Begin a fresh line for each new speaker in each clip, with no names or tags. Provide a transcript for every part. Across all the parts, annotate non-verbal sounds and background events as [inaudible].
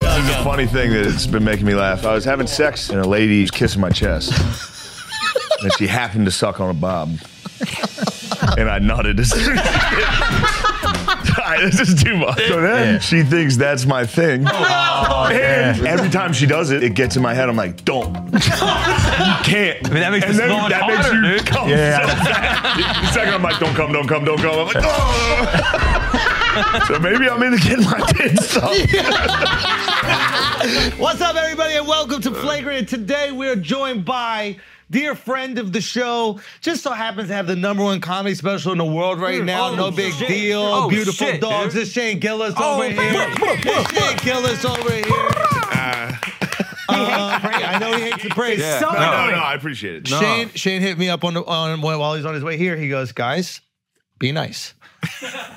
There's a funny thing that's been making me laugh. I was having sex and a lady was kissing my chest. and she happened to suck on a bob. And I nodded as soon as she did. I- [laughs] this is too much. So then she thinks that's my thing.
Oh,
and every time she does it, it gets in my head. I'm like,
[laughs]
don't. You can't.
mean, that makes
and
this
then
moment
that
harder,
makes you
dude.
come
Yeah.
so fast. The second I'm like, don't come, don't come, don't come. I'm like,
[laughs]
oh. so maybe I'm into getting my tits sucked.
What's up, everybody, and welcome to Flagrant. And Today we are joined by dear friend of the show, just so happens to have the number one comedy special in the world right now.
oh,
no big
shit.
deal.
Oh,
Beautiful
shit,
dogs.
dude.
It's Shane Gillis
Oh,
over here.
man.
It's Shane Gillis over here.
[laughs]
Uh, I know he hates the praise.
Yeah.
So-
No, no, no, I appreciate it.
Shane, Shane hit me up on the, on while he's on his way here. He goes, guys, be nice.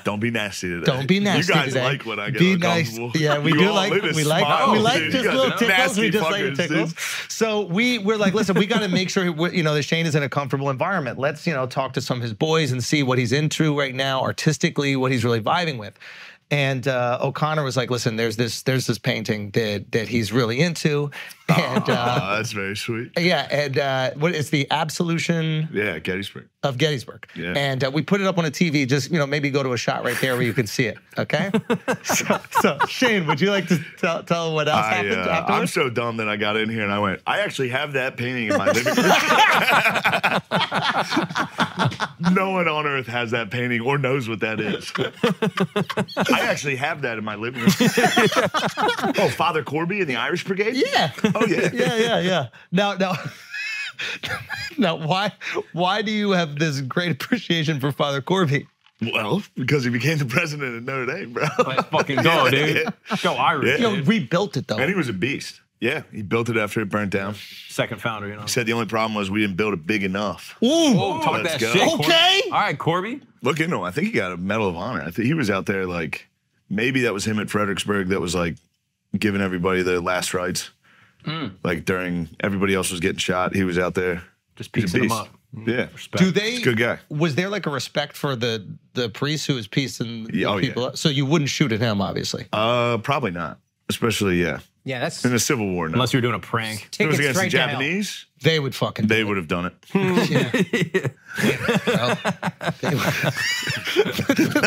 Don't be nasty today.
Don't be nasty
[laughs] You guys
today.
like when I get
Be
uncomfortable.
nice. Yeah, we
You
do
all
like
live in
we like
smiles,
we like
dude.
just
You guys
little
are
tickles.
nasty
We just like
fuckers,
tickles.
dude.
So we we're like, listen, we got to make sure we- you know that Shane is in a comfortable environment. Let's you know talk to some of his boys and see what he's into right now artistically, what he's really vibing with. And uh, O'Connor was like, listen, there's this there's this painting that that he's really into,
Oh.
and uh,
Aw, that's very sweet.
yeah, and uh, what it's the absolution
Yeah, Gettysburg.
of Gettysburg.
Yeah.
And uh, we put it up on a TV. Just you know, maybe go to a shot right there where you can see it.
[laughs]
Okay. so, so Shane, would you like to tell, tell what else
I,
happened
uh, I'm
afterwards?
so dumb that I got in here and I went, I actually have that painting in my living room.
[laughs]
no one on earth has that painting or knows what that is. I actually have that in my living
[laughs]
room. oh, Father Corby in the Irish Brigade? [laughs]
yeah.
Oh, yeah.
Yeah. Yeah. Yeah. Now. Now. [laughs] Now, why why do you have this great appreciation for Father Corby?
Well, because he became the president of Notre Dame, bro.
Let's fucking go, dude. Go Irish.
You know,
dude.
rebuilt it
[laughs]
though.
And he was a beast. Yeah, he built it after it burnt down.
Second founder, you know.
Said the only problem was we didn't build it big enough.
Ooh,
Oh, talk
Let's
that
go.
shit. Corby.
Okay.
All right, Corby.
Look into him. I think he got a Medal of Honor. I think he was out there like maybe that was him at Fredericksburg that was like giving everybody their last rites. Like during everybody else was getting shot, he was out there.
Just
He's a
piecing him
beast.
up.
Yeah.
do they?
a good guy.
Was there like a respect for the the priest who was piecing the
Yeah, oh, yeah.
people up? So you wouldn't shoot at him, obviously.
Uh, probably not. Especially yeah,
Yeah, that's
in the Civil War. No.
Unless you're doing a prank.
If it was
tickets
against the
straight to hell.
Japanese.
They would fucking.
They would have done it. [laughs]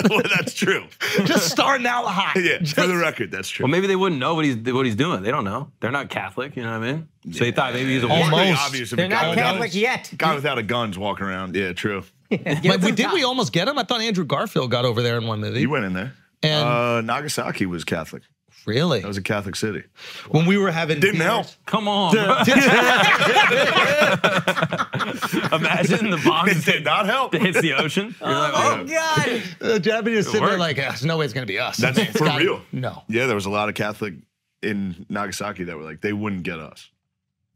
well, that's true.
just starting out hot.
Yeah, for the record, that's true.
Well, maybe they wouldn't know what he's what he's doing. They don't know. They're not Catholic. You know what I mean? So they thought maybe he's a
It's
warrior.
pretty
Almost.
obvious if
They're
a
not
guy without a-
Catholic yet.
Guy without a gun's walking around. Yeah, true.
But we, did we almost get him? I thought Andrew Garfield got over there in one movie.
You went in there.
And-
uh, Nagasaki was Catholic.
really?
That was a Catholic [laughs] city.
when we were having
Didn't
beers-
help.
Come
[laughs]
on. [laughs] bro. Imagine the bomb
It did not help.
that hits the ocean. You're like, oh,
Oh God!
[laughs] The Japanese is sitting there
worked.
like, "Ah, there's no way it's gonna be us.
That's
[laughs] It's
for
gotta-
real.
No.
Yeah, there was a lot of Catholic in Nagasaki that were like, they wouldn't get us.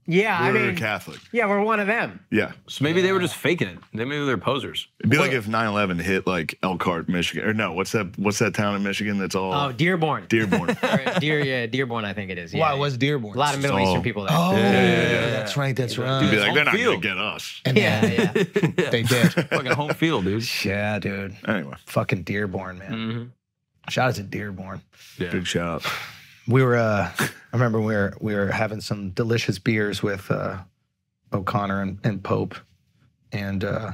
Yeah,
We're
I mean,
Catholic.
yeah, we're one of them.
Yeah.
so maybe they were just faking it. They maybe they're [laughs] posers.
It'd be like if 9-11 hit like Elkhart, Michigan. Or no, what's that what's that town in Michigan that's all
Oh, Dearborn.
[laughs] Dearborn.
[laughs] Or Dear, yeah, Dearborn, I think it is. Yeah,
Why
yeah.
was Dearborn?
a lot of Middle
Oh.
Eastern people there.
Oh, yeah,
yeah.
that's right. That's
You'd be
right.
like, they're not gonna
Field.
get us.
And
Yeah,
then
[laughs] yeah.
they did. [laughs]
Fucking home field, [laughs] dude.
yeah, dude.
Anyway,
Fucking Dearborn, man. Shout out to Dearborn.
Yeah.
big shout out.
we were uh i remember we were we were having some delicious beers with uh o'connor and, and pope and uh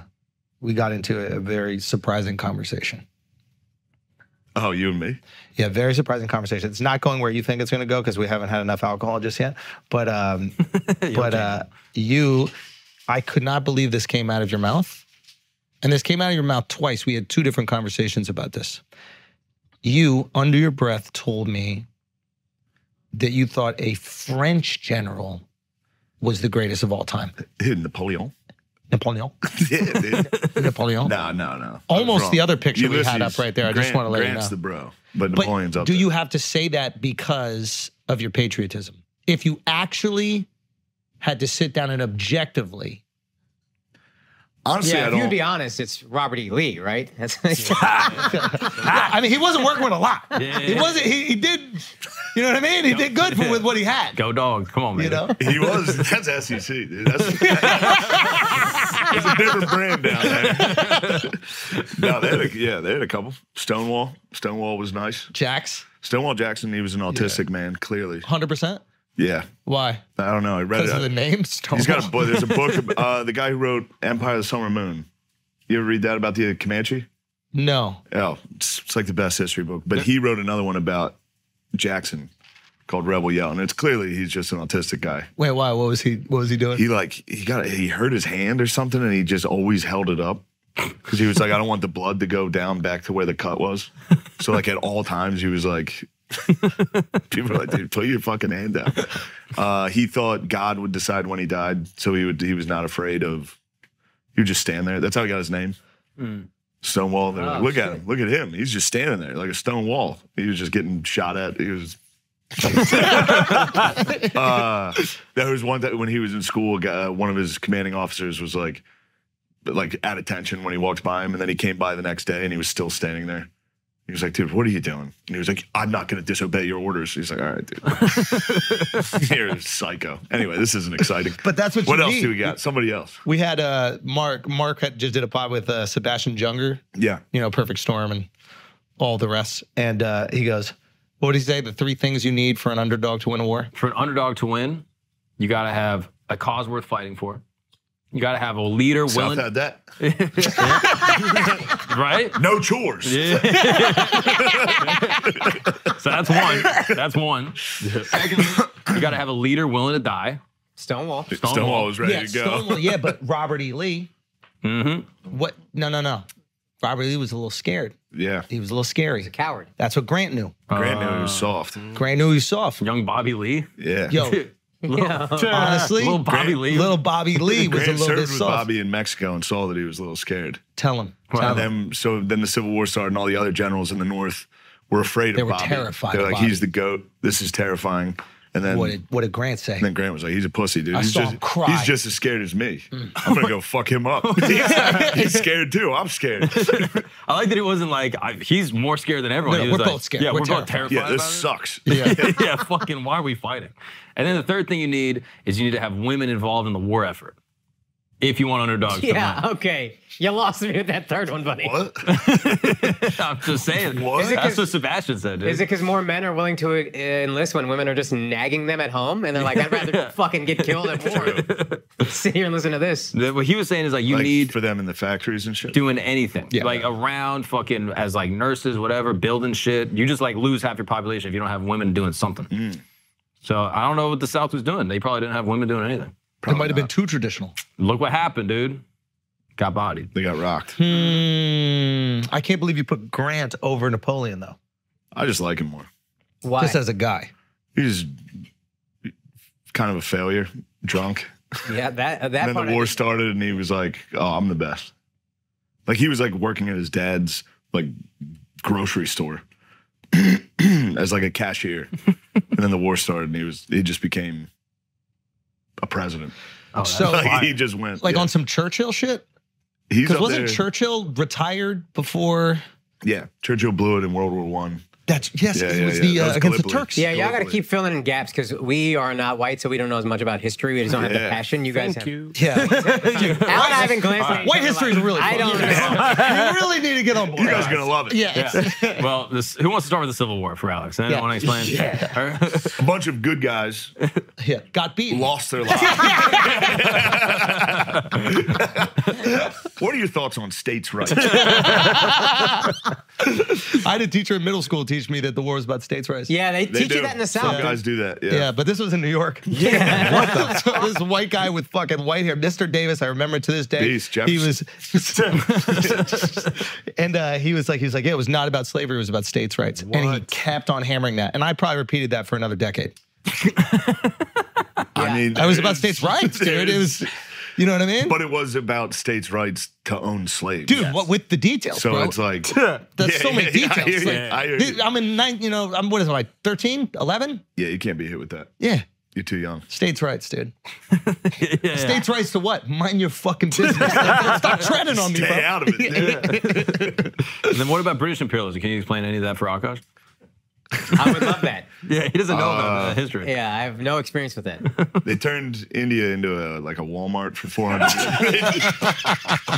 we got into a, a very surprising conversation
Oh, you and me?
yeah very surprising conversation it's not going where you think it's going to go because we haven't had enough alcohol just yet but um but uh you i could not believe this came out of your mouth and this came out of your mouth twice we had two different conversations about this you under your breath told me that you thought a french general was the greatest of all time
Napoleon. [laughs]
napoleon
yeah, dude.
napoleon
No, no, no.
Oh. Almost the other picture we
Ulysses,
had up right there. I just
Grant-
wanna let you
Grant's
know.
the bro, but
But
Napoleon's up
do
there.
you have to say that because of your patriotism? If you actually had to sit down and objectively,
Honestly,
yeah,
I
if
don't.
you'd
[laughs]
be honest, it's Robert E. Lee, right? [laughs] That's
I mean, he wasn't working with a lot.
Yeah.
He wasn't. He, he did. You know what I mean? He did good for, with what he had.
Go dogs. Come on, man.
You know.
He
[laughs]
was. That's SEC, dude. That's, [laughs] that's a different brand down there. [laughs] no, they had a, yeah, they had a couple. Stonewall. Stonewall was nice.
Jax.
Stonewall Jackson, he was an autistic man, clearly.
Hundred percent.
Yeah.
Why?
I don't know. I read
Because
it.
of the name Stonewall.
Uh, He's got a book. There's a book. ab-
[laughs]
Uh, the guy who wrote Empire of the Summer Moon. You ever read that about the Comanche?
no.
Oh, it's, it's like the best history book. But he wrote another one about Jackson called Rebel Yell, and it's clearly he's just an autistic guy.
Wait, why? What was he? What was he doing?
He like he got he hurt his hand or something, and he just always held it up because he was like, I don't want the blood to go down back to where the cut was. So like at all times he was like. [laughs] People are like, dude, put your fucking hand down. Uh, he thought God would decide when he died, so he would. He was not afraid of. He would just stand there. That's how he got his name. Stonewall. They're like,
Oh,
look at him. Look at him. He's just standing there like a stone wall. He was just getting shot at. He was. [laughs] uh, there was one that when he was in school, a guy- one of his commanding officers was like, like at attention when he walked by him, and then he came by the next day and he was still standing there. He was like, dude, what are you doing? And he was like, I'm not going to disobey your orders. He's like, all right, dude. [laughs] You're a psycho. Anyway, this isn't exciting.
But that's what
What
you
else
need.
do we got? Somebody else.
We had uh, Mark. Mark had just did a pod with uh, Sebastian Junger.
Yeah.
You know, Perfect Storm and all the rest. And uh, he goes, "What did he say? The three things you need for an underdog to win a war."
for an underdog to win, you got to have a cause worth fighting for. You got to have a leader
South
willing,
had that.
right?
[laughs]
[laughs]
No chores.
So that's one. That's one. Secondly, you got to have a leader willing to die.
Stonewall.
Stonewall, was ready to go.
Stonewall, [laughs] yeah, but Robert E. Lee.
Mm-hmm.
What? No, no, no. Robert E. Lee was a little scared.
Yeah.
He was a little scary.
Coward.
That's what Grant knew.
Grant knew he was soft.
Grant knew he was
[laughs]
soft.
Young Bobby Lee.
Yeah.
Yo,
Little, [laughs]
honestly,
little Bobby Lee.
little Bobby Lee
[laughs]
was
Grant
a little
served
bit
with
soft.
Bobby in Mexico and saw that he was a little scared.
Tell him.
Wow.
Tell
And
him.
then, so then the Civil War started, and all the other generals in the North were afraid
They
of
were
Bobby.
terrified
They're
of
like,
Bobby.
he's the goat. This is terrifying. And then,
What did, what did Grant say?
then Grant was like, he's a pussy, dude.
I
he's
saw
just
him cry. Hmm.
he's just as scared as me. I'm gonna go fuck him
[laughs]
up. [laughs] he's, he's scared too. I'm scared.
I like that it wasn't like I, he's more scared than everyone.
No,
He
we're
was like,
both scared.
Yeah,
We're
we're, both
terrified.
yeah,
terrified.
this
about it.
sucks.
[laughs] yeah, fucking why are we fighting? And then the third thing you need is you need to have women involved in the war effort. If you want underdogs
Yeah, okay. You lost me with that third one, buddy.
[laughs]
[laughs]
What?
to win. [laughs] I'm just saying.
What? Is it
That's
'cause-
what Sebastian said, dude.
Is it because more men are willing to uh, enlist when women are just nagging them at home and they're like, I'd [laughs] rather fucking get killed at war. [laughs] Sit here and listen to this.
The- what he was saying is like you
Like,
need
for them in the factories and shit.
doing anything.
Yeah.
Like around fucking as like nurses, whatever, building shit. You just like lose half your population if you don't have women doing something. So I don't know what the South was doing. They probably didn't have women doing anything.
it might have been too traditional.
Look what happened, dude. Got bodied.
They got rocked.
Hmm. I can't believe you put Grant over Napoleon though.
I just like him more.
Why?
Just as a guy.
He's kind of a failure, drunk.
Yeah, that, that
and then
part.
the
I
war
think-
started, and he was like, "Oh, I'm the best." Like he was like working at his dad's like grocery store [clears throat] as like a
[laughs]
cashier, and then the war started, and he was he just became a president.
Oh,
So-
that's
Like he
wild.
just went
Like
yeah.
on some Churchill shit.
He's
Because
up
wasn't
there.
Churchill retired before?
yeah, Churchill blew it in World War One.
That's yes.
Yeah,
it
yeah,
was
yeah.
the
That
uh,
was
against the
Gallipoli.
Turks.
Yeah, y'all got to
globally.
keep filling in gaps because we are not white, so we don't know as much about history. We just don't have the
Yeah.
passion you guys [laughs] have.
you.
[laughs] Yeah.
Al and I have been glancing. at each
White
other
history
like,
is really.
I
fun.
don't know.
you really need to get on board.
You guys are gonna love it.
Yeah. it's-
Yeah. [laughs] well, this, who wants to start with the Civil War for Alex? Anyone want to [laughs] explain?
a bunch of good guys
yeah. Got beat.
lost
[laughs]
their lives. what are your thoughts on states'
[laughs]
rights?
I had a teacher in middle school teach me that the war was about states' rights.
Yeah, they,
They
teach
do.
you that in the
Some
South.
guys do that.
Yeah, but this was in New York.
[laughs]
[laughs]
Yeah.
what the? So this white guy with fucking white hair, Mr. Davis, I remember to this day.
Beast,
he was, [laughs] and uh, he was like, he was like, yeah, it was not about slavery, it was about states' rights, and he
What?
kept on hammering that, and I probably repeated that for another decade.
I mean,
I was about
it's- [laughs]
states' rights, dude. It
it's-
was, you know what I mean?
But it was about states' rights to own slaves.
dude, what with the details,
So
bro?
it's like,
There's
Yeah,
so many
yeah, I hear
details.
you.
like,
I hear
dude,
you.
I'm in nine, you know, I'm what is it like 13, 11?
yeah, you can't be hit with that.
Yeah.
You're too young.
States' rights, dude. States' rights to what? Mind your fucking business.
[laughs]
Stop treading on me, bro.
Stay out of it. dude.
And then what about British imperialism? Can you explain any of that for Akash?
I would
[laughs]
love that.
Yeah, he doesn't know about the history.
Yeah, I have no experience with that.
They turned India into a like a Walmart for
[laughs]
400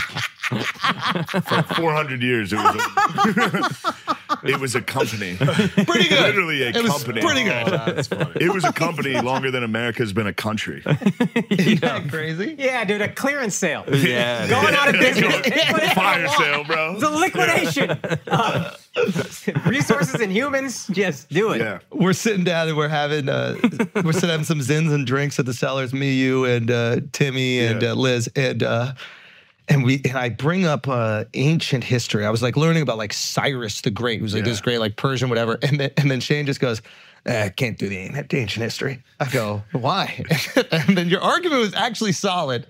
years. for 400 years, it was. A, [laughs] It was a company.
[laughs] Pretty good.
Literally a
it was
company.
pretty good.
That's funny.
[laughs] It was a company longer than America's been a
[laughs]
country.
Isn't that crazy?
Yeah, dude, a clearance sale.
[laughs] Yeah.
Going out
[laughs]
of business.
Fire sale, bro.
It's a liquidation.
[laughs]
of resources and humans, just do it.
Yeah.
We're sitting down and we're having uh, we're sitting having some zins and drinks at the cellars. Me, you, and uh, Timmy and
Yeah.
uh, Liz and. Uh, and we and I bring up uh, ancient history. I was like learning about like Cyrus the Great, who's like this
Yeah.
great like Persian whatever. And then and then Shane just goes, "Eh, I can't do the an- ancient history. I go, why? [laughs] and then your argument was actually solid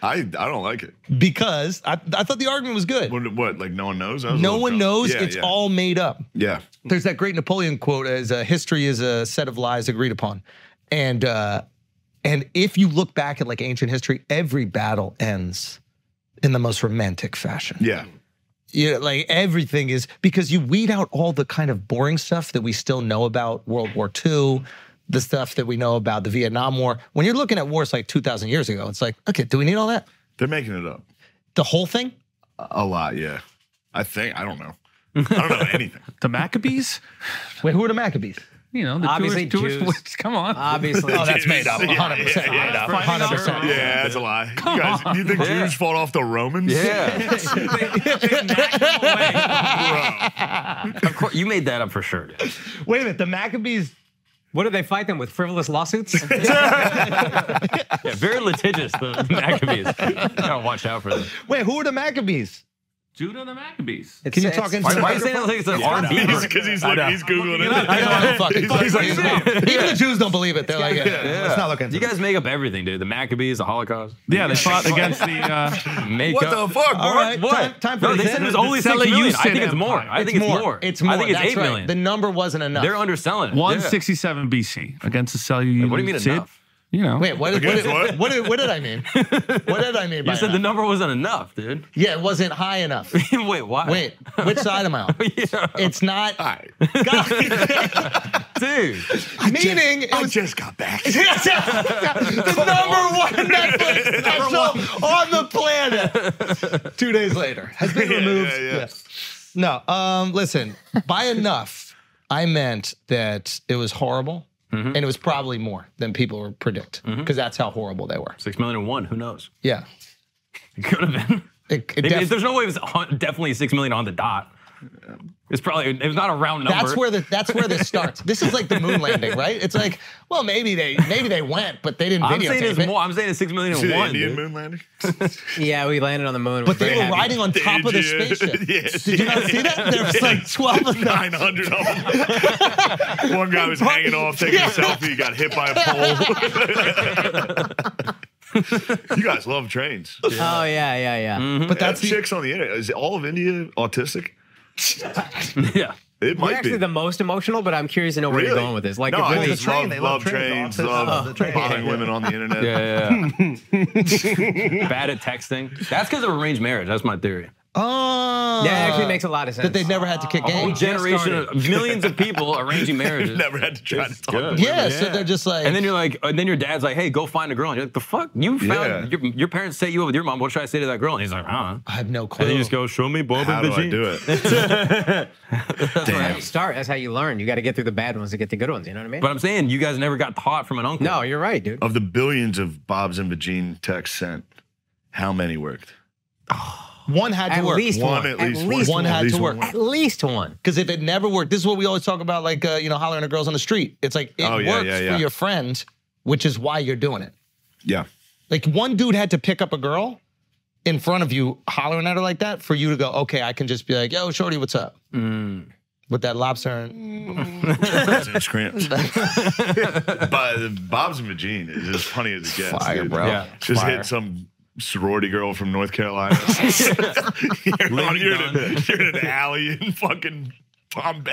I, I don't like it.
because I, I thought the argument was good.
What, what like no one knows? I was a
No
little
one
dumb.
knows.
Yeah,
it's
yeah.
all made up.
Yeah.
There's that great Napoleon quote: "As uh, history is a set of lies agreed upon," and uh, and if you look back at like ancient history, every battle ends in the most romantic fashion.
Yeah.
You know, like everything is because you weed out all the kind of boring stuff that we still know about World War II, the stuff that we know about the Vietnam War. When you're looking at wars like 2,000 years ago, it's like, okay, do we need all that?
They're making it up.
The whole thing?
A lot, yeah. I think I don't know. I don't
[laughs]
know anything.
The Maccabees,
Wait, who are the Maccabees?
you know, the
Obviously
Jewish, Jewish
Jews. Uh,
come on.
[laughs]
Obviously.
Oh,
that's made up.
100%
yeah,
made up.
yeah.
100%.
Yeah, that's a lie. You guys, you think Jews fought off the Romans?
[laughs] Yeah.
[laughs]
Bro.
of course, you made that up for sure. dude.
Wait a minute, the Maccabees
What do they fight them with? Frivolous lawsuits?
[laughs]
Yeah, very litigious, the Maccabees. Gotta watch out for them.
Wait, who are the Maccabees?
Judah and the Maccabees.
It's-
Can you
it's-
talk into
Why,
the
why is it like it's an R&B
[laughs] Because
group?
he's, looking, he's googling it. [laughs]
Even
He's like,
the Jews don't believe it. They're like, yeah,
Yeah.
let's not look into
You guys make up everything, dude. The Maccabees, the Holocaust.
Yeah, they fought against the. Uh,
Make
what
up.
the fuck,
All
bro?
right,
What?
Time, time for
no,
the
they said
Zen-
it was only six million. I
Seleucid
think it's more.
Empire.
I think it's, more.
It's more.
I think it's
That's
eight
right.
million.
The number wasn't enough.
They're underselling. it. Yeah.
167 BC against the Seleucid.
What do you mean enough?
You know.
Wait, what, what,
Okay,
what?
what?
did, what did I
[laughs]
mean? What did I mean by
You said the
enough?
number wasn't enough, dude. [laughs]
Yeah, it wasn't high enough.
Wait, why?
Wait, which side am I on?
[laughs] Yeah.
It's
[laughs]
not.
All right.
God,
dude.
meaning, [laughs] it
I
was-
just got back.
the
[laughs]
number one Netflix special on the planet. Two days later, has been
[laughs] Yeah,
removed.
yeah, yeah.
No, um, listen,
[laughs]
by enough, I meant that it was horrible
Mm-hmm.
and it was probably more than people would predict because that's how horrible they were.
Six million and one. Who knows?
Yeah.
It could have been.
It, it
Maybe-
def-
there's no way it was on, definitely six million on the dot. It's probably it was not a round number.
that's where the that's where this
[laughs]
starts. This is like the moon landing, right? It's like, well, maybe they maybe they went, but they didn't
I'm
videotape
saying it's
it.
more. I'm saying it's six million
See
and
the
one.
Indian
dude.
moon landing?
yeah, we landed on the moon. We're
But they
very
were
happy.
riding on top of the
Indian-
[laughs]
[laughs]
spaceship.
Yeah.
Did you not see that? There was like twelve of them.
900 of them. One guy was hanging off, taking a selfie, got hit by a pole. [laughs] you guys love trains.
Oh, yeah, yeah, yeah.
But that's
That's
the,
chicks on the internet. Is all of India autistic?
Yeah.
It
We're
might
actually
be.
the most emotional, but I'm curious to know where you're
Really?
going with this. Like,
no,
if
I
really,
just
train,
love,
they love
love
trains,
trains,
offices,
love
oh, the train.
bothering women on the internet. [laughs]
[laughs] Yeah. yeah, yeah. [laughs] Bad at texting. That's because of arranged marriage. That's my theory.
oh,
yeah, it actually makes a lot of sense.
that they never had to kick
A whole
game.
generation of millions of [laughs] people arranging marriages.
Never had to try to talk.
good.
to
Yeah,
women.
so they're just like,
And then you're like, and then your dad's like, "Hey, go find a girl." And you're like, "The fuck? You found
Yeah.
your, your parents set you up with your mom. What should I say to that girl?" And he's like, "Huh?"
I have no clue.
And then you just go, "Show me Bob
How
and
do I do it?
[laughs]
That's how you start. That's how you learn. You got to get through the bad ones to get the good ones. You know what I mean?
But I'm saying you guys never got taught from an uncle.
no, you're right, dude.
Of the billions of Bob's and Vagine texts sent, how many worked?
One had to
At
work.
least one.
One at least
least
one.
One had
At least
to work.
one.
At least one.
Because if it never worked, this is what we always talk about, like uh, you know, hollering at girls on the street. It's like it
Oh, yeah,
works
yeah,
for
yeah.
your friend, which is why you're doing it.
Yeah.
Like one dude had to pick up a girl in front of you, hollering at her like that, for you to go, okay, I can just be like, yo, shorty, what's up? Mm. With that lobster. And,
Some scrimps. but Bob's and Vagine is as funny as it gets.
Fire,
dude.
bro.
Yeah.
Just
Fire.
hit some sorority girl from North Carolina. [laughs] you're, on- you're in a- you're in an alley in fucking Bombay,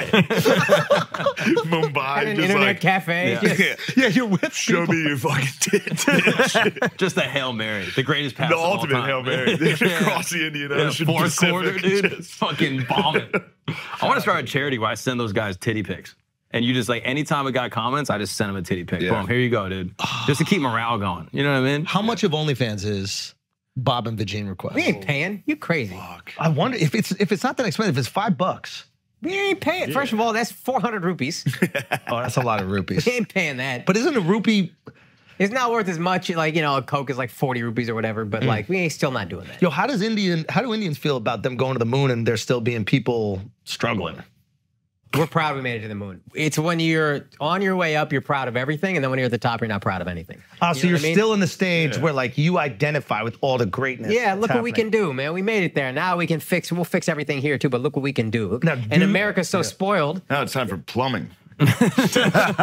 Mumbai.
At an
just
internet
like,
cafe.
Yeah.
yeah,
[laughs] yeah, you're with
show me your fucking tits. bitch.
[laughs] Just a hail mary, the greatest
[laughs]
pass.
the
of all
ultimate
time.
hail mary. Across the Indian
Yeah,
Ocean,
fourth
Pacific,
quarter, dude.
just-
Fucking bomb it. [laughs] I want to start a charity where I send those guys titty pics. And you just like anytime a guy comments, I just send him a titty pic.
Yeah.
Boom, here you go, dude. Just to keep morale going. You know what I mean?
How much of OnlyFans is Bob and Vagine request?
We ain't paying. You crazy.
I wonder if it's if it's not that expensive, it's five bucks.
We ain't paying. First of all, that's
[laughs]
400 rupees.
Oh, that's a lot of rupees.
we ain't paying that. But
[laughs] But isn't a rupee?
it's not worth as much. Like, you know, a Coke is like 40 rupees or whatever, but like, we ain't still not doing that.
Yo, how does Indian? How do Indians feel about them going to the moon and there still being people struggling?
We're proud we made it to the moon. It's when you're on your way up, you're proud of everything. And then when you're at the top, you're not proud of anything.
Oh,
You
so
know
you're
what I mean?
still in the stage where like you identify with all the greatness.
Yeah,
that's
look what we
happening.
can do, man. We made it there. Now we can fix. We'll fix everything here too. But look what we can do.
Now,
and
do-
America's so spoiled.
Now it's time for plumbing.
[laughs]
Man,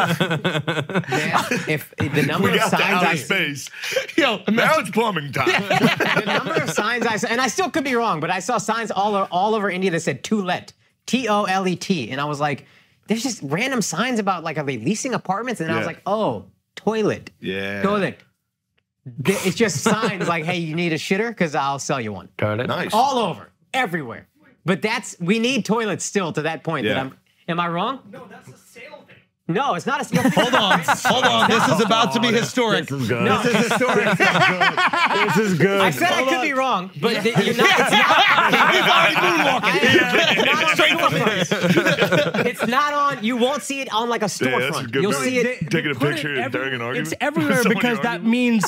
if the number
We
of
got to
signs I
outer
see,
space. Yo, now it's plumbing
[laughs]
time.
the number of signs I saw, and I still could be wrong, but I saw signs all o- all over India that said "to let," T O L E T, and I was like, "There's just random signs about like are they leasing apartments?" And I was
Yeah.
like, "Oh, toilet,
Yeah.
toilet." Th- It's just signs like, "Hey, you need a shitter? Because I'll sell you one."
Got it.
Nice.
all over, everywhere. But that's we need toilets still to that point. That
Yeah.
I'm. Am I wrong? No, that's a sale thing. No, it's not a sale thing.
[laughs]
Hold on, hold on. This is about to be historic. This is good.
No.
This is
[laughs]
historic.
this is good.
I said I could be wrong, but th- you're not. It's not
[laughs]
It's [laughs] not on storefronts. It's not on. You won't see it on like a
Yeah, that's a
storefront.
good
You'll
point.
see it.
Taking a
Put it
picture
every-
during an argument.
It's everywhere
Someone
because that
arguing.
means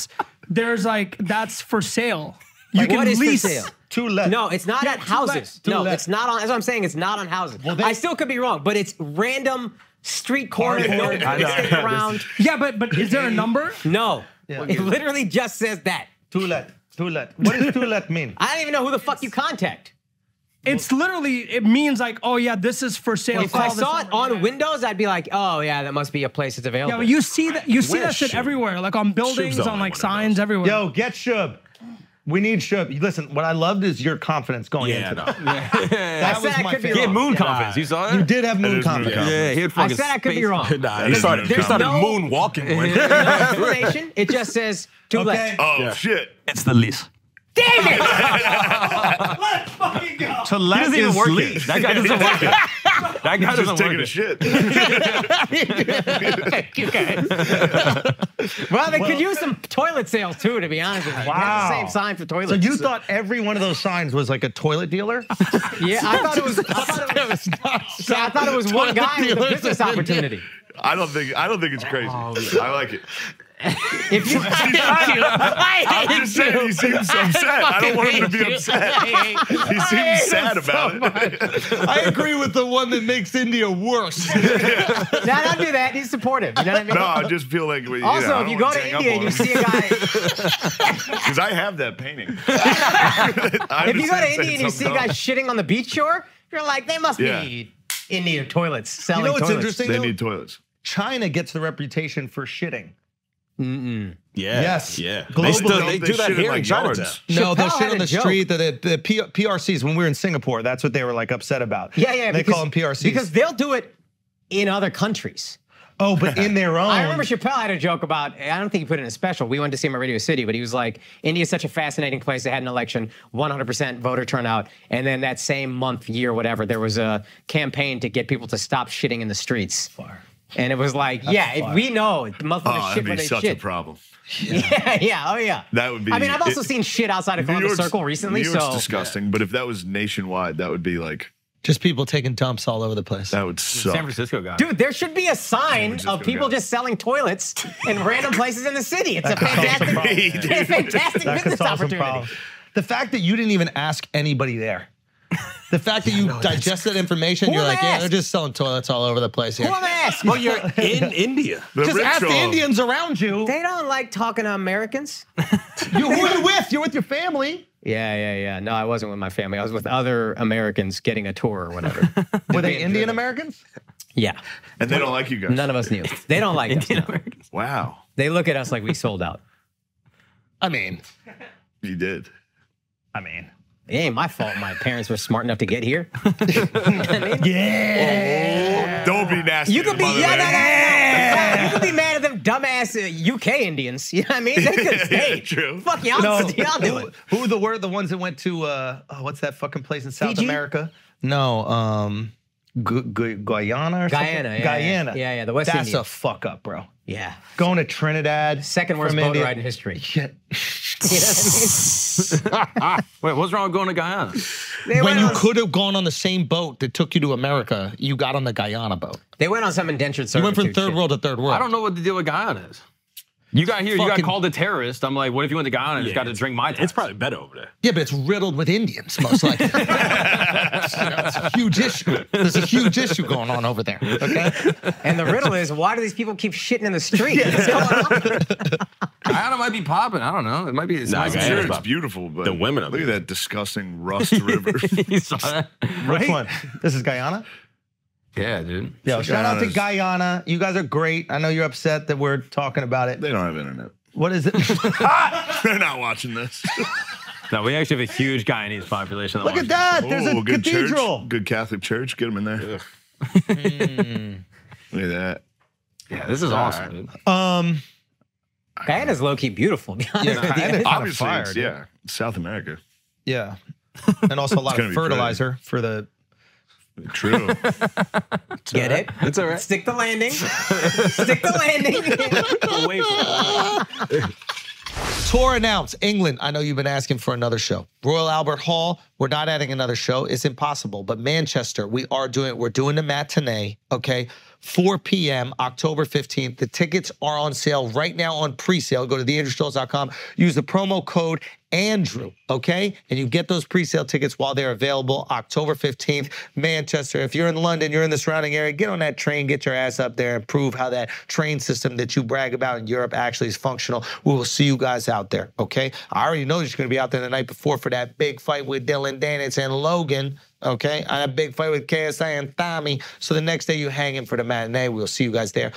there's like that's for sale. You
Like,
can
what is for
lease.
sale?
Two left.
No, it's not at houses.
to
no,
let.
it's not on. That's what I'm saying. It's not on houses.
they-
I still could be wrong, but it's random street corner.
Hard
no,
work. I
it's around.
Yeah, but but is there a number?
No, it literally just says that.
Two left. Two left. What does two left
[laughs]
mean?
I don't even know who the fuck you contact.
It's literally it means like oh yeah this is for sale.
If
Call
I
this
saw it
number.
on Windows, I'd be like, oh yeah, that must be a place that's available.
Yeah, but you see that you see that shit
Shub.
everywhere, like on buildings,
Shub's on
on like
one of
signs
those.
everywhere.
Yo, get Shub. We need Shub. Listen, what I loved is your confidence going
Yeah,
into
no.
that.
[laughs]
That
said I could be
He had
wrong.
moon confidence. You saw that?
You did have moon
is moon
confidence.
confidence.
Yeah, he had fucking.
said I could be
space-
wrong.
Nah,
He
he
started-
started,
he started
moonwalking one.
[laughs] no information. It just says too
Okay.
late.
Oh shit.
It's the lease.
[laughs]
To left
doesn't even
is
work
least.
it. That guy doesn't work
[laughs]
it. That guy
Just
doesn't
taking
work
a
it.
shit.
Well, they could use some toilet sales too, to be honest with you. That's the
Wow.
same sign for toilets.
So you thought every one of those signs was like a toilet [laughs] dealer?
Yeah, I thought it was. I thought it was, [laughs] See, I thought it was one guy with a business opportunity.
I don't think I don't think it's crazy.
Oh,
I like it.
If you, [laughs]
I'm just saying he seems upset. I don't want him to be upset. [laughs] He seems sad about it.
I agree with the one that makes India [laughs] worse.
now don't do that. He's supportive. You know what I
[laughs]
mean?
No, I just feel like we.
also,
know, I
if
don't
you go
wanna
to
gang up
India and
on
you
him.
see a guy.
Because I have that painting.
[laughs] If you go to India and you see guys shitting on the beach shore, you're like, they must
Yeah.
be in need of toilets,
You
selling
know what's
toilets.
interesting?
they
though?
need toilets.
China gets the reputation for shitting.
Yeah.
Yes.
Yeah.
Global-
They still
Don't
they
they
do that
shit in,
here
like,
in Chinatown.
yards?
No, they'll
Chappelle
shit
had
on
a
the
joke.
street. The, the, the P- PRCs, when we were in Singapore, that's what they were like upset about.
Yeah, yeah.
They
because-
call them PRCs.
Because they'll do it in other countries.
oh, but in their own.
[laughs] I remember Chappelle had a joke about, I don't think he put it in a special. We went to see him at Radio City, but he was like, India's such a fascinating place. They had an election, 100% voter turnout. And then that same month, year, whatever, there was a campaign to get people to stop shitting in the streets. And it was like, yeah, if we know motherfuckers
Oh,
shit
that'd
where
be
they
such
shit.
a problem.
[laughs] Yeah, yeah, oh yeah.
That would be-
I mean, I've also
it-
seen shit outside of
New
Columbus
York's
Circle recently,
New York's
so
disgusting. But if that was nationwide, that would be like
Just people taking dumps all over the place.
that would suck. [laughs]
San Francisco guy.
dude, there should be a sign
Francisco
of people
guy.
just selling toilets
[laughs]
in random places in the city. It's a fantastic, [laughs] it's a fantastic
that could
business
solve some
opportunity.
problems. The fact that you didn't even ask anybody there. The fact that you digest that information,
Who
you're
am I
like, yeah, they're
ask?
just selling toilets all over the place
Who
here.
am I asking?
Well, you're in India.
The
Just ask the
ritual.
Indians around you.
They don't like talking to Americans.
you who are you with? You're with your family.
[laughs] Yeah, yeah, yeah. No, I wasn't with my family. I was with other Americans getting a tour or whatever. [laughs]
Were they Indian Americans?
yeah,
and they don't like you guys.
none of us knew. They don't like
[laughs]
us. no.
wow,
They look at us like we sold out.
I mean,
you did.
I mean.
It ain't my fault. My parents were smart enough to get here.
Don't be nasty.
You could be
by the way.
yeah, no, no, no, [laughs] no. you could be mad at them dumbass uh, UK Indians. [laughs] You know what I mean? They could stay.
True.
Fuck y'all,
No,
[laughs] y'all do it.
who who the were the ones that went to uh oh, what's that fucking place in South
Fiji?
America? No, um Gu- Gu- Guyana or something?
Guyana, yeah, yeah.
Guyana.
Yeah, yeah, the West
That's
Indies.
a fuck up, bro.
Yeah.
Going to Trinidad.
Second worst
from
boat
India.
ride in history.
Yeah.
You know what I mean?
Wait, what's wrong with going to Guyana?
When you could have gone on the same boat that took you to America, you got on the Guyana boat.
They went on some indentured
You
servitude.
went from third
shit.
world to third world.
I don't know what the deal with Guyana is. You got here, you got
Fucking-
called a terrorist. I'm like, what if you went to Guyana and just got to drink my
It's probably better over there.
Yeah, but it's riddled with Indians, most
[laughs]
likely. You know, it's a huge issue. There's a huge issue going on over there. Okay.
And the riddle is, why do these people keep shitting in the [laughs] street? What's going on?
Guyana might be popping. I don't know. It might be. It's
Nah,
I'm
nice.
Guyana's
Sure.
sure it's
about-
beautiful, but
the women are
Look at
beautiful.
that disgusting
[laughs]
rust river.
You saw that?
Which one? This is Guyana?
Yeah, dude.
Yo, shout out to
Guyana's-
Guyana. You guys are great. I know you're upset that we're talking about it.
they don't have internet. [laughs]
What is it?
They're not watching this.
No, we actually have a huge Guyanese population.
Look at that. [laughs] There's a
Ooh, Oh, good
cathedral.
church, good Catholic church. Get them in there. Look at
[laughs]
that.
Yeah, this is awesome, dude.
Um,
Guyana's low key beautiful. to be honest with you.
Guyana's kinda
Obviously,
fire,
it's,
dude.
yeah, it's South America.
Yeah.
[laughs]
And also a lot
gonna
of
be pretty.
fertilizer for the. [laughs]
True.
[laughs] Get it? It's all right. Stick the landing. [laughs] Stick the [laughs] landing.
Tour announced England. I know you've been asking for another show. Royal Albert Hall, we're not adding another show. It's impossible. But Manchester, we are doing We're doing the matinee, okay? 4 p.m., October 15th. The tickets are on sale right now on pre sale. Go to theandrewstills.com. Use the promo code Andrew, okay? And you get those pre sale tickets while they're available October 15th, Manchester. If you're in London, you're in the surrounding area, get on that train, get your ass up there, and prove how that train system that you brag about in Europe actually is functional. We will see you guys out there, okay? I already know that you're going to be out there the night before for that big fight with Dylan Danitz and Logan. Okay, I had a big fight with KSI and Tommy. So the next day you hang in for the matinee. We'll see you guys there.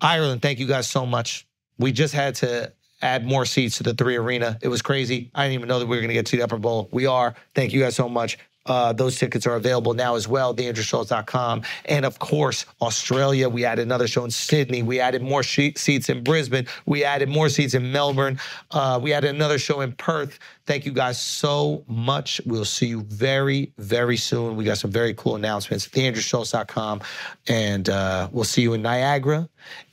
Ireland, thank you guys so much. We just had to add more seats to the three arena. It was crazy. I didn't even know that we were going to get to the upper bowl. We are. Thank you guys so much. Uh, those tickets are available now as well, theinterestshows.com. And of course, Australia. We added another show in Sydney. We added more she- seats in Brisbane. We added more seats in Melbourne. Uh, we added another show in Perth. Thank you guys so much. We'll see you very, very soon. We got some very cool announcements. TheAndrewSchultz.com. And uh, we'll see you in Niagara.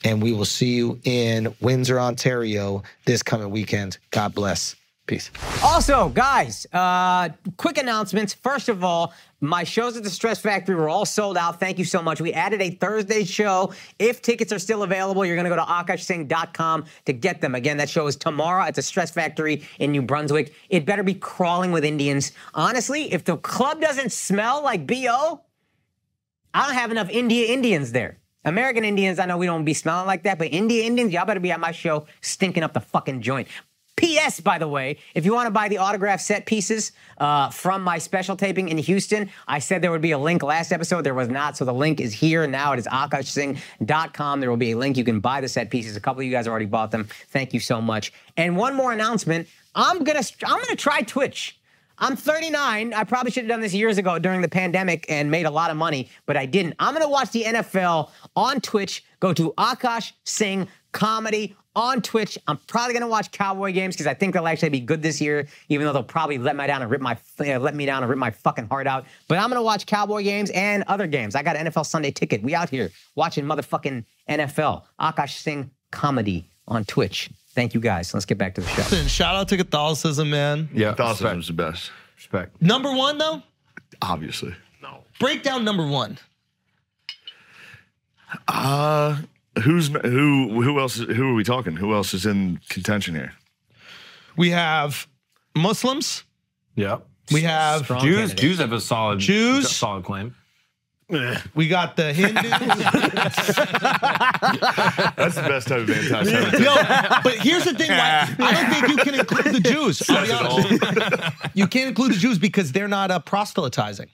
And we will see you in Windsor, Ontario this coming weekend. God bless. Peace.
also, guys, uh, quick announcements. First of all, my shows at the Stress Factory were all sold out. Thank you so much. We added a Thursday show. If tickets are still available, you're going to go to akashsing.com to get them. Again, that show is tomorrow at the Stress Factory in New Brunswick. It better be crawling with Indians. Honestly, if the club doesn't smell like BO, I don't have enough India Indians there. American Indians, I know we don't be smelling like that, but India Indians, y'all better be at my show stinking up the fucking joint. P.S. By the way, if you want to buy the autograph set pieces uh, from my special taping in Houston, I said there would be a link last episode. There was not, so the link is here now. It is akashsing.com. There will be a link. You can buy the set pieces. A couple of you guys already bought them. Thank you so much. And one more announcement. I'm gonna I'm gonna try Twitch. I'm 39. I probably should have done this years ago during the pandemic and made a lot of money, but I didn't. I'm going to watch the NFL on Twitch. Go to Akash Singh Comedy on Twitch. I'm probably going to watch Cowboy games because I think they'll actually be good this year, even though they'll probably let my down and rip my uh, let me down and rip my fucking heart out. But I'm going to watch Cowboy games and other games. I got an NFL Sunday ticket. We out here watching motherfucking NFL. Akash Singh Comedy on Twitch. Thank you guys. Let's get back to the show.
And shout out to Catholicism, man.
Yeah,
Catholicism's the best,
respect.
Number one, though,
obviously.
breakdown number one.
Uh who's who? Who else? Who are we talking? Who else is in contention here?
We have Muslims.
Yeah.
We have
Strong
Jews,
candidate.
Jews have a solid
Jews?
a solid claim.
we got the Hindus. [laughs]
That's the best type of anti-Semitism.
Yo, but here's the thing: why, I don't think you can include the Jews. I'll be honest. You can't include the Jews because they're not uh, proselytizing,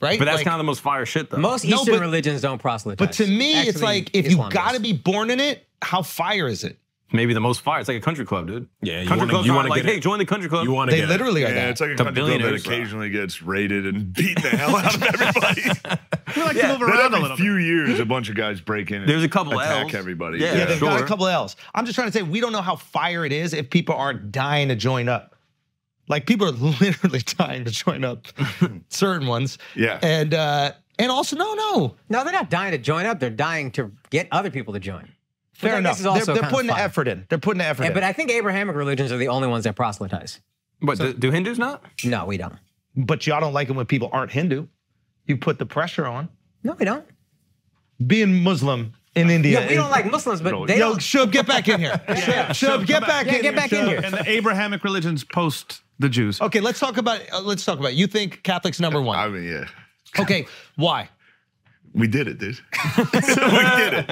right?
But that's
Like-
kind of the most fire shit though.
Most
No,
Eastern
but-
religions don't proselytize.
But to me, it's
Actually,
like if you
Islam
got to
does.
be born in it, how fire is it?
Maybe the most fire. It's like a country club, dude.
Yeah, you
country
wanna-
clubs
you
aren't
wanna
like,
get
hey,
it.
join the country club.
You want to
They
get
literally are
Yeah,
that.
it's like a
The
country club that
billionaires, bro.
occasionally gets raided and beaten the hell
[laughs]
out of everybody.
We like to move around
But
a
every
little
few years, a bunch of guys break in. And
There's a couple
attack
L's.
everybody.
Yeah,
yeah, they've got a
sure.
couple L's. I'm just trying to say we don't know how fire it is if people aren't dying to join up. Like
[laughs]
people are literally dying to join up, certain ones.
Yeah.
and uh, and also no, no,
No, they're not dying to join up. They're dying to get other people to join. But
Fair
that-
enough.
This is also
They're, they're
kind
putting
of
the
fun.
effort in. They're putting the effort
Yeah,
in.
but I think Abrahamic religions are the only ones that proselytize.
But do, do Hindus not?
No, we don't.
but y'all don't like it when people aren't Hindu. You put the pressure on.
No, we don't.
Being Muslim in India.
Yeah, we don't
is-
like Muslims, but they
Yo,
don't.
Shub, get back in [laughs] here. Shub, Shub, get back in.
Yeah, get back in here.
And the Abrahamic religions post the Jews.
Okay, let's talk about. Uh, let's talk about. You think Catholics number
I
one?
mean, yeah.
Okay, why?
We did it, dude. [laughs] we did it.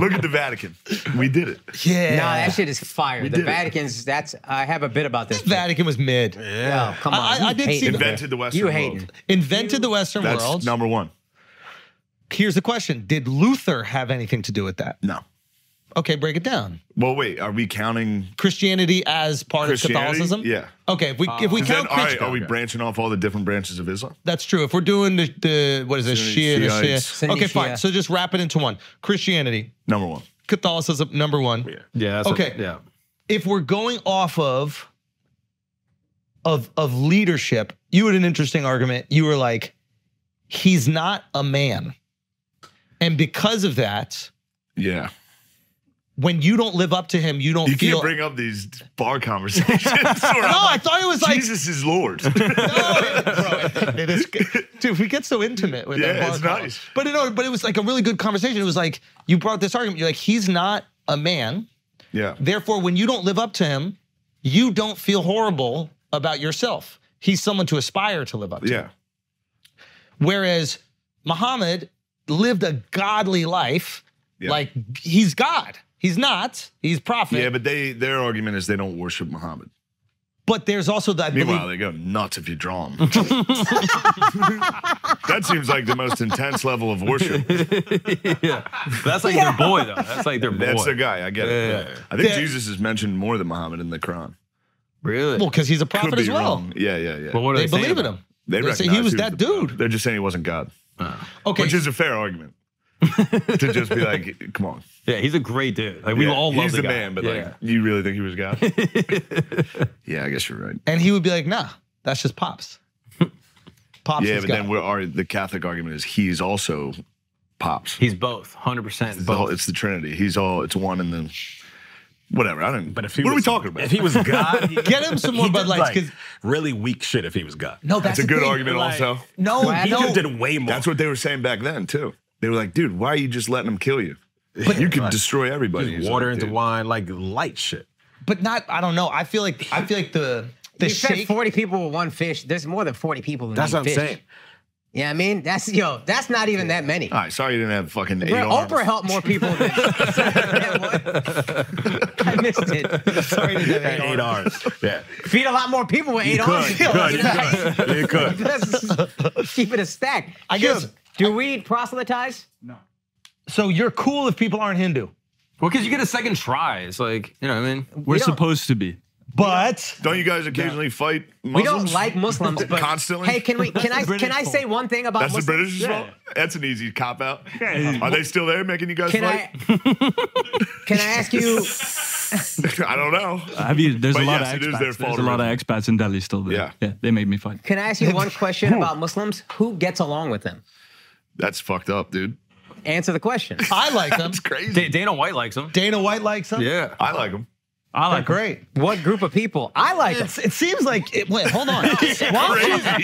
Look at the Vatican. We did it.
Yeah.
No, that shit is fire. The
did it.
Vatican's. That's. I have a bit about this.
Vatican was mid.
No, come
I-
on.
I- I
You
did
hate
see
it.
the-
Invented the Western
You hate
world.
it.
Invented the Western
That's
world.
number one.
Here's the question: Did Luther have anything to do with that?
No.
Okay, break it down.
Well, wait. Are we counting
Christianity as part of
Christianity?
Catholicism.
Yeah.
Okay, if we if we
Then,
count
all right, are we
Christianity,
branching off all the different branches of Islam?
that's true. If we're doing the, the what is it, Shia,
Sunni,
the
Shiites.
Shia.
Sunni,
Okay, fine.
Shia.
So just wrap it into one: Christianity,
Number one.
Catholicism, number one.
Yeah.
that's a- Okay.
yeah. [laughs]
if we're going off of of of leadership, you had an interesting argument. You were like, he's not a man. And because of that,
Yeah.
when you don't live up to him, you don't
You
feel
can't bring up these bar conversations. [laughs] where I'm
No, I
like,
thought it was [laughs] like
Jesus is
[laughs]
Lord.
no, bro, it is, dude. We get so intimate with
Yeah,
that bar
it's
call.
nice.
But you know, but it was like a really good conversation. It was like you brought this argument. You're like, he's not a man.
yeah.
Therefore, when you don't live up to him, you don't feel horrible about yourself. He's someone to aspire to live up to.
Yeah.
Whereas Muhammad lived a godly life.
Yeah.
Like he's God. He's not. He's prophet.
Yeah,
but,
but they their argument is they don't worship Muhammad.
there's also that
Meanwhile,
belief.
they go nuts if you
[laughs]
draw them. that seems like the most intense level of worship.
That's like their boy though. That's like their boy.
That's their guy. I get it.
Yeah.
I think
That-
Jesus is mentioned more than Muhammad in the Quran.
Really?
Well, because he's a
Could
prophet
be
as well.
wrong. Yeah, yeah, yeah.
But what are
They
they, saying
believe in
about
him.
they
They say
recognize
he was
who
that
the-
dude.
They're just saying he wasn't God,
Uh.
Okay.
which is a fair
[laughs]
argument. to just be like, come on,
it? Yeah, he's a great dude. Like we
Yeah,
all love
he's
the,
the,
guy.
man, but
yeah.
like, you really think he was
[laughs]
God? yeah, I guess you're right.
and he would be like, nah, that's just
[laughs]
pops. pops
yeah,
is
but
God.
then we're our, the Catholic argument is he's also pops.
he's both, hundred percent.
the whole, it's the Trinity. He's all it's one and then whatever. I don't. But
if he
what
was,
are we talking about?
If
[laughs]
he was God, he,
Get him some more
he
Bud
did,
Lights,
like,
'cause-
really weak shit. If he was God,
no,
that's
that's
a
the [laughs]
good
thing.
argument.
like-
also,
No,
he
no.
could have did way more.
that's what they were saying back then too. They were like, dude, why are you just letting them kill you? you could destroy everybody. He's
Just water
like,
into
"Dude,
wine, like light shit.
but not. I don't know. I feel like I feel like the the
You fed
shake.
40 people with one fish. There's more than 40 people. Who
That's
need
what I'm
fish.
saying.
Yeah, I mean, that's yo, that's not even that many.
All right, sorry you didn't have fucking eight
Bro,
arms.
Oprah helped more people than [laughs] I missed it.
Sorry to do that.
Eight R's. Yeah,
[laughs]
Feed a lot more people with eight
you could,
arms.
you could, you
[laughs]
could, you could.
Let's keep it a stack.
I guess-
Shub, do we proselytize?
So you're cool if people aren't Hindu,
Well, because you get a second try. It's like you know what I mean.
We're
don't-
supposed to be.
but
Don't you guys occasionally fight Muslims?
We don't like Muslims, but
Constantly?
Hey, can we? Can I?
British
Can I say one thing about
That's the
Muslims?
British as well. That's an easy cop out.
Yeah.
Are they still there making you guys
Can
fight?
I? [laughs] can I ask you? [laughs]
[laughs] I don't know.
Have you? There's
But
a lot
yes,
of
it is
expats.
their fault,
There's a lot of
really.
expats in Delhi still. There.
Yeah.
yeah. They made me fight.
Can I ask you one question about Muslims? Who gets along with them?
That's fucked up, dude.
Answer the question.
I
[laughs]
like them.
That's crazy.
Da- Dana White likes him.
Dana White likes them.
Yeah.
I like them.
I like.
Great.
What group of people? I like them.
It seems like it, wait,
[laughs]
hold on. Why don't, you,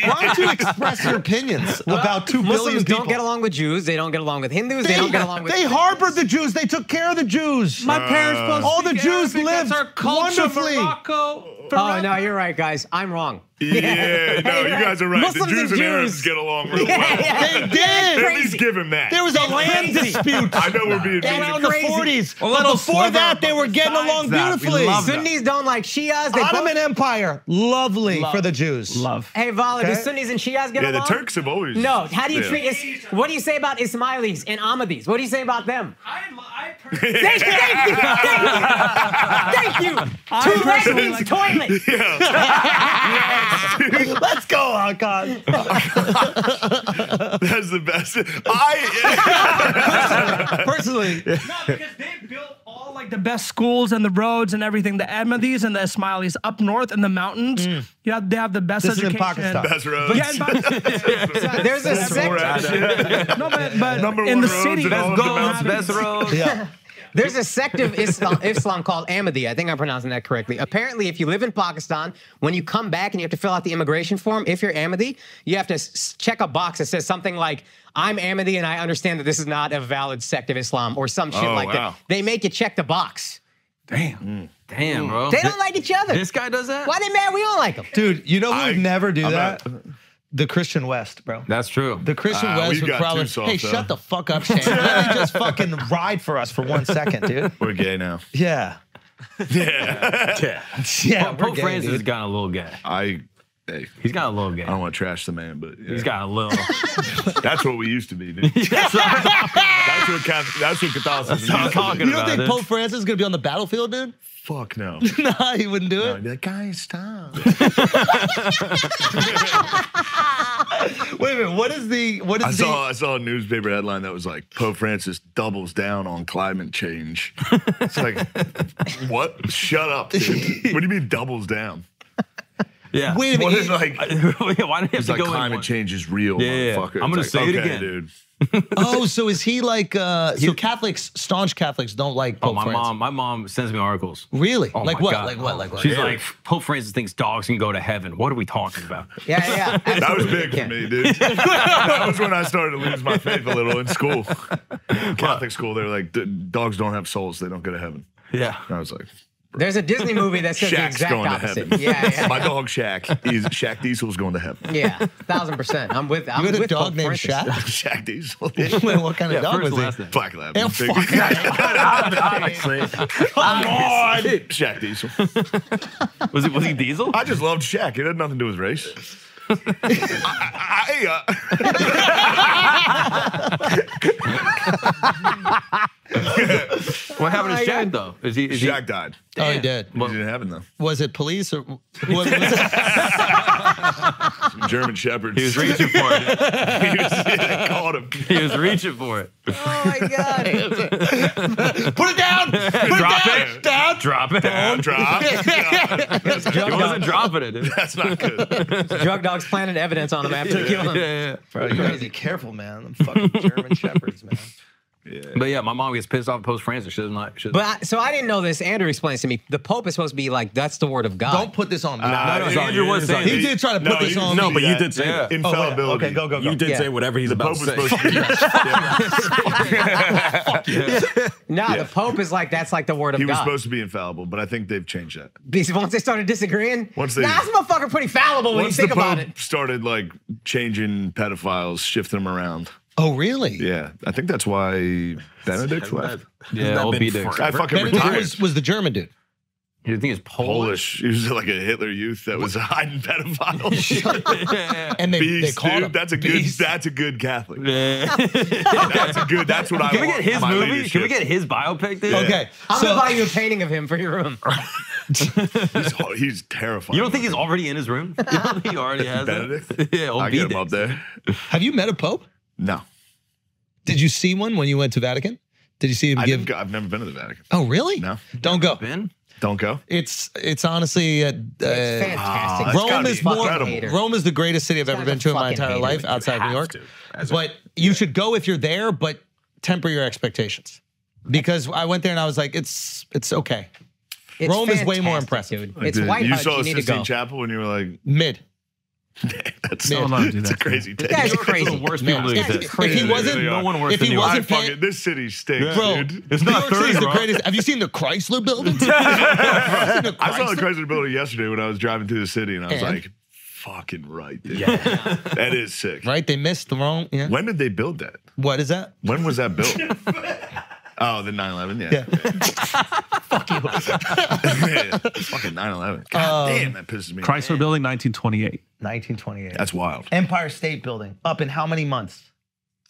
why don't you express
[laughs]
your opinions about two billion
Muslims
people?
don't get along with Jews. They don't get along with Hindus. They, don't get along with.
they harbored the Jews. They took care of the Jews.
My parents
Uh,
both
All the Jews lived wonderfully.
Morocco.
oh no, you're right, guys. I'm wrong.
Yeah, no, you guys are right.
Muslims
the Jews
and
and, Arabs
Jews.
get along real
[laughs]
well.
They did.
At least give him that.
There was a land
crazy.
dispute
I know we're being mean.
That's
around the
crazy.
40s.
A little
But before
sliver
that,
of
they were getting
besides
along
that, we
beautifully.
love that.
Sunnis don't like Shias. They
Ottoman
both-
Empire, lovely for the Jews.
Love.
Hey, Vala, do
Okay.
Sunnis and Shias get
Yeah, the
along?
Turks have always.
No. How do you
Yeah.
treat? Is, what do you say about Ismailis and Ahmadis? What do you say about them?
I,
Thank you. Thank you. Thank you. Thank you. Two
personally
lesbians toilet.
[laughs] Let's go, Hakan.
[laughs]
[laughs]
That's the best. I.
Personally,
No, because they built all like the best schools and the roads and everything. The Ahmadis and the Ismailis up north in the mountains. You have they have the best
This is in
education.
Pakistan.
That's roads.
Yeah, in Pakistan.
There's a sect.
That's
no, but, but
Number
in
one
the
roads
city,
in all of the
Goals,
mountains. [laughs]
best roads.
yeah.
There's a sect of Islam, Islam called Ahmadi. I think I'm pronouncing that correctly. Apparently, if you live in Pakistan, when you come back and you have to fill out the immigration form, if you're Ahmadi, you have to s- check a box that says something like, I'm Ahmadi and I understand that this is not a valid sect of Islam or some shit
Oh,
like
wow.
that. They make you check the box.
Damn, bro.
They don't like each other.
this guy does that?
Why they mad? We don't
[laughs]
like them.
Dude, you know who would never do
I'm
that? the Christian West, bro.
That's true.
The Christian
Ah,
West
we've
would
got
probably,
too soft,
hey,
though.
shut the fuck up, Shane. Really
[laughs]
just fucking ride for us for one second, dude.
We're gay now.
Yeah.
Yeah.
Yeah. we're
Pope
gay,
Francis has
dude.
gotten a little gay.
[laughs] I, hey,
He's got a little gay.
I don't want to trash the man, but yeah.
He's got a little.
That's what we used to be, dude. that's what Catholic, that's what Catholicism.
I'm
used to
talking
be.
You don't
about
think
it.
Pope Francis is going to be on the battlefield, dude? [laughs]
Fuck no.
nah, he wouldn't do it.
I'd be like, guys, stop.
Wait a minute. What is the, what is
I
the,
saw I saw a newspaper headline that was like Pope Francis doubles down on climate change. It's
[laughs]
like, what? Shut up, dude. What do you mean doubles down?
[laughs] [laughs] yeah.
wait a
What is
minute.
like?
Why do you have
It's
to
like
go in
climate
one?
change is real,
Yeah, yeah, yeah.
motherfucker.
I'm gonna
It's
say
like,
it
okay,
again. [laughs]
dude.
oh, so is he like, uh, so Catholics, staunch Catholics don't like Pope
Oh, my
Francis?
mom. My mom sends me articles.
Really?
Oh
like,
my
what?
God.
like what? Like what?
She's like, Pope Francis thinks dogs can go to heaven. What are we talking about?
Yeah, yeah.
That was
absolutely.
big for me,
[laughs]
dude. that was when I started to lose my faith a little in
[laughs]
school. Catholic school, they were like, "D- dogs don't have souls. They don't go to heaven.
Yeah.
And I was like,
There's a Disney movie that says the
Shaq's
exact
going
opposite.
to heaven.
Yeah,
[laughs]
yeah.
My dog Shaq is Shaq Diesel's going to heaven.
[laughs] Yeah, thousand percent. I'm with. I'm
you had a
with
dog
Pope
named
Francis.
Shaq?
[laughs] Shaq Diesel.
[laughs] Wait, what kind of
Yeah,
dog
first
was
and
he?
last name.
Black lab.
Oh,
Big-
fuck.
[laughs] Obviously. Come on. Shaq Diesel.
Was it was he Diesel?
I just loved Shaq. It had nothing to do with
[laughs]
race. I, I, I, uh,
What happened to
Oh my
Shaq though? Is he? Is he
Shaq died.
Oh, he did.
He's in heaven, though.
Was it police
[laughs]
or what was it? [laughs]
German Shepherds.
he was [laughs] reaching for it.
[laughs] He was- they called him.
He was reaching for it.
Oh my
[laughs]
god.
Put it down! Put
Drop
it down!
it.
Down!
Drop it.
Down, drop.
[laughs]
down.
He wasn't dropping it. dude.
That's not good.
Drug dogs planted evidence on him after they killed
Yeah,
him.
yeah.
Bro, you gotta be careful, man. Them fucking
[laughs]
German shepherds, man.
But yeah, my mom gets pissed off at Pope Francis. She doesn't like. She doesn't.
But I, so I didn't know this. Andrew explains to me the Pope is supposed to be like that's the word of God.
Don't put this on me.
Uh,
it's on you.
was
It's on
saying-
you.
He did try to put
No,
this
you-
on
No,
me.
but you did say
Yeah.
that.
Oh,
infallibility.
Okay, go, go, go.
You did
Yeah.
say whatever he's
Pope
about
was
to say.
supposed to teach.
no, the Pope is like that's like the word of
He was
God.
supposed to be infallible, but I think they've changed that.
Because once they started disagreeing,
Once they-
nah, this motherfucker pretty fallible when you
Once the
think about
Pope
it.
started like changing pedophiles, shifting them around.
oh, really?
Yeah, I think that's why Benedict left.
Yeah,
that
old
been
B dicks.
forever?
I fucking
Benedict
retired.
was, was the German dude.
You think it's
Polish.
Polish?
He was like a Hitler youth that was hiding pedophiles.
[laughs]
And they, they
Beast,
called
dude.
him.
That's a good. That's a good Catholic.
Yeah.
That's a good. That's what [laughs] I
Can we
want
get his
for my
movie?
leadership.
Can we get his biopic, dude?
Okay.
I'm
so,
gonna buy you a painting of him for your room.
He's, ho- he's terrifying.
You don't think he's already in his room? You don't think he already has it?
Benedict?
[laughs] Yeah, old
I
B
get him up
dicks.
there.
have you met a pope?
No,
Did you see one when you went to Vatican? Did you see him
I
give?
didn't go, I've never been to the Vatican.
Oh, really?
No.
Don't go.
Ben?
Don't go.
It's it's honestly uh, uh,
Fantastic.
that's
Rome
Ah, gotta
is
be
more.
incredible.
Hater.
Rome is the greatest city I've ever
Sounds
been to in my
fucking
entire
hater.
life outside of New
have
York.
to, as a-
but you should go if you're there, but temper your expectations because I went there and I was like, it's it's okay.
It's
Rome is way more
fantastic,
impressive.
Dude. It's
Dude,
white
You
hot.
saw
You need to
Sistine
go.
Chapel and you were like, [laughs]
Mid.
"That's
Man.
so
Don't
not
let him
do that." It's a
do that to
crazy take.
Guys are
It's the
crazy.
worst people to
This guy's
exist.
crazy. If he wasn't-
no one worse
if
than
he
you
I
wasn't-
fucking, this city stinks,
Bro,
dude.
It's
New
not
York City's
third,
the
bro.
greatest. Have you seen the Chrysler building? The
I saw the
Chrysler-
Chrysler building yesterday when I was driving through the city, and I was
And?
like, "Fucking right, dude. Yeah. [laughs] that is sick."
Right, they missed the wrong. Yeah.
When did they build that?
What is that?
When was that
[laughs]
built? oh, the 9/11. Yeah.
[laughs]
[laughs] Fuck you. Fucking 9/11.
Um,
God damn, that pisses me. off.
Chrysler Building, 1928.
1928.
That's wild.
Empire State Building. Up in how many months?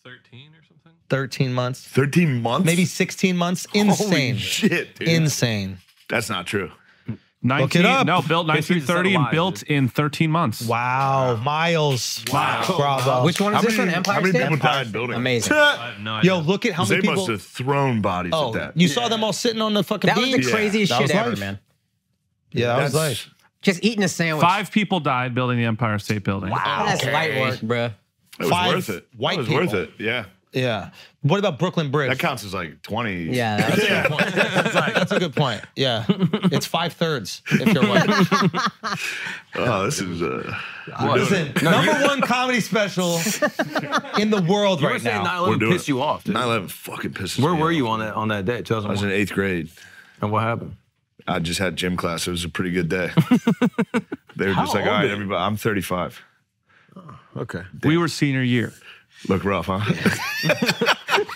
13 or something?
13 months,
13 months.
maybe 16 months.
Holy
Insane.
shit, dude.
Insane.
That's not true.
19,
Look it up.
No, built
History's a set of
1930 and
lies,
built
dude.
in 13 months.
Wow. Miles. Wow. Bravo.
Which one is
How
this
many-
one? Empire
how many
State?
people died building it?
Amazing.
No,
Yo, look at how
They
many people.
must have thrown bodies
oh,
at that.
you saw them all sitting on the fucking
That was the
beach.
craziest
That
shit
was
ever,
life.
man.
yeah, that was
That's-
life.
Just eating a sandwich.
Five people died building the Empire State Building.
That's light work, bruh.
It was
Five
worth it.
white
it was worth
people.
it. Yeah.
Yeah. What about Brooklyn Bridge?
That counts as like 20.
Yeah. that's-
[laughs]
That's a good point. Yeah. It's five thirds if you're
[laughs]
white.
Oh, this is. Uh, we're doing
Listen,
it.
number one comedy special in the world
You were
right
saying
now.
9/11
We're doing
pissed
it.
you off. Dude.
9/11 fucking pisses
Where
me
were
off.
you on that on that day?
I was
2001.
in eighth grade.
And what happened?
I just had gym class. It was a pretty good
[laughs]
day. they were just like, all right, everybody, I'm 35.
Okay.
We were senior year.
Look rough, huh?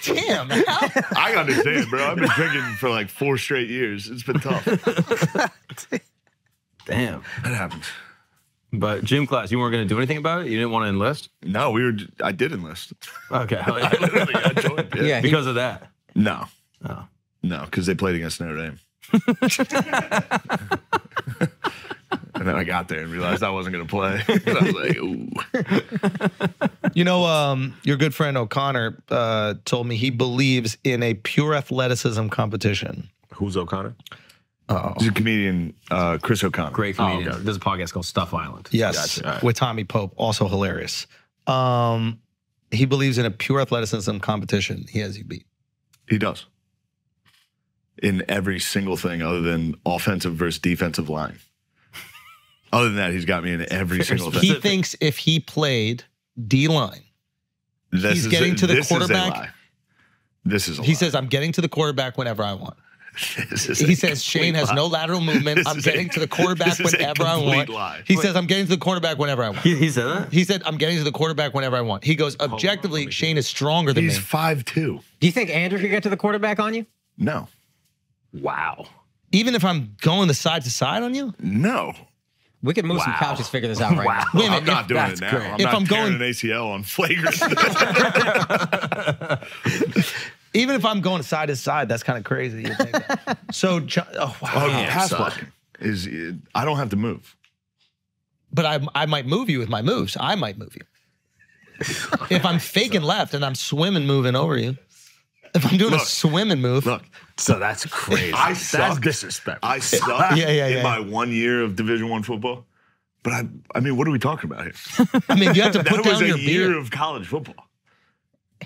[laughs]
Damn. Al.
I got this day, bro. I've been drinking for like four straight years. It's been
[laughs]
tough. that
Damn.
happens.
But gym class, you weren't going to do anything about it. You didn't want to enlist.
No, we were. I did enlist.
Okay.
[laughs]
Oh,
Literally, I joined. Yeah.
yeah. he-
because of that.
No.
Oh.
No, because they played against Notre
[laughs]
Dame. [laughs] and then I got there and realized I wasn't going to play. [laughs] And I was like, ooh.
You know, um, your good friend O'Connor uh, told me he believes in a pure athleticism competition.
Who's O'Connor?
He's a comedian, uh, Chris O'Connor.
Great
Oh,
comedian. There's a podcast called Stuff Island.
Yes,
Gotcha. All right.
with Tommy Pope, also hilarious. Um, he believes in a pure athleticism competition. He has you beat.
He does. In every single thing other than offensive versus defensive
[laughs]
line. other than that, he's got me in every single
He
thing.
thinks if he played D line,
This
he's
is
getting
a-
to the
this is a
quarterback.
lie. This is a
he
lie.
says, "I'm getting to the quarterback whenever I want."
[laughs] This is
He
a
says Shane
complete
has
lie.
no lateral movement.
This
I'm
is
getting
a-
to the quarterback
this is a
whenever I
complete
want.
lie.
He says I'm getting to the quarterback whenever I want.
He, he said
[laughs]
that.
He said I'm getting to the quarterback whenever I want. He goes objectively, Shane is stronger than
He's
me.
five two.
Do you think Andrew could get to the quarterback on you?
No.
Wow.
Even if I'm going the side to side on you,
No.
We could move some
Wow.
couches, figure this out right now.
Wait a minute,
I'm not
if-
doing
that's
it now.
great.
I'm
If
not
I'm
tearing
going-
an ACL on [laughs] flagrant.
even if I'm going side to side, that's kind of crazy. You think that. so, Jo- [laughs] oh wow.
oh, yeah, [laughs] pass blocking is uh, I don't have to move.
But I, I might move you with my moves. I might move
[laughs]
you. if I'm faking left and I'm swimming moving over you, if I'm doing a
Look.
swimming move,
Look,
So that's crazy.
I
That's
suck.
disrespectful.
I suck
[laughs] Yeah, yeah, yeah.
in my one year of Division One football. But I, I mean, what are we talking
[laughs]
about here?
I mean, you have to put
[laughs] That was
down
a
your
year
beer.
of college football.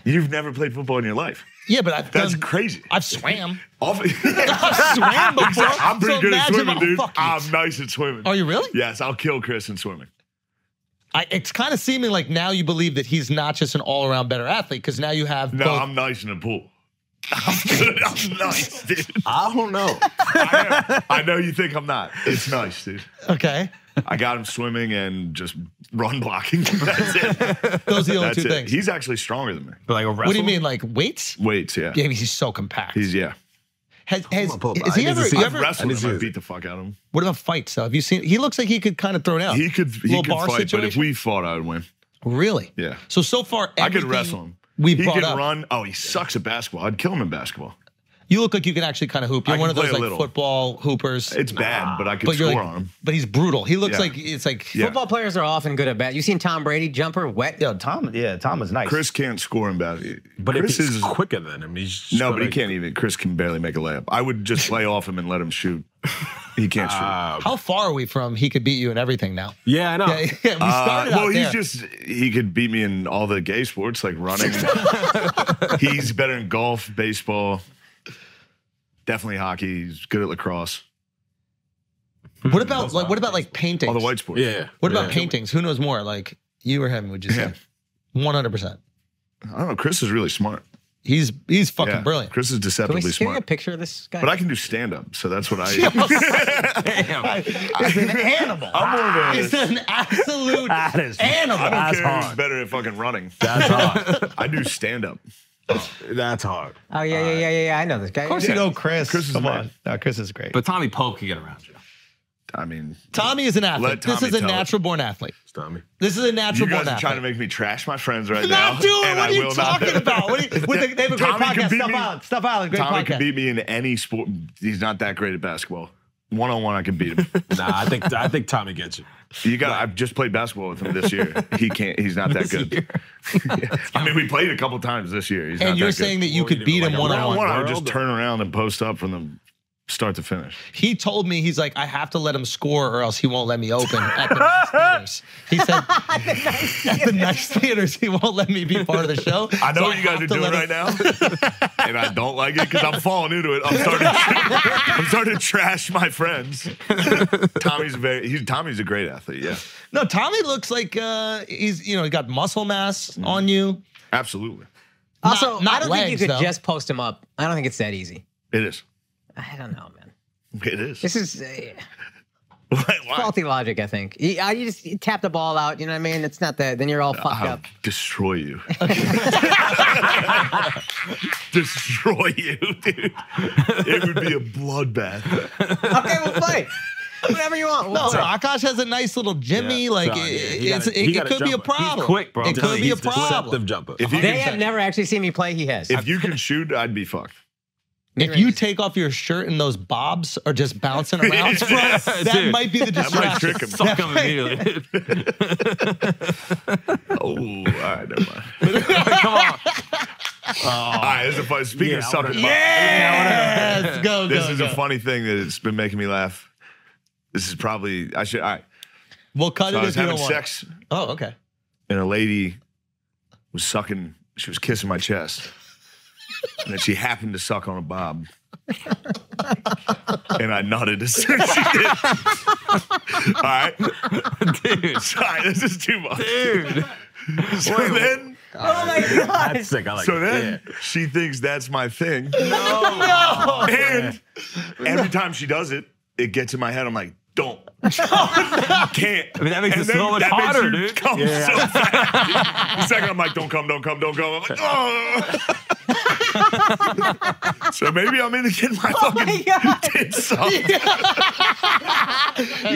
You've never played football in your life.
yeah, but I've
That's
done,
crazy. [laughs]
I've swam. [laughs]
Off-
I've swam before.
I'm pretty
So
good at
imagine-
swimming,
oh,
dude.
fuck you.
I'm nice at swimming.
Are you really?
Yes, I'll kill Chris in swimming.
I, it's kind of seeming like now you believe that he's not just an all-around better athlete because now you have
No,
both.
I'm nice in the pool. [laughs] I'm
[laughs]
good. I'm nice, dude.
I don't know.
I, am. I know you think I'm not. It's nice, dude.
okay,
I got him swimming and just run blocking. [laughs] That's it.
those are the only
That's
two
it.
things.
He's actually stronger than me.
But like a
what do you mean, like weights?
Weights, yeah.
Yeah, he's so compact.
He's yeah.
Has, has,
up, I
is he
need to
ever,
see
you
it.
I've
ever-
wrestled
I need to
him. I
see
beat the fuck out of him.
What about fights though? Have you seen? He looks like he could kind of throw down.
He could he
Little
could
bar
fight, but if
situation?
we fought, I would win.
really.
Yeah.
So so far,
I could
everything
wrestle him.
We
he
brought
could
up.
run. Oh, he sucks at basketball. I'd kill him in basketball.
You look like you can actually kind of hoop.
I
You're
can
one of
play
those
a
like
little.
football hoopers.
It's bad, but I could
but you're
score
like,
on him.
but he's brutal. He looks
Yeah.
like it's like
Yeah.
Football players are often good at bat. You seen Tom Brady jumper wet?
Yo, Tom. Yeah, Tom is nice.
Chris can't score in basketball.
But
Chris
if he's
is
quicker than him, he's just
no, but he
gonna-
can't even. Chris can barely make a layup. I would
[laughs]
just lay off him and let him shoot. He can't
Ah.
shoot.
How far are we from he could beat you in everything now?
Yeah, I know.
Yeah, [laughs] yeah, we
Uh,
started out
well,
there.
he's just he could beat me in all the gay sports like running.
[laughs]
he's better in golf, baseball, definitely hockey. He's good at lacrosse.
what about like what about like paintings?
All the white sports.
Yeah.
What about
yeah.
paintings? Who knows more? Like you or him? Would you say? One hundred percent.
I don't know. Chris is really smart.
He's he's fucking
Yeah.
brilliant.
Chris is
Can we
deceptively
can we get a
smart.
picture of this guy?
But I can do stand up, so that's what
[laughs]
I. [laughs]
Damn.
He's an animal.
I'm more of a.
[laughs] He's an absolute
[laughs] That is
I
animal.
don't
That's
care who's
hard.
better at fucking running.
That's hard.
[laughs] I do stand up.
That's hard.
oh yeah, yeah, yeah, yeah, yeah. I know this guy. Of
course you know Chris.
Chris is
Come
nice.
on. No, Chris is great.
But Tommy Pope could get around you.
I mean,
Tommy is an athlete.
Let
This
Tommy
is a
tell it.
natural born athlete.
Tommy.
This is a natural
you
born
guys are
athlete.
trying to make me trash my friends right now.
not doing it.
and
What
I
are you
will not do [laughs]
talking
it.
about? What are you, with the, they have a great
Tommy could
podcast.
beat
Stuff
me.
Island. Stuff Island. Great
Tommy
podcast.
can beat me in any sport. He's not that great at basketball. One on one, I can
[laughs]
beat him.
Nah, I think I think Tommy gets you.
You got. I've just played basketball with him this year. He can't. He's not that good. [laughs] I mean, we played a couple times this year. He's not
and you're
that good.
saying that you
What are you
could
doing,
beat him
like a
one
one
on
on one,
one.
I would
World
just
or-
turn around and post up from the start to finish.
He told me he's like, I have to let him score or else he won't let me open at the
[laughs]
nice theaters. He said [laughs] at the nice theaters he won't let me be part of the show.
[laughs] I know
so
what you guys
have
are
to
doing
let him-
right now, [laughs] and I don't like it because I'm falling into it. I'm starting. I'm starting to trash my
[laughs]
friends. Tommy's very. He's, Tommy's a great athlete. Yeah,
No, Tommy looks like uh, he's you know he got muscle mass
Mm.
on you.
absolutely.
Also,
not
I don't think
legs,
you could
though.
just post him up. I don't think it's that easy.
It is.
I don't know, man.
It is.
This is uh,
[laughs] Why- why?
faulty logic, I think. You, I, you just you tap the ball out, you know what I mean? It's not that. Then you're all fucked
I'll
up.
destroy you. [laughs] destroy you, dude. It would be a bloodbath.
Okay, we'll play. Whatever you want.
No,
We'll
so
play.
Akash has a nice little Jimmy.
Yeah,
like
so, yeah,
it,
he
it's,
got a-
it,
he
it
got a
could be a
jumper. He's
problem.
quick, bro.
It
I'm telling
could
you,
be a
He's the deceptive
problem.
jumper.
If you
They
can,
have never actually seen me play. He has.
if you can shoot, I'd be fucked.
If you take off your shirt and those bobs are just
[laughs]
bouncing around, bro, that
Dude.
might be the
That might
distraction.
trick him.
Suck
[laughs]
him immediately.
Oh, all right, never mind.
[laughs] Come on.
All right, this is a fun. Speaking of
Yeah, I
sucking,
would've-
my-
Yes,
[laughs]
go, go.
this is
go.
a funny thing that's been making me laugh. This is probably I should. All right,
We'll cut
so I
it
was
if you
having
don't want. it.
sex,
Oh, okay.
and a lady was sucking. She was kissing my chest, and then she happened to suck on a bob. and I nodded as soon as she did. All right,
Dude.
[laughs] sorry, this is too much.
Dude.
so then,
oh my god. [laughs]
That's sick. I like
so
it.
then she thinks that's my thing. [laughs]
[laughs]
And every time she does it, it gets in my head. I'm like,
[laughs]
don't.
Oh,
Can't.
I mean, that makes
And
it
then
so much
that makes
harder,
you
dude.
Come so fast. the second I'm like, don't come, don't come, don't come. I'm like, oh. [laughs] so maybe I'm in to get my
Oh
fucking tits off.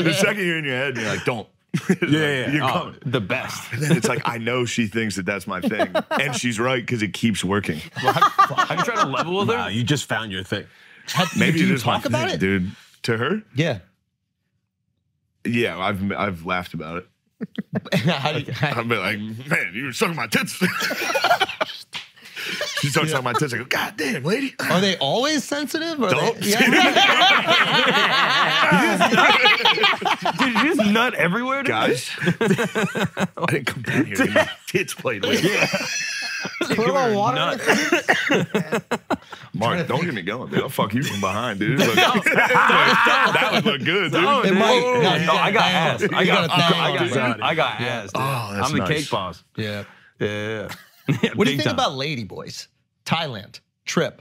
the second you're in your head, and you're like, don't. [laughs]
Yeah, yeah, yeah.
You're
Oh,
coming.
The best.
And then it's like, I know she thinks that that's my
[laughs]
thing. And she's right because it keeps working.
Have you tried to level with
Wow,
her?
you just found your thing.
Maybe it
Did you
is my
talk about
thing,
it?
dude. To her?
Yeah.
Yeah, I've I've laughed about it.
[laughs] How do you-
I've been like, man, you were sucking my tits. [laughs] she starts sucking my tits. I go, God damn, lady.
are they always sensitive? Or
Don't.
They, yeah. [laughs]
Dude, you just nut everywhere? dude?
Guys, I didn't come down here. to get My tits played with.
Put a little water in
Nut.
it.
Mark, don't get me going, dude. I'll fuck you from behind, dude. Look- [laughs] that would look good, dude.
Oh,
It
dude.
might-
Oh,
no, you
no,
gotta
I got
bang on
ass.
it.
I
You
got,
gotta bang
I
on
got,
it.
dude, I got ass. Dude.
Oh, that's
I'm the
nice.
cake boss.
yeah.
Yeah. [laughs]
What do you think about Lady Boys? Thailand trip.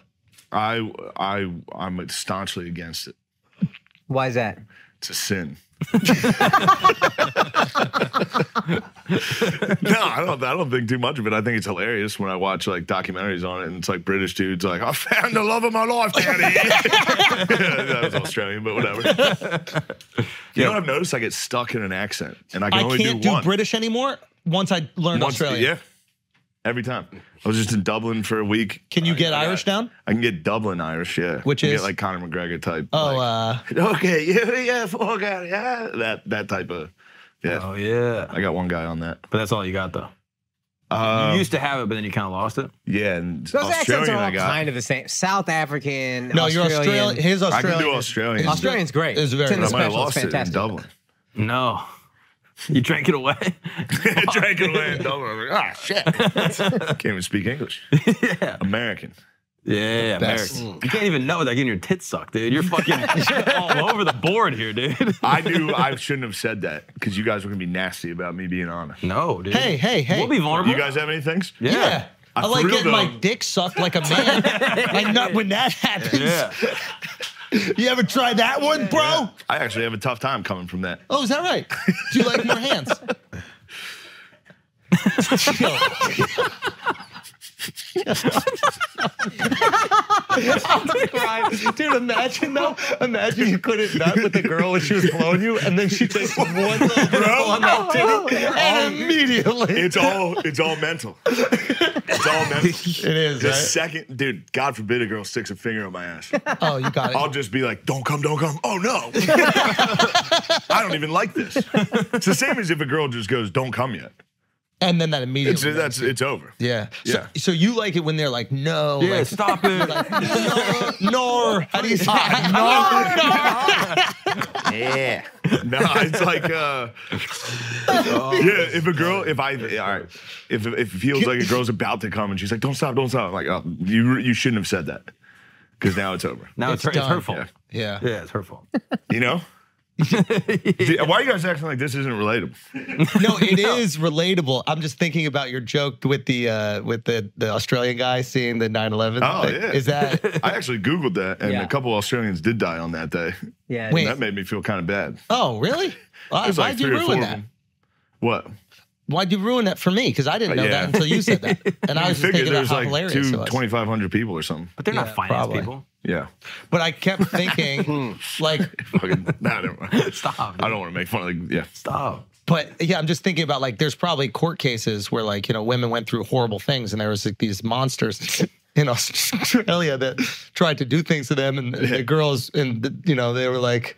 I I I'm staunchly against it.
Why is that?
It's a sin. [laughs] no, I don't. I don't think too much of it. I think it's hilarious when I watch like documentaries on it, and it's like British dudes like, "I found the love of my life down [laughs] here." that was Australian, but whatever. You know what I've noticed? I get stuck in an accent, and I can
I
only
can't
do
do,
one.
British anymore. Once I learned
Once-
Australian,
Yeah, every time. I was just in Dublin for a week.
can you
I-
get
I got-
Irish down?
I can get Dublin Irish, yeah.
Which
I can
is-
get like Conor McGregor type.
Oh,
like,
uh,
[laughs] okay, [laughs] yeah, yeah, fuck out, yeah, that that type of, yeah.
Oh, yeah.
I got one guy on that.
But that's all you got, though.
Um,
you used to have it, but then you kind of lost it.
yeah, and
Those accents
Australian
are
I
all
got.
kind of the same. South African.
no,
Australian.
you're Australian. His
I
Australian.
can do Australian.
Australia-
Australian's great.
It's very
in the
but I might have
special. It's
lost it in
fantastic.
Dublin.
No. [laughs] You drank it away? [laughs]
Drank it away in Dublin. I was like, ah, shit. [laughs] Can't even speak English. American.
Yeah,
Best.
American. You can't even know without getting your tits sucked, dude. You're fucking all over the board here, dude.
I knew I shouldn't have said that because you guys were gonna be nasty about me being honest.
[laughs] No, dude.
Hey, hey, hey.
We'll be vulnerable.
You guys have any things?
yeah.
Yeah.
yeah.
I,
I
like
threw
getting my
them.
dick sucked like a man. like not when that happens. [laughs] You ever tried that one, bro?
I actually have a tough time coming from that.
Oh, is that right? Do you like more hands? Yo, Dude, imagine though. Imagine you [laughs] couldn't nut with the girl when she was blowing you, and then
[laughs]
she takes one little girl on that
Oh,
titty,
um,
and immediately
It's all it's all mental. It's all mental.
it is.
The
Right?
second, dude, God forbid a girl sticks a finger on my ass.
Oh, you got it.
I'll just be like, don't come, don't come. Oh no. [laughs] I don't even like this. It's the same as if a girl just goes, don't come yet.
and then that immediately.
It's, that's, it's over.
yeah. So,
yeah.
so you like it when they're like, no,
Yeah,
like,
stop it.
no. How do you say
Yeah. no, it's like uh Yeah, if a girl if I all right. If if it feels like a girl's about to come and she's like, Don't stop, don't stop. I'm like, oh you you shouldn't have said that. Cause now it's over.
Now it's,
It's
her, it's her
done.
fault.
Yeah.
Yeah, it's her fault.
You know? Why are you guys acting like this isn't relatable?
No,
[laughs]
it is relatable. I'm just thinking about your joke with the uh, with the, the Australian guy seeing the 9/11.
Oh,
thing.
yeah.
Is that?
I actually Googled that and
Yeah.
a couple Australians did die on that day.
Yeah.
Wait.
That made me feel kind of bad.
Oh, really? Why,
There's
why'd you
three or four
ruin
of
that?
them. What?
Why'd you ruin that for me? Because I didn't know
Uh, Yeah.
that until you said that, and I
I [laughs]
was just
figured
thinking about
there's
how
like
hilarious
two
it was.
2,500 people or something.
But they're
Yeah,
not finance
probably.
people.
[laughs] Yeah.
But I kept thinking, like,
Fucking, nah, never [laughs] mind.
Stop.
I don't want to make fun of like, [laughs] yeah.
Stop.
but yeah, I'm just thinking about like, there's probably court cases where like you know women went through horrible things, and there was like these monsters in Australia that tried to do things to them, and the, the girls, and the, you know they were like,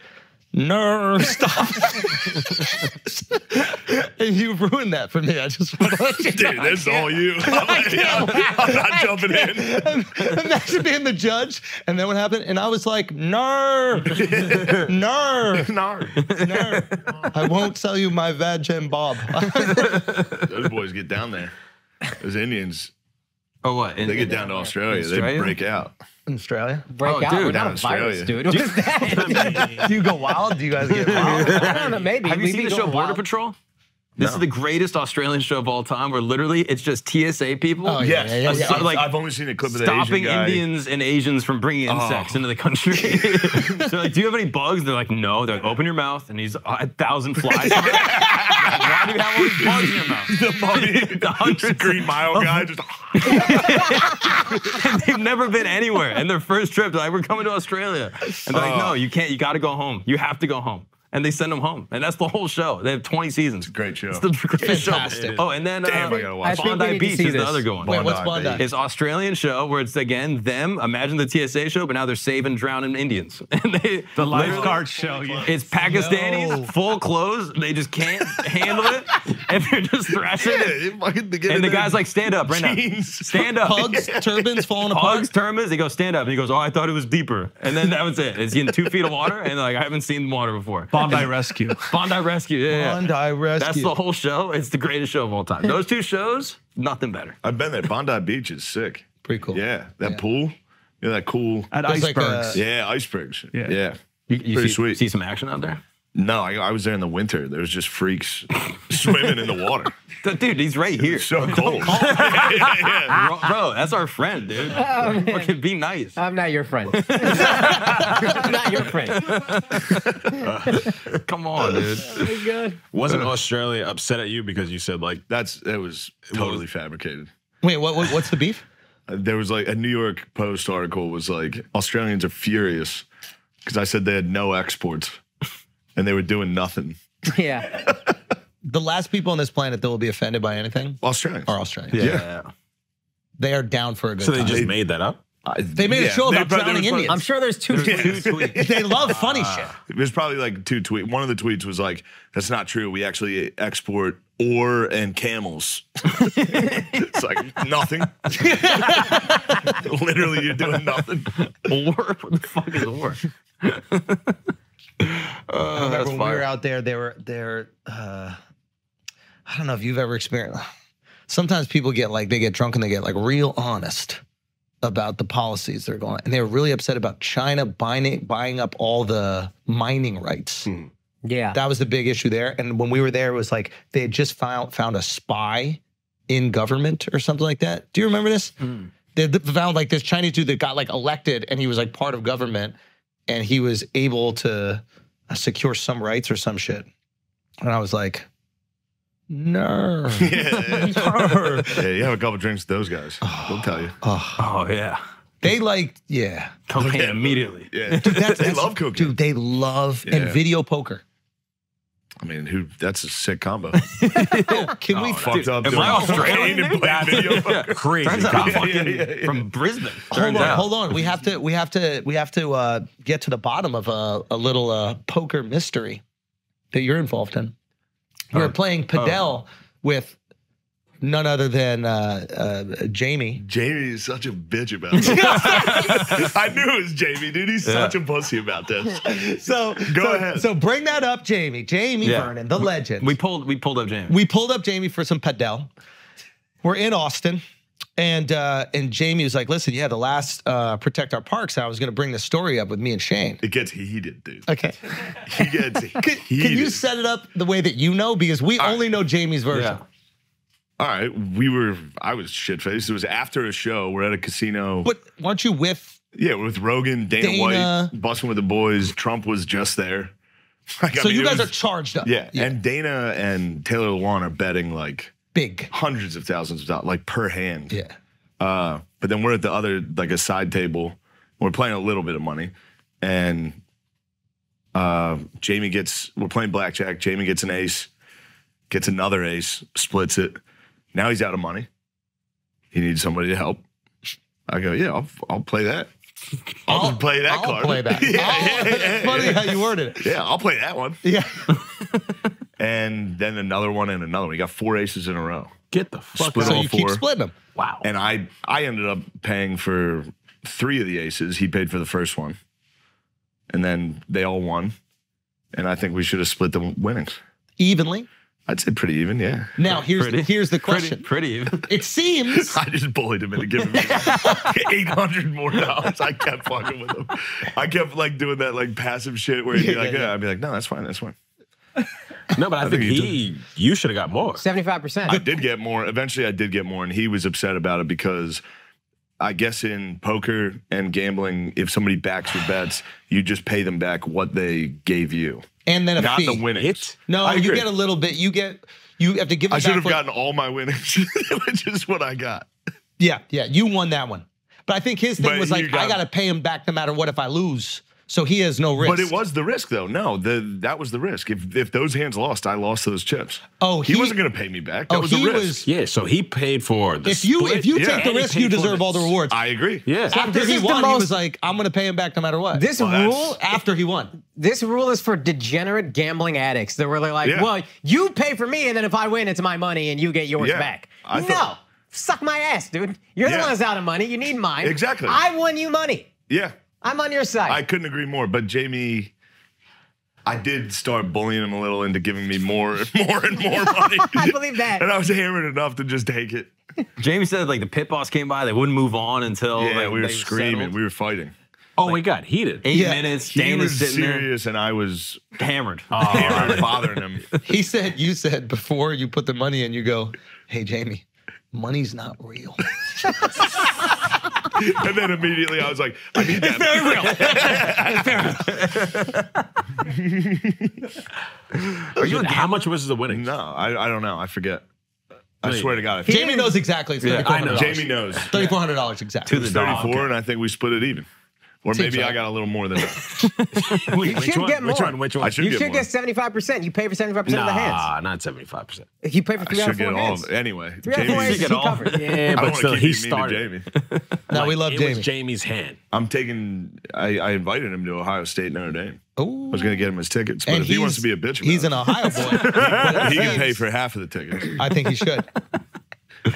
no, stop. [laughs] and you ruined that for me. I just want to let you
Dude, that's all [laughs] you. I'm, like, I'm not jumping in.
Imagine being the judge, and then what happened? And I was like, "No, no,
[laughs] No.
no, I won't sell you my veg and Bob."
Those boys get down there. Those Indians,
Oh, what? In-
they get
in-
down to Australia. They
Australia?
break out.
In Australia,
Break
Oh,
out.
dude,
We're
down
not a
in
virus,
Australia.
dude. What is that?
[laughs]
do you go wild? Do you guys get wild?
I don't know. Maybe.
Have you
We'd
seen
be
the show
going
Border
wild.
Patrol? This is the greatest Australian show of all time where literally it's just TSA people
Oh, yeah, yeah, yeah,
Yes.
yeah.
I've,
Like,
I've only seen a clip of the
stopping
Asian guy. Oh.
Indians and Asians from bringing insects into the country. [laughs] so like, do you have any bugs? They're like, no. They're like, open your mouth, and he's uh, a thousand flies. Like, Why do you have all these bugs in your mouth?
[laughs] The
[laughs]
[laughs]
The
mummy, the
hundreds
Green Mile guy. Just, [laughs]
and they've never been anywhere. And their first trip, they're like, we're coming to Australia. And they're
Oh.
like, no, you can't. You got to go home. You have to go home. And they send them home. And that's the whole show. They have 20 seasons. It's a
great show.
It's the greatest show.
Fantastic.
Oh, and then
Damn,
uh,
I gotta watch I
think we
Bondi
need to
Beach
see
is the
this.
other good one.
Wait, what's
Bondi,
Bondi?
It's Australian show where it's again them. Imagine the TSA show, but now they're saving drowning Indians. [laughs] And they
The
literally-
lifeguard show. Yeah. [laughs]
It's Pakistanis,
Yo.
full clothes. They just can't handle it, and they're just thrashing it.
yeah, fucking to get in
And the
there.
guy's like, "Stand up right now,
Jeans.
stand
[laughs]
up."
Pugs, turbans falling apart.
Hugs Termas. They go stand up, and he goes, "Oh, I thought it was deeper." And then that was it. It's in two feet of water, and like I haven't seen water before.
Bondi Rescue.
Bondi Rescue. Yeah, yeah.
Bondi rescue.
That's the whole show. It's the greatest show of all time. Those two shows, nothing better.
I've been there. Bondi Beach is sick.
[laughs] Pretty cool.
Yeah, that pool. Yeah, that cool.
At
There's like uh,
icebergs.
a-
Yeah, icebergs.
Yeah.
Uh, yeah.
You, you
Pretty
see,
sweet.
see some action out there,
No, I, I was there in the winter. There was just [laughs] freaks swimming in the water.
D- dude. He's right
[laughs]
here,
So cold. Yeah, yeah, [laughs] yeah.
bro, bro, That's our friend, dude. Fucking be nice.
I'm not your
[laughs]
friend. I'm not your
Oh
friend.
Come on, dude.
Good.
Wasn't Australia upset at you because you said like
That's that was totally fabricated.
Wait, what, what? What's the beef?
Uh, There was like a New York Post article was like Australians are furious because I said they had no exports and they were doing nothing.
Yeah.
The last people on this planet that will be offended by anything
Australians.
are Australians.
Yeah.
They are down for a good
so they
time.
just made that up?
they made a
yeah,
show
they
about
probably-
drowning
they were
I'm
Indians.
sure there's two.
Two tweets.
they love funny shit.
There's probably like two tweets. One of the tweets was like, "That's not true. We actually export ore and camels." [laughs] it's like nothing. [laughs] Literally, you're doing nothing.
Or what the fuck is [laughs] war?
I remember
Oh, that's
when we
fire.
were out there, they were there. Uh, I don't know if you've ever experienced. Sometimes people get like they get drunk and they get like real honest about the policies they're going, and they were really upset about China buying buying up all the mining rights.
Yeah.
That was the big issue there. And when we were there, it was like they had just found found a spy in government or something like that. Do you remember this?
Mm.
They th- found like this Chinese dude that got like elected and he was like part of government and he was able to uh, secure some rights or some shit. And I was like,
[laughs]
no.
Yeah, Yeah, you have a couple drinks with those guys. They'll tell you.
Oh yeah.
they like, yeah.
Cocaine immediately.
Yeah, [laughs]
That's-
they
that's-
love cooking.
Dude, they love and
Yeah.
video poker.
I mean, who? That's a sick combo.
Can we
Oh, Fucked up.
am
doing
I Australian,
cocaine and playing video
[laughs]
poker.
Crazy.
Turns out I'm
Yeah,
fucking
yeah, yeah, yeah.
from Brisbane.
hold
Turns
on,
out.
hold on. We have to, we have to, we have to uh, get to the bottom of a, a little uh, poker
Oh.
mystery that you're involved in. We were playing padel with none other than uh, uh, Jamie.
Jamie is such a bitch about this. I knew it was Jamie, dude. He's such a pussy about this.
So
Go
so,
ahead.
So bring that up, Jamie. Jamie
Yeah.
Vernon, the legend.
We pulled we pulled up James.
we pulled up Jamie for some padel. We're in Austin, and uh, and Jamie was like, "Listen, yeah, the last uh, protect our parks. I was going to bring the story up with me and Shane."
It gets heated, dude.
Okay,
[laughs] He gets
[laughs] can,
heated.
can you set it up the way that you know? Because we only know Jamie's version.
Yeah.
All right, we were. I was shit faced. It was after a show. We're at a casino.
But weren't you with?
yeah, with Rogan, Dana,
Dana.
White, busting with the boys. Trump was just there. [laughs] Like, I
So
mean,
you
it
guys
was-
are charged up.
yeah, and Dana and Taylor Lewan are betting like
big.
hundreds of thousands of dollars, like per hand.
Yeah.
Uh, but then we're at the other, like a side table. We're playing a little bit of money, and uh, Jamie gets. We're playing blackjack. Jamie gets an ace, gets another ace, splits it. Now he's out of money. He needs somebody to help. I go, yeah, I'll, I'll play
[laughs]
that. I'll, just play that
I'll
card.
play
[laughs]
that.
yeah,
I'll-
yeah,
it's
yeah,
funny
yeah.
how you worded it.
Yeah, I'll play that one.
Yeah.
[laughs] And then another one and another one. He got four aces in a row.
Get the fuck
Split
so
all
you
four.
keep splitting them.
Wow.
And I I ended up paying for three of the aces. He paid for the first one. And then they all won. And I think we should have split the winnings.
evenly.
I'd say pretty even, yeah.
Now here's
Pretty.
here's the
Pretty
question.
pretty. [laughs]
It
[laughs]
seems
I just bullied him into giving me eight hundred more dollars. I kept fucking with him. I kept like doing that like passive shit where he'd be
Yeah,
like,
yeah,
yeah,
yeah.
I'd be like, no, that's fine, that's fine.
No, but I, think,
think you
he you should have got more.
Seventy-five percent.
I did get more. Eventually, I did get more, and he was upset about it because I guess in poker and gambling, if somebody backs your bets, you just pay them back what they gave you,
and then a
not
fee.
the winnings.
It?
No,
I
you
agree.
get a little bit. You get you have to give. It
I
back
should have
what-
gotten all my winnings, [laughs] which is what I got.
Yeah, yeah. You won that one, but I think his thing
But
was
you
like,
got-
I got to pay him back no matter what if I lose. So he has no risk.
But it was the risk, though. No, the that was the risk. If if those hands lost, I lost those chips.
Oh,
he,
he-
wasn't going to pay me back. That
Oh,
was the
he
risk.
was-
Yeah, so he paid for the
If you
split.
if you
yeah.
take the
And he
risk, you
paid for
deserve all the rewards.
I agree.
yeah.
after
This
he
is the
won, he
most-
was like, I'm gonna pay him back no matter what.
This
Well, that's-
rule,
after he won.
this rule is for degenerate gambling addicts. They're really like,
Yeah.
well, you pay for me, and then if I win, it's my money, and you get yours
Yeah.
back.
I
no,
thought-
suck my ass, dude. You're the
Yeah.
one that's out of money. You need mine.
Exactly.
I won you money.
Yeah.
I'm on your side.
I couldn't agree more. But Jamie, I did start bullying him a little into giving me more and [laughs] more and
[laughs]
more money.
I believe that.
And I was hammered enough to just take it.
Jamie said like the pit boss came by, they wouldn't move on until
yeah,
Oh, like,
we were
they
screaming.
settled.
We were fighting.
oh, it got heated.
Eight
Yeah.
minutes,
He
Dana's
was
sitting
serious, and I was
there hammered.
hammered, [laughs] bothering him.
He [laughs] said, you said before you put the money in, you go, hey Jamie, money's not real.
And then immediately I was like, I need that. Very real.
Are you how much was the winning?
No, I, I don't know. I forget. I
Wait.
swear to God. I
Jamie knows exactly. It's
Yeah,
thirty four
I know.
hundred dollars.
Jamie knows.
Thirty four hundred dollars exactly.
To the dog.
34, and I think we split it even. Or
Seems
maybe
right.
I got a little more than that.
Wait,
should
one?
get
Which
more.
one? Which one?
I should
you
get
should
more.
get 75%. You pay for 75% of the hands.
Nah, not seventy five percent.
If you pay for
I
three out
should
of four
get all
hands,
of it. Anyway,
three out of four
Jamie,
hands,
get
he
all of
covered.
it.
Yeah,
I don't
Eh, but
want to
still,
keep
he
you mean to
started.
Jamie.
Now we love
it
Jamie.
was Jamie's hand.
I'm taking. I, I invited him to Ohio State Notre Dame. I
Ooh.
was going to get him his tickets, but
And
if he wants to
he's-
be a bitch, about
He's
it,
an Ohio
[laughs]
boy.
he can pay for half of the tickets.
I think he should.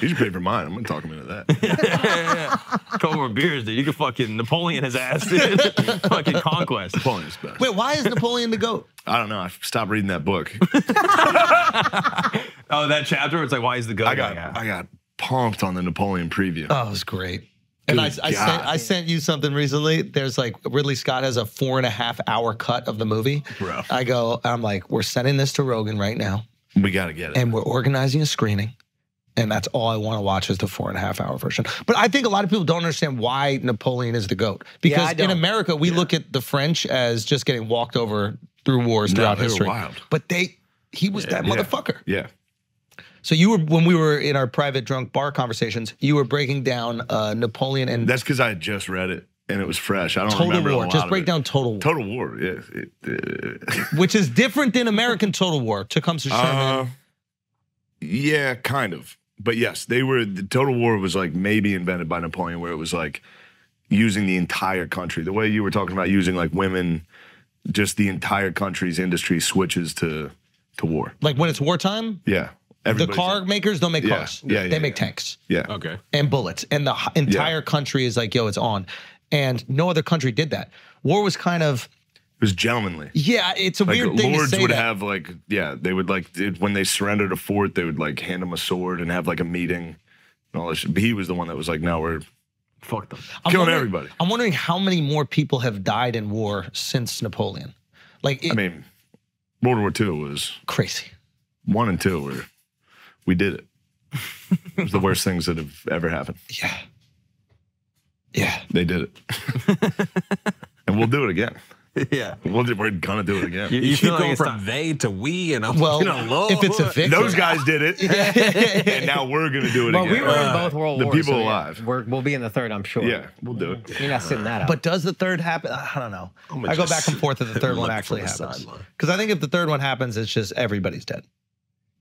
He should pay for mine. I'm going to talk him into that.
couple more beers, dude. You could fucking Napoleon his ass,
[laughs]
dude. fucking conquest.
Napoleon is best.
Wait, why is Napoleon the goat?
I don't know. I stopped reading that book.
Oh, that chapter. where It's like, why is the goat?
I got
Yeah.
I got pumped on the Napoleon preview.
Oh, it was great. And I, I, sent,
God.
I sent you something recently. There's like Ridley Scott has a four and a half hour cut of the movie.
Bro.
I go, I'm like, we're sending this to Rogan right now,
we got to get it.
and we're organizing a screening. And that's all I want to watch is the four and a half hour version. But I think a lot of people don't understand why Napoleon is the goat. Because
I
in
don't.
America, we look at the French as just getting walked over through wars
No,
throughout
they were
history.
wild.
But they, he was that
yeah.
motherfucker.
yeah.
So you were when we were in our private drunk bar conversations, you were breaking down uh, Napoleon and
That's because I had just read it and it was fresh. I don't
Total
remember
War.
a lot
Just
of
break
it.
down Total War,
Total War. Yeah. It, uh,
which is different than American Total War. Tecumseh
[laughs]
Sherman.
uh, yeah, kind of. But yes, they were. The Total War was like maybe invented by Napoleon, where it was like using the entire country. The way you were talking about using like women, just the entire country's industry switches to to war.
like when it's wartime,
Yeah. Everybody's
the car makers don't make
Yeah,
cars.
yeah, yeah,
they make
yeah.
tanks
Yeah.
Okay.
and bullets, and the h- entire country is like, yo, it's on. And no other country did that. War was kind of
It was gentlemanly.
yeah, it's a
Like
weird thing
lords
to say
would
that.
have like yeah, they would like it, when they surrendered a fort, they would like hand him a sword and have like a meeting and all this. Shit. But he was the one that was like, no, we're [laughs]
Fuck them.
I'm
killing
wondering-
everybody.
I'm wondering how many more people have died in war since Napoleon. Like, it,
I mean, World War II was
crazy.
one and two were we did it. It was the worst things that have ever happened.
Yeah. Yeah.
They did it,
[laughs]
and we'll do it again.
yeah.
We'll, do- we're gonna do it
You,
again.
you
keep
feel like
going
it's
from
not-
they to we, and I'm
Well,
you know, Lord.
if it's a victim,
Those guys did it, [laughs] and now we're gonna do it
Well,
again.
we were in both world
the
wars.
people
so yeah,
alive.
we're, we'll be in the third, I'm sure.
yeah, we'll do it.
You're not sitting that out.
But does the third happen? I don't know.
I'ma
I go
just
back and forth if the third
look
one
from
actually
the
happens.
sideline.
Because I think if the third one happens, it's just everybody's dead.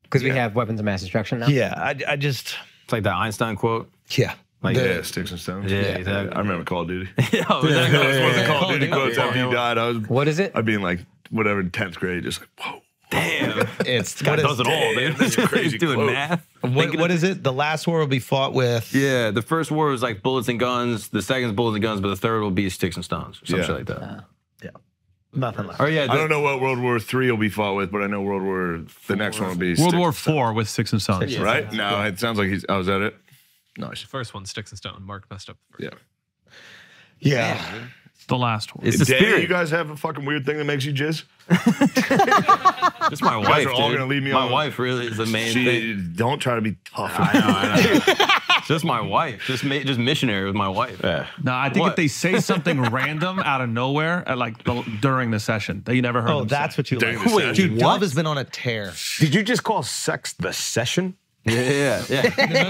because we have weapons of mass destruction now.
Yeah. I, I just,
It's like that Einstein quote. [laughs]
yeah.
Like,
Yeah, sticks and stones.
Yeah, exactly.
I remember Call of Duty.
Yo, that guy was one of the
Call
call-
of Duty quotes after you died. I was,
What is it?
I'd be in like whatever tenth grade, just like whoa.
Damn.
It's,
God
what is-
does it all, dude. [laughs]
that's a crazy
He's doing
quote.
math.
what, what is it? The last war will be fought with.
Yeah, the first war was like bullets and guns. The second's bullets and guns, but the third will be sticks and stones or some
Yeah.
shit like that.
Uh, Nothing left.
or yeah,
I don't know what World War Three will be fought with, but I know World War the next one will be
[laughs] World
sticks
War
and stones,
Four with Six and Stones.
right? No, it sounds like he's. Oh, is that it? Nice.
First one, Sticks and Stone. Mark messed up. The first
Yeah.
Yeah.
The last one.
It's the
Dang,
spirit.
you guys have a fucking weird thing that makes you jizz.
it's my wife.
guys are all
dude.
gonna leave me
my
alone.
wife really is the main
She
thing.
don't try to be tough.
I know,
[laughs]
I know.
Just my wife. Just ma- just missionary with my wife.
No, I think
What?
if they say something [laughs] random out of nowhere, at like the, during the session that you never heard.
Oh,
them
that's
say.
what you
During
like.
the session.
Dude, Dove has been on a [laughs] tear.
Did you just call sex the session?
Yeah, yeah. yeah.
No, no, no,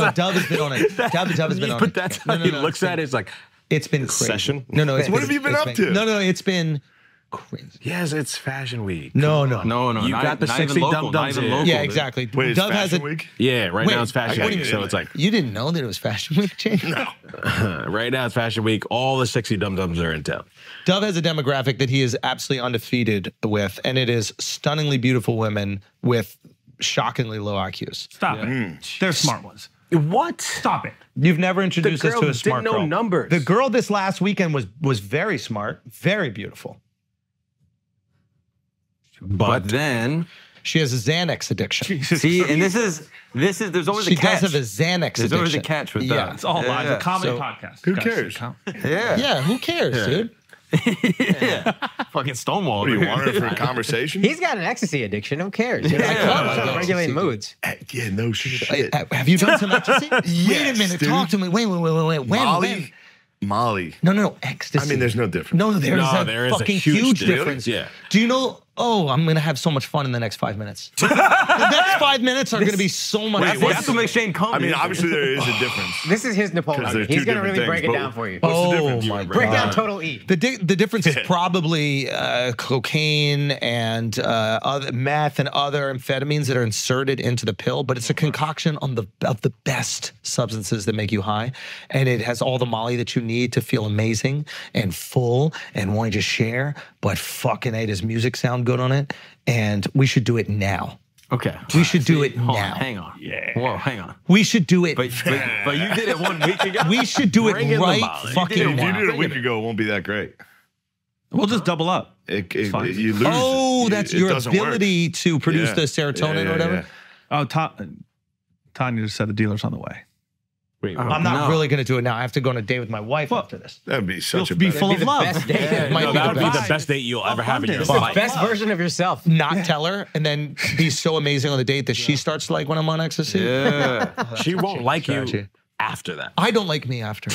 no, no. Dove has been on a Dove, [laughs] Dove has been on a
But that's
No,
how
no,
he
no,
looks
it's
at
been-
it. It's like,
It's been crazy.
Session?
No, no. It's
What have you been
it's
up to?
No, no. It's been crazy.
yes, it's fashion week.
No, no.
No, no,
You
not, e-
got the
not even
sexy
local, not
dum-dums
even
in.
local.
Yeah,
dude.
exactly.
Wait, it's
Dove has
Fashion
a.
Week.
Yeah, right
Wait,
now it's
I
fashion
got
week.
you.
So it's like,
You didn't know that it was Fashion Week, James.
right now it's fashion week. All the sexy dum dums are in town.
Dove has a demographic that he is absolutely undefeated with, and it is stunningly beautiful women with shockingly low IQs.
Stop it. They're smart ones.
What?
Stop it.
You've never introduced us
girl
to a
didn't
smart
know
girl.
numbers.
The girl this last weekend was was very smart, very beautiful.
But then,
She has a Xanax
[laughs]
addiction.
see, and this is this is there's always
She
a catch.
does have a Xanax
There's
addiction.
always a catch with
yeah.
that.
It's all
Yeah,
lies.
yeah.
A comedy
So-
podcast.
Who
Gotta
cares?
count.
Yeah,
Yeah, who cares, dude?
fucking Stonewall.
What do you
dude.
want her for a conversation?
He's got an ecstasy addiction. Who cares? You know, like,
Yeah.
clubs don't regulate moods.
yeah, no shit.
Uh, Have you done some [laughs] ecstasy? Wait
Yes,
a minute.
dude.
Talk to me. Wait, wait, wait, wait, wait. When? when?
Molly, Molly.
No, no, no. Ecstasy.
I mean, there's no difference.
No, there is
No,
a
there is a
fucking
huge
huge,
difference.
difference.
Yeah.
Do you know? Oh, I'm gonna have so much fun in the next five minutes.
[laughs]
the next five minutes are gonna be so much.
That's,
fun.
that's what makes Shane come.
I mean,
dude.
obviously there is a difference.
This is his
Because
Napoleon.
they're
He's
two
going to
different
really
things,
break it
but-
down for you.
What's the
oh
difference?
my
break
god.
down total E.
The, di- the difference is probably uh, cocaine and uh, other meth and other amphetamines that are inserted into the pill, but it's a concoction on the of the best substances that make you high, and it has all the Molly that you need to feel amazing and full and wanting to share. But fucking, a does music sound good on it? And we should do it now.
okay,
We should do it
Hold
now.
on, hang on. Yeah. Whoa, hang on.
We should do it.
But, but, but you did it one week ago.
we should do
Bring in
it
the
right
Molly. You
fucking
If you
now.
did it a week ago, it won't be that great.
We'll just double up.
It,
It's
it,
fine.
you lose.
Oh,
it.
that's
It
your
doesn't work.
ability to produce
Yeah.
the serotonin
Yeah, yeah,
or whatever.
yeah.
Oh, Ta- Tanya just said the dealer's on the way.
Wait,
I'm not
No. [laughs]
really going to do it now. I have to go on a date with my wife after this.
That'd be such
You'll
a
be
bad-
full
Be
of
the
[laughs]
love.
best day.
Might be
that would
the
be the
best.
best date you'll ever have in your
Abundance.
[laughs]
life.
Best version of yourself.
Not tell her, and then be so amazing on the date that she starts to like when I'm on ecstasy.
yeah.
She won't like
Strategy.
you
[laughs]
after that.
I don't like me after.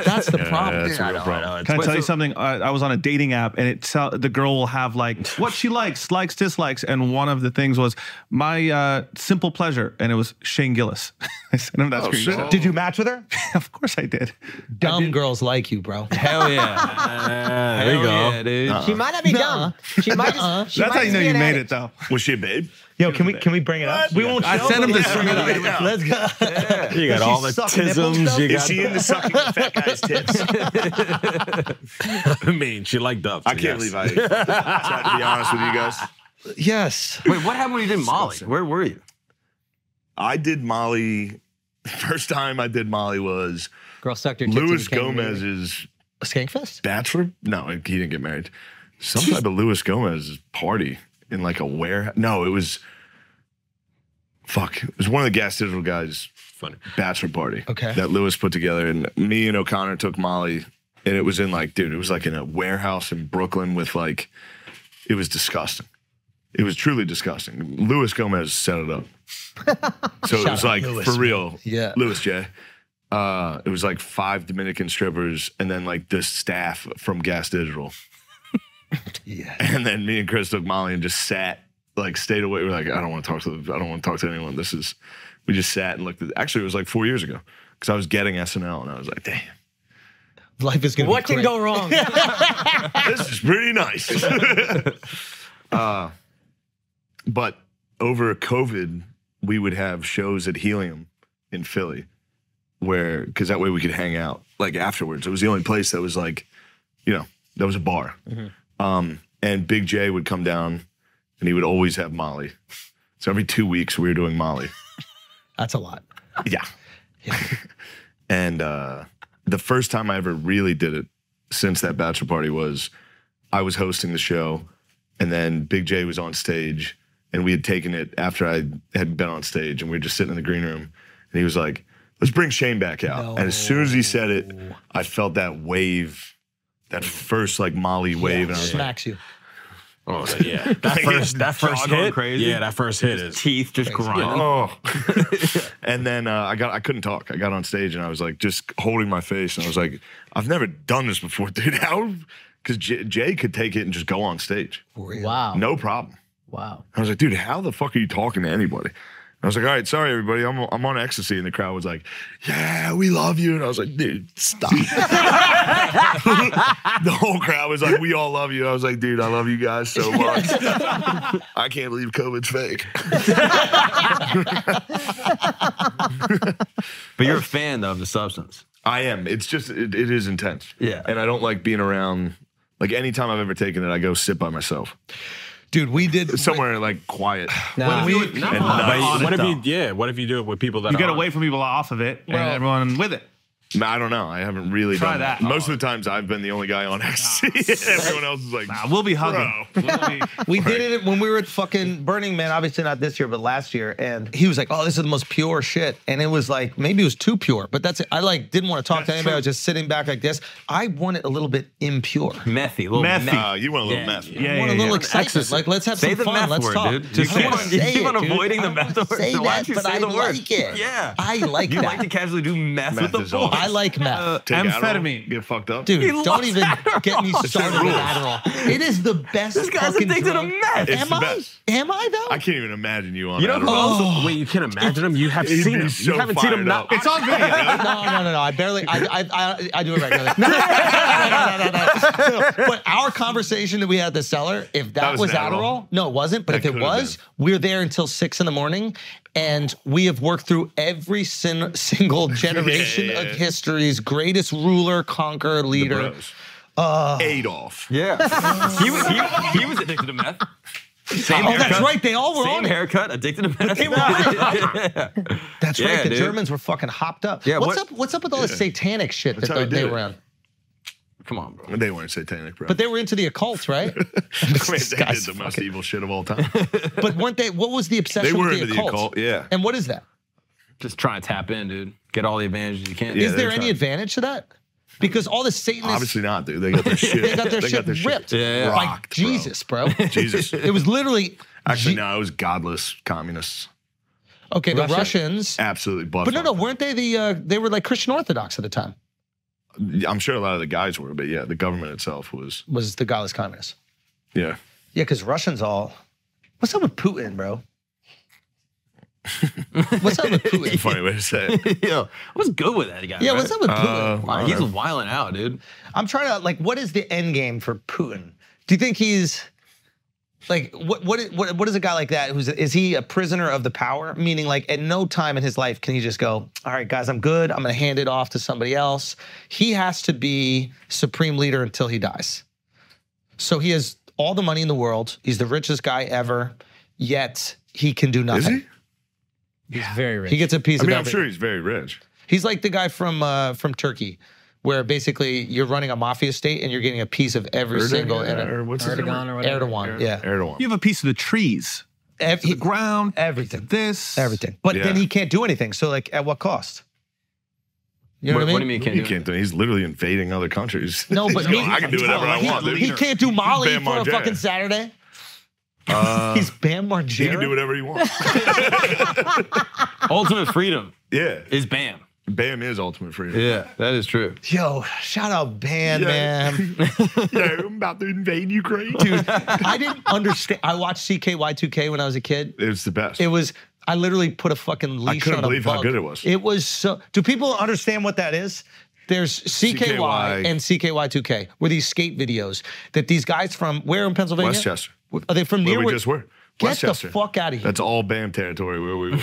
That's the problem.
that's a real problem.
Can I tell you something? I, I was on a dating app, and it tell, the girl will have like what she likes, likes, dislikes, and one of the things was my uh, simple pleasure, and it was Shane Gillis. [laughs] I sent him that
Oh, shit.
screenshot.
Did you match with her?
[laughs] of course, I did.
Dumb girls like you, bro.
Hell yeah.
Ah,
Hell
there you go.
Yeah, dude.
She might not be dumb. She
[laughs]
might
Nuh-uh.
just. She
That's
might
how you
just
know
be
you
an
made
addict.
it, though.
Was she a babe?
Yo, can we can we bring it up? We won't.
I sent him the
screenshot. Let's go.
You got
She's
all the
sucking nipples, though?
tisms. You
Is
got.
she into sucking the fat guy's
[laughs]
tits?
I mean, she liked Dove.
I can't believe I tried to be honest with you guys.
Yes.
Wait, what happened when you did Molly? Where were you?
I did Molly. First time I did Molly was
Girl sucked your tits and
Luis
you came to me.
Gomez's
Skankfest?
bachelor. No, he didn't get married. Some type of Luis Gomez party in like a warehouse. No, it was. Fuck! It was one of the gas digital guys'
Funny.
bachelor party.
Okay.
That Lewis put together, and me and O'Connor took Molly, and it was in like, dude, it was like in a warehouse in Brooklyn with like, it was disgusting. It was truly disgusting. Lewis Gomez set it
[laughs]
up, so it was
out
like
Louis,
for real.
Yeah.
Lewis J. Uh, it was like five Dominican strippers, and then like the staff from Gas Digital,
[laughs] Yeah.
and then me and Chris took Molly and just sat, like stayed away. We We're like, I don't want to talk to, I don't want to talk to anyone. This is, we just sat and looked at. Actually, it was like four years ago because I was getting SNL, and I was like, damn.
Life is gonna
What can
be great.
go [laughs] wrong?
this is pretty nice. [laughs] Uh, but over COVID, we would have shows at Helium in Philly, where because that way we could hang out like afterwards. It was the only place that was like, you know, that was a bar. Um, and Big J would come down, and he would always have Molly. So every two weeks we were doing Molly.
[laughs] That's a lot. [laughs]
Yeah. [laughs] and uh, the first time I ever really did it since that bachelor party was I was hosting the show, and then Big J was on stage, and we had taken it after I had been on stage, and we were just sitting in the green room, and he was like, "Let's bring Shane back out." And as soon as he said it, I felt that wave, that first like Molly wave, and I was like,
Smacks you.
Oh yeah, that first that first
going
hit.
crazy?
Yeah, that first hit is.
Teeth just grinding.
Oh. [laughs] and then uh, I got I couldn't talk. I got on stage and I was like just holding my face and I was like, I've never done this before, [laughs] dude. How? Because J- Jay could take it and just go on stage,
Wow.
no problem.
Wow.
I was like, dude, how the fuck are you talking to anybody? I was like, all right, sorry everybody, I'm I'm on ecstasy, and the crowd was like, yeah, we love you, and I was like, dude, stop. [laughs] the whole crowd was like, we all love you. I was like, dude, I love you guys so much. I can't believe COVID's fake.
But you're a fan of the substance.
I am. It's just it, it is intense.
Yeah.
And I don't like being around. Like anytime I've ever taken it, I go sit by myself
Dude, we did
somewhere like quiet.
Nah.
we
No,
And not
but
on
what
it,
if you? Yeah, what if you do it with people that
You
are
get
on?
away from people off of it and everyone with it.
I don't know. I haven't really
Try
done
that.
Most of the times I've been the only guy on [laughs] XC. Everyone else is like,
Uh, we'll be hugging. We'll be-
we did it when we were at fucking Burning Man, obviously not this year, but last year. And he was like, Oh, this is the most pure shit. And it was like, maybe it was too pure, but that's it. I like didn't want to talk to anybody. I was just sitting back like this. I want it a little bit impure.
Methy, little
Methy.
meth.
uh, you want a little
Yeah.
mess.
yeah,
I want
yeah,
a little
yeah.
excitement.
Exorcist.
Like, let's have
Say
some
the
fun.
meth
let's
word,
talk.
dude. You
I don't
can't-
wanna say
you keep on
it, dude.
avoiding the
I don't
meth
wanna
word,
Say
so why
that,
don't you
but
say
I
the word?
like it.
Yeah. [laughs]
I like
You
that.
like to casually do meth,
Meth
with
is
the
all-
boys.
I like
Uh,
meth.
Take Adderall,
Amphetamine.
get fucked up.
Dude,
He
don't
loves
even [laughs] get me started with
rules.
Adderall. It is the best.
This guy's
fucking
addicted
drug.
to meth.
It's
Am
the
I?
best.
Am I though?
I can't even imagine you on.
You don't
Adderall.
know.
[laughs]
Also, wait, you can imagine him. You have
He'd
seen
Oh. be
him.
so
you haven't seen
fired
him. Not,
up.
it's on
[laughs]
no, no, no, no. I barely. I, I, I, I do
[laughs]
it regularly. no, no, no, no, no, no, no. But our conversation that we had at the cellar, if that,
That was
was,
an
Adderall,
Adderall.
no, it wasn't. But
That
if it
could've
was,
been.
we're there until six in the morning, and we have worked through every
[laughs]
sin, single generation
yeah, yeah.
of history's greatest ruler, conqueror, leader.
Bros. Adolf.
Yeah. [laughs] he, was, he, he was addicted to meth. Same
Oh,
haircut.
that's right. They all were
Same
on. it.
haircut, addicted to meth. yeah.
That's
Yeah,
right. The
dude.
Germans were fucking hopped up.
Yeah,
what's
what-
up? What's up with all the satanic shit
That's
that
how
they,
they did
they
it.
were on?
Come on, bro.
They weren't satanic, bro.
But they were into the occult, right?
[laughs] I mean, they did the most evil shit of all time.
But weren't they? What was the
they
obsession
were
with
into the occult. Yeah.
And what is that?
Just trying to tap in, dude. Get all the [laughs] advantages you can.
Yeah,
is
they're
there any
trying-
advantage to that? Because all the Satanists,
Obviously not, dude. They got their shit.
they got their shit ripped
Yeah, yeah.
by
rocked, bro. [laughs]
Jesus, bro.
Jesus.
[laughs] it was literally
Actually,
Je-
no, it was godless communists.
okay. The
Russia.
Russians,
Absolutely buff.
but no, no, weren't they the? Uh, they were like Christian Orthodox at the time.
I'm sure a lot of the guys were, but yeah, the government itself was.
Was the godless communists?
Yeah.
Yeah, because Russians all. What's up with Putin, bro? [laughs] what's up with Putin?
Funny way to say
[laughs]
it.
Yo, what's good with that guy?
Yeah,
man?
what's up with
Uh,
Putin?
Wow, he's wiling out, dude.
I'm trying to like, what is the end game for Putin? Do you think he's like what what what what is a guy like that who's is he a prisoner of the power? Meaning like at no time in his life can he just go, all right, guys, I'm good. I'm gonna hand it off to somebody else. He has to be supreme leader until he dies. So he has all the money in the world. He's the richest guy ever. Yet he can do nothing.
Is he?
He's very rich.
He gets a piece
I
of
mean, I'm
everything.
sure he's very rich.
He's like the guy from uh, from Turkey, where basically you're running a mafia state and you're getting a piece of every single.
or what's his name?
Erdogan or whatever.
Erdogan, yeah,
Erdogan.
You have a piece of the trees,
Ev- he-
the ground,
everything.
this,
everything. But
Yeah.
then he can't do anything. So like, at what cost? You know what, I mean?
do you mean can't
He
do it?
can't do. He's literally invading other countries. [laughs]
No,
He's
but he-
going, I can do whatever I
he's
want.
a
dude.
He can't do Molly
Bam
for a
Margera.
fucking Saturday.
Uh,
He's Bam Margera.
he can do whatever he wants.
Ultimate freedom
yeah,
is BAM.
Bam is ultimate freedom.
Yeah, that is true.
Yo, shout out Bam,
Yeah.
man.
[laughs]
Yeah, [laughs] I'm about to invade Ukraine.
Dude, I didn't understand. I watched CKY2K when I was a kid.
It was the best.
It was. I literally put a fucking leash
couldn't
on a
believe how
bug.
good it was.
It was so. Do people understand what that is? There's CKY,
CKY.
and CKY2K were these skate videos that these guys from where in Pennsylvania?
Westchester.
Are they from
where
near
we
where-
just were?
Get
Westchester.
the fuck out of here.
That's all Bam territory where we were.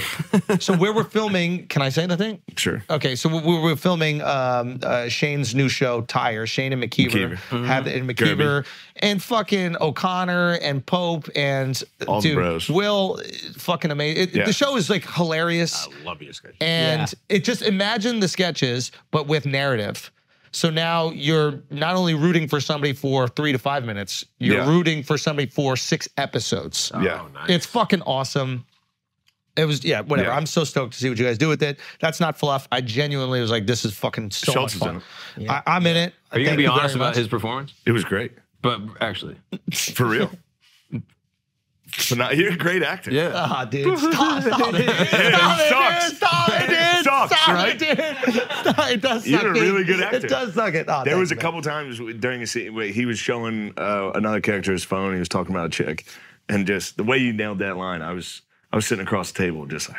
[laughs] so where we're filming, can I say the thing?
sure.
Okay, so we we were filming um, uh, Shane's new show, Tire. Shane and McKeever,
McKeever.
had and McKeever and fucking O'Connor and Pope and uh,
All the
dude,
bros.
Will, uh, fucking amazing. It-
Yeah. Oh,
The show is like hilarious,
Love you, guys.
and it just imagine the sketches but with narrative. So now you're not only rooting for somebody for three to five minutes, you're
Yeah.
rooting for somebody for six episodes.
Oh,
yeah.
It's fucking awesome. It was yeah, whatever.
Yeah.
I'm so stoked to see what you guys do with it. That's not fluff. I genuinely was like, this is fucking so
Schultz is
much
in
fun. I, I'm in it.
Are you gonna
Thank
be
very
honest about
much.
his performance?
It was great.
But actually,
For real. Pheno- You're a great actor.
yeah.
Ah, dude, stop, stop it, dude.
Yeah, [laughs] it
Stop it,
sucks.
dude. Stop it, dude.
It sucks,
Stop
right?
it, dude. Stop, it does suck.
You're a
dude.
really good actor.
It does suck. It. Oh,
There
thanks,
was a
man.
couple times during a scene where he was showing uh, another character his phone. He was talking about a chick, and just the way you nailed that line, I was I was sitting across the table, just like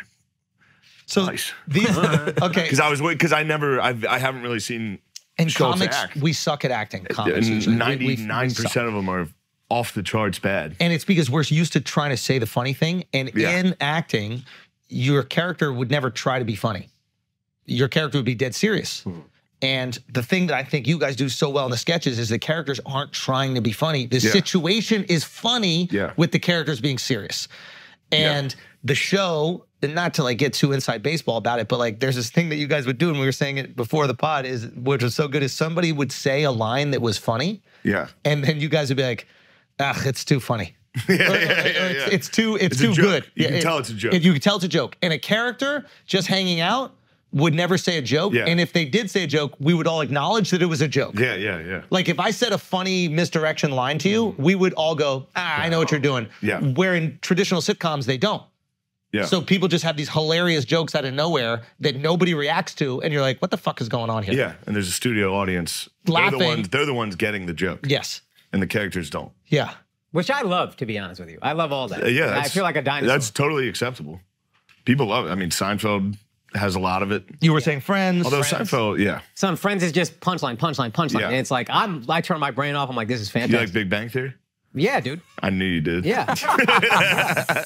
So
nice.
these,
[laughs]
okay.
because I was because I never I've, I haven't really seen
in
Schultz
comics,
act.
we suck at acting. Comics, usually. We- we- we
ninety nine
suck.
percent of them are off the charts bad.
and it's because we're used to trying to say the funny thing and
Yeah.
in acting your character would never try to be funny your character would be dead serious
Hmm.
and the thing that i think you guys do so well in the sketches is the characters aren't trying to be funny the
Yeah.
situation is funny
Yeah.
with the characters being serious and the show and not to like get too inside baseball about it but like there's this thing that you guys would do and we were saying it before the pod is which was so good is somebody would say a line that was funny
Yeah,
and then you guys would be like, "Ah, it's
[laughs]
too funny. it's, it's too. It's,
It's a
too
joke.
good.
You can tell it's a joke.
You can tell it's a joke. And a character just hanging out would never say a joke.
Yeah.
And if they did say a joke, we would all acknowledge that it was a joke.
yeah, yeah, yeah.
Like if I said a funny misdirection line to you, we would all go, "Ah, I know what you're doing."
Yeah.
Where in traditional sitcoms they don't.
yeah.
So people just have these hilarious jokes out of nowhere that nobody reacts to, and you're like, "What the fuck is going on here?"
yeah, and there's a studio audience. They're
Laughing.
the ones, they're the ones getting the joke,
Yes.
and the characters don't.
Yeah.
Which I love, to be honest with you. I love all that.
Uh, yeah,
I
that's-
feel like a dinosaur.
That's totally acceptable. People love it. I mean, Seinfeld has a lot of it.
You were saying friends.
Although
friends.
Seinfeld, yeah,
Some friends is just punchline, punchline, punchline,
Yeah.
and it's like I'm. I turn my brain off. I'm like, this is
you
fantastic.
like Big Bang Theory?
yeah, dude.
I knew you did.
Yeah.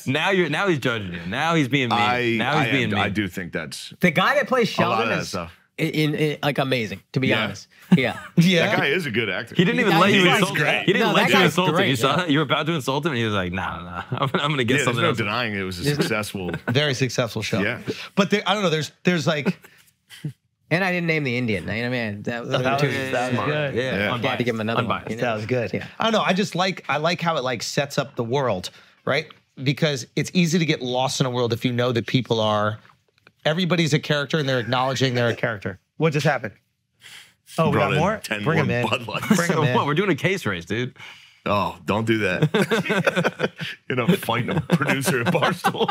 Now you're now he's judging you. Now he's being mean.
I
now he's
I,
being mean.
I do think that's
the guy
[laughs]
that plays
lot of
Sheldon
that
is
stuff.
in, in- like amazing. To be
Yeah.
honest.
[laughs]
Yeah.
Yeah.
that guy is a good actor.
He didn't even
That
let you
guy's
insult him.
great.
He didn't
No,
let
that
you
guy's
insult him.
great,
You saw
yeah.
that? You were about to insult him, and he was like, nah, nah, [laughs] nah. I'm, I'm going to get
Yeah, there's
something
no
else.
denying it
[laughs]
was a successful.
very successful show.
Yeah.
But there, I don't know. There's there's like
And I didn't name the Indian. I mean, that was,
That
too
was-
easy.
that was
Smart.
good.
Yeah,
Yeah.
Yeah,
unbiased.
to give him another one,
Unbiased.
you know?
that was good.
Yeah.
I don't know. I just like I like how it like sets up the world, right? Because it's easy to get lost in a world if you know that people are everybody's a character and they're acknowledging they're a character. What just happened? Oh, we
Brought
got
in
more?
10
Bring
more
him in.
Bud Lights. [laughs]
Bring him
What?
in.
We're doing a case race, dude.
Oh, don't do that.
[laughs]
you know, fighting a producer at Barstool.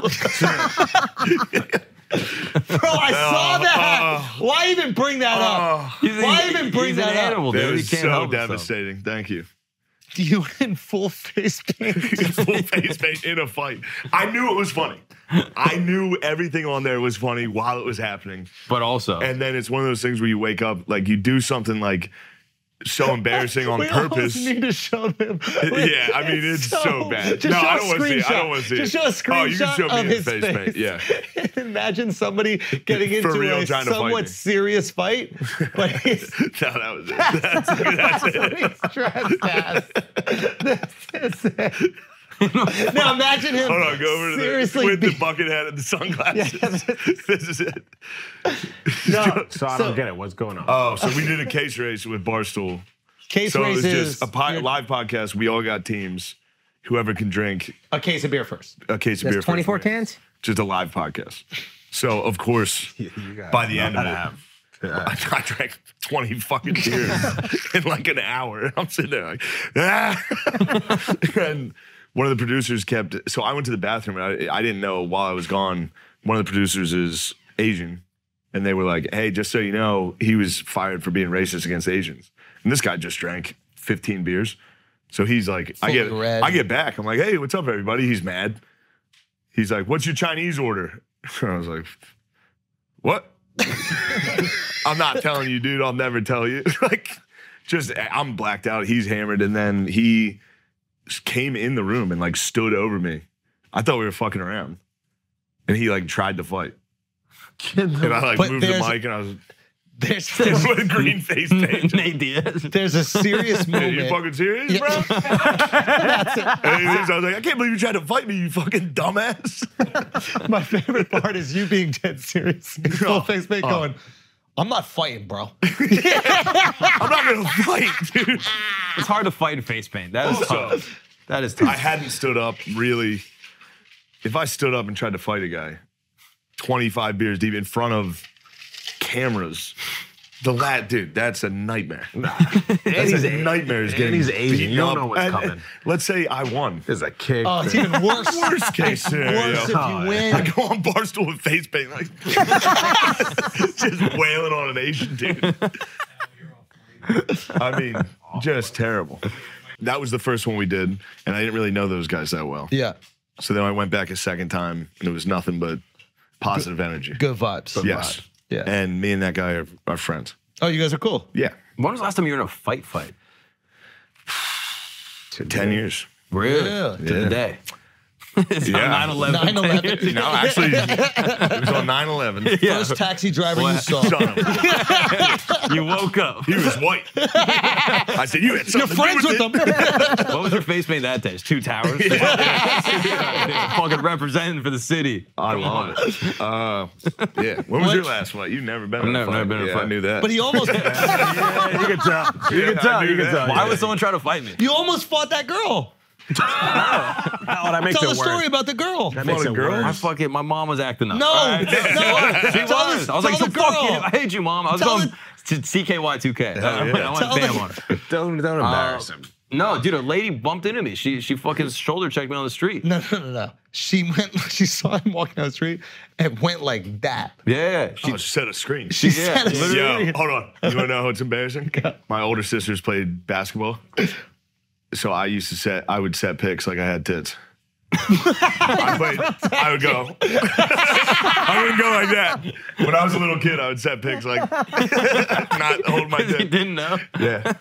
Bro, I saw
Oh,
that.
oh.
Why even bring that
uh,
up?
He's,
Why
he-
even bring
he's
that
an
up?
animal,
that
dude. He
was
can't
so
help himself.
devastating. Thank you.
[laughs] You in full face
[laughs]
paint.
Full face paint in a fight. I knew it was funny. I knew everything on there was funny while it was happening.
But also,
And then it's one of those things where you wake up, like you do something like so embarrassing
[laughs]
on
we
purpose.
almost need to show them.
yeah, I mean it's so,
[laughs]
bad.
Just
no,
show
I
a
don't want to see. It. I
screenshot.
don't want to see.
Just
it.
show a screenshot
Oh, you can show me
of
in
his
face, paint. Yeah.
[laughs]
Imagine somebody getting
For
into
real
a
trying to fight
somewhat
me.
serious fight,
[laughs]
but he's
[laughs] No, that was it. [laughs] That's, that's it. [laughs]
somebody's trespass. This is it.
now imagine him.
Hold on, go over to
seriously
the with
be-
the bucket hat and the sunglasses. [laughs] this is it.
No,
So I don't get it. What's going on?
Oh, so we did a case race with Barstool.
case
So it was
race is
just a po- live podcast. We all got teams. Whoever can drink
a case of beer first.
a case of beer. first
That's 24
wins.
cans?
Just a live podcast. So of course, by the end of it, I, I drank 20 fucking beers [laughs] in like an hour. [laughs] I'm sitting there like, ah. [laughs] and one of the producers kept. So I went to the bathroom and I, I didn't know while I was gone. One of the producers is Asian, and they were like, "Hey, just so you know, he was fired for being racist against Asians." And this guy just drank 15 beers. So he's like, I get,
Fully red.
I get back. I'm like, hey, what's up, everybody? He's mad. He's like, what's your Chinese order? [laughs] I was like,
[laughs]
what? I'm not telling you, dude. I'll never tell you. [laughs] like, just I'm blacked out. He's hammered, and then he came in the room and like stood over me. I thought we were fucking around, and he like tried to fight. And I like
But
moved the
there's-
mic, and I was [laughs]
There's
what a green
[laughs]
face paint.
[laughs] Nate Diaz.
there's
[laughs]
a serious
Are you
moment.
fucking serious, bro? And he was- I was like, I can't believe you tried to fight me, you fucking dumbass.
My favorite part is you being
[laughs]
dead serious.
Oh,
Full face mate going, I'm not fighting, bro.
I'm not gonna fight, dude.
It's hard to fight face paint. That is
Also,
tough. That is
I
tough.
hadn't stood up really. If I stood up and tried to fight a guy 25 beers deep in front of cameras, the lad, dude, that's a nightmare. That's
he's
a
a-
nightmare. Is
and
getting
he's Asian.
beat
You don't
up.
know what's
And-
coming.
and Let's say I won.
There's a kick.
Oh, it's even
[laughs]
worse. worse
Worst
[laughs]
case scenario.
if you [laughs] win.
I go on barstool with face paint, like [laughs] just wailing on an Asian dude. I mean, just terrible. That was the first one we did, and I didn't really know those guys that well.
Yeah.
So then I went back a second time, and it was nothing but positive energy.
Good vibes.
Yes.
Yeah.
And me and that guy are, are friends.
Oh, you guys are cool.
Yeah.
When was the last time you were in a fight fight?
Ten years.
Really?
Yeah.
To the day. [laughs] It's
Yeah.
9 11.
9 11.
No, actually, [laughs] it was on 9
[laughs]
11.
First taxi driver you saw.
You woke up.
He was white. I said, You had something to do
You're friends with
it."
them.
What was your face paint that day? It's
[laughs]
two towers. [laughs] Fucking representing for the city.
I love [laughs] it. Uh, yeah. When was your last fight? You've never been in a
never-
fight.
never been in a
yeah,
fight.
I knew that.
But he almost
you can tell. You can
tell, you can tell.
Why would someone try to fight me?
you almost fought that girl.
oh, that makes
Tell
it
the story
worse.
about the girl.
Well,
That makes
the
it
girl-
I
worse.
fucking, my mom was acting up.
No,
All right? [laughs]
no.
She
Tell
was.
the-
I was like,
tell
so
the
fuck
girl.
you. I hate you, mom. I was
Tell
going to
[laughs]
CKY2K. I went,
yeah.
I went
Tell
bam
the-
on her.
Don't, don't embarrass him.
No, dude, a lady bumped into me. She she fucking shoulder checked me on the street.
No, no, no, no. She went. [laughs] She saw him walking down the street and went like that.
Yeah, she
Oh, she set a screen.
She
Yeah,
said,
literally.
Yo, hold on. You wanna know how it's embarrassing? My older sisters played basketball. So I used to set I would set picks like I had tits. I, played, I would go. [laughs] I wouldn't go like that. When I was a little kid, I would set picks like [laughs] not hold
Oh,
my
she
dick.
[laughs] didn't
[laughs]
know.
Yeah.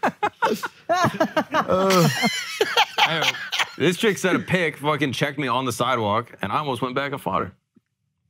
This chick said a pick, fucking checked me on the sidewalk, and I almost went back and fought her.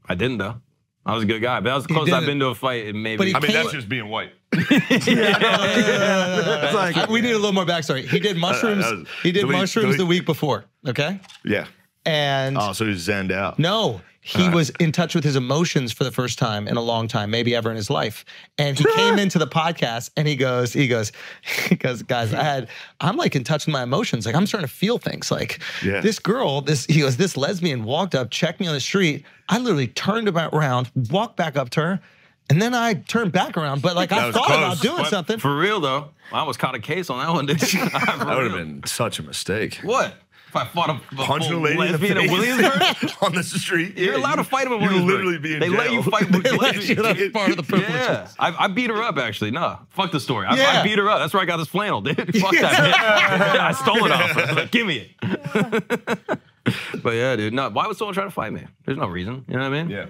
I didn't though. I was a good guy, but that was the closest I've
didn't.
been to a fight in maybe.
But he
I mean,
Can't-
that's just being white.
It's like, we need a little more backstory. He did mushrooms.
that was-
he did
delete-
mushrooms
delete.
the week before. Okay,
Yeah.
and
Oh, so he's zenned out.
no, he was in touch with his emotions for the first time in a long time, maybe ever in his life. And he
[laughs]
came into the podcast and he goes, he goes, [laughs] he goes, guys, I had, I'm like in touch with my emotions. Like I'm starting to feel things. Like
Yeah.
this girl, this he goes, this lesbian walked up, checked me on the street. I literally turned about round, walked back up to her. And then I turned back around, but like I
was
thought about
close.
doing
What?
something.
for real though, I almost caught a case on that one, dude.
[laughs]
That would have been such a mistake.
what? If I fought a, a
Punching a
full
lady
lesbian
in
in
the face [laughs]
Williamsburg,
on the street.
you're allowed to fight him in Williamsburg.
You literally be in
They
jail.
let you
[laughs]
fight with lesbians.
It-
Part of the privilege.
Yeah, I, I beat her up actually. No, fuck the story. I,
Yeah.
I beat her up. That's where I got this flannel, dude. [laughs]
[laughs]
Fuck that. bitch. I stole it off her. Like, Give me it. [laughs] but yeah, dude. No, why would someone try to fight me? There's no reason. You know what I mean?
Yeah.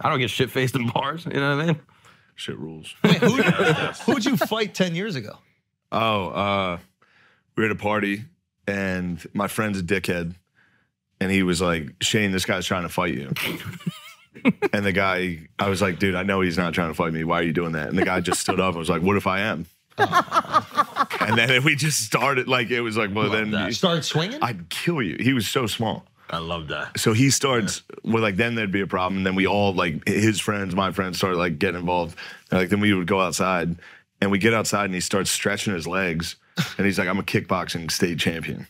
I don't get shit faced in bars. You know what
[laughs]
I mean?
Shit rules. [laughs]
Who, who'd you fight 10 years ago?
Oh, uh, we were at a party and my friend's a dickhead. And he was like, Shane, this guy's trying to fight
[laughs]
you. and
[laughs]
the guy, I was like, dude, I know he's not trying to fight me. Why are you doing that? And the guy just stood up and was like, what if I am? and then we just started like it was like well then
that.
you-
Started swinging?
I'd kill you. He was so small.
I love that.
So he starts well, like then there'd be a problem. And then we all like his friends, my friends started like getting involved. And, like then we would go outside and we get outside and he starts stretching his legs and he's like, I'm a kickboxing state champion.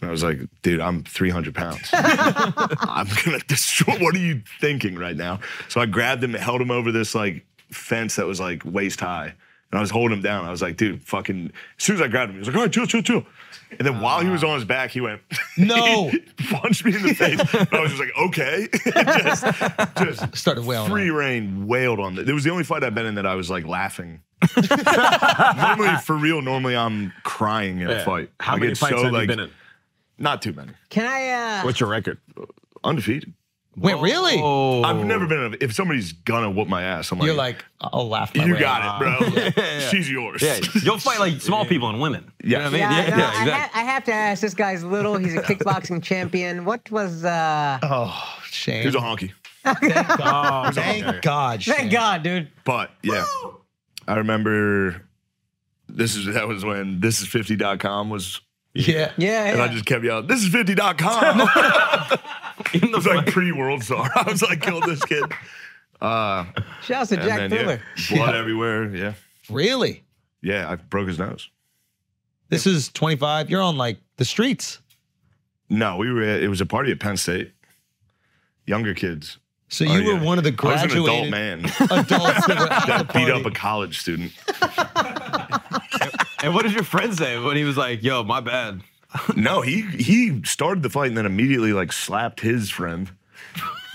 And I was like, dude, I'm 300 pounds. I'm gonna destroy. What are you thinking right now? So I grabbed him, and held him over this like fence that was like waist high, and I was holding him down. I was like, dude, fucking. As soon as I grabbed him, he was like, all right, chill, chill, chill. And then while he was on his back, he went, [laughs]
No.
he [laughs] punched me in the face. And I was just like,
[laughs]
okay, just, just
Started wailing.
free reign wailed on it. It was the only fight I've been in that I was like
[laughs]
laughing. normally, for real, normally I'm crying in a fight.
How
I
many
get
fights
so,
have
like-
you been in?
Not too many.
Can I? Uh,
What's your record?
Undefeated.
Wait, really?
Oh,
I've never been in a, if somebody's gonna whoop my ass, I'm like,
You're like, I'll laugh. My
you
way
got
out.
it, bro.
[laughs]
[laughs] She's yours.
Yeah, [laughs]
[laughs]
you'll fight like small people and women.
Yeah.
You know what I mean?
yeah,
yeah,
no,
yeah,
I, ha-
exactly.
I have to ask. This guy's
[laughs]
little. He's a kickboxing champion. What was? uh
Oh, shame.
He was a honky.
Thank God. Shane.
Thank God, dude.
But yeah, I remember this is that was when this is 50.com was
Yeah.
Yeah,
and
yeah.
I just kept yelling, this is [laughs]
[laughs]
50.com. it
In the
was like pre-world star. [laughs] I was like, kill this kid. Uh
shouts to
and
Jack
then, yeah,
Thriller.
blood everywhere. Yeah.
Really?
Yeah, I broke his nose.
This is 25. You're on like the streets.
No, we were at, it was a party at Penn State. Younger kids.
So you
Oh,
were
yeah.
one of the
I was an
graduated
adult man
[laughs] adults that were at the
[laughs]
that beat up
party.
a college student.
[laughs] And what did your friend say when he was like, "Yo, my bad"?
No, he he started the fight and then immediately like slapped his friend.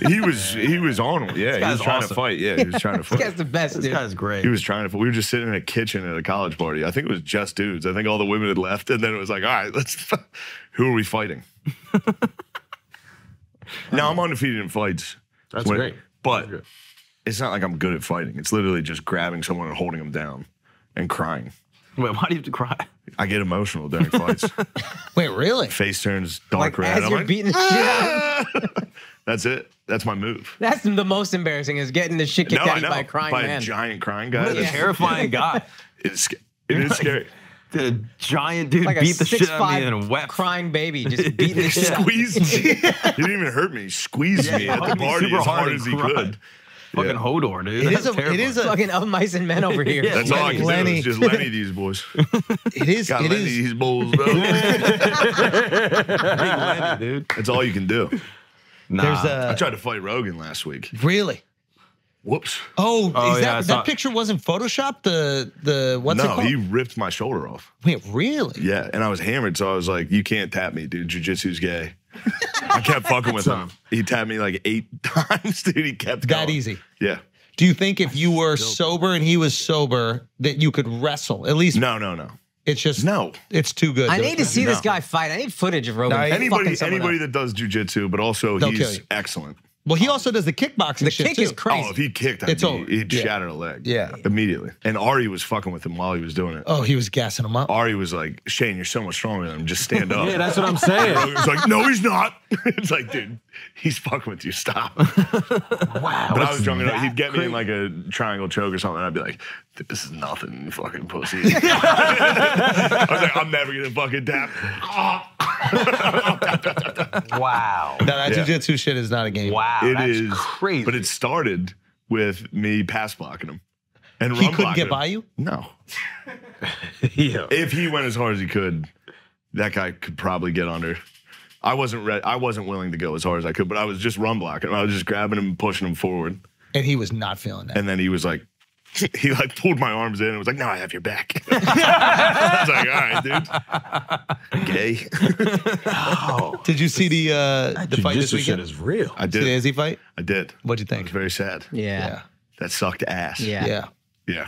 He was he was on him. Yeah, he
guy's
was trying
awesome.
to fight. Yeah, he was trying to
This guy's
fight.
the best,
This
dude.
guy's great.
He was trying to. fight. We were just sitting in a kitchen at a college party. I think it was just dudes. I think all the women had left, and then it was like, all right, let's. [laughs] Who are we
[laughs]
fighting? now I'm undefeated in fights.
That's
When-
great.
But it's not like I'm good at fighting. It's literally just grabbing someone and holding them down and crying.
Wait, why do you have to cry?
I get emotional
[laughs]
during fights.
Wait, really?
Face turns dark
Like
red.
as
I'm
you're
like,
beating the shit out. of him.
That's it. That's my move.
That's the most embarrassing is getting the shit kicked
no,
out
I
of
know.
you by a crying man.
giant crying guy.
What a
That's-
terrifying guy.
It's, sc- it is scary.
The giant dude
like a
beat the
six
shit out of me
five
and wept. [laughs]
crying
[laughs]
baby, just beating
[laughs]
the shit out. of you.
Squeezed me. he didn't even hurt me. He squeezed me at the
hugged me
party
super
as
hard
hard
and
as he
cried.
could.
[laughs] Fucking
Yeah.
Hodor, dude.
It
That's
is a. It
terrifying.
is a.
Fucking of mice and men
[laughs]
over here.
Yeah,
That's all I can do
Lenny.
is just Lenny these boys.
[laughs] It is.
Got
It
Lenny
is.
these bulls,
[laughs]
bro.
[laughs] Lenny, dude.
That's all you can do.
Nah.
There's
I
a.
tried to fight Rogan last week.
Really?
Whoops.
Oh,
Oh,
is
yeah, I
that,
saw
that
it.
picture wasn't Photoshop? The the what's it
no,
called?
he ripped my shoulder off.
Wait, really?
Yeah, and I was hammered, so I was like, "You can't tap me, dude. Jiu-jitsu's
[laughs]
gay." I kept fucking with him. He tapped me like eight [laughs] times, dude. He kept
That
going.
easy.
Yeah.
Do you think if you were sober and he was sober that you could wrestle? At least
No, no, no,
it's just
no.
It's too good.
I
to-
need to see this
No.
guy fight. I need footage of Rogan.
No,
fucking
Anybody,
someone
anybody
up.
that does jujitsu, but also
They'll kill
he's
you.
excellent.
Well, he also does the kickboxing
the
shit
kick
too.
is crazy.
Oh, if he kicked, I'd
It's
be-
over.
he'd
Yeah.
shatter a leg.
Yeah.
immediately. And Ari was fucking with him while he was doing it.
Oh, he was gassing him up.
Ari was like, "Shane, you're so much stronger than him. Just stand up."
[laughs] Yeah, that's what I'm saying.
[laughs] It's like, no, he's not. [laughs] it's like, dude, he's fucking with you.
[laughs]
Stop. wow. But I was drunk enough. He'd get me in like a triangle choke or something. And I'd be like, this is nothing, you fucking
[laughs]
pussy. [laughs] I was like, I'm never gonna fucking tap.
[laughs]
No, that
Yeah.
jujitsu shit is not a game.
Wow,
It
that's
is
crazy.
[laughs] But it started with me pass blocking him. And
He
run blocking
couldn't get
him.
by you.
No.
yeah.
If he went as hard as he could, that guy could probably get under. I wasn't ready. I wasn't willing to go as hard as I could, but I was just run blocking. him. I was just grabbing him and pushing him forward.
and he was not feeling that.
And then he was like, [laughs] he like pulled my arms in and was like, now I have your back. [laughs] I was like, all right, dude. Gay.
Did you see the uh, the fight this
Jujitsu shit
weekend?
is real.
I
See the
did.
Izzy fight?
I did.
What'd you
I was
think?
very sad.
yeah.
That sucked ass.
yeah,
Yeah.
Yeah.
yeah.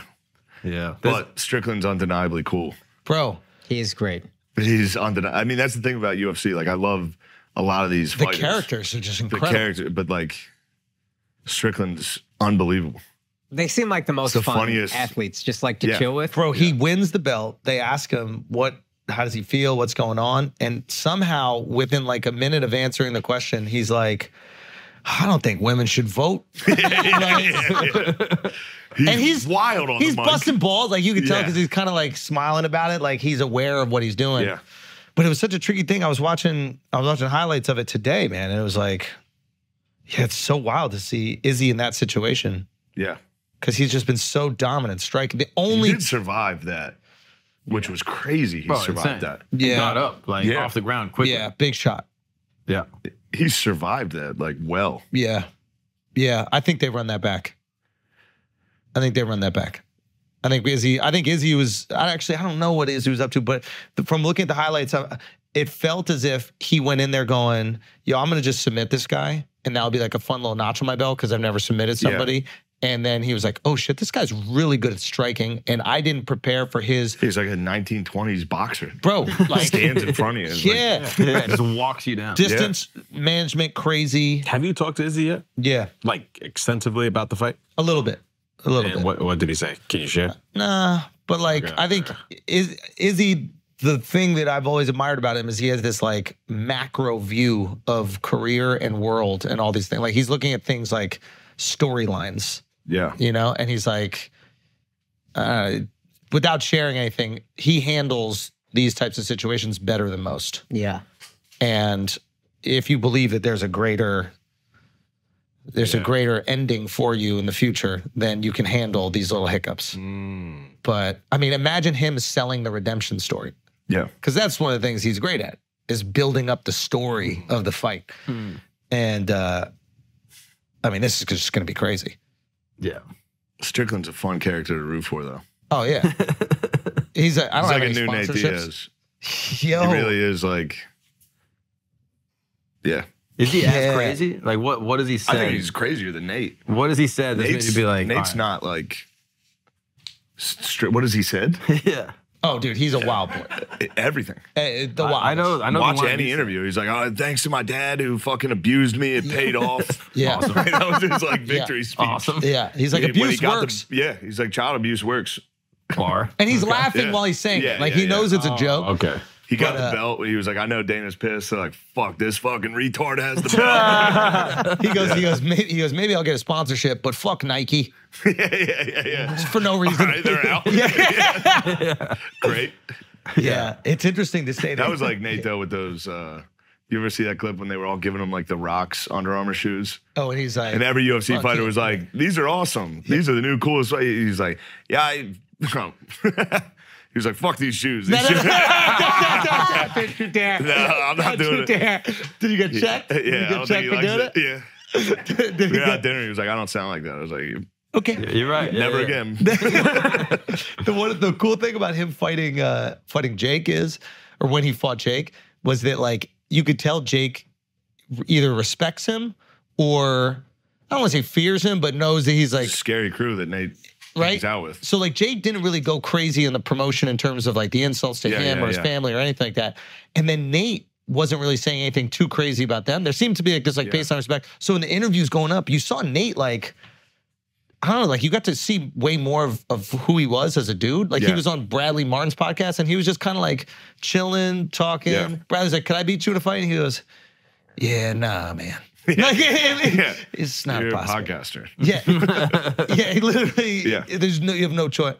There's-
But Strickland's undeniably cool.
bro.
he is great.
He's undeniable. I mean, that's the thing about UFC. Like, I love a lot of these
The
fighters.
characters are just
The
incredible.
character, but like, Strickland's unbelievable.
They seem like the most
The
fun
funniest-
athletes, just like to
Yeah.
chill with.
bro, he wins the belt. They ask him what, how does he feel? What's going on? And somehow, within like a minute of answering the question, he's like, I don't think women
[laughs]
should
[laughs]
vote. and he's
wild on the
he's
mic.
busting balls, like you can tell,
Yeah.
because he's kind of like smiling about it, like he's aware of what he's doing.
Yeah.
But it was such a tricky thing. I was watching, I was watching highlights of it today, man, and it was like, yeah, it's so wild to see Izzy in that situation
Yeah.
because he's just been so dominant, striking. The
He
only
did survive that, which was crazy. He
Bro, insane.
survived that.
Yeah.
Got up, like
Yeah.
off the ground quickly.
yeah, big shot.
Yeah.
He survived that like well.
Yeah. Yeah. I think they run that back. I think they run that back. I think Izzy, I think Izzy was, I actually, I don't know what Izzy was up to, but the, from looking at the highlights, I, it felt as if he went in there going, yo, I'm going to just submit this guy. And that'll be like a fun little notch on my belt because I've never submitted
Yeah.
somebody. And then he was like, oh shit, this guy's really good at striking. And I didn't prepare for his,
He's like a 1920s boxer.
bro, like,
Stands
[laughs]
in front of you. and is like,
yeah,
Yeah, just walks you down.
distance management, crazy.
Have you talked to Izzy yet?
Yeah,
Like extensively about the fight?
a little bit, a little bit.
And what, what did he say? Can you share?
Nah, but like I think is Izzy the thing that I've always admired about him is he has this like macro view of career and world and all these things. Like he's looking at things like storylines,
yeah.
you know, and he's like, uh, without sharing anything, he handles these types of situations better than most.
Yeah.
And if you believe that there's a greater there's a greater ending for you in the future, then you can handle these little hiccups.
Mm.
But I mean, imagine him selling the
[laughs]
redemption story.
Yeah.
Because that's one of the things he's great at is building up the story of the fight.
Hmm.
And uh I mean, this is just gonna be crazy.
Yeah.
Strickland's a fun character to root for, though. [laughs]
Oh yeah. he's a, I
He's
don't have
like a
any
new Nate
sponsorships.
Diaz.
Yo.
He really is like, yeah.
Is he
Yeah.
as crazy? Like what what does he say?
I think he's crazier than Nate.
what does he say that's made
Nate's,
you be like
Nate's
all
not like, stri- what has he said?
right. [laughs] Yeah.
oh dude, he's a
[laughs]
wild boy.
Everything.
Eh, the wild.
I, I know I know the
Watch
one
any
he's-
interview. He's like, oh, thanks to my dad who fucking abused me. It paid off. [laughs]
[laughs] Yeah.
that was his like victory speech. [laughs]
Awesome.
Yeah. He's like
When he
abuse
got the-
works.
yeah, he's like child abuse works.
Bar.
And he's laughing
Yeah.
while he's saying
Yeah,
it. Like
yeah, Oh,
he knows
yeah.
it's a joke.
Okay.
He got
But,
the
uh,
belt. He was like, I know Dana's pissed. They're like, fuck, this fucking retard has the belt. [laughs]
He goes, he goes, maybe, he goes, maybe I'll get a sponsorship, but fuck Nike
yeah, yeah, yeah, yeah.
[laughs]
[laughs]
for no
All
reason.
right, they're out. [laughs] Great.
yeah. it's interesting to say
[laughs]
that.
That was like Nate though with those. Uh, you ever see that clip when they were all giving him like the rocks Under Armour shoes?
oh, and he's like,
And every UFC
Fuck
fighter
yeah.
was like, "These are awesome. These are the new coolest." fi-" He's like, "Yeah." I, [laughs] he was like, "Fuck these
[laughs]
shoes." These shoes-
Don't you dare.
No,
[laughs]
I'm not
Don't
doing
you
it.
dare.
did you get checked?
Yeah,
Did you
I
get
don't think
checked
he
for
likes
doing
it.
it?
Yeah.
[laughs] Did
We
you
were at
get,
dinner. He was like, "I don't sound like that." I was like,
okay.
You're right. Yeah,
"Never
yeah.
[laughs]
again."
The one, the cool thing about him fighting, uh, fighting Jake is, or when he fought Jake, was that like you could tell Jake either respects him or I don't want to say fears him, but knows that he's like
Scary crew that Nate
right?
hangs out with.
So like Jake didn't really go crazy in the promotion in terms of like the insults to
Yeah,
him
yeah,
or his
yeah.
family or anything like that. And then Nate wasn't really saying anything too crazy about them. There seemed to be like this like based on respect. So in the interviews going up, you saw Nate like I don't know, like you got to see way more of, of who he was as a dude. Like he
Yeah.
was on Bradley Martin's podcast and he was just kind of like chilling, talking.
Yeah.
Bradley's like, Could I beat you in a fight? And he goes, [laughs] Yeah,
[laughs]
nah, man. Like, [laughs]
Yeah.
it's [laughs] not
You're a
possible.
podcaster.
Yeah. yeah, [laughs] he literally
Yeah.
there's no you have no choice.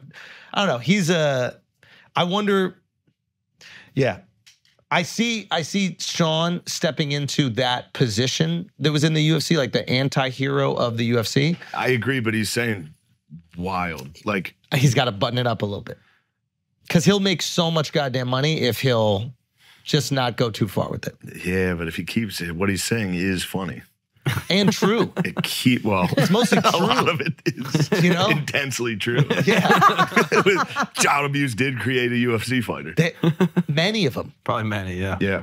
I don't know. He's a I wonder Yeah. I see I see Sean stepping into that position that was in the UFC like the anti-hero of the UFC.
I agree, but he's saying wild. Like,
He's got to button it up a little bit. Cuz he'll make so much goddamn money if he'll just not go too far with it.
yeah, but if he keeps it, what he's saying is funny.
And true.
It keep well. [laughs]
It's mostly
A lot
true,
of it is
you know?
[laughs] intensely true.
Oh. [laughs] Yeah.
[laughs] Child abuse did create a UFC fighter. [laughs]
They- many of them.
Probably many, yeah.
[laughs]
Yeah.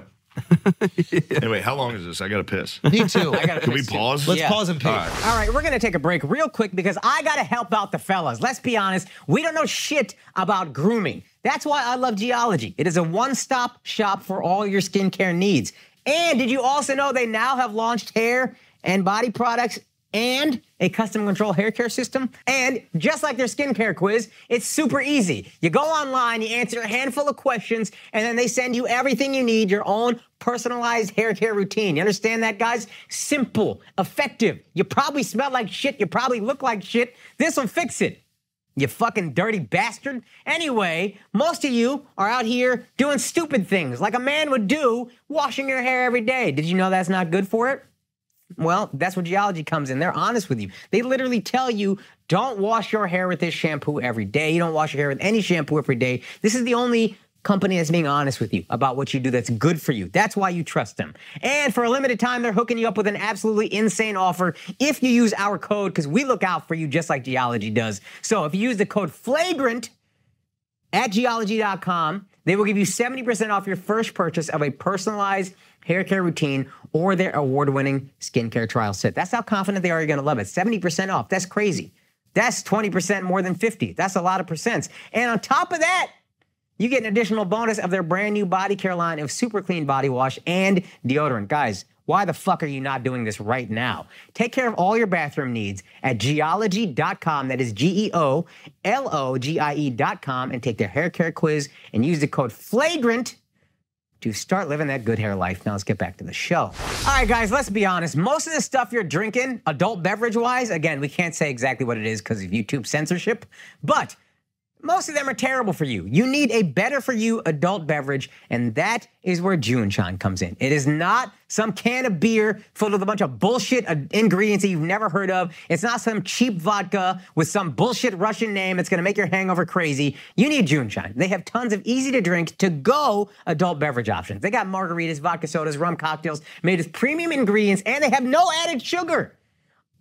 Anyway, how long is this? I gotta piss. [laughs]
Me too.
I gotta
Can we
fix you.
pause?
Let's
Yeah.
pause and pee.
All right, we're going to take a break real quick because I got to help out the fellas. Let's be honest, we don't know shit about grooming. That's why I love Geology. It is a one stop shop for all your skincare needs. And did you also know they now have launched hair and body products and a custom control hair care system. And just like their skincare quiz, it's super easy. You go online, you answer a handful of questions, and then they send you everything you need, your own personalized hair care routine. You understand that, guys? Simple, effective. You probably smell like shit, you probably look like shit. This will fix it. You fucking dirty bastard. Anyway, most of you are out here doing stupid things like a man would do, washing your hair every day. Did you know that's not good for it? Well, that's where geology comes in. They're honest with you. They literally tell you don't wash your hair with this shampoo every day. You don't wash your hair with any shampoo every day. This is the only company that's being honest with you about what you do that's good for you. That's why you trust them. And for a limited time, they're hooking you up with an absolutely insane offer if you use our code, because we look out for you just like geology does. So if you use the code FLAGRANT, at geology.com. They will give you 70% off your first purchase of a personalized hair care routine or their award winning skincare trial set. That's how confident they are you're going to love it. 70% off. That's crazy. That's 20% more than 50. That's a lot of percents. And on top of that, you get an additional bonus of their brand new body care line of super clean body wash and deodorant. Guys, why the fuck are you not doing this right now? Take care of all your bathroom needs at E geology.com. That is G E O L O G I E.com and take their hair care quiz and use the code FLAGRANT to start living that good hair life. Now let's get back to the show. All right, guys, let's be honest. Most of the stuff you're drinking, adult beverage wise, again, we can't say exactly what it is because of YouTube censorship, but most of them are terrible for you. You need a better for you adult beverage, and that is where Junchan comes in. It is not some can of beer filled with a bunch of bullshit uh, ingredients that you've never heard of. It's not some cheap vodka with some bullshit Russian name that's gonna make your hangover crazy. You need Junchan. They have tons of easy to drink, to go adult beverage options. They got margaritas, vodka sodas, rum cocktails made with premium ingredients, and they have no added sugar.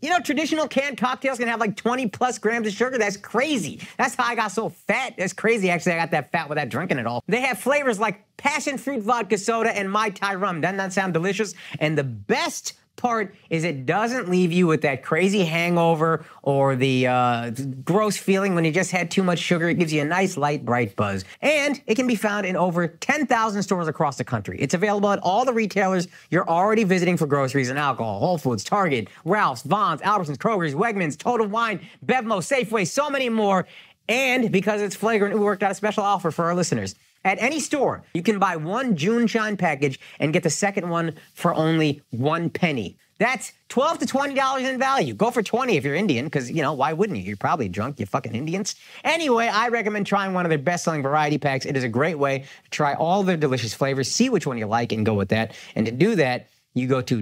You know, traditional canned cocktails can have like 20 plus grams of sugar. That's crazy. That's how I got so fat. That's crazy. Actually, I got that fat without drinking it all. They have flavors like passion fruit vodka soda and Mai Tai rum. Doesn't that sound delicious? And the best part is it doesn't leave you with that crazy hangover or the uh, gross feeling when you just had too much sugar. It gives you a nice, light, bright buzz. And it can be found in over 10,000 stores across the country. It's available at all the retailers you're already visiting for groceries and alcohol Whole Foods, Target, Ralph's, Vaughn's, Albertsons, Kroger's, Wegmans, Total Wine, Bevmo, Safeway, so many more. And because it's flagrant, we worked out a special offer for our listeners. At any store, you can buy one June Shine package and get the second one for only one penny. That's twelve to twenty dollars in value. Go for twenty if you're Indian, because you know why wouldn't you? You're probably drunk, you fucking Indians. Anyway, I recommend trying one of their best-selling variety packs. It is a great way to try all their delicious flavors, see which one you like, and go with that. And to do that, you go to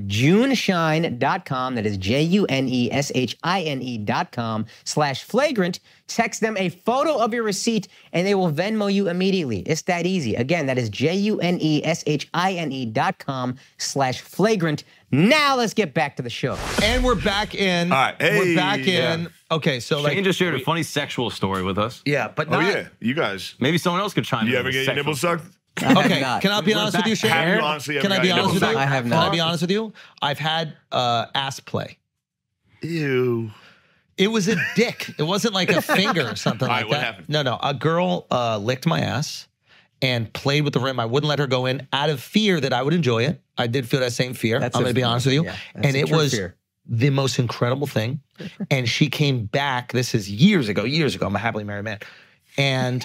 juneshine.com. That is J U N E S H I N E.com slash flagrant. Text them a photo of your receipt and they will Venmo you immediately. It's that easy. Again, that is J U N E S H I N E.com slash flagrant. Now let's get back to the show.
And we're back in.
All right. Hey,
we're back
yeah.
in. Okay, so
Shane
like,
just shared a funny sexual story with us.
yeah, but
Oh
not.
yeah, you guys.
Maybe someone else could chime
You
in.
ever
with
get your
sexual-
nipples sucked?
Okay,
not.
can I be honest with you, Shane?
Have you honestly ever
Can I
gotten
be
your
honest with
nipples
you?
I have
Can I
not.
be honest with you? I've had uh, ass play.
Ew.
It was a dick. It wasn't like a finger or something
All
like
right, what
that.
happened?
No, no. A girl uh, licked my ass and played with the rim. I wouldn't let her go in out of fear that I would enjoy it. I did feel that same fear.
That's
I'm
a-
going to be honest with you.
yeah, that's
and
a
it
true
was
fear.
the most
[laughs]
incredible thing. and she came back. This is years ago, years ago. I'm a happily married man.
[laughs]
And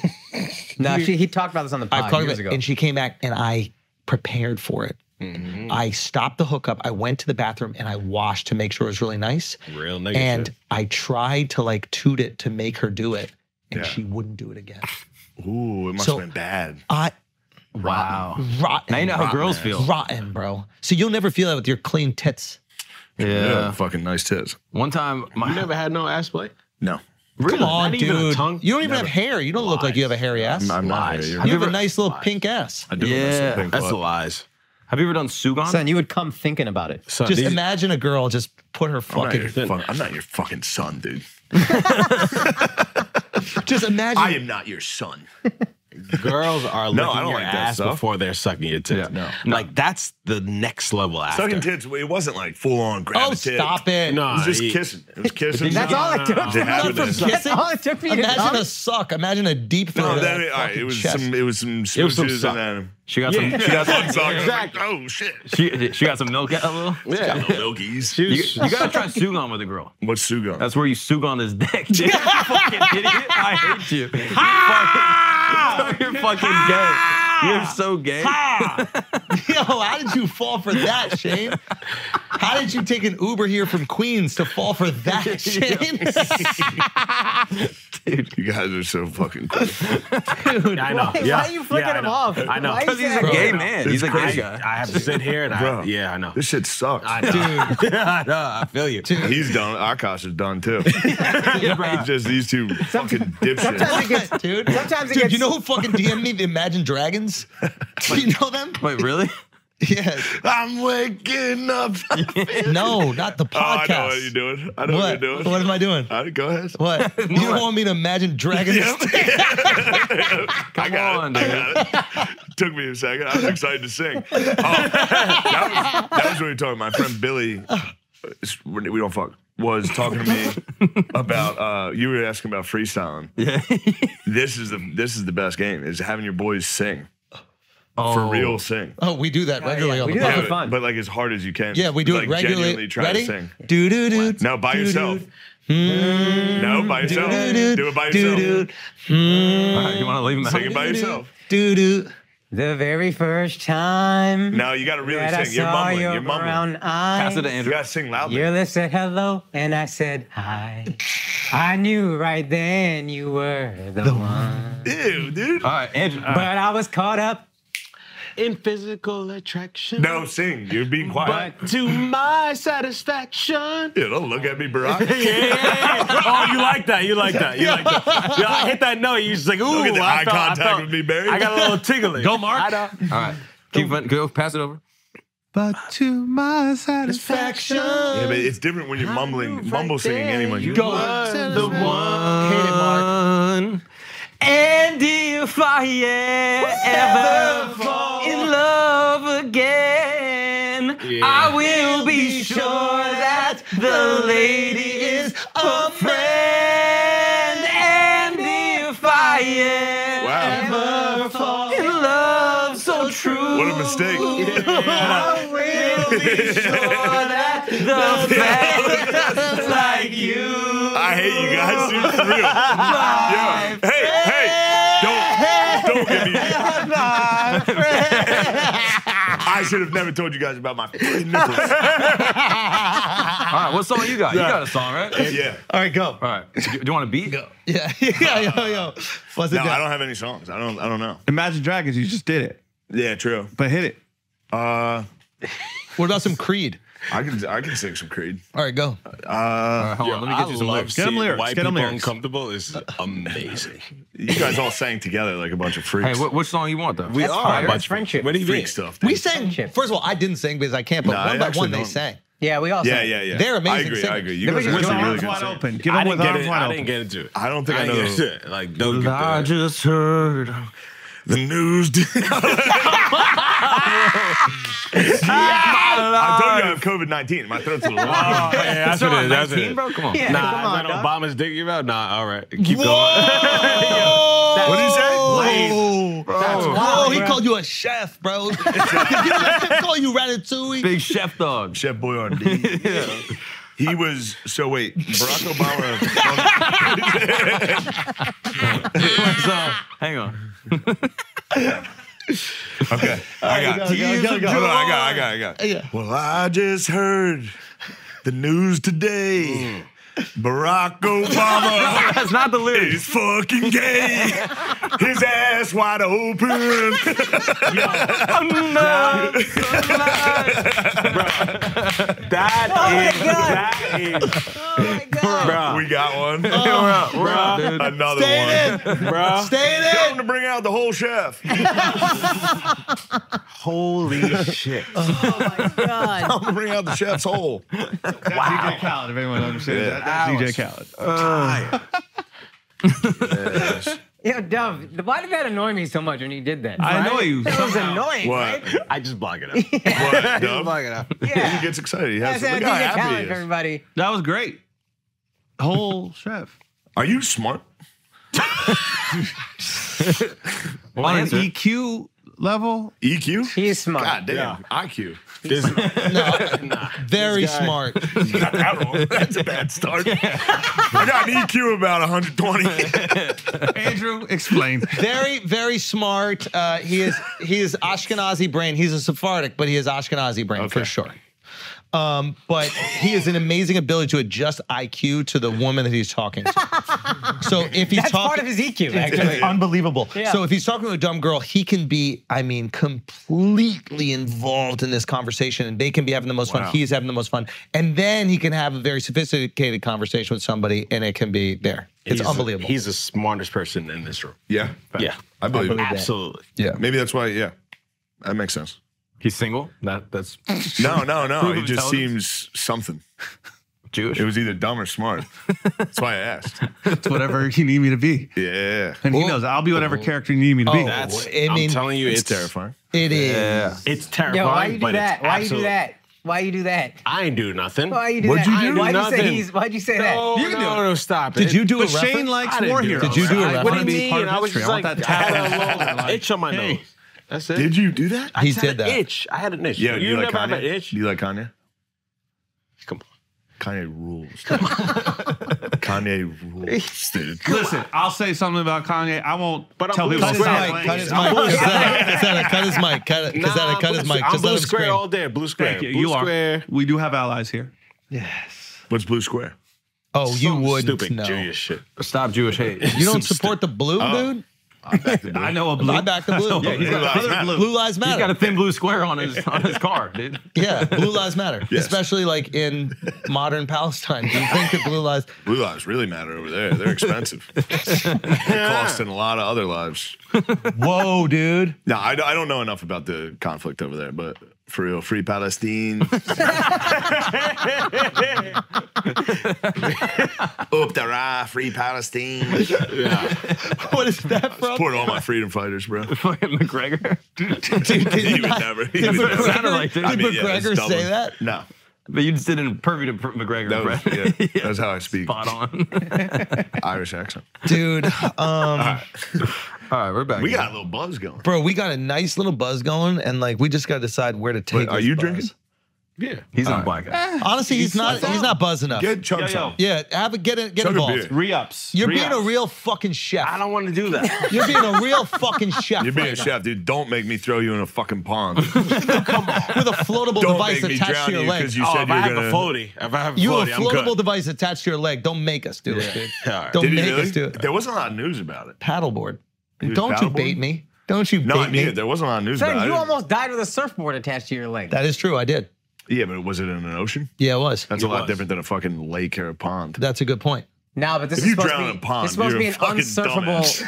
No, she, he talked about this on the
I
pod
called her
years
back,
ago.
and she came back and I prepared for it.
Mm-hmm.
I stopped the hookup. I went to the bathroom and I washed to make sure it was really nice.
Real nigga
And
shit.
I tried to like toot it to make her do it, and
Yeah.
she wouldn't do it again.
Ooh, it must
So-
have been bad.
I
Wow.
rotten.
Now you know how girls feel.
Rotten, bro. So you'll never feel that with your clean tits.
Yeah.
Fucking nice tits.
One time,
You
my
never had no ass play?
No.
Come on,
Not
dude.
even a tongue?
You don't even have hair. You don't look like you have a hairy ass.
I'm not.
Lies.
here.
you have a
Never-
nice little pink ass.
I do
Yeah,
have some pink
That's
blood.
the lies.
have you ever done sugon?
Son, you would come thinking about it.
Son,
Just
these-
imagine a girl just put her
I'm not,
fucking.
your fuck- I'm not your fucking son, dude.
Just imagine.
I am not your son.
Girls are [laughs] licking
No, I don't
your
like that
ass
stuff.
before they're sucking your tits.
Yeah.
Like that's the next level after.
Sucking tits. It wasn't like full on grab
Oh,
a tit.
stop it.
No,
It was just
you-
kissing. It was kissing.
That's all it took.
It didn't happen
Blood
then.
from kissing?
all it took for you to
Imagine
come?
a suck. Imagine a deep throat.
No,
No,
that, all right, it was some. It was some.
It was some
smooches
suck.
and then-
She got some. She
Yeah,
got
suck. I
some.
was like,
Exactly.
Oh shit.
She, she got some milk out a little.
Got no milkies.
You, you gotta try sugon with a girl.
What's Sugo?
That's where you sugon on his dick. Dude. you fucking idiot. I hate you. You're fucking, [laughs] you're fucking gay. You're so gay.
[laughs] Yo, how did you fall for that, Shane? How did you take an Uber here from Queens to fall for
[laughs]
that, Shane?
you guys are so fucking cool.
I know.
Why-
yeah.
why are you flicking
Yeah, I
him
know.
off?
I know.
Why are you
'Cause he's
saying-
a
Gay
gay
man. He's a gay guy.
I have to sit here and
Bro.
I, yeah, I know.
This shit sucks.
I know. I know. I feel you.
He's done. Akash is done too. it's just these two fucking dipshits.
Sometimes it gets,
dude.
sometimes it
Dude,
gets
you know who fucking DM'd me? The
[laughs]
Imagine Dragons? Do you know them?
[laughs] Wait, really?
Yeah.
I'm waking up. oh,
No, not the
I
podcast.
know what you're doing. I know what,
What?
you're doing.
What am I doing?
All right, go ahead. [laughs]
What? You don't want me to imagine Dragons?
I got
on,
it. I got it. Took me a second. I was excited to sing. Oh, that, was, that was what we were talking. My friend Billy, it's- we don't fuck, was talking to me about. Uh, you were asking about freestyling. Yeah. this is the this is the best game. Is having your boys sing for real sing.
Oh, we do that regularly on
we
the
do that
podcast.
for fun.
But like as hard as you can.
Yeah, we do
like
it
Genuinely
regularly.
try
Ready?
to sing.
Do do do.
No, by yourself. No, by yourself.
Hmm. Do-do-do.
Do it by yourself.
Alright, you wanna leave him out?
Sing it by yourself.
Do do.
the very first time
No, you got to really
that I
sing. You're
saw
mumbling.
your
You're mumbling.
brown eyes.
Pass it to
You
Andrew.
got to sing loudly.
Your lips said hello, and I said hi. I knew right then you were the, one.
Ew, dude.
Alright, Andrew. all right.
But I was caught up.
In physical attraction.
No, sing. You're being quiet.
To my satisfaction.
Dude, don't look at me,
[laughs]
Barack.
oh, you like that? You like that? You like [laughs] that? Yeah, I hit that note. You just like, ooh,
Look at the
I
eye
felt- I
contact
felt-
with me, Barry.
I got a little tingling. Go, Mark. I know.
Alright. Keep it, go pass it over.
But to my
[laughs]
satisfaction.
yeah, but it's different when you're mumbling, mumble singing anyone. You
Go.
The one.
Hate it, Mark.
One. And if I ever in love again, I will be sure that the lady is a friend. And if I
Wow.
ever fall in love so true,
What a mistake.
I
[laughs]
will be sure that the
[laughs]
fans like you.
I hate you guys. dude, for
[laughs]
real. Yeah. Hey, hey. Don't, don't get me.
[laughs]
I should have never told you guys about my fucking
[laughs]
nipples.
All right, what song you got? You got a song, right?
Yeah.
All right, go.
All right. Do you, do you want a beat? Go.
Yeah, [laughs] yeah, yo, yo. Buzz it
No, I
down.
don't have any songs. I don't. I don't know.
Imagine Dragons, you just did it.
Yeah, true.
But hit it.
Uh,
What about some Creed?
I can. I can sing some Creed. Uh,
All right, go.
hold on, let me get you some lyrics.
Get 'em lyrics,
White
get 'em
people
lyrics.
uncomfortable is amazing.
You guys all sang together like a bunch of
Hey,
freaks.
what, which song you want though?
We are
fire. That's friendship.
What do you
freak
mean?
stuff.
We
dude.
sang.
Friendship.
First of all, I didn't sing because I can't, but
Nah, I
one by
actually
one they
don't.
sang.
Yeah, we all
Yeah,
sang.
yeah, yeah.
They're
I
amazing
agree. I
singers.
agree. You
They're
guys are
just
really
arms
good
wide
singers.
open. Give
I
them
didn't
with
get
arms
it.
wide
I
open.
didn't get into it.
I don't think I know
didn't
those.
get into it. Like, don't
I
get the,
just heard.
The news. [laughs] did- I told you I have COVID nineteen. My throat's a [laughs] little long.
Oh, yeah, that's
Song
what it is. That's
19,
what it
bro.
is.
Come on.
Yeah, [laughs]
Nah,
come on,
is that
dog.
Obama's dick you about? Nah, all right. Keep going.
What did he say?
Oh,
wild,
oh, he
bro.
called you a chef, bro. [laughs] Did you let him call you Ratatouille?
Big Chef Dog.
Chef Boyardee. He was so wait. Barack [laughs] Obama.
So, hang on.
okay, I got.
go, go, go, go.
Hold on, I got. I got. I got.
Yeah.
Well, I just heard the news today. Barack [laughs] Obama.
That's not the lyrics. [laughs]
He's fucking gay. His ass wide open.
Oh
[laughs]
That is. That is.
Oh
we got one.
We're out, dude.
Another
Stay
one.
in it.
Bro.
Stay in
Tell him
it.
to bring out the whole chef. Tell
Holy shit.
Oh
him to bring out the chef's whole.
DJ Khaled, if anyone understands
Yeah.
that. That's DJ Khaled.
Yo, Dove, why did that annoy me so much when you did that?
I know you.
That was
somehow.
annoying,
What?
right?
I just block it up.
What? Dub?
Fuck it up.
[laughs]
Yeah.
He gets excited. He has
That's how
look
I
how
think
happy
talent,
he is.
everybody.
That was great. Whole
[laughs]
chef
Are you smart?
Well,
on an
answer.
EQ E level.
EQ?
He is smart.
E God damn. IQ. [laughs]
This,
Very smart.
Not that one. That's a bad start. I got an EQ about 120.
Andrew,
[laughs]
explain.
Very, very smart. Uh, he is he is Ashkenazi brain. He's a Sephardic, but he is Ashkenazi brain for sure. Um, but he has an amazing ability to adjust IQ to the woman that he's talking
[laughs]
to. So if he's
That's
talking,
part of his E EQ, actually.
unbelievable.
Yeah.
So if he's talking to a dumb girl, he can be, I mean, completely involved in this conversation, and they can be having the most fun. He's having the most fun, and then he can have a very sophisticated conversation with somebody, and it can be there. It's unbelievable.
He's the smartest person in this room.
yeah.
Yeah.
I believe it.
Absolutely.
yeah.
Maybe that's why, yeah. That makes sense.
He's single. That that's
No, no, no.
Proof
He
of
just
intelligence.
seems something.
Jewish.
It was either dumb or smart. That's why I asked.
It's whatever you need me to be.
Yeah.
And he knows I'll be whatever
oh.
character you need me to be.
That's,
Oh, I
I
mean,
am telling you, it's, terrifying.
Terrifying.
It is.
It's
Yo,
terrifying.
why you do
but it's
that? Why you do
absolute-
that? Why you do that?
I ain't do nothing.
Why you do
What'd
that?
you do?
Why'd you
Nothing.
say he's? Why'd you say
No,
that?
you no, no, stop
Did
it.
you do
But
a reference?
Shane likes
I didn't
war
do
heroes.
it.
Did you do a
I
reference?
What do
wanna
you
be
mean?
part of
I was
history.
just
I want
like,
that
I had
talent.
a little itch on my
Hey.
nose. That's it.
Did you do that?
I
He
just
did
had
that.
An itch. I had an itch.
Yeah, do
you,
you like
never have
Kanye?
an itch.
Do you like Kanye?
Come on.
Kanye rules. dude. Kanye rules,
[laughs]
dude.
Listen, I'll say something about Kanye. I won't
But I'm
tell
blue
people
Cut
to
his
square.
stop playing.
mic. Cut [laughs] his mic. Cassetta, cut his mic. Cut it. Cassetta, cut his
blue-
mic.
I'm
Just
blue
let him
square
scream.
all day. Blue square.
Thank you.
Blue
You are.
square.
We do have allies here.
What's Blue Square?
Oh, you
Some
would
stupid
know.
Jewish shit.
Stop Jewish hate. [laughs]
You don't support the blue, dude?
I know a blue.
I back the blue.
Yeah, he's got
Blue
another
lives
blue.
Blue lives
He's got
matter.
a thin blue square on his on his car, dude. [laughs]
yeah, blue lives matter.
Yes.
Especially like in modern Palestine. Do you think that blue lives? [laughs]
Blue lives really matter over there. They're expensive. They're costing a lot of other lives.
Whoa, dude.
No, I, I don't know enough about the conflict over there, but for real, free
[laughs]
Palestine. Up the rye, free Palestine.
What is that from?
Support all my freedom fighters,
[laughs]
bro.
Fucking McGregor. [laughs]
Dude, did
He would
not-
never. He
Did
would never. [laughs]
sounded like-
McGregor
I
did
mean, yeah, it's
McGregor
Dublin.
say that?
No,
But you just did an pervy to Pr- McGregor.
that was,
Brad.
yeah, that's
[laughs]
how I speak.
[laughs] Spot [laughs] on.
Irish accent.
Dude, um,
All right, we're back.
We got a little buzz going.
bro, we got a nice little buzz going, and like we just got to decide where to take.
Wait, are
this
you
buzz.
drinking?
He's not black.
[laughs] Honestly, he's not. He's not buzzing enough.
Get chunks
Yo, yo.
on.
Yeah, have a get it, get
Chug a beer.
involved.
Re-ups.
You're
Re-ups.
being a real fucking chef.
I don't want to do
[laughs]
that.
You're being a
[laughs]
real fucking chef
You're being a chef, dude. Don't make me throw you in a fucking
[laughs]
pond.
with a floatable
Don't
device
make me
attached
drown
to your
you
leg.
because you
oh,
said
if
you
I
were
have
gonna.
a floaty, if I have a
You have
floaty,
a
I'm good.
floatable device attached to your leg. Don't make us do it, dude.
Yeah, all right.
Don't
Did he
make
really?
us do it.
There wasn't a lot of news about it.
Paddleboard.
was
Don't you
paddleboard?
bait me. Don't you
No,
bait
I mean
me.
it. There wasn't a lot of news about
Son,
it.
you
I didn't-
almost died with a surfboard attached to your leg.
That is true. I did.
Yeah, but was it in an ocean?
Yeah, it was.
That's a lot
was.
different than a fucking lake or a pond.
[laughs] That's a good point.
no, but this
If
is
you
supposed
drown
to
in
be,
a pond,
it's supposed to be
you're
an
a fucking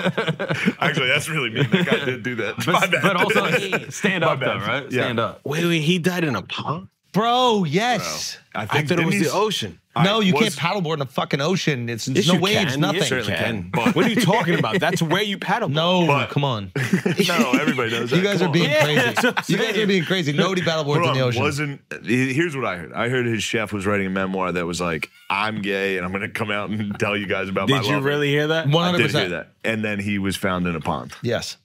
unsurfable.
Actually, that's really mean. That guy did do
[laughs]
that. My
But,
bad. [laughs]
but also stand up though,
bad.
right?
Yeah.
Stand up.
Wait, wait, he died in a pond?
Bro, yes.
I
I
think
thought it was
didn't
the
he-
ocean.
No, you
was-
can't paddleboard in a fucking ocean. It's there's
Yes,
no
you
waves,
can.
nothing.
You certainly can. But what are you talking about? That's where you paddle.
No,
But-
come on.
[laughs] No, everybody knows that.
[laughs] You guys
Come
are
on.
being crazy.
what I'm
[laughs]
You guys are
saying.
being crazy. Nobody [laughs] paddleboards in the
Hold on,
ocean.
Wasn't he- here's what I heard. I heard his chef was writing a memoir that was like, "I'm gay and I'm gonna come out and tell you guys about my
Did you
love."
really hear that? [laughs]
One
I
hundred
did
percent.
hear that. And then he was found in a pond.
Yes.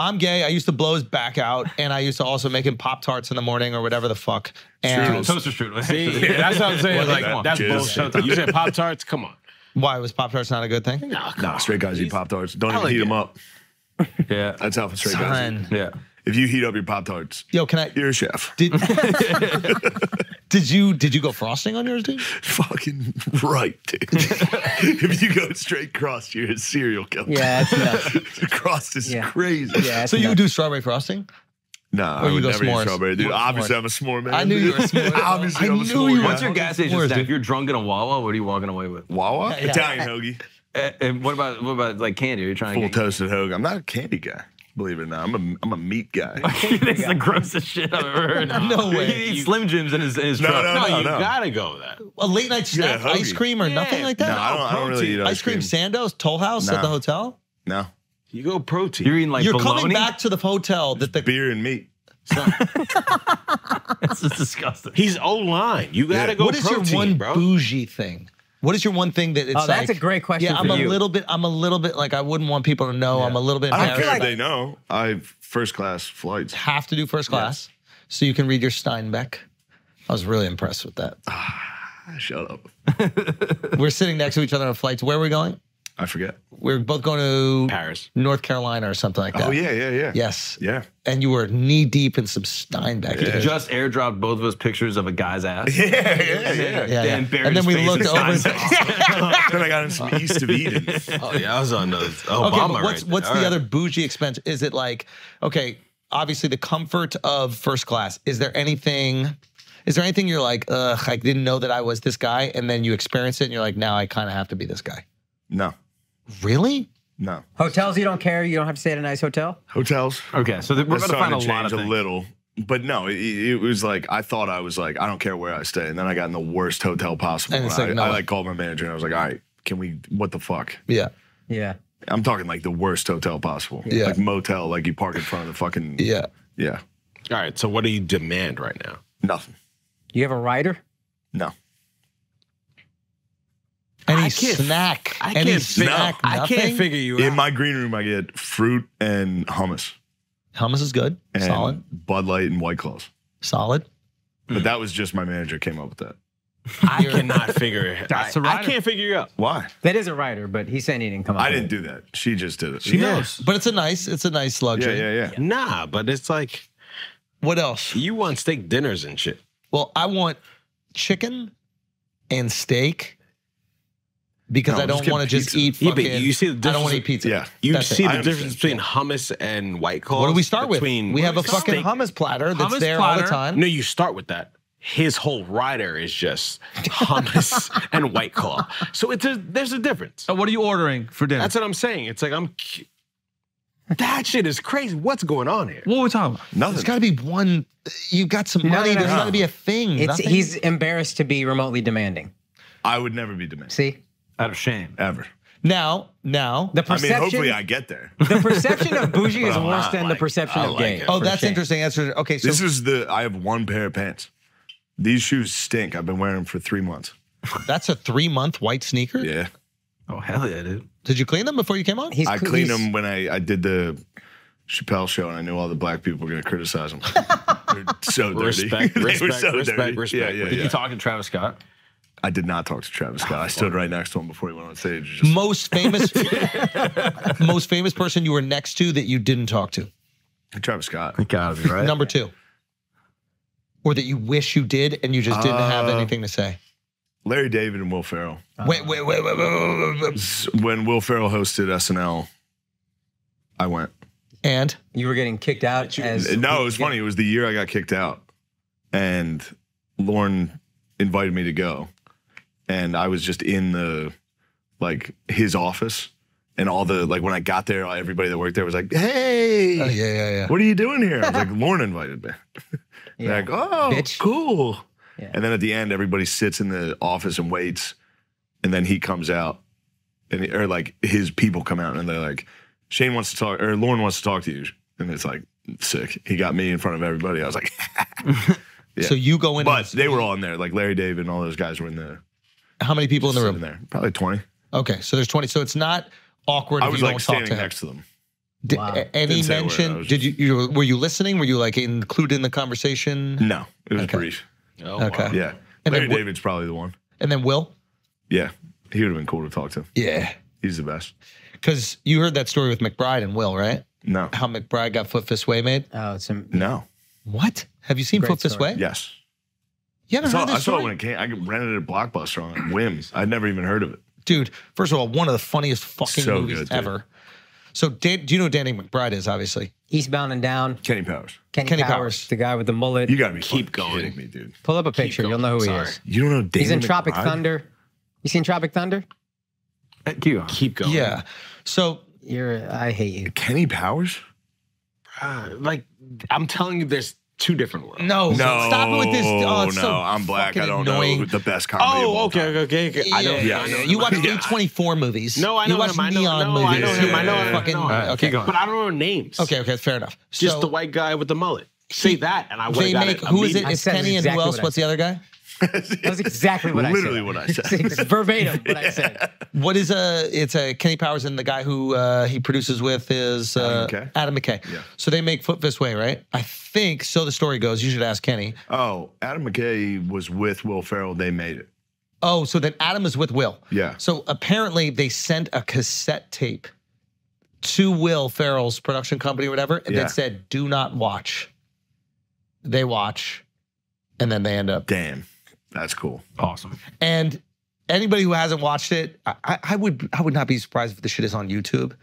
I'm gay. I used to blow his back out, and I used to also make him pop tarts in the morning or whatever the fuck. And
Toaster strudel.
See, that's what I'm saying.
Wasn't
Like,
that
that's
just-
bullshit. You said Pop Tarts? Come on.
why was pop tarts not a good thing?
No,
Nah, straight guys eat pop tarts. Don't
I
even
like
heat
it.
them up.
[laughs] Yeah.
That's how straight guys.
Son.
Eat.
Yeah.
If you heat up your pop tarts,
Yo, can I?
you're a chef.
[laughs] Did, did you did you go frosting on yours, dude?
[laughs] Fucking right,
[laughs]
dude. if you go straight cross, you're a serial killer.
Yeah, that's nuts.
[laughs] cross is
Yeah.
crazy. [laughs]
Yeah, that's
So you
nuts.
do strawberry frosting?
No, I
you
would
go
never
s'mores.
eat strawberry, dude.
Or
Obviously, I'm a s'more man.
I knew you were a
[laughs]
s'more.
Obviously,
I
I'm a
knew
s'more
you
guy.
were.
What's your gas station
Where's
snack?
it?
If you're drunk in a Wawa, what are you walking away with?
Wawa?
Yeah. [laughs]
Italian hoagie.
Eh, And what about what about like candy? Are you trying
Full
to get
toasted hoagie. I'm not a candy guy. Believe it or not, I'm a I'm a meat guy.
[laughs]
[laughs] this is the grossest shit I've ever [laughs] heard.
No way.
He eats Slim Jims in his, in his
No,
truck.
no,
No, you
no.
gotta go with that.
A late night snack,
Yeah,
ice
hoagie.
cream, or nothing like that.
No, I don't, I don't really eat
ice cream, Sandoz, Toll House at
Nah.
the hotel.
No,
You go protein.
You're eating like
You're coming
bologna? [laughs]
back to the hotel that the
beer and meat.
That's just disgusting.
He's O line. You gotta
Yeah.
go
What is
protein,
your one
bro.
bougie thing? What is your one thing that it's
Oh, that's
like-
a great question
Yeah, I'm
for
a
you.
little bit. I'm a little bit like I wouldn't want people to know. I'm a little bit.
I don't
embarrassed.
care if they know. I have first class flights.
Have to do first class, so you can read your Steinbeck. I was really impressed with that.
[sighs] Shut up.
We're sitting next to each other on flights. Where are we going?
I forget.
We're both going to
Paris.
North Carolina or something like that.
Oh yeah, yeah, yeah.
Yes.
Yeah.
And you were knee deep in some Steinbeck.
Yeah.
Just airdropped both of us pictures of a guy's
[laughs]
ass.
Yeah, yeah,
[laughs]
yeah.
Yeah, yeah.
Dan
And then we
Barry's
looked
face
over.
is
Then I got in some East of Eden.
Oh yeah, I was on the Obama
[laughs] Okay, but what's
right
what's
there.
the
All
other
right.
bougie expense? Is it like okay, obviously the comfort of first class? Is there anything? Is there anything you're like, ugh, I didn't know that I was this guy, and then you experience it, and you're like, now I kind of have to be this guy.
[laughs] No,
Really?
no.
Hotels you don't care. You don't have to stay at a nice hotel.
Hotels.
Okay, so th- we're
That's
gonna
starting
find a
to
lot of
change a
things.
little. But no, it, it was like I thought I was like I don't care where I stay, and then I got in the worst hotel possible.
And it's
I,
like, no.
I like called my manager and I was like, all right, can we? What the fuck?
Yeah.
Yeah.
I'm talking like the worst hotel possible.
Yeah.
Like motel, like you park in front of the fucking.
Yeah.
Yeah.
All right. So what do you demand right now?
Nothing.
You have a rider?
No.
Any
can't-
snack?
I
any
can't figure-
snack?
I can't
nothing?
figure you
In
out.
my green room, I get fruit and hummus
Hummus is good.
and
Solid.
Bud Light and White Claws.
Solid.
But that was just my manager came up with that.
I cannot figure it.
That's
I,
the
I
rider.
can't figure you out.
Why?
That is a rider, but he's saying he didn't come up.
I
with
didn't
it.
do that. She just did it.
She
Yeah.
knows.
But it's a nice, it's a nice
yeah,
luxury.
yeah, yeah.
Nah, but it's like
What else?
you want steak dinners and shit.
Well, I want chicken and steak because
No,
I
just
don't
get
want to just
pizza.
eat
Yeah, but
fucking.
you see the
I don't
difference-
want to eat pizza.
Yeah.
You
That's it.
see
I
the difference
understand.
between hummus and white claws.
What do we start with?
between-
We have a
What do we
fucking
start
hummus platter that's
Hummus
there all the
platter.
time.
with? No, you start with that. His whole rider is just hummus and white claw. So it's a, there's a difference.
So what are you ordering for dinner?
That's what I'm saying. It's like I'm. cu- That shit is crazy. What's going on here?
what are we talking about?
Nothing.
There's got to be one. You've got some money.
no,
There's
no.
got to be a thing.
It's,
nothing.
he's embarrassed to be remotely demanding.
I would never be demanded.
See?
Out of shame.
Ever.
now, now.
The
I mean,
perception,
hopefully I get there.
the perception of bougie is
But I'm
worse
not
than the
like-
perception
I
of
like
gay.
it.
oh,
for
that's
shame.
interesting answer. Okay, so
This is the I have one pair of pants. These shoes stink. I've been wearing them for three months.
that's a three-month white sneaker.
Yeah.
Oh hell yeah, dude.
Did you clean them before you came on?
He's,
I
cl-
cleaned
he's-
them when I, I did the Chappelle show and I knew all the black people were going to criticize them. They're so dirty. [laughs]
Respect,
they were
respect,
so
respect,
dirty.
respect.
Yeah, yeah,
Did
Did
yeah.
you talk to Travis Scott?
I did not talk to Travis Scott. I stood right next to him before he went on stage. Just,
most
[laughs]
famous, most famous person you were next to that you didn't talk to.
Travis Scott.
Gotta be right.
Number two. Or that you wish you did and you just didn't have
Uh,
anything to say.
Larry David and Will Ferrell.
Wait, wait, wait, wait, wait, wait, wait, wait.
S- When Will Ferrell hosted SNL, I went.
And
You were getting kicked out as
No, it was funny. It was the year I got kicked out, and Lorne invited me to go, and I was just in the like his office, and all the like when I got there, everybody that worked there was like, "Hey,
oh, yeah, yeah, yeah.
what are you doing here?" I was like, "Lorne invited me."
Yeah.
Like, oh,
Bitch.
cool.
Yeah.
And then at the end, everybody sits in the office and waits, and then he comes out, and he- or like his people come out, and they're like, Shane wants to talk, or Lauren wants to talk to you, and it's like sick. He got me in front of everybody. I was like, [laughs]
So you go in.
but they were all in there, like Larry David and all those guys were in the
how many people in the
in
room?
there, probably twenty.
Okay, so there's 20. So it's not awkward
I
if
was
you
like
don't talk to
standing
him.
next to them.
Did-
Wow.
a- Any
Didn't say a word. I
mention?
was
Did you, you were you listening? Were you like included in the conversation?
No, it was brief.
Oh,
Okay.
wow.
Yeah,
And
Larry
then wh-
David's probably the one.
And then Will?
Yeah, he would have been cool to talk to.
Yeah.
He's the best.
Because you heard that story with McBride and Will, right?
No,
How McBride got Foot Fist Way made.
Oh, some
no,
What? Have you seen
Great
Foot Fist
story.
Way?
yes.
You haven't
saw-
heard this
I saw
story?
it when it came. I rented it at Blockbuster on whims. I'd never even heard of it.
dude. First of all, one of the funniest fucking
So
movies
good, dude.
ever. So, Dan, do you know who Danny McBride is? Obviously,
Eastbound and Down.
Kenny Powers.
Kenny,
Kenny
Powers,
Powers.
the guy with the mullet.
You gotta be
Keep
fucking
going.
kidding me, dude.
Pull up a picture,
going,
you'll know who
sorry.
he is.
You don't know Danny
He's in Tropic
McBride?
Thunder. You seen Tropic Thunder?
Thank you.
Keep going.
yeah. So
You're I hate you.
Kenny Powers?
God, Uh, like I'm telling you, there's two different worlds.
No,
No,
stop it with this. Oh,
no,
it's so
I'm black. I
fucking
don't
annoying.
know the best comedy. of
Oh,
all
okay,
time.
okay, okay, okay. I don't.
Yeah,
I
yeah,
know.
you
[laughs]
watch
Yeah.
A24 movies.
No, I know
You watch
him. I know-
Neon
no, I
movies.
know him. I know him. I
Fucking-
know him. All right,
okay.
keep going.
But I don't know names.
Okay, okay, fair enough.
Just
so
the white guy with the mullet. Say that, and I would
they
have got
make
it.
who is it?
immediately.
It's
I said
Kenny and who
exactly
else?
what I
What's the other guy?
That's exactly what
Literally
I
what I
said.
said.
[laughs] It's verbatim what I said.
What is a? It's a Kenny Powers and the guy who uh, he produces with is uh,
Adam McKay?
Adam McKay.
Yeah.
So they make Foot This Way, right? I think so. The story goes. You should ask Kenny.
Oh, Adam McKay was with Will Ferrell. They made it.
Oh, so then Adam is with Will.
Yeah.
So apparently they sent a cassette tape to Will Ferrell's production company or whatever and
Yeah.
that said, do not watch. They watch and then they end up.
Damn, that's cool.
Awesome.
And anybody who hasn't watched it, I- I, I would I would not be surprised if the shit is on YouTube.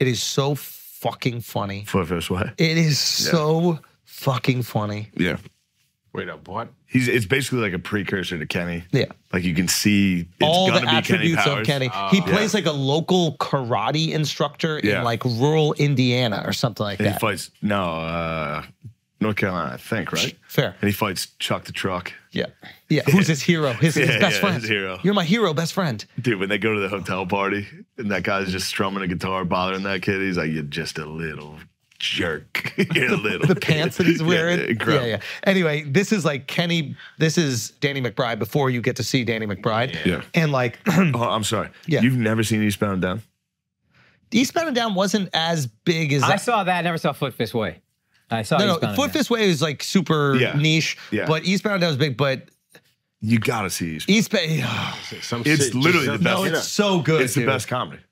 It is so fucking funny.
For first way.
It is so fucking funny.
Yeah.
Wait up, what?
He's it's basically like a precursor to Kenny.
Yeah.
Like you can see it's
all
gonna be
the
Kenny
attributes
Powers. Oh,
of Kenny. he plays like a local karate instructor
Yeah.
in like rural Indiana or something like
And he
that.
fights no, uh North Carolina, I think, right?
Fair.
And he fights Chuck the Truck.
Yeah. Yeah. Who's his hero? His, his
Yeah,
best
yeah,
friend.
his hero.
You're my hero, best friend.
Dude, when they go to the hotel party and that guy's just strumming a guitar, bothering that kid, he's like, You're just a little jerk. [laughs] You're a little
The pants that
[laughs] [laughs]
he's
Yeah,
wearing.
yeah,
Yeah,
incredible.
yeah, Anyway, this is like Kenny, this is Danny McBride before you get to see Danny McBride.
Yeah.
And like [clears throat]
Oh, I'm sorry.
Hmm. Yeah.
You've never seen Eastbound and Down?
Eastbound and Down wasn't as big as
I saw that. I never saw Foot Fist Way. I saw
No, no,
Eastbound
Foot
and Down.
Fist Way is like super
Yeah.
niche,
Yeah.
but Eastbound and Down was big. But
You gotta see Eastbound.
[sighs] Eastbound,
Some
It's
shit
literally
just-
the best.
no,
Yeah.
it's so good.
It's
dude.
the best comedy.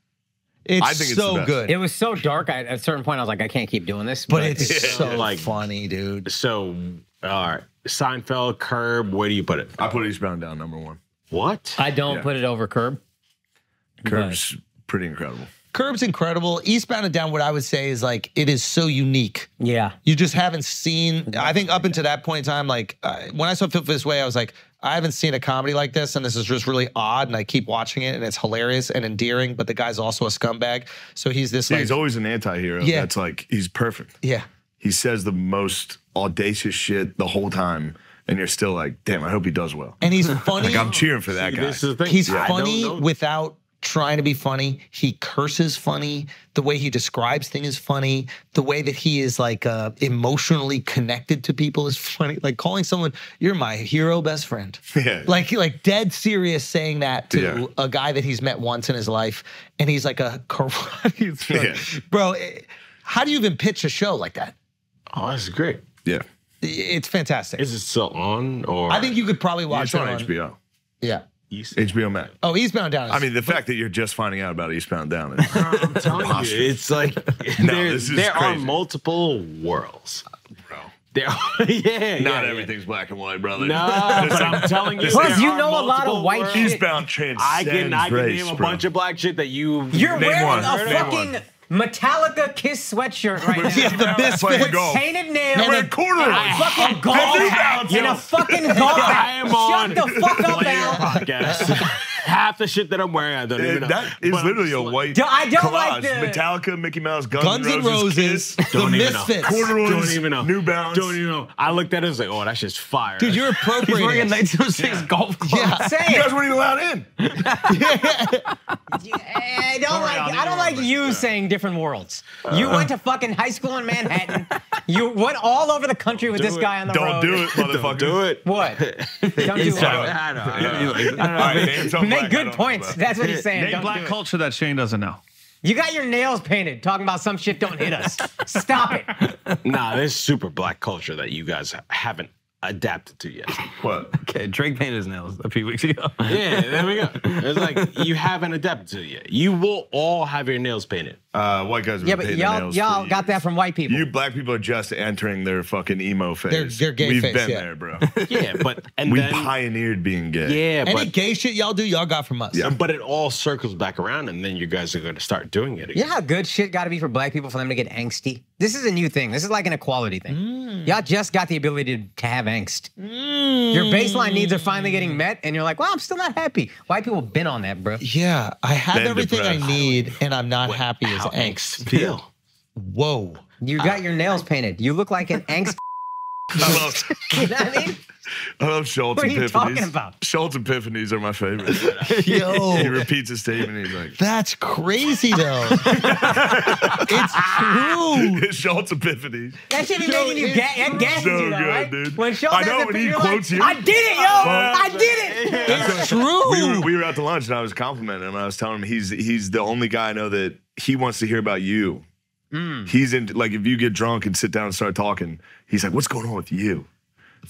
It's
I think it's the
so
best.
good.
It was so dark. I, at a certain point, I was like, I can't keep doing this.
but it's
[laughs]
so
like-
funny, dude.
So, all right, Seinfeld, Curb. Where do you put it? Uh,
I put Eastbound and Down number one.
What?
I don't
Yeah.
put it over curb.
Curb's pretty incredible.
Curb's incredible. Eastbound and Down, what I would say is like it is so unique.
Yeah.
You just haven't seen. I think up until that point in time, like uh, when I saw Fifth This Way, I was like, I haven't seen a comedy like this, and this is just really odd. And I keep watching it, and it's hilarious and endearing. But the guy's also a scumbag, so he's this
Yeah,
like,
he's always an anti-hero.
Yeah.
That's like he's perfect.
yeah,
He says the most audacious shit the whole time, and you're still like, damn, I hope he does well.
and he's
[laughs]
funny.
Like I'm cheering for that guy.
This is the thing.
He's
I don't
funny
know.
without trying to be funny. He curses funny. The way he describes things is funny. The way that he is like uh, emotionally connected to people is [laughs] funny. Like calling someone, "You're my hero, best friend."
[laughs] Yeah.
Like like dead serious saying that to
Yeah.
a guy that he's met once in his life, and he's like a [laughs] karate instructor.
Yeah.
Bro, eh, how do you even pitch a show like that?
Oh, that's great.
yeah,
I- It's fantastic.
Is it still on or?
I think you could probably watch
it's
it
on
on-
HBO.
Yeah.
HBO Max.
Oh, Eastbound and Down. Is,
I mean, the fact that you're just finding out about Eastbound Down.
[laughs]
Is,
I'm telling you, it's
[laughs]
like [laughs] there,
this is
there are
crazy. Uh,
multiple worlls, bro. There, are, [laughs] yeah,
not
yeah,
everything's black and white, brother.
Yeah. No, but I'm telling you,
Plus,
there
you
are
know a lot of
multiple
white
worlds.
shit.
Eastbound transcends
I can, I can
race,
name a
bro.
bunch of black shit that you.
You're
Name
wearing
one.
a
Name
fucking Metallica Kiss sweatshirt
[laughs]
right now.
yeah, the
Fucking
misfits.
gold.
Painted nails.
Wearing corduroys.
fucking golf
[laughs]
hat and a fucking golf
I
hat.
am on.
Shut the fuck up,
Player
Al.
podcast. [laughs] Half the shit that I'm wearing, I don't even know.
That is
But I'm
literally
just
a
like-
white
Do- I don't
collage.
like the-
Metallica, Mickey Mouse, Guns,
Guns N' Roses,
Kiss,
the
Don't even know.
misfits.
corduroys,
Don't even know.
New Balance.
Don't even know. I looked at it. I was like, oh, that shit's fire.
[laughs]
Dude, you're
He's
appropriating.
wearing a
it.
1906 golf club.
Yeah.
Say
you
it.
guys weren't even allowed in.
I don't like I don't like you saying different worlds.
Uh,
You went to fucking high school in Manhattan. you went all over the country with this
it.
guy on the
Don't
road.
do it, motherfucker.
Don't do it.
[laughs]
What? Don't do it.
I know, I know.
All right, name something black I
Make
don't
good
know
points.
about.
That's what he's saying.
Name
Don't
black
do it.
culture that Shane doesn't know.
You got your nails painted talking about some shit don't hit us.
[laughs]
Stop it.
Nah, there's super black culture that you guys haven't adapted to yet.
What?
Okay, Drake painted his nails a few weeks [laughs] ago.
[laughs] Yeah, there we go. It's like you haven't adapted to it yet. You will all have your nails painted.
Uh, white guys. have been
Yeah, but
painting
y'all
nails
y'all
for
got that
years.
from white people.
You black people are just entering their fucking emo phase.
Their- their gay
We've
phase,
been
yeah.
there,
[laughs]
bro.
Yeah, but and
we
then
pioneered being gay.
yeah,
Any
but
gay shit y'all do, y'all got from us.
but it all circles back around, and then you guys are going to start doing it.
You know
Again.
how good shit got to be for black people for them to get angsty? This is a new thing. This is like an equality thing.
Mm.
Y'all just got the ability to, to have angst. Your baseline needs are finally getting met, and you're like, well, I'm still not happy. White people been on that, bro.
Yeah, I have
Been
everything
depressed.
I need, and I'm not happy as
How
angst.
angst feel?
Whoa.
You got your nails painted. You look like an angst. [laughs]
I love,
you know what I mean?
I love Schultz
What are you
epiphanies.
talking about?
Schultz epiphanies are my favorite. [laughs]
[laughs]
he
Yo,
repeats a statement. He's like, [laughs]
that's crazy though. it's true.
Schultz epiphanies.
That should be
Yo,
making you
it's
ga- that gasses
so
you, though,
good,
right?
dude.
When Schultz
I know
has
when
a picture,
he
you're
quotes
like,
you.
I did it, yo! I did it!
It's true.
We were, we were out to lunch and I was complimenting him. I was telling him he's he's the only guy I know that he wants to hear about you.
Hmm.
He's in like if you get drunk and sit down and start talking, he's like, "What's going on with you?"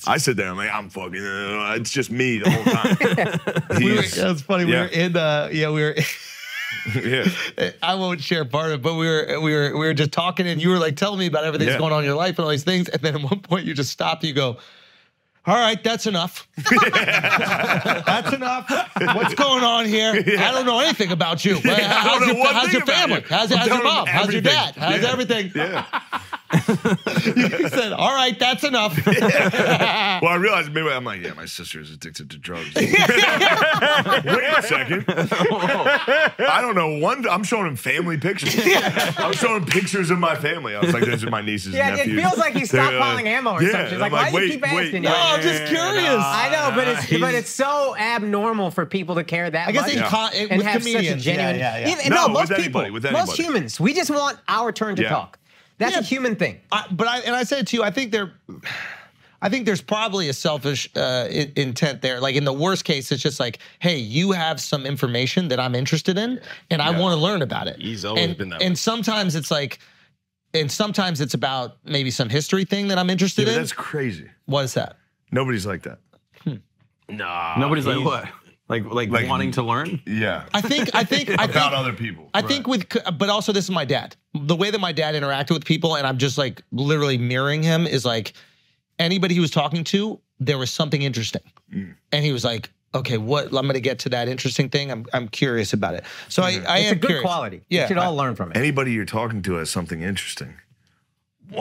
I sit there. I'm like, "I'm fucking. uh, it's just me the whole time."
[laughs]
He's-
that's funny. We
Yeah.
were in. Uh, yeah, we were.
[laughs] yeah.
I won't share part of it, but we were we were we were just talking, and you were like telling me about everything that's
Yeah.
going on in your life and all these things, and then at one point you just stopped. And you go, "All right,
[laughs]
that's enough. that's enough. What's going on
[laughs]
here? I don't know anything about you. But
I don't
how's
know
your,
one
how's
thing
your
about
family?
you.
How's,
I'm
how's your
telling
mom?
you
How's your
everything. Yeah.
dad? How's everything?" [laughs]
Yeah.
You said, "All right, that's enough."
[laughs] Well, I realized maybe I'm like, yeah, my sister is addicted to
[laughs]
drugs. Wait a
[laughs]
second. I don't know. One, I'm showing him family pictures. I was showing him pictures of my family. I was like, those are my nieces.
Yeah,
and
it
nephews.
feels like he's
They're,
stockpiling ammo or
yeah.
something. She's
And
like,
I'm
why do
wait,
you keep
wait,
asking?
no,
You're like,
Oh, I'm just curious.
I know, but it's
Uh,
he's-
but it's so abnormal for people to care that
I guess
much
in con- it-
and
with
have such a
comedians, yeah,
genuine.
yeah, yeah.
Even-
No,
no, most
with
people,
anybody, with
most
anybody.
humans, we just want our turn to
Yeah.
talk. That's
Yeah.
a human thing.
I, but I and I said it to you, I think there, I think there's probably a selfish uh, I- intent there. Like in the worst case, it's just like, hey, you have some information that I'm interested in, and I want to learn about it.
He's always
and,
been that
And
way.
sometimes it's like, and sometimes it's about maybe some history thing that I'm interested
Dude,
in.
that's crazy.
What is that?
Nobody's like that.
Nah.
Nobody's like
he's-
what? Like, like
Like-
wanting to learn?
Yeah.
I think I think I
About
think
other people.
I think with, but also this is my dad. The way that my dad interacted with people, and I'm just like literally mirroring him, is like anybody he was talking to, there was something interesting, and he was like, "Okay, what? I'm going to get to that interesting thing. I'm I'm curious about it." So I, I
It's
am
a good
curious.
quality.
Yeah,
we should
I-
all learn from it.
Anybody you're talking to has something interesting. [laughs]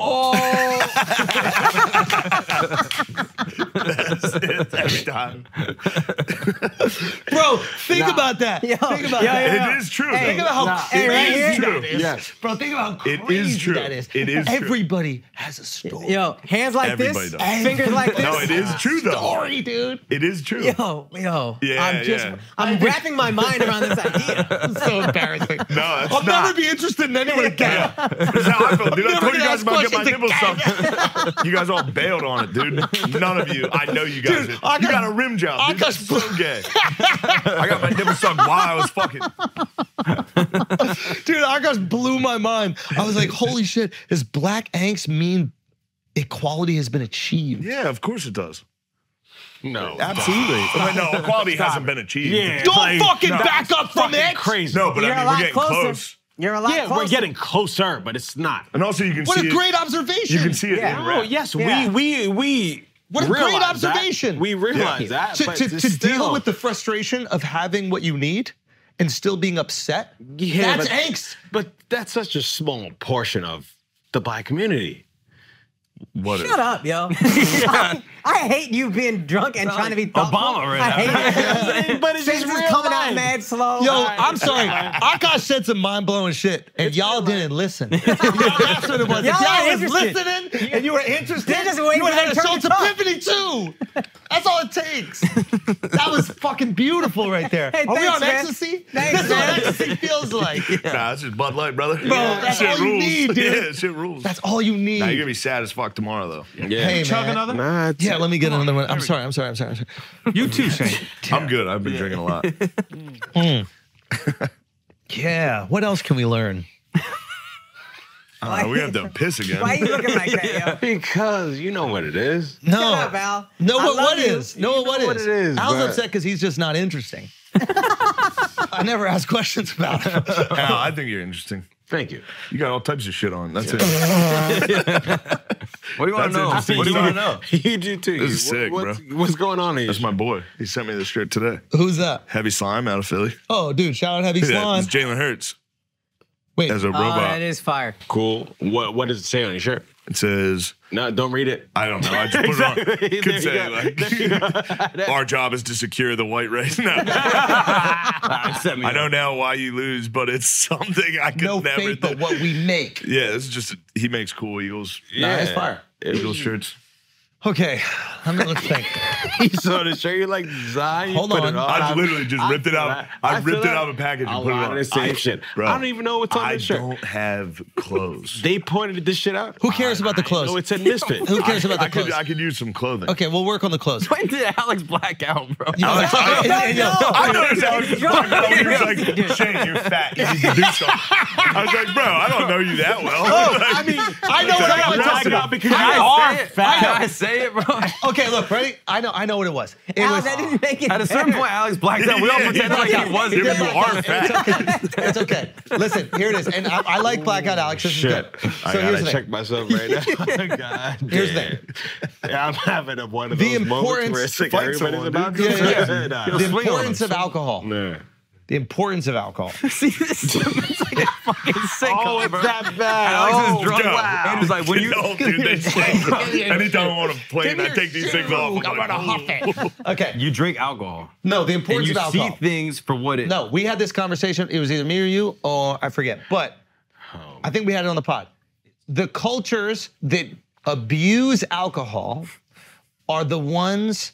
Whoa. Every time.
bro. Think about that.
Yo,
Think about
yo,
that.
yo, yo.
It is true.
Hey,
though.
Think about how
Nah,
crazy
hey, right here.
that
True.
is, bro. Think about how
It is
crazy
true.
that is.
It is true.
Everybody has a story.
Yo, hands like
Everybody
this,
does.
fingers like this.
No, it is true though.
Story, dude.
It is true.
Yo, yo,
Yeah,
I'm just,
yeah.
I'm wrapping my mind around this
[laughs]
idea.
So embarrassing.
[laughs]
No, it's
I'll
not.
never be interested in anyone again.
Yeah. [laughs] That's how I
[laughs]
feel, dude. I
Never
told you
gonna
guys
ask
about getting my nipples
questions [laughs]
sucked. [laughs] You guys all bailed on it, dude. None of you. I know you guys.
Dude,
did.
I
you
got-
got a rim job.
I
dude.
got-
That's so
[laughs]
gay. I got my nipples sucked while I was fucking.
Dude, Akash blew my mind. I was like, holy shit, does black angst mean equality has been achieved?
Yeah, of course it does.
No.
Absolutely. But no, equality hasn't been achieved.
Yeah.
Don't
Like,
fucking
no,
back up from
fucking
it.
Crazy.
No, but
You're
I
a
mean,
lot
we're getting
closer.
close.
You're a lot
Yeah,
closer.
we're getting closer, but it's not.
And also, you can
What
see
a great
it.
observation.
You can see it
Yeah.
in
Oh
rap.
yes,
Yeah.
we we we.
What a great
realize that.
observation.
We realize
Yeah.
that.
to,
but
to,
it's
to
still-
deal with the frustration of having what you need and still being upset.
Yeah,
that's
but-
angst.
but that's such a small portion of the black community.
What
Shut up, yo. I hate you being drunk and trying to be thoughtful.
Obama right
I
now.
[laughs]
hate it.
[laughs] but it's
Things
just
is
real
coming
life.
out mad slow.
Yo, I'm sorry. Akash said some mind blowing shit, and y'all didn't
[laughs]
listen. y'all, that's what it was. If
Y'all
y'all
are
was
interested.
listening, and you were interested.
They're just waiting
you would
for
have had a
their turn
Schultz
to talk.
epiphany too. That's all it takes. that was fucking beautiful right there.
[laughs] Hey,
are we
thanks,
on
man.
ecstasy?
Thanks,
That's what
man.
ecstasy feels like.
Nah, it's just Bud Light, brother. Bro,
that's all you need,
[laughs]
dude.
Yeah, shit rules.
That's all you need.
now you're gonna be sad as fuck tomorrow, though.
Yeah.
hey,
Chug
man.
another?
Nah,
Yeah, let me get another one. I'm sorry. I'm sorry. I'm sorry. I'm sorry.
You too, Shane.
I'm good. I've been drinking a lot. Oh,
Yeah. What else can we learn?
Uh, we have to piss again.
[laughs] Why are you looking like that, yo?
because you know what it is.
[laughs] No.
Shut up, Al.
No,
I
what,
love
what
you.
is? No, what,
what
is?
it is,
Al's
but-
upset because he's just not interesting.
[laughs]
I never ask questions about him.
Al, I think you're interesting.
Thank you.
You got all types of shit on. That's it.
What do you want
That's
to know? What
interesting.
do you
What
want
do
to know?
[laughs] You do too.
This is sick,
what's, What's going on here?
That's my boy. He sent me this shirt today.
Who's that?
Heavy slime out of Philly.
Oh, dude, shout out Heavy
Yeah,
Slime.
it's Jalen Hurts
Wait,
as a
Oh,
robot.
that is fire.
cool. What What does it say on your shirt?
It says,
No, don't read it.
I don't know. I just [laughs] put it
[laughs] Exactly.
on.
There
Could
you
say, [laughs]
go.
like, our job is to secure the white race. [laughs] No.
Set me
I
up. [laughs]
don't know why you lose, but it's [laughs] something I could
No
never
faith, but
think-
what we make.
Yeah, this is just, he makes cool Eagles.
Yeah, it's fire.
Eagles shirts.
Okay, let me let's
[laughs]
think.
so to show you like design, you
Hold
put
on.
it on.
I literally just ripped it out. I ripped it out of a package and put it on.
The same
I-
shit.
Bro,
I don't even know what's on
I
this shirt.
don't have clothes.
They pointed this shit out.
Who cares about the
No,
clothes?
it's a misfit.
Who cares about
I
the
could,
clothes?
I could use some clothing.
Okay, we'll work on the clothes.
When did Alex black out, bro?
You know, like- and- and- yo,
I noticed I was like, I was like, Shane, you're fat. You need to do something. I was like, bro, I don't know you that well. [laughs]
Oh,
[laughs]
I mean, I know what I'm talking about because
Can I
you
say
are
it?
fat.
Can I say it, bro?
[laughs] Okay, look, ready? I know, I know what it was. It
Al,
was.
that didn't make it.
At a certain
better.
point, Alex blacked out. [laughs] We all pretended like he wasn't.
You are fat.
It's okay. Listen, here it is, and I, I like blackout Alex. This is
Shit.
good.
I
So here's
gotta
the
check
thing.
myself right
[laughs]
now. [laughs] God
Here's the
damn. Yeah, I'm having a one of
The
those moments where
importance-
it's like
Fight
everybody's
someone,
about to.
dude.
Yeah, yeah.
[laughs] Nah.
The importance of alcohol.
Nah.
The importance of
[laughs]
alcohol.
See, this is like a fucking sicko,
Oh, it's
bro.
that bad.
Alex
Oh,
is drunk.
go.
And he's like, when you
no, dude,
[laughs]
they stink. Anytime I want to play,
Give me
I
your
take these things off. I'm like, oh.
[laughs] Okay.
you drink alcohol
No, the
and
importance
you
of
see
alcohol.
things for what it.
No, we had this conversation. It was either me or you, or I forget. But I think we had it on the pod. The cultures that abuse alcohol are the ones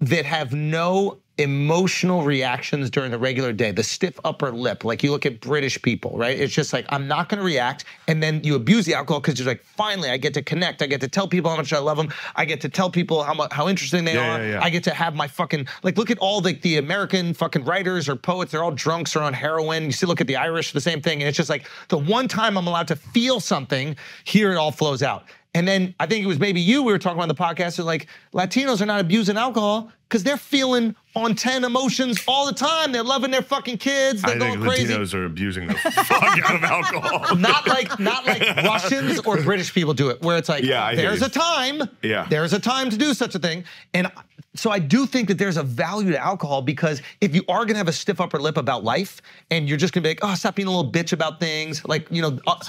that have no emotional reactions during the regular day. The stiff upper lip, like you look at British people, right? It's just like I'm not going to react, and then you abuse the alcohol because you're like, finally, I get to connect. I get to tell people how much I love them. I get to tell people how mu- how interesting they
Yeah,
are.
yeah, yeah.
I get to have my fucking like look at all the, the American fucking writers or poets. They're all drunks or on heroin. You see, look at the Irish, the same thing. And it's just like the one time I'm allowed to feel something, here it all flows out. And then I think it was maybe you we were talking about on the podcast. that like Latinos are not abusing alcohol because they're feeling on ten emotions all the time. They're loving their fucking kids. They're
I
going
think
crazy.
Latinos are abusing the [laughs] fuck out of
[laughs]
alcohol.
Not like not
[laughs]
like Russians or British people do it, where it's like
Yeah, I hear
there's
you.
a time.
Yeah.
There's a time to do such a thing. And so I do think that there's a value to alcohol because if you are gonna have a stiff upper lip about life and you're just gonna be like, oh, stop being a little bitch about things, like you know, uh,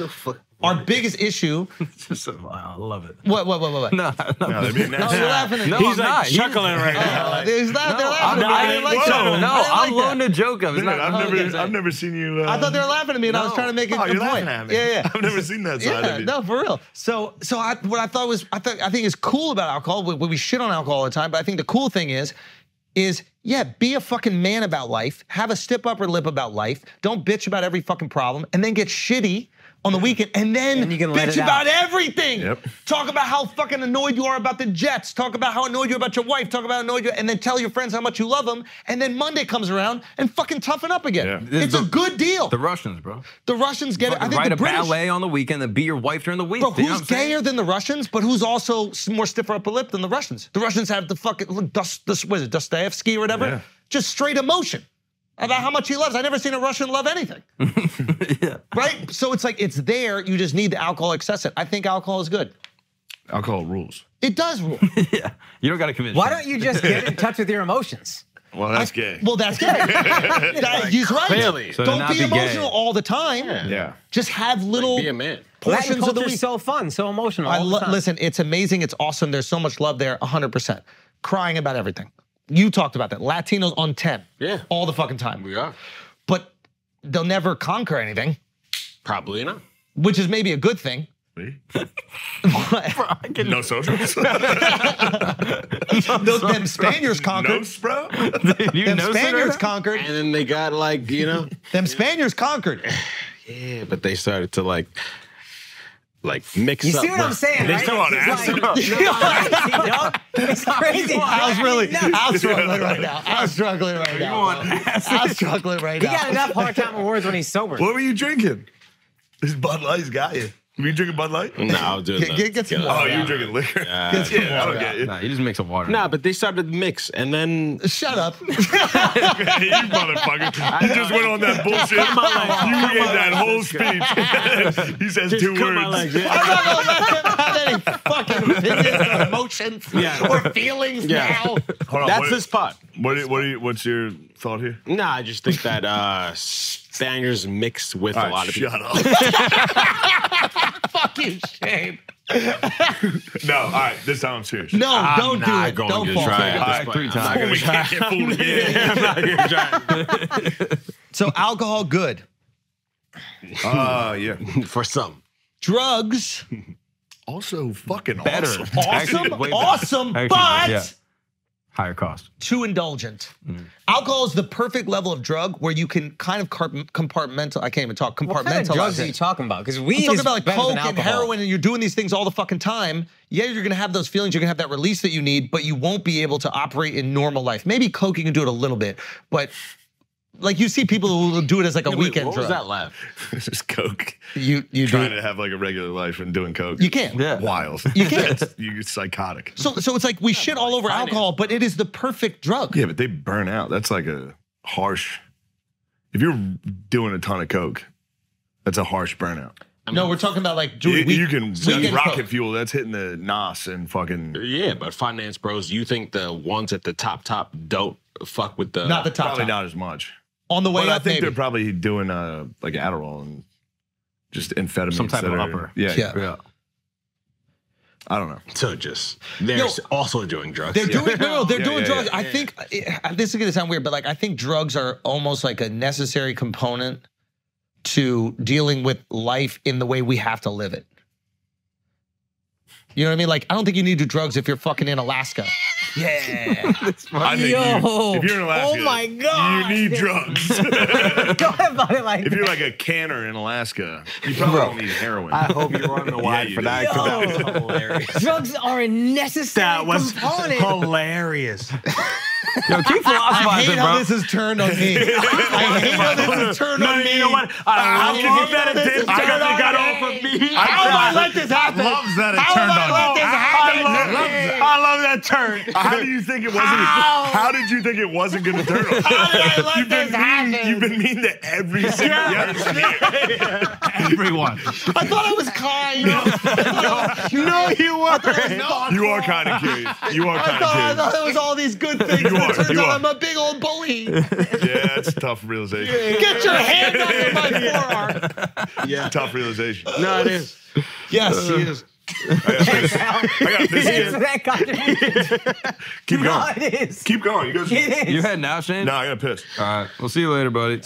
our biggest issue.
[laughs] Just, wow, I love it.
What what what what? what?
No, no,
No, I mean, that's-
Oh, you're laughing at
no,
me.
I'm not. You-
right
Uh, there's that.
No,
they're laughing.
I'm-
at me. I
I-
didn't like that.
no, no,
I didn't
I'm
like that.
loading a joke up. It's
Dude,
not,
I've
okay,
never,
sorry.
I've never seen you. Uh,
I thought they were laughing at me, and I was
No.
trying to make a
Oh,
good
you're
point.
laughing at me.
Yeah, yeah.
I've never seen that side
Yeah,
of you.
no, for real. So, so I, what I thought was, I thought, I think is cool about alcohol. We, we shit on alcohol all the time, but I think the cool thing is, is yeah, be a fucking man about life. Have a stiff upper lip about life. Don't bitch about every fucking problem, and then get shitty on the weekend, and then
And you can let
bitch
it out.
about everything.
Yep.
Talk about how fucking annoyed you are about the Jets. Talk about how annoyed you are about your wife. Talk about how annoyed you, and then tell your friends how much you love them. And then Monday comes around and fucking toughen up again.
Yeah.
It's a
The-
good deal.
The Russians, bro.
The Russians get it. I
Fucking
think
write
the
a
British.
ballet on the weekend and beat your wife during the week.
Bro,
you know what
who's
I'm saying?
gayer than the Russians, but who's also s- more stiffer upper lip than the Russians? The Russians have the fucking look, Dust, this, what is it, Dostoevsky or whatever?
Yeah.
Just straight emotion about how much he loves. i never seen a Russian love anything.
[laughs]
Right? So it's like it's there. You just need the alcohol excess it. I think alcohol is good.
Alcohol rules.
It does rule.
You don't got to commit.
[laughs] Why
shit.
don't you just get in touch with your emotions?
Well, [laughs] that's gay.
well,
[laughs]
that's gay. That- he's right.
clearly. So
to
Don't
not
be,
be gay.
emotional all the time.
yeah.
Just have little
Be a man.
Latin
portions of the
culture
week.
is so fun, so emotional.
I
all the
lo-
time.
listen, it's amazing. It's awesome. There's so much love there, 100%. Crying about everything. You talked about that. Latinos on 10.
Yeah.
All the fucking time.
We are.
But they'll never conquer anything,
Probably not.
which is maybe a good thing.
Me? [laughs] no socials.
Those, them Spaniards
no
conquered.
bro.
you
them
know
Spaniards
Senator?
conquered.
And then they got like, you know,
Them Spaniards conquered.
[laughs] yeah, but they started to like, like mix
You
up.
see what I'm
with-
saying?
They
right?
still on
It's
acid.
like- Dog, It's crazy.
I was really,
No,
I was struggling right now. I was struggling right now.
on
bro. I was struggling right
he
now.
got enough hard time awards when he's sober.
what were you drinking? This Bud Light's got you. Were you drinking Bud Light?
No, I was doing
Get-
the-
get- get some
yeah.
water.
Oh, you were drinking liquor. [laughs]
Yeah.
yeah, I don't get you.
Nah, you just mix a water.
Nah, but they started to mix, and then
Shut up.
[laughs] you motherfucker. [laughs] You just went on that bullshit. you gave that whole speech. [laughs] he says two
cut my
words.
legs. [laughs] Yeah.
I'm not gonna let them [laughs] have any fucking opinions or emotions
Yeah.
or feelings
Yeah.
now.
Hold on,
That's
what-
the spot.
What, do you- what do you, what's your thought here?
Nah, I just think [laughs] that uh Spaniards mixed with a lot of
[laughs]
people.
shut up.
Fuck you, Shane.
No, all right. This time I'm serious.
No,
I'm
don't do
not
it.
going
Don't
to
fall
try
for
it.
it.
All
right,
three
I'm not gonna try- get fooled again.
I'm not gonna try it.
So alcohol, good.
Uh, [laughs] yeah.
[laughs] For some.
Drugs,
[laughs] Also, fucking
Better.
awesome.
Actually,
[laughs] awesome,
way better.
awesome,
Actually,
but
yeah. Higher cost.
too indulgent. Alcohol is the perfect level of drug where you can kind of car- compartmental. I can't even talk. Compartmentalize.
What kind of drugs
it.
are you talking about? Because we
I'm talking about like coke and heroin, and you're doing these things all the fucking time. Yeah, you're gonna have those feelings. You're gonna have that release that you need, but you won't be able to operate in normal life. Maybe coke you can do it a little bit, but like you see people who will do it as like a
Wait,
weekend
what was
drug.
that laugh?
This is coke.
You
[laughs]
you do
Trying
it.
to have like a regular life and doing coke.
You can't.
Yeah.
Wild. [laughs]
You can't.
You're psychotic.
So so it's like we shit all over alcohol, but it is the perfect drug.
Yeah, but they burn out. That's like a harsh. If you're doing a ton of coke, that's a harsh burnout.
no, we're talking about like
You,
doing week-
you can
weekend
rocket
coke.
fuel. That's hitting the nos and fucking.
Yeah, but finance bros, you think the ones at the top top don't fuck with the
Not the top.
Probably
top.
not as much.
On the way
But
up,
I think
maybe.
they're probably doing uh like Adderall and just amphetamines.
Some type
that are-
of upper.
Yeah,
Yeah.
Yeah.
I don't know.
So just they're
Yo.
s- also doing drugs.
They're
[laughs]
Yeah.
doing no, no, they're
Yeah,
doing
yeah,
drugs.
yeah.
I think uh, this is gonna sound weird, but like I think drugs are almost like a necessary component to dealing with life in the way we have to live it. You know what I mean? Like I don't think you need to do drugs if you're fucking in Alaska.
[laughs]
I think
Yo.
you, if you're in Alaska,
Oh my God.
you need drugs.
[laughs] Don't about it like
if you're like a canner in Alaska, you probably don't need heroin.
I hope you're
[laughs]
on the wide
you
for
do.
that. 'cause that was hilarious.
[laughs] drugs are a necessary
That was
component.
[laughs]
hilarious.
Yo, keep
I
philosophizing,
hate how
bro.
this is turned on
[laughs]
me. I hate how this is turned on me.
You know what? I, I,
love
give you that
this.
a diss
I
because it
love
got
it.
off of me.
How have I let this happen?
Loves that it
How
turned
have I
on
let
you.
this
I
happen?
love, I love that turn.
[laughs] How do you think it wasn't? How, did you think it wasn't going to turn on?
How did
[laughs]
I let
You've been,
this
mean,
happen?
you've been mean to every single yeah. [laughs]
Everyone.
I thought I
[laughs]
was kind. [laughs] No, you weren't.
You are kind of curious. You are
I thought, I
kind of
thought it was all these good things.
You
and
are,
it turns
you
out
are.
I'm a big old bully.
curious. Yeah, that's a tough realization.
Get
[laughs]
your hand out of my forearm.
Yeah.
Tough realization.
No, it is.
Yes, he is.
I got
[laughs]
this.
It's
kid.
that contribution.
Keep
No,
going.
[laughs] it is.
Keep going.
[laughs]
You guys.
It is.
You heading out, Shane?
No, I got to piss.
All right. We'll see you later,
[laughs]
buddy.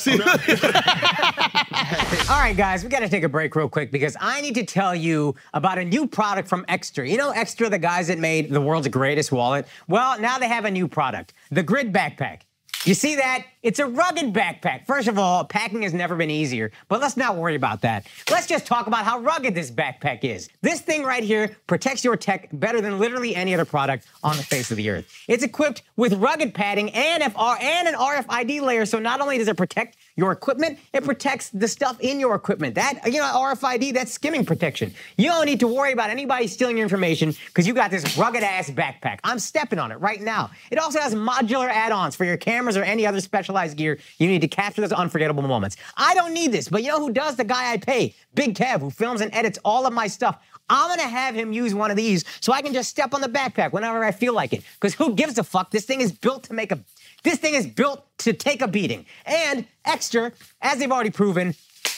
All right, guys, we got to take a break real quick because I need to tell you about a new product from Extra. You know, Extra, the guys that made the world's greatest wallet? Well, now they have a new product the Grid Backpack. You see that? It's a rugged backpack. First of all, packing has never been easier, but let's not worry about that. Let's just talk about how rugged this backpack is. This thing right here protects your tech better than literally any other product on the face of the earth. It's equipped with rugged padding and, FR, and an RFID layer, so not only does it protect your equipment, it protects the stuff in your equipment. That, you know, RFID, that's skimming protection. You don't need to worry about anybody stealing your information because you got this rugged ass backpack. I'm stepping on it right now. It also has modular add ons for your cameras or any other specialized gear you need to capture those unforgettable moments. I don't need this, but you know who does? The guy I pay, Big Kev, who films and edits all of my stuff. I'm gonna have him use one of these so I can just step on the backpack whenever I feel like it. Because who gives a fuck? This thing is built to make a this thing is built to take a beating. And Extra, as they've already proven,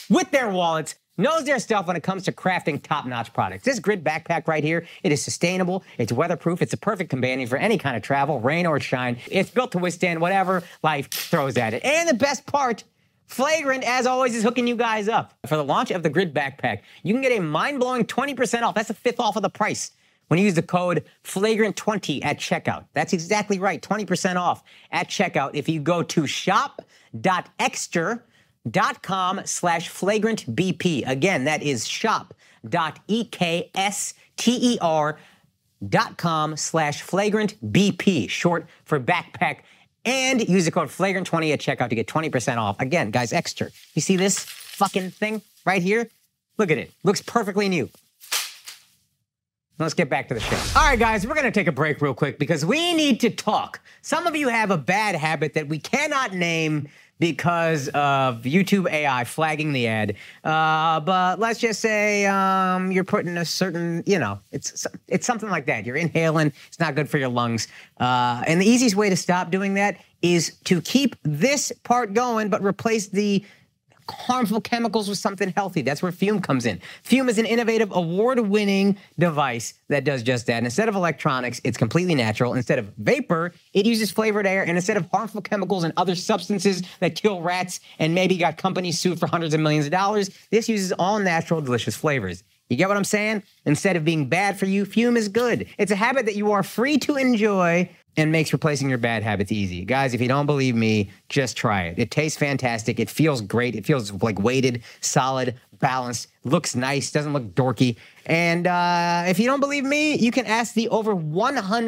with their wallets, knows their stuff when it comes to crafting top-notch products. This grid backpack right here, it is sustainable, it's weatherproof, it's a perfect companion for any kind of travel, rain or shine. It's built to withstand whatever life throws at it. And the best part, Flagrant, as always, is hooking you guys up. For the launch of the Grid Backpack, you can get a mind-blowing 20% off. That's a fifth off of the price when you use the code flagrant20 at checkout. That's exactly right, 20% off at checkout if you go to shop.exter.com slash flagrantbp. Again, that is E shop.ekster E dot com slash flagrant BP, short for backpack, and use the code flagrant20 at checkout to get 20% off. Again, guys, extra. You see this fucking thing right here? Look at it. Looks perfectly new. Let's get back to the show. All right, guys, we're going to take a break real quick because we need to talk. Some of you have a bad habit that we cannot name because of YouTube AI flagging the ad. Uh, but let's just say um, you're putting a certain, you know, it's it's something like that. You're inhaling; it's not good for your lungs. Uh, and the easiest way to stop doing that is to keep this part going, but replace the harmful chemicals with something healthy. That's where Fume comes in. Fume is an innovative, award winning device that does just that. And instead of electronics, it's completely natural. Instead of vapor, it uses flavored air. And instead of harmful chemicals and other substances that kill rats and maybe got companies sued for hundreds of millions of dollars, this uses all natural, delicious flavors. You get what I'm saying? Instead of being bad for you, fume is good. It's a habit that you are free to enjoy and makes replacing your bad habits easy. Guys, if you don't believe me, just try it. It tastes fantastic. It feels great. It feels like weighted, solid, balanced, looks nice, doesn't look dorky. And uh, if you don't believe me, you can ask the over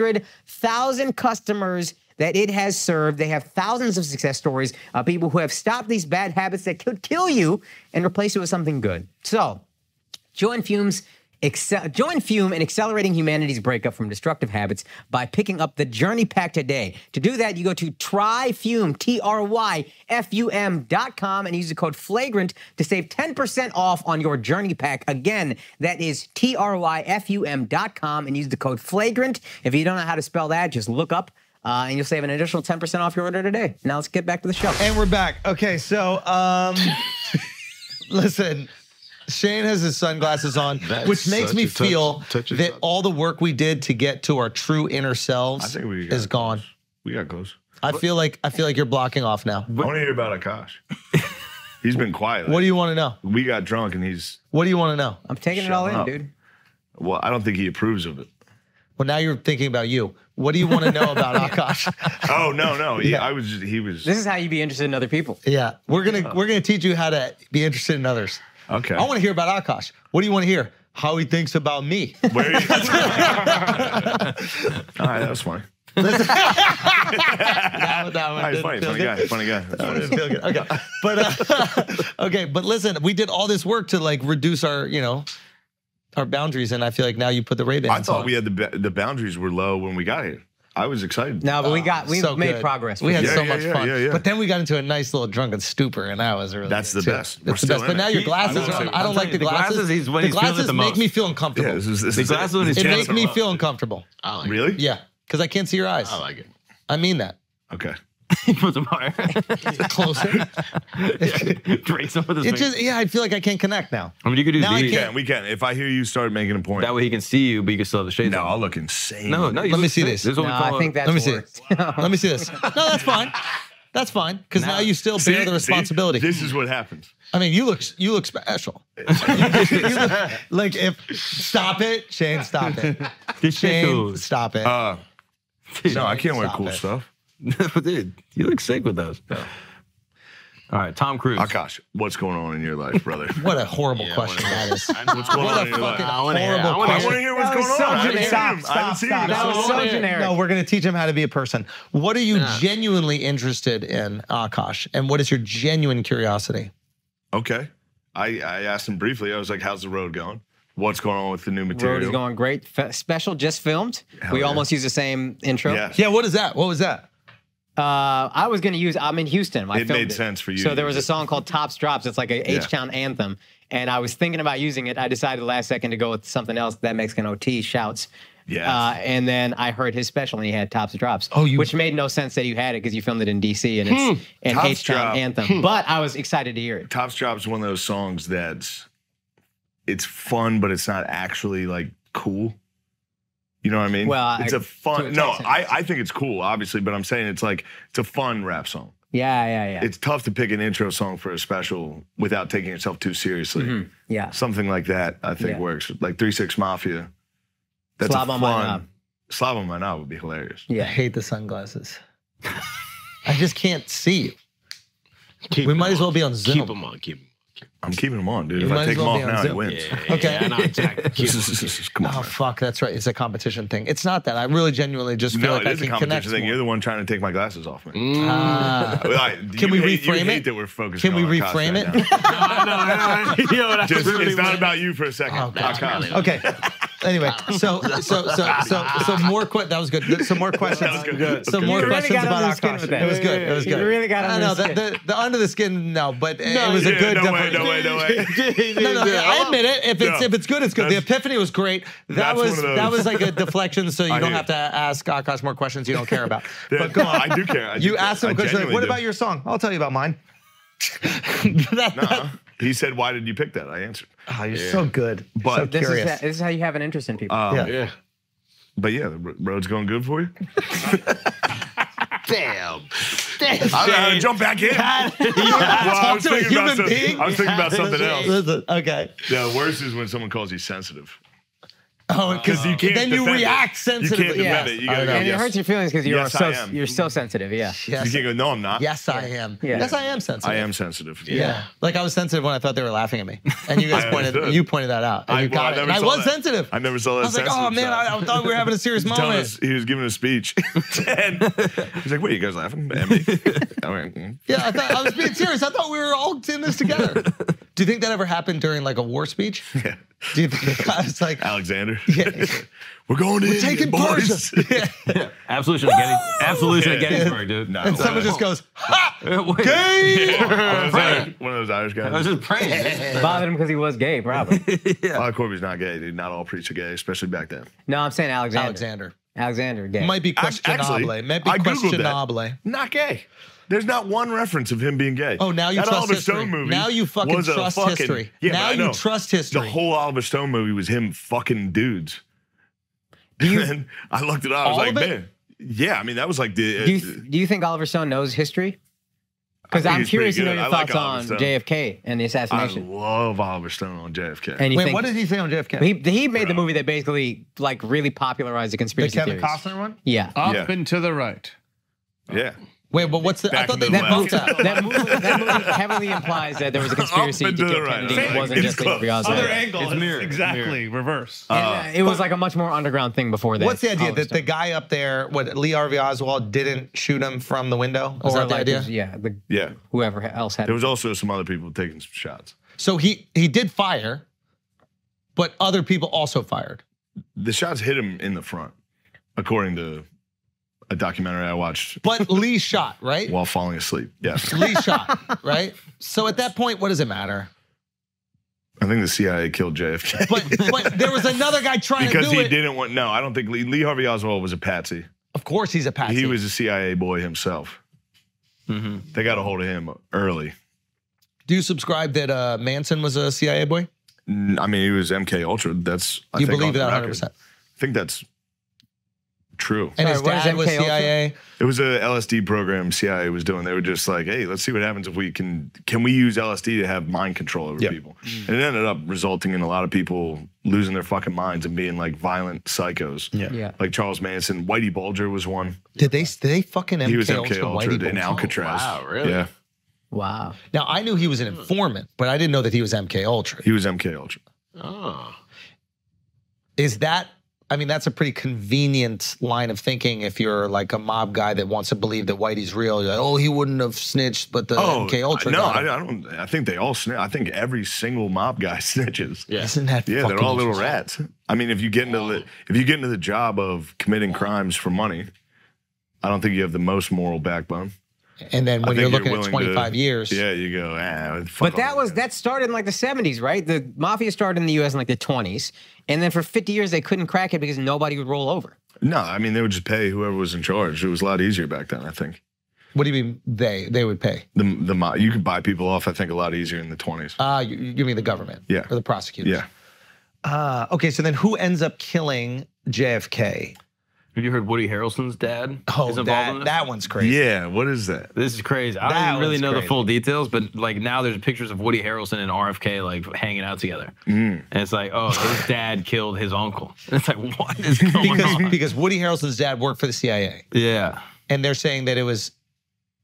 100,000 customers that it has served. They have thousands of success stories of people who have stopped these bad habits that could kill you and replace it with something good. So, Join Fume's Excel, join Fume in accelerating humanity's breakup from destructive habits by picking up the Journey Pack today. To do that, you go to tryfume, T R Y F U M dot com, and use the code FLAGRANT to save 10% off on your Journey Pack. Again, that is T R Y F U M dot com, and use the code FLAGRANT. If you don't know how to spell that, just look up uh, and you'll save an additional 10% off your order today. Now let's get back to the show.
And we're back. Okay, so um, listen, Shane has his sunglasses on,
That's
which makes
such
me
a touch-
feel
touchy
that
subject.
all the work we did to get to our true inner
I
selves
think we got
is gone.
We got close.
I feel like I feel like you're blocking off now.
I want to hear about Akash. he's been quiet.
What do you want to know?
we got drunk and he's
What do you want to know?
I'm taking it all in,
up.
dude.
well. I don't think he approves of it.
Well, now you're thinking about you. What do you want to know about Akash?
Oh no, no. He, I was. Just, he was.
This is how you be interested in other people.
Yeah, we're gonna we're gonna teach you how to be interested in others.
Okay.
I want to hear about Akash. What do you want to hear? How he thinks about me.
Where are you? all right, that was funny.
That- that one
All right,
didn't
funny,
feel
funny
good.
guy, funny guy. That's
That
funny.
didn't feel good.
[laughs]
Okay, but uh, [laughs] okay, but listen, we did all this work to like reduce our you know our boundaries, and I feel like now you put the Ray Ban.
I thought we had the ba- the boundaries were low when we got here. I was excited.
No, but we got we
Ah, so
made
good.
progress.
We had
Yeah,
so
yeah,
much
yeah,
fun,
yeah, yeah.
but then we got into a nice little drunken stupor, and I was really
That's the
too.
best. We're
It's the
still in
best. But
it.
now your
He-
glasses
I'm
are. on.
telling
I don't
you,
like the
the
glasses.
glasses is when
the
he's feeling it
glasses
the
make me
most.
feel
Yeah,
uncomfortable.
this is, this
The
is
glass
it.
one is
it
chance
makes
or
me
not.
feel uncomfortable.
I like
Really?
Yeah, because I can't see your eyes.
it. I
Oh,
like it.
I
[laughs]
mean that.
Okay.
[laughs] Put some
[laughs]
fire.
Closer.
[laughs] Drink some of this.
it
thing.
just yeah, I feel like I can't connect now.
I mean, you could do
Now I
these.
Yeah, we can. If I hear you start making a point,
That way he can see you, but you can still have the shades
no, I'll
on.
look insane.
No, no. you
Let me
look
see
sick.
this.
is what
No,
we call
I
a-
think that's
Let me see
worse.
this. Let me see this. No, that's fine. That's fine because now, you still bear the responsibility.
this is what happens.
I mean, you look you look special. [laughs] You look- like if stop it, Shane, stop [laughs] it.
This shit
Shane,
goes.
stop it.
Uh, no, I can't wear
Stop
cool
it.
stuff.
[laughs] Dude, you look sick with those. All right, Tom Cruise.
Akash, Oh, what's going on in your life, brother?
What a horrible question that
[laughs]
is.
What's going
What
on
a
in your life?
fucking
I wanna hear- I
horrible
wanna
I
hear-
want to hear what's
That was
going on.
so
I haven't
generic.
seen him. I haven't
Stop,
seen
stop,
him.
stop. That was so generic.
No, we're going to teach him how to be a person. What are you genuinely interested in, Akash? Ah, And what is your genuine curiosity?
Okay. I, I asked him briefly. I was like, "How's the road going? What's going on with the new material?"
[laughs] Road is going great. Fe- special just filmed. we
yeah.
almost used the same intro.
Yeah.
Yeah, what is that? What was that?
Uh, I was going to use I'm in Houston. I
It
filmed
made sense for you
So
to
there was a
use
song called Tops Drops. It's like a
Yeah.
H Town anthem. And I was thinking about using it. I decided last second to go with something else that Mexican OT shouts.
Yes.
Uh, and then I heard his special and he had Tops Drops.
Oh, you-
Which made no sense that you had it because you filmed it in DC and it's an
Tops
H Town
Drop.
anthem. But I was excited to hear it.
Top Drop is one of those songs that's it's fun, but it's not actually like cool. You know what I mean?
Well,
it's
I-
a
to
fun.
a
No,
Texan.
I, I think it's cool, obviously, but I'm saying it's like it's a fun rap song.
Yeah, yeah, yeah.
It's tough to pick an intro song for a special without taking yourself too seriously.
yeah.
Something like that, I think
Yeah.
works. Like Three Six Mafia. That's
Slab
a
on my knob.
fun. Slab on my knob would be hilarious.
I hate the sunglasses. I just can't see you.
Keep
We
them
might as
on.
well be on Zoom.
Keep them on. Keep them.
I'm keeping them on, dude.
You
if
might
I
as
take them
well
off
be on
now, he
Zoom.
wins.
Okay.
Yeah, no, exactly.
[laughs]
Keep 'em.
[laughs] Come on.
Oh
man.
fuck, that's right. It's a competition thing. It's not that. I really genuinely just feel
No,
like
it
I
is a
can connect.
competition thing. You're the one trying to take my glasses off me.
more. Ah.
Well, I-
Can
you
we
hate- you
reframe
hate
it?
that we're focusing
Can we
on Akash
reframe
right
it? [laughs]
now. [laughs]
Yo, that's
Just,
really
it's not
what-
about you for a second. Akash.
Oh, okay. Anyway, so so so so so more que- that was good. Some more questions.
That was good.
Some
Okay.
more
You really
questions
got under
about
the skin
Akash.
with that.
It was good. It was
You
good.
really got
I
under
know
the
that the, the under the skin. No, but it was a
yeah,
good.
no way,
different-
no way, no way.
[laughs] No, no, I admit it. If it's
Yeah.
if it's good, it's good.
That's-
the epiphany was great. That
that's one
was
of those.
that was like a deflection, so
[laughs]
you
I
don't
hear
have to ask Akash
[laughs]
more questions you don't care about.
Yeah,
But go on.
I do care. I do
You
care.
asked him
I
a question like,
genuinely
"What
do.
about your song?" I'll tell you about mine. that,
Nah. He said, "Why did you pick that?" I answered.
oh, you're so good. You're
But-
so
This is,
curious.
that, this is how you have an interest in people.
Um,
Yeah.
Yeah.
But yeah, the ro- road's going good for you.
Damn.
I don't know how to uh, jump back
[laughs]
in. [laughs] Well, I was
Talk to a
thinking about
human
some-
being.
I was thinking about
[laughs]
something else.
Listen, okay.
The worst is when someone calls you sensitive. Uh,
Oh, because
you can't
then you
defend it.
react
You can't
sensitively.
defend
yes.
it. You gotta go,
I know.
and
yes.
it hurts your feelings because you're
Yes,
so
I am.
you're so sensitive. Yeah.
You
Yes.
can't go, no, I'm not.
Yes, I am.
Yeah.
Yes, I am sensitive.
I am sensitive.
Yeah. Like I was sensitive when I thought they were laughing at me.
[laughs]
And you guys
I
pointed
understood.
you pointed that out. And
I-
you
well, I
got it.
never
And I
saw
was
that.
sensitive.
I never saw that
I was like,
sensitive
oh man,
side.
I, I thought we were having
[laughs]
a serious
Telling
moment.
us he was giving a speech. [laughs]
[laughs]
and he's like, "Wait, you guys laughing at me?" [laughs] I'm like, "Mm."
Yeah, I thought I was being serious. I thought we were all in this
[laughs]
together. Do you think that ever happened during like a war speech?
Yeah.
Do you think I was like
Alexander,
Yeah.
[laughs] we're going to India,
taking
boys. [laughs]
Persia? Yeah.
Absolution of Gettys- Absolution of
Yeah.
Gettysburg, dude.
And someone just goes, ha!
[laughs] Wait,
Gay!
One of those Irish- one of those Irish
I was
guys.
just
[laughs]
praying.
Bothered him because he was gay, probably.
Bob Corby's not gay, dude. Not all priests are gay, especially back then.
no, I'm saying Alexander.
Alexander.
Alexander gay.
Might be
Ac- actually,
questionable. Might be
I Googled that.
questionable.
Not gay. There's not one reference of him being gay.
Oh, now you
that
trust
Oliver
history.
Stone movie.
Now you fucking
was a
trust
fucking-
history.
Yeah,
Now
but I
you
know.
trust history.
The whole Oliver Stone movie was him fucking dudes. [laughs] and I looked it up. I was
All
like,
of it?
man, yeah. I mean, that was like the. uh,
do you do you think Oliver Stone knows history? Because
I think
I'm
he's
curious to
pretty
know
good.
your
I like
thoughts
Oliver
on
Stone.
JFK and the
I
assassination.
love Oliver Stone on JFK.
and you
Wait,
think,
what did he say on JFK?
he he made the movie that basically like really popularized the
the
conspiracy
Kevin
theories.
Costner one?
Yeah.
Up
Yeah.
and to the right.
yeah.
Wait, but what's the? I
Back
thought
to
they
the
did
left. [laughs]
both
that,
that.
that, movie, that movie heavily implies that there was a conspiracy to
and to
kill
the right.
Kennedy.
Same.
It wasn't
It's
just Lee
close.
Brazow.
Other angle.
It's
It's
mirror,
Exactly. Reverse.
And, uh, it was like a much more underground thing before that.
What's the idea
Oliver
that the
Stone.
guy up there, what Lee Harvey Oswald, didn't shoot him from the window? Was
or
that the
like,
idea?
Yeah, the,
Yeah.
whoever else had.
There was also some other people taking some shots.
So he he did fire, but other people also fired.
The shots hit him in the front, according to a documentary I watched
[laughs] But Lee shot, right?
while falling asleep. Yes.
Lee shot, right? So at that point, what does it matter?
I think the CIA killed
[laughs]
JFK.
But but there was another guy trying
because
to do
he
it.
didn't want. No, I don't think Lee, Lee Harvey Oswald was a patsy.
Of course, he's a patsy.
He was a CIA boy himself.
Mm-hmm.
They got a hold of him early.
Do you subscribe that uh, Manson was a CIA boy?
N- I mean, he was MK Ultra. That's I
you
think,
believe
off the
that
record.
100. percent
I think that's true.
And
Sorry,
his
what is
dad was
MKUltra?
CIA.
It was a LSD program CIA was doing. They were just like, hey, let's see what happens if we can can we use LSD to have mind control over people. And it ended up resulting in a lot of people losing their fucking minds and being like violent psychos.
Yeah.
Like Charles Manson, Whitey Bulger was one.
Did they? Did they fucking MK
He was
Ultra
MK Ultra
Whitey
in
Bulger?
Alcatraz.
wow, really?
Yeah.
Wow.
Now I knew he was an informant, but I didn't know that he was MK Ultra.
He was MK Ultra.
Oh.
Is that? I mean, that's a pretty convenient line of thinking if you're like a mob guy that wants to believe that Whitey's real. You're like, oh, he wouldn't have snitched, but the
Oh,
MK Ultra.
No,
got
Oh, I,
him."
I don't. I think they all snitch. I think every single mob guy [laughs] snitches.
Yeah.
Isn't that?
Yeah, they're
fucking
all little
interesting?
rats. I mean, if you get into the if you get into the job of committing crimes for money, I don't think you have the most moral backbone.
And then when
I
you're
think
looking
willing
at 25
to-
years,
yeah, you go. Ah, fuck
But that
all
was
guys."
that started in like the 70s, right? The mafia started in the U.S. in like the 20s, and then for 50 years they couldn't crack it because nobody would roll over.
No, I mean they would just pay whoever was in charge. It was a lot easier back then. I think
what do you mean they? They would pay.
the the mo- you could buy people off. I think a lot easier in the twenties.
Uh, you, you mean the government?
Yeah.
Or the prosecutors?
Yeah,
Uh, okay, so then who ends up killing JFK?
Have you heard Woody Harrelson's dad? is
Oh,
involved in
that,
this?
that one's crazy.
yeah. What is that?
This is crazy. I
That
don't even really
one's
know
crazy.
the full details, but like now there's pictures of Woody Harrelson and RFK like hanging out together.
Mm.
And it's like, oh,
[laughs]
his dad killed his uncle. [laughs] And it's like, what is going
Because,
on?
because Woody Harrelson's dad worked for the CIA,
Yeah.
and they're saying that it was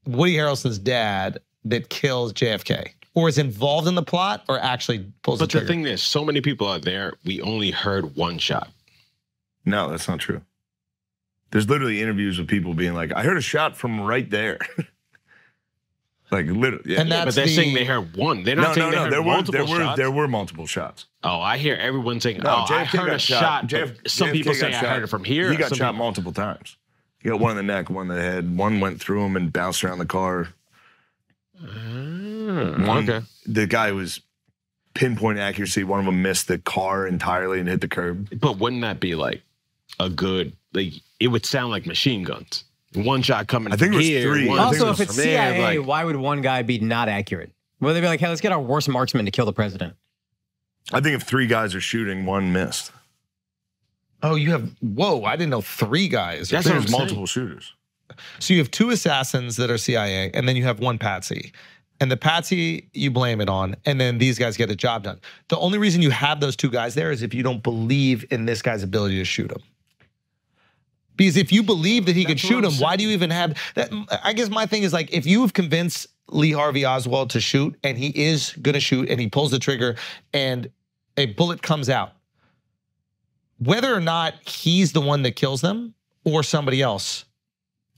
Woody Harrelson's dad that kills JFK, or is involved in the plot, or actually pulls the
But the
trigger.
thing is, so many people out there, we only heard one shot.
No, that's not true. There's literally interviews with people being like, "I heard a shot from right there." [laughs] like literally, yeah.
And that's
Yeah, but they're
the,
saying they heard one. They're
no,
not
no,
saying they
no.
heard
There were
multiple
there were
shots.
there were multiple shots.
Oh, I hear everyone saying,
No,
"Oh, I
JFK
heard
got
a shot." but
JF
some
JFK
people
got
say I
shot.
heard it from here.
He got
some
shot
people-
multiple times. He got one in the neck, one in the head, one went through him and bounced around the car.
Mm-hmm.
One,
Mm, okay.
The guy was pinpoint accuracy. One of them missed the car entirely and hit the curb.
But wouldn't that be like a good? Like it would sound like machine guns. One shot coming.
I think it
from
was
here,
three.
one
I think
Also,
it
if
from
it's
there,
CIA,
like-
why would one guy be not accurate? Well, they'd be like, hey, let's get our worst marksman to kill the president.
I think if three guys are shooting, one missed.
Oh, you have whoa! I didn't know three guys.
That's what I'm
There's
saying.
multiple shooters.
So you have two assassins that are CIA, and then you have one patsy. And the patsy you blame it on, and then these guys get the job done. The only reason you have those two guys there is if you don't believe in this guy's ability to shoot him. Because if you believe that he could shoot him, why do you even have that? I guess my thing is like if you've convinced Lee Harvey Oswald to shoot, and he is gonna shoot, and he pulls the trigger, and a bullet comes out, whether or not he's the one that kills them or somebody else,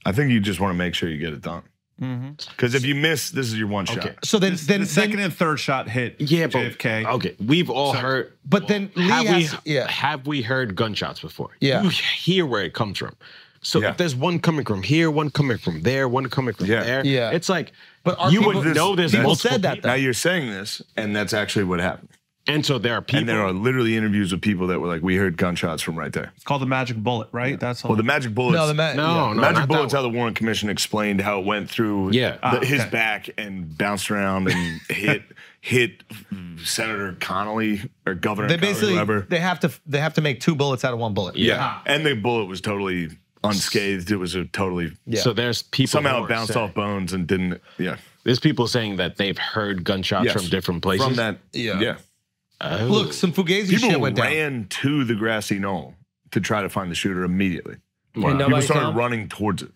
I think you just want to make sure you get it done. Because if you miss, this is your one
Okay.
shot.
So then, then,
Mm-hmm. the second
then
and third shot hit
Yeah, but
JFK.
Okay, we've all
So-
heard.
But then Lee
have
has-
we
yeah.
have we heard gunshots before?
Yeah.
you hear where it comes from. So
Yeah.
if there's one coming from here, one coming from there, one coming from
Yeah.
there,
Yeah.
it's like
But are
you
people-
would know there's
people
multiple
said that
people.
Now you're saying this, and that's actually what happened.
and so there are people.
And there are literally interviews with people that were like, "We heard gunshots from right there."
It's called the magic bullet, right? That's all.
Well, Oh, the magic bullets.
no, the ma-
no,
yeah.
Oh, no,
Magic
not
Bullets,
that
how the Warren Commission explained how it went through
Yeah.
the-
Ah,
his
okay.
back and bounced around and
[laughs]
hit hit Senator Connolly or Governor
They
Connolly,
basically
whoever.
they have to they have to make two bullets out of one bullet.
Yeah.
And the bullet was totally unscathed. It was a totally
Yeah.
So there's people
somehow
who are
it bounced
saying-
off bones and didn't. Yeah,
There's people saying that they've heard gunshots
Yes.
from different places.
from that.
Yeah.
yeah.
Oh.
Look, some fugazi
People
shit went down.
ran to the grassy knoll to try to find the shooter immediately.
And
People
nobody
started
saw him?
running towards it.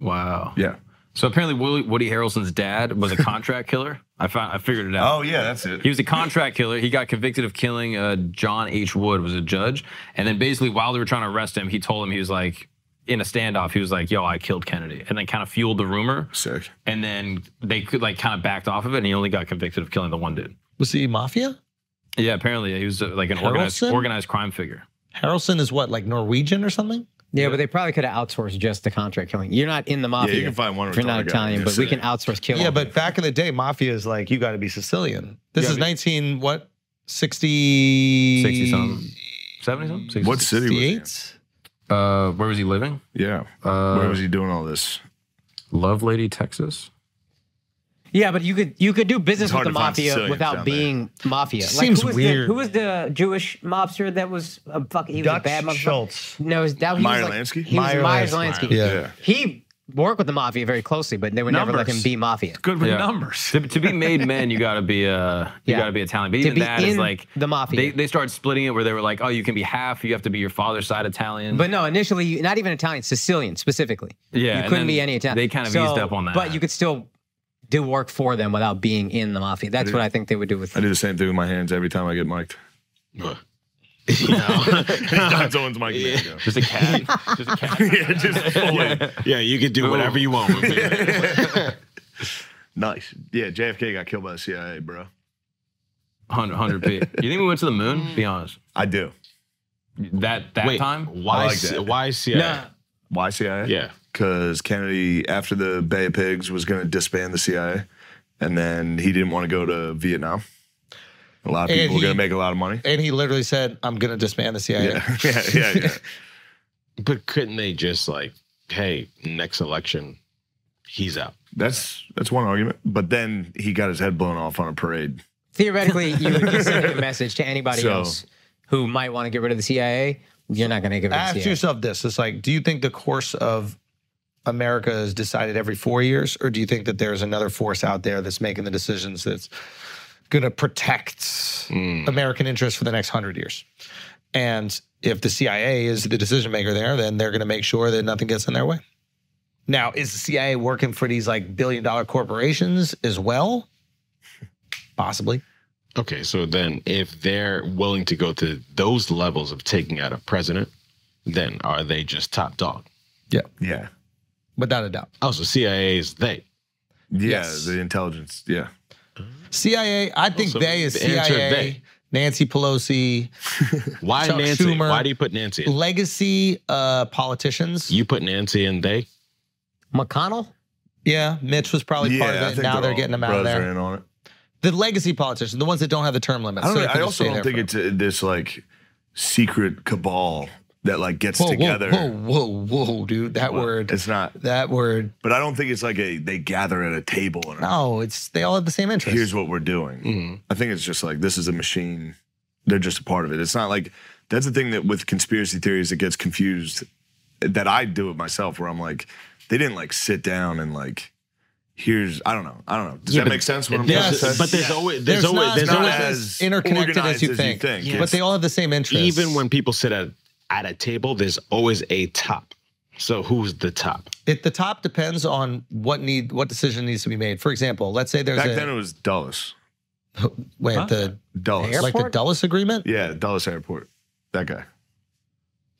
Wow.
Yeah.
So apparently, Woody, Woody Harrelson's dad was a contract killer. I found, I figured it out.
Oh yeah, that's it.
He was a contract killer. He got convicted of killing uh, John H. Wood, was a judge. And then basically, while they were trying to arrest him, he told him he was like in a standoff. He was like, "Yo, I killed Kennedy," and then kind of fueled the rumor.
Sick.
And then they could like kind of backed off of it, and he only got convicted of killing the one dude.
Was he mafia?
Yeah, apparently he was uh, like an organized
Harrelson?
organized crime figure.
Harrelson is what, like Norwegian or something?
Yeah, but they probably could have outsourced just the contract killing. You're not in the mafia.
can find one
If you're not
retarded guy.
Italian, but we can outsource killing.
Yeah, but back in the day, mafia is like you got to be Sicilian. This
Yeah,
is
but-
nineteen what sixty
60 something. 70 something? 60
What city was he in?
eight?
Uh, where was he living?
Yeah. Where was he doing all this?
Love Lady, Texas.
yeah, but you could you could do business
It's
with
hard
the
to find
mafia
Sicilians
without
down there.
being mafia.
Seems
who was
weird.
The, who was the Jewish mobster that was a fucking he was a bad mobster?
Schultz.
No, it was that he
Meyer
was like,
Lansky?
He was
Meyer
Meyer
Lansky.
Lansky.
Yeah.
He worked with the mafia very closely, but they would never let him
Numbers.
be mafia.
good with
Yeah.
numbers.
to, to be made men, you gotta be uh, you
Yeah.
gotta be Italian. But
To
even
be
that is
in
like
the mafia.
They, they started splitting it where they were like, oh, you can be half. You have to be your father's side Italian.
But no, initially, you- not even Italian, Sicilian specifically.
Yeah,
you
and
couldn't
then
be any Italian.
they kind of eased up on that.
But you could still do work for them without being in the mafia. That's what I think they would do with.
I do the same thing with my hands every time I get mic'd. [laughs]
You know?
Anytime someone's mic'd me, I go.
just a cat.
[laughs]
just a
[laughs]
cat.
yeah, just fully.
yeah, you could do whatever you want.
[laughs]
With me.
Nice. Yeah, JFK got killed by the CIA, bro.
100, 100 feet. You think we went to the moon? Be honest.
I do.
That that
Wait,
time.
why?
I like
C-
that.
why CIA?
Why CIA?
Yeah.
Because Kennedy, after the Bay of Pigs, was going to disband the CIA, and then he didn't want to go to Vietnam. A lot of
And
people were
he-
going to make a lot of money.
And he literally said, "I'm gonna disband the CIA."
Yeah, [laughs] yeah, yeah. yeah.
But couldn't they just like, hey, next election, he's out.
That's that's one argument. But then he got his head blown off on a parade.
Theoretically, you would
[laughs]
be sending a message to anybody
So-
else who might want to get rid of the CIA. You're not going to get rid of the
Ask
CIA.
yourself this: It's like, do you think the course of America is decided every four years, or do you think that there's another force out there that's making the decisions that's going to protect
Hmm.
American interests for the next hundred years? And if the CIA is the decision maker there, then they're going to make sure that nothing gets in their way. Now, is the CIA working for these like billion dollar corporations as well? [laughs] Possibly.
Okay, so then if they're willing to go to those levels of taking out a president, then are they just top dog?
Yeah.
Without a doubt.
Oh, so CIA is they.
Yeah.
Yes.
The intelligence. Yeah.
CIA, I think
Also,
they is
the answer
CIA,
they.
Nancy Pelosi,
Why
Chuck
Nancy?
Schumer.
Why do you put Nancy? In?
legacy uh politicians.
You put Nancy in they.
McConnell?
yeah, Mitch was probably
yeah.
part
I
of it.
think
Now
they're
they're
all-
getting them out of
bros are
there.
in on it.
The legacy politicians, the ones that don't have the term limits.
I don't.
so
know,
they can
I
just
also
stay
don't
there
think
for-
it's uh this like secret cabal that like gets
Whoa, whoa,
together.
whoa, whoa, whoa, dude. That word.
It's not.
That word.
But I don't think it's like a they gather at a table and
No, it's they all have the same interest.
here's what we're doing.
Mm-hmm.
I think it's just like this is a machine. They're just a part of it. It's not like that's the thing that with conspiracy theories it gets confused that I do it myself where I'm like, they didn't like sit down and like here's I don't know. I don't know. Does that make sense what I'm trying to
Yes.
say?
But there's always there's,
There's
always
not-
there's
not
always
as interconnected as
organized
you think.
It's-
But they all have the same interest.
even when people sit at at a table, there's always a top. So who's the top?
it, the top depends on what need what decision needs to be made. For example, let's say there's
back
a
then it was Dulles.
wait, the
Dulles.
like the Dulles Agreement.
Yeah, Dulles Airport. That guy.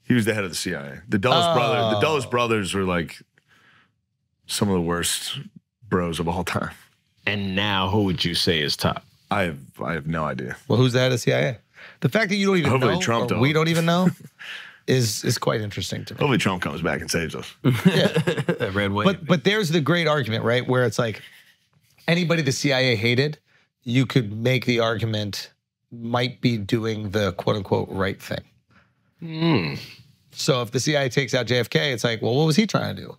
He was the head of the CIA. The Dulles brother.
Oh.
The Dulles brothers were like some of the worst bros of all time.
And now who would you say is top?
I have I have no idea.
Well, who's the head of CIA? The fact that you don't even
Hopefully
know,
Trump
or
don't.
we don't
[laughs]
even know, is is quite interesting to me.
Hopefully Trump comes back and saves us.
[laughs] Red wave.
But but there's the great argument, right? Where it's like anybody the CIA hated, you could make the argument might be doing the quote unquote right thing.
Hmm.
So if the CIA takes out JFK, it's like, well, what was he trying to do?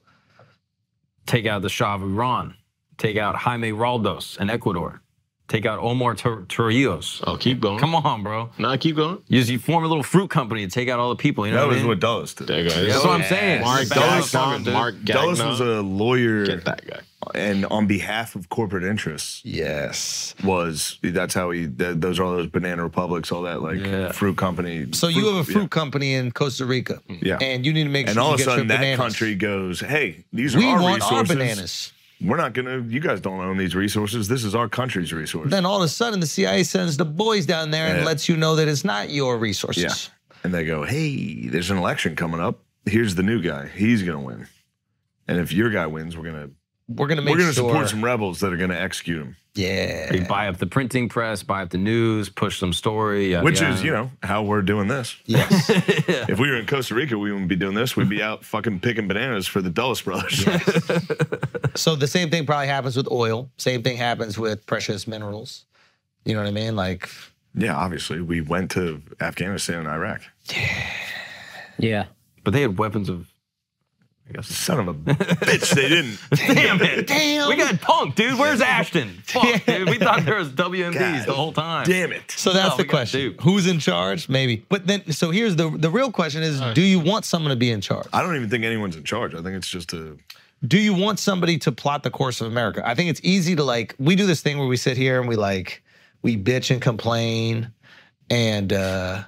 take out the Shah of Iran, take out Jaime Raldos in Ecuador, take out Omar Tor- Torrijos.
Oh, keep going.
Come on, bro.
Nah, keep going.
You, just, you form a little fruit company and take out all the people. You know
That
what I
was
mean?
Mm-hmm.
what Dulles
There
did.
you go.
That's what I'm saying.
Mark
It's a battle
Dulles,
of Congress, dude.
Mark
Dulles
Gagnon.
was a lawyer
Get that guy.
and on behalf of corporate interests
Yes.
was that's how he that, those are all those banana republics, all that like
Yeah.
fruit company.
So you have a
yeah.
fruit company in Costa Rica,
Yeah.
and you need to make
and
sure
all
you
of a
get
sudden,
your
that
bananas.
country goes, "Hey, these are
we
our
want
resources.
our bananas.
We're not gonna. You guys don't own these resources. This is our country's resource."
Then all of a sudden, the CIA sends the boys down there and
Yeah.
lets you know that it's not your resources.
yeah. And they go, "Hey, there's an election coming up. Here's the new guy. He's gonna win. And if your guy wins, we're gonna
We're gonna make
we're gonna
sure.
support some rebels that are gonna execute him.
yeah.
You buy up the printing press, buy up the news, push some story. yada,
Which
yada.
is, you know, how we're doing this.
Yes. [laughs]
If we were in Costa Rica, we wouldn't be doing this. We'd be out fucking picking bananas for the Dulles brothers.
So the same thing probably happens with oil. Same thing happens with precious minerals. You know what I mean? Like,
[laughs] yeah, obviously, we went to Afghanistan and Iraq.
Yeah.
But they had weapons of. I guess.
Son of a bitch, they didn't.
Damn it!
Damn.
We got punk, dude. Where's Ashton? Fuck, dude.
[laughs]
We thought there was WMDs the whole time.
Damn it.
so that's
Oh,
the
we got
question.
duped.
Who's in charge? Maybe. But then, so here's the the real question: Is do you want someone to be in charge?
I don't even think anyone's in charge. I think it's just a
Do you want somebody to plot the course of America? I think it's easy to like. We do this thing where we sit here and we like we bitch and complain, and uh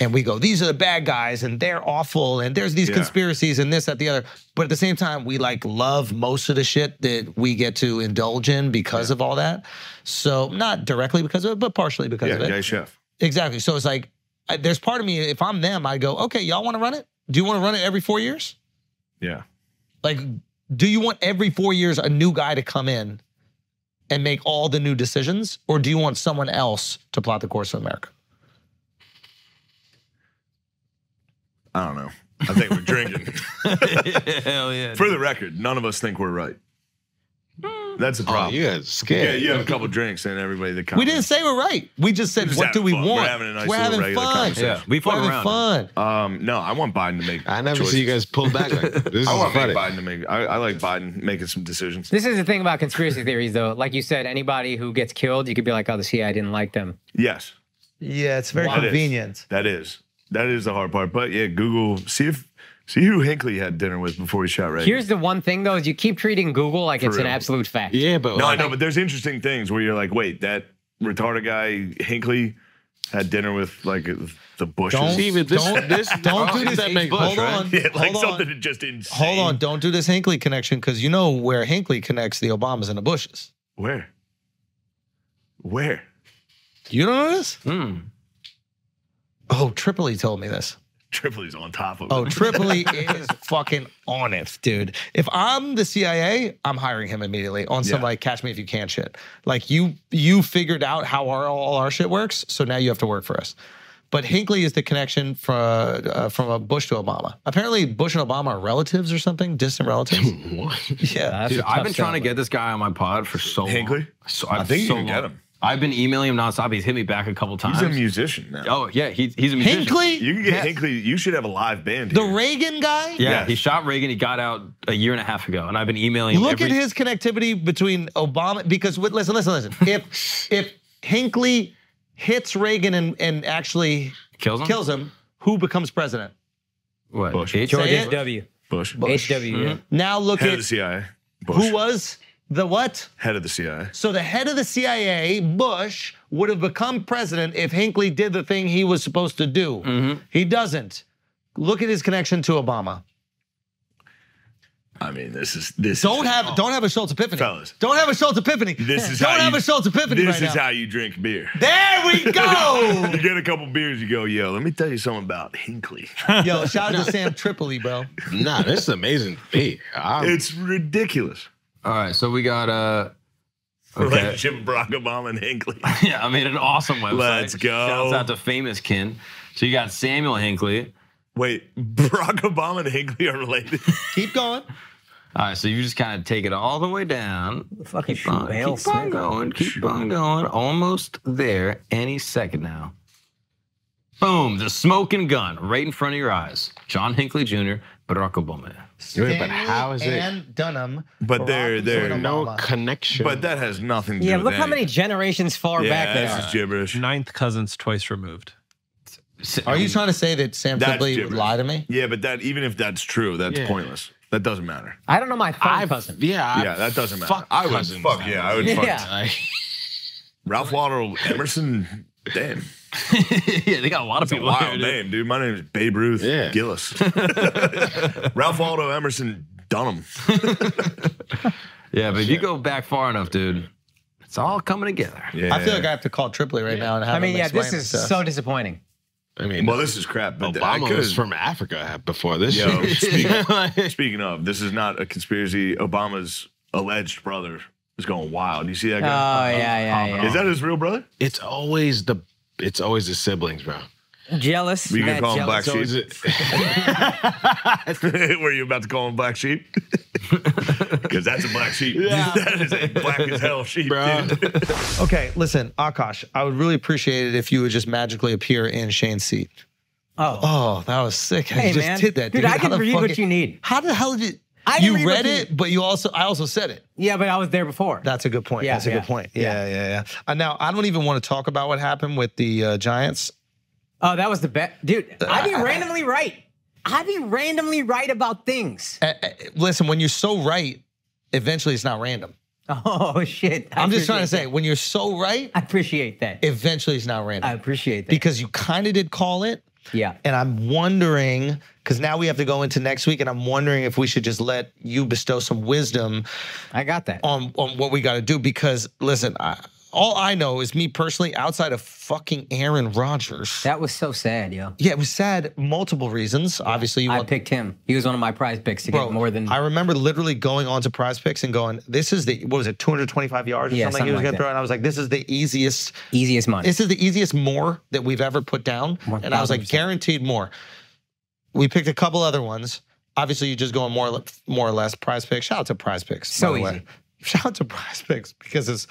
and we go, these are the bad guys, and they're awful, and there's these
Yeah.
conspiracies and this that the other. But at the same time, we like love most of the shit that we get to indulge in because of all that. So not directly because of it, but partially because
yeah,
of it.
gay chef.
Exactly. So it's like, I, there's part of me. If I'm them, I go, okay, y'all want to run it? Do you want to run it every four years?
Yeah.
Like, do you want every four years a new guy to come in and make all the new decisions, or do you want someone else to plot the course of America?
I don't know. I think we're
[laughs]
drinking.
Hell yeah.
For the record, none of us think we're right. That's a
Oh,
problem.
you guys
yeah,
scared.
you have a couple drinks and everybody that comes.
We didn't say we're right. We just said,
just
what do
having
we
fun. We're
want?
having a nice
We're
little
having
regular
fun.
conversation.
Yeah, we
We're
fun
having
around.
fun.
Um, no, I want Biden to make.
I never
choices.
see you guys pull back like
[laughs]
that. This is
I want
funny.
Biden to make. I, I like Biden making some decisions.
This is the thing about conspiracy theories, though. Like you said, anybody who gets killed, you could be like, "Oh, the CIA didn't like them."
Yes,
Yeah, it's very
That is. That is. That is the hard part. But yeah, Google. See if see who Hinckley had dinner with before he shot Reagan.
Here's the one thing, though: is you keep treating Google like it's an
real.
absolute fact.
Yeah, but
no, I know, but there's interesting things where you're like, wait, that retarded guy Hinckley had dinner with like the Bushes.
Don't-
See, but
[laughs]
this,
Don't-
this,
Don't
oh,
do this.
That makes
hold
Bush, right?
on.
[laughs] Yeah, like
hold
something
on.
that just insane.
Hold on. Don't do this Hinckley connection because you know where Hinckley connects the Obamas and the Bushes.
Where? Where?
You don't know this?
Hmm.
Oh, Tripoli told me this.
Tripoli's on top of
Oh,
it.
Tripoli is fucking on it, dude. If I'm the CIA, I'm hiring him immediately on some
Yeah.
like catch me if you can shit. Like you you figured out how our, all our shit works, so now you have to work for us. But Hinckley is the connection from uh, from a Bush to Obama. Apparently, Bush and Obama are relatives or something, distant [laughs] relatives.
What?
yeah.
That's
Dude,
a
I've
tough
been trying to
sell.
get this guy on my pod for so long.
Hinckley?
So,
I think you
so
can
long.
get him.
I've been emailing him nonstop. He's hit me back a couple times.
He's a musician now.
Oh yeah, he's he's a musician.
[laughs] Hinkley,
You can get Hinkley. You should have a live band.
the
here.
Reagan guy.
Yeah,
Yes.
he shot Reagan. He got out a year and a half ago, and I've been emailing. him
Look
every-
at his connectivity between Obama because with, listen, listen, [laughs] listen. If if Hinckley hits Reagan and, and actually
kills him.
kills him, who becomes president?
what?
Bush.
H-
George
H-
H.
HW.
Bush,
HW. yeah.
Now look
head of
at
the CIA. Bush,
who uh, was the what?
head of the CIA?
So the head of the CIA, Bush, would have become president if Hinckley did the thing he was supposed to do.
Mm-hmm.
He doesn't. Look at his connection to Obama.
I mean, this is this.
Don't
is,
have don't have a Schultz epiphany.
Oh. Fellas.
Don't have a Schultz epiphany.
This is
don't
how
have
you,
a Schultz epiphany
This
right
is
now.
how you drink beer. [laughs]
there we go.
You get a couple beers, you go, yo. Let me tell you something about
[laughs]
Hinkley.
Yo, shout out to Sam Tripoli, bro.
Nah, this is amazing to me. I'm-
It's ridiculous.
All right, so we got uh. [laughs] Okay.
Relationship Barack Obama and Hinkley.
Yeah, I made an awesome website.
Let's go.
Shouts out to famous kin. So you got Samuel Hinkley.
[laughs] Wait, Barack Obama and Hinkley are related.
Keep going.
All right, so you just kind of take it all the way down.
Fucking
Keep on,
Chappelle
Uh, keep on
Smith.
going. Keep on going. Almost there. Any second now. Boom! The smoking gun right in front of your eyes. John Hinkley Jr. Barack Obama.
Wait, but how is it-
Ann Dunham.
But
Barack
they're- they're
Hussein
no
Obama.
connection.
But that has nothing to
Yeah,
do
look
with
how many
anything.
generations far
Yeah,
back they
this
are.
is gibberish.
Ninth cousins twice removed.
[laughs]
Are you trying to say that Sam
That's
Tripoli would
gibberish.
lie to me?
Yeah, but that even if that's true, that's
Yeah.
pointless. That doesn't matter.
I don't know my
I
third cousin.
yeah I've
yeah, that doesn't matter.
fucked
I would
cousins.
fuck yeah, I would fuck
Yeah.
Like,
Ralph Waldo Emerson. Damn,
yeah, they got a lot
it's
of
a
people. here,
wild
dude.
name, dude. My name is Babe Ruth
Yeah.
Gillis. Ralph Waldo Emerson Dunham.
Yeah, but if you go back far enough, dude, it's all coming together.
Yeah.
I feel like I have to call Tripoli right now and have
I mean,
him
yeah, this
explain
is
it to us.
so disappointing.
I mean,
well, this is crap. But I
Obama was
could've-
from Africa before this. [laughs]
Yo,
shit.
speaking, speaking of, this is not a conspiracy. Obama's alleged brother is going wild. You see that
Oh
guy? Um,
yeah, yeah,
Is that his real brother?
it's always the it's always the siblings, bro.
yeah. Jealous.
We can
mad
call him Black
jealous.
Sheep.
Is it?
[laughs] Were you about to call him Black Sheep?
[laughs]
Because that's a black sheep. [laughs] that is a black as hell sheep, [laughs]
Bruh.
dude.
Okay, listen, Akash, I would really appreciate it if you would just magically appear in Shane's seat.
Oh.
Oh, that was sick. I
Hey,
just
man.
did that, dude.
Dude, I
How
can
the
read what
fuck-
you need.
How the hell did
I can
you
read what
read
you
it?
need.
But you also, I also said it.
Yeah, but I was there before.
That's a good point.
Yeah,
That's a
yeah,
good point. Yeah, yeah, yeah. Uh, now, I don't even want to talk about what happened with the uh, Giants.
oh, that was the bet, dude.
Uh,
I be randomly right. I be randomly right about things.
Uh, uh, listen, when you're so right, eventually it's not random.
[laughs] Oh shit. I
I'm just trying to
appreciate
say, when you're so right,
that. I appreciate that.
eventually it's not random
I appreciate that.
because you kind of did call it.
yeah.
And I'm wondering, because now we have to go into next week, and I'm wondering if we should just let you bestow some wisdom
I got that.
on, on what we got to do. Because listen, I, all I know is me personally, outside of fucking Aaron Rodgers.
That was so sad, yo.
yeah, it was sad, multiple reasons. Obviously, you
I
want
picked him. He was one of my prize picks to
bro,
get more than
I remember literally going on to Prize Picks and going, "This is the what was it, 225 yards or
Yeah,
something, he
something
was
like
gonna
that.
throw." And I was like, "This is the easiest
easiest money.
This is the easiest more that we've ever put down. And I was like,
1000%.
guaranteed more. We picked a couple other ones. Obviously, you just go on more, more or less prize picks. Shout out to prize picks.
So
by the
easy.
Shout out to prize picks because it's,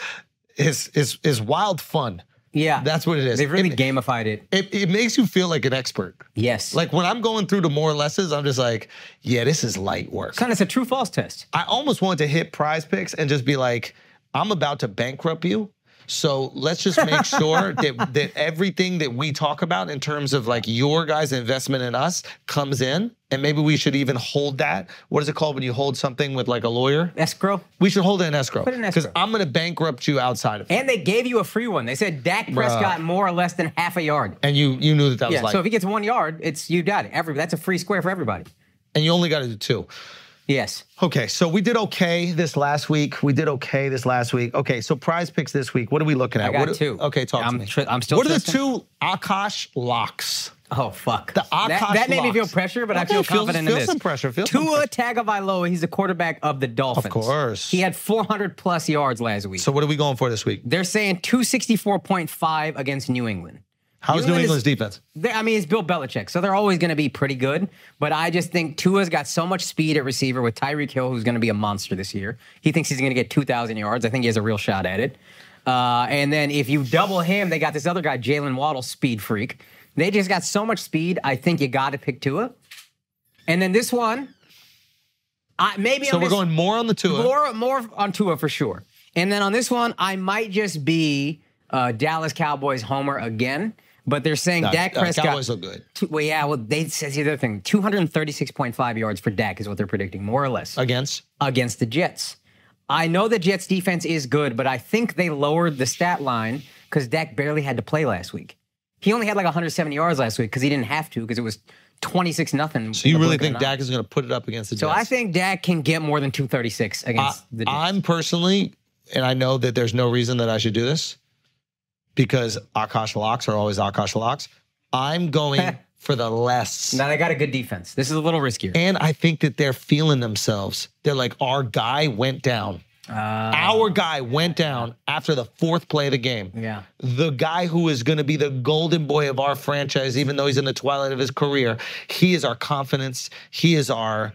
it's, it's, it's wild fun.
yeah.
That's what it is.
They've really
it,
gamified it.
it, it makes you feel like an expert.
Yes.
Like when I'm going through the more or lesses, I'm just like, yeah, this is light work.
kind of it's a true false test.
I almost wanted to hit prize picks and just be like, I'm about to bankrupt you. So let's just
[laughs]
make sure that, that everything that we talk about in terms of like your guys' investment in us comes in. And maybe we should even hold that. What is it called when you hold something with like a lawyer?
Escrow.
We should hold it in escrow.
Put it in escrow.
I'm going to bankrupt you outside of it.
And they gave you a free one. They said Dak Prescott more or less than half a yard.
And you you knew that that
Yeah.
was like,
so if he gets one yard, it's you got it. Every that's a free square for everybody.
and you only got to do two.
Yes.
Okay, so we did okay this last week. We did okay this last week. Okay, so prize picks this week. What are we looking at?
I got
What are-
two.
Okay, talk
I'm
to me.
tri- I'm still
What are the
trusting.
two Akash locks?
Oh fuck.
The
that,
Akash
that made me feel
locks.
pressure, but I
Okay,
feel
feel-
confident
feel
in this.
some pressure, feel some
Tua Tagovailoa. He's the quarterback of the Dolphins.
course.
He had 400 plus yards last week.
So what are we going for this week?
They're saying 264.5 against New England.
How's
New
New
England
England's
is-
defense?
They- I mean, it's Bill Belichick, so they're always going to be pretty good. But I just think Tua's got so much speed at receiver with Tyreek Hill, who's going to be a monster this year. He thinks he's going to get 2,000 yards. I think he has a real shot at it. Uh, and then if you double him, they got this other guy, Jalen Waddle, speed freak. They just got so much speed. I think you got to pick Tua. And then this one, I, maybe
So
I'm
we're
just-
going more on the Tua.
more more on Tua for sure. And then on this one, I might just be uh, Dallas Cowboys homer again. But they're saying
No,
Dak
uh,
Prescott.
Cowboys look good.
Two- well, yeah. Well, they says the other thing: 236.5 yards for Dak is what they're predicting, more or less,
against.
against the Jets. I know the Jets defense is good, but I think they lowered the stat line because Dak barely had to play last week. He only had like 170 yards last week because he didn't have to because it was 26 nothing.
So you really think Dak is going to put it up against the
So
Jets?
I think Dak can get more than 236 against the Jets.
I'm personally, and I know that there's no reason that I should do this because Akash locks are always Akash locks. I'm
[laughs]
going for the less.
Now they got a good defense. This is a little riskier.
and I think that they're feeling themselves. They're like, our guy went down.
Ah.
our guy went down after the fourth play of the game.
Yeah.
The guy who is going to be the golden boy of our franchise, even though he's in the twilight of his career, he is our confidence. He is our,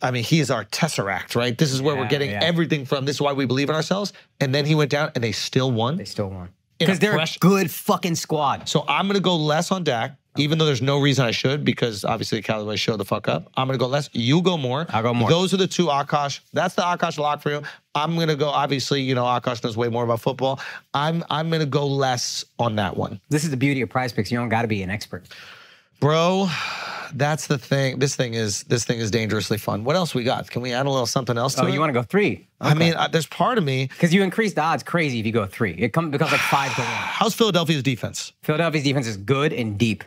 I mean, he is our tesseract, right? This is where we're
Yeah,
getting
yeah.
everything from. This is why we believe in ourselves. And then he went down and they still won.
They still won.
In a
Because they're
fresh-
a good fucking squad.
So I'm going to go less on Dak, even though there's no reason I should, because obviously the Cowboys show the fuck up. I'm going to go less. You go more.
I'll go more.
Those are the two Akash. That's the Akash lock for you. I'm going to go, obviously, you know, Akash knows way more about football. I'm, I'm going to go less on that one.
This is the beauty of prize picks. You don't got to be an expert.
Bro, that's the thing. This thing is this thing is dangerously fun. What else we got? Can we add a little something else to
So
it?
Oh, you want to go three
I mean, I, there's part of me.
because you increase the odds crazy if you go three. It come, becomes like five to one. [sighs]
How's Philadelphia's defense?
Philadelphia's defense is good and deep.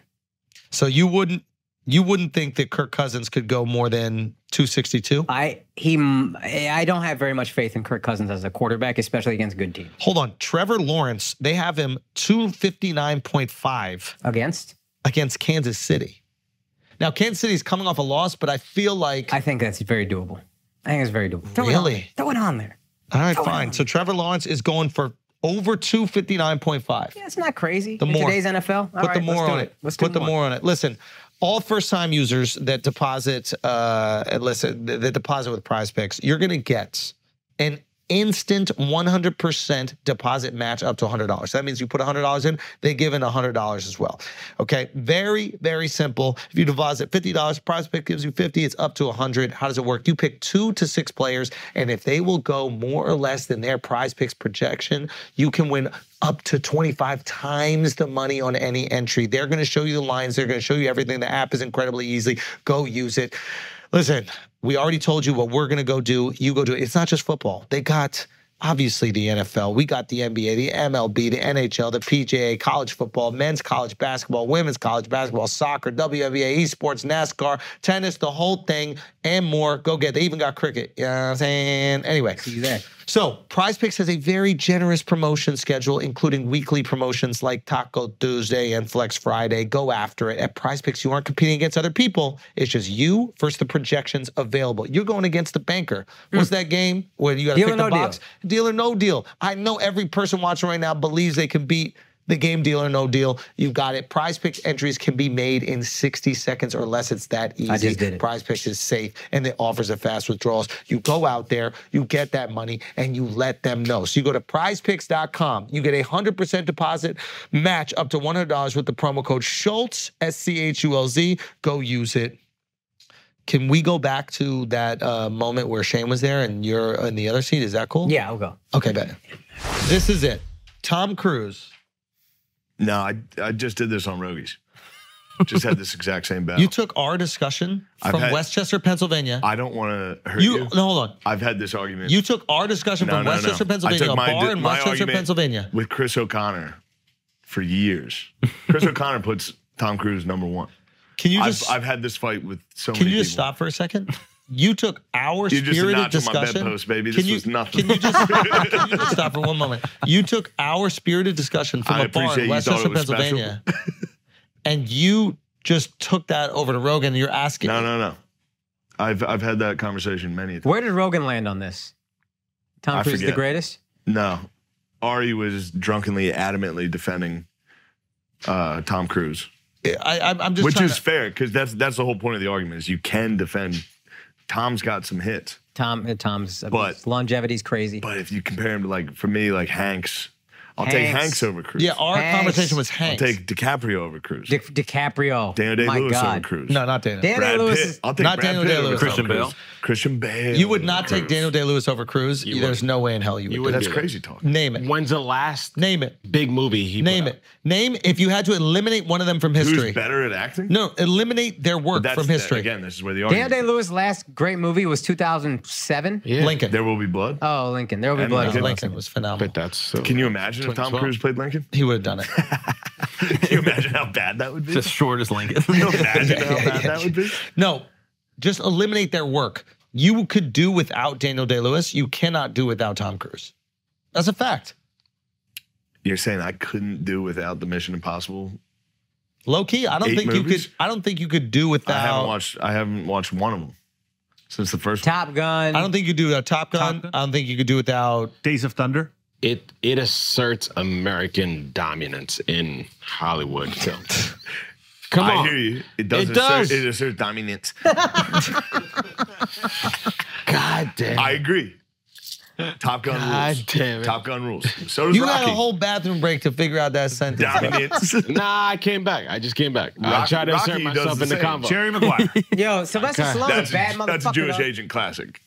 So you wouldn't you wouldn't think that Kirk Cousins could go more than 262?
I he I don't have very much faith in Kirk Cousins as a quarterback, especially against good teams.
Hold on. Trevor Lawrence, they have him 259.5
Against,
against Kansas City. Now, Kansas City's coming off a loss, but I feel like.
I think that's very doable. I think it's very doable. Throw It on,
Really?
throw it on there.
all right, fine. So Trevor Lawrence is going for over 259.5.
Yeah, it's not crazy.
The
in
more.
today's NFL. All
Put the
right,
more
let's do
on it.
Let's do
Put the more on it. Listen, all first time users that deposit, uh, and listen, th- that deposit with prize picks, you're going to get an instant 100% deposit match up to $100. That means you put $100 in, they give in $100 as well. Okay. Very, very simple. If you deposit $50, prize pick gives you 50, it's up to 100. How does it work? You pick two to six players, and if they will go more or less than their prize picks projection, you can win up to 25 times the money on any entry. They're going to show you the lines, they're going to show you everything. The app is incredibly easy. Go use it. Listen, we already told you what we're going to go do. You go do it. It's not just football. They got obviously the NFL, we got the NBA, the MLB, the NHL, the PGA, college football, men's college basketball, women's college basketball, soccer, WNBA, esports, NASCAR, tennis, the whole thing, and more. Go get. They even got cricket. You know what I'm saying? Anyway.
you there.
So, Prize Picks has a very generous promotion schedule, including weekly promotions like Taco Tuesday and Flex Friday. Go after it. At Prize Picks, you aren't competing against other people. It's just you versus the projections available. You're going against the banker. What's that game where you got to
Deal
pick
or
the
no deal.
box? Deal or no deal. I know every person watching right now believes they can beat the game deal or no deal. You got it. Prize Picks entries can be made in 60 seconds or less. It's that easy.
just did it.
Prize Picks is safe and it offers a fast withdrawals. You go out there, you get that money, and you let them know. So you go to prizepicks.com. You get a 100% deposit match up to $100 with the promo code Schultz, S C H U L Z. Go use it. Can we go back to that uh, moment where Shane was there and you're in the other seat? Is that cool?
Yeah, I'll go.
Okay, bet. This is it. Tom Cruise.
No, I, I just did this on Rogies. Just had this exact same battle.
You took our discussion
I've
from
had-
Westchester, Pennsylvania.
I don't want to hurt
you,
you.
no, hold on.
I've had this argument.
You took our discussion
No,
from
no, no.
Westchester,
I
Pennsylvania,
took
a
my-
bar in
my
Westchester,
argument
Pennsylvania.
with Chris O'Connor for years.
[laughs]
Chris O'Connor puts Tom Cruise number one.
Can you
I've,
just
I've had this fight with so
can
many
you just
people.
stop for a second?
[laughs]
You took our
You're just a
spirited
notch on my
discussion.
bedpost, baby.
Can
This
you,
was nothing.
Can you,
[laughs]
just, can [laughs] you just stop for one moment? You took our spirited discussion from
I
a bar
appreciate
in
you thought
Westchester,
it was special. [laughs]
Pennsylvania, and you just took that over to Rogan. And you're asking,
No, no, no. I've I've had that conversation many times.
Where did Rogan land on this? Tom
I
Cruise is the
forget.
greatest.
No, Ari was drunkenly, adamantly defending uh, Tom Cruise,
I, I'm- I'm just
which
trying
is
to,
fair because that's that's the whole point of the argument is you can defend. Tom's got some hits,
Tom, uh, Tom's
But-
longevity's crazy.
but if you compare him to like for me, like Hanks I'll take
Hanks.
Hanks over Cruz.
Yeah, our
Hanks.
conversation was
I'll
Hanks.
take DiCaprio over Cruz.
Di- DiCaprio.
Daniel Day
My
Lewis over
God.
Cruz.
no, not Dana.
Dan-
Brad
Day-Lewis
Pitt.
is-
I'll take
Not
Brad
Daniel
Pitt
Day-Lewis.
over
Christian
Cruz.
Bale.
Christian Bale.
you would
over
not take
Cruz.
Daniel Day Lewis over Cruz. There's no way in hell you would.
You
do
would-
it.
That's
Yeah.
crazy talk.
Name it.
When's the last
Name it.
big movie he put
Name
out?
it. Name if you had to eliminate one of them from history.
Who's better at acting?
No, eliminate their work
That's
from
that-
history.
again, this is where the
Daniel
argument.
Day Lewis' last great movie was 2007.
Yeah.
Lincoln.
There will be blood.
Uh,
Oh, Lincoln. There will be
And
blood.
Lincoln.
Lincoln was phenomenal.
But that's so,
Can you imagine if Tom
2012.
Cruise played Lincoln?
He would
[laughs]
have done it.
Can you imagine how bad that would be?
The shortest [laughs] Lincoln.
Can you imagine how
yeah,
bad
yeah.
that would
[laughs]
be?
No, just eliminate their work. You could do without Daniel Day Lewis. You cannot do without Tom Cruise. That's a fact.
You're saying I couldn't do without the Mission Impossible?
Low key, I don't
Eight
think you
movies?
could. I don't think you could do without.
I haven't watched. I haven't watched one of them since the first. one.
Top Gun.
I don't think you could do without Top Gun.
Top Gun?
I don't think you could do without.
Days of Thunder.
it it asserts American dominance in Hollywood films. Come
I
on.
hear you. It does.
It does.
Assert, it asserts dominance.
God damn.
I agree. Top Gun
God
rules.
damn it.
Top Gun rules. So does
You
Rocky.
had a whole bathroom break to figure out that sentence.
dominance.
nah, I came back. I just came back. [laughs] I
Rock-
tried to
Rocky
insert
does
myself
the
in the
same.
combo.
Jerry
[laughs]
Maguire.
Yo, Sylvester Stallone
That's
is a bad
a, that's a
motherfucker.
Jewish
though.
agent
[laughs]
classic.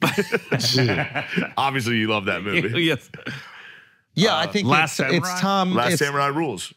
Obviously, you love that
[laughs]
movie.
yes.
yeah, I think
Last
it's, it's
Samurai?
Tom.
Last
it's-
Samurai rules.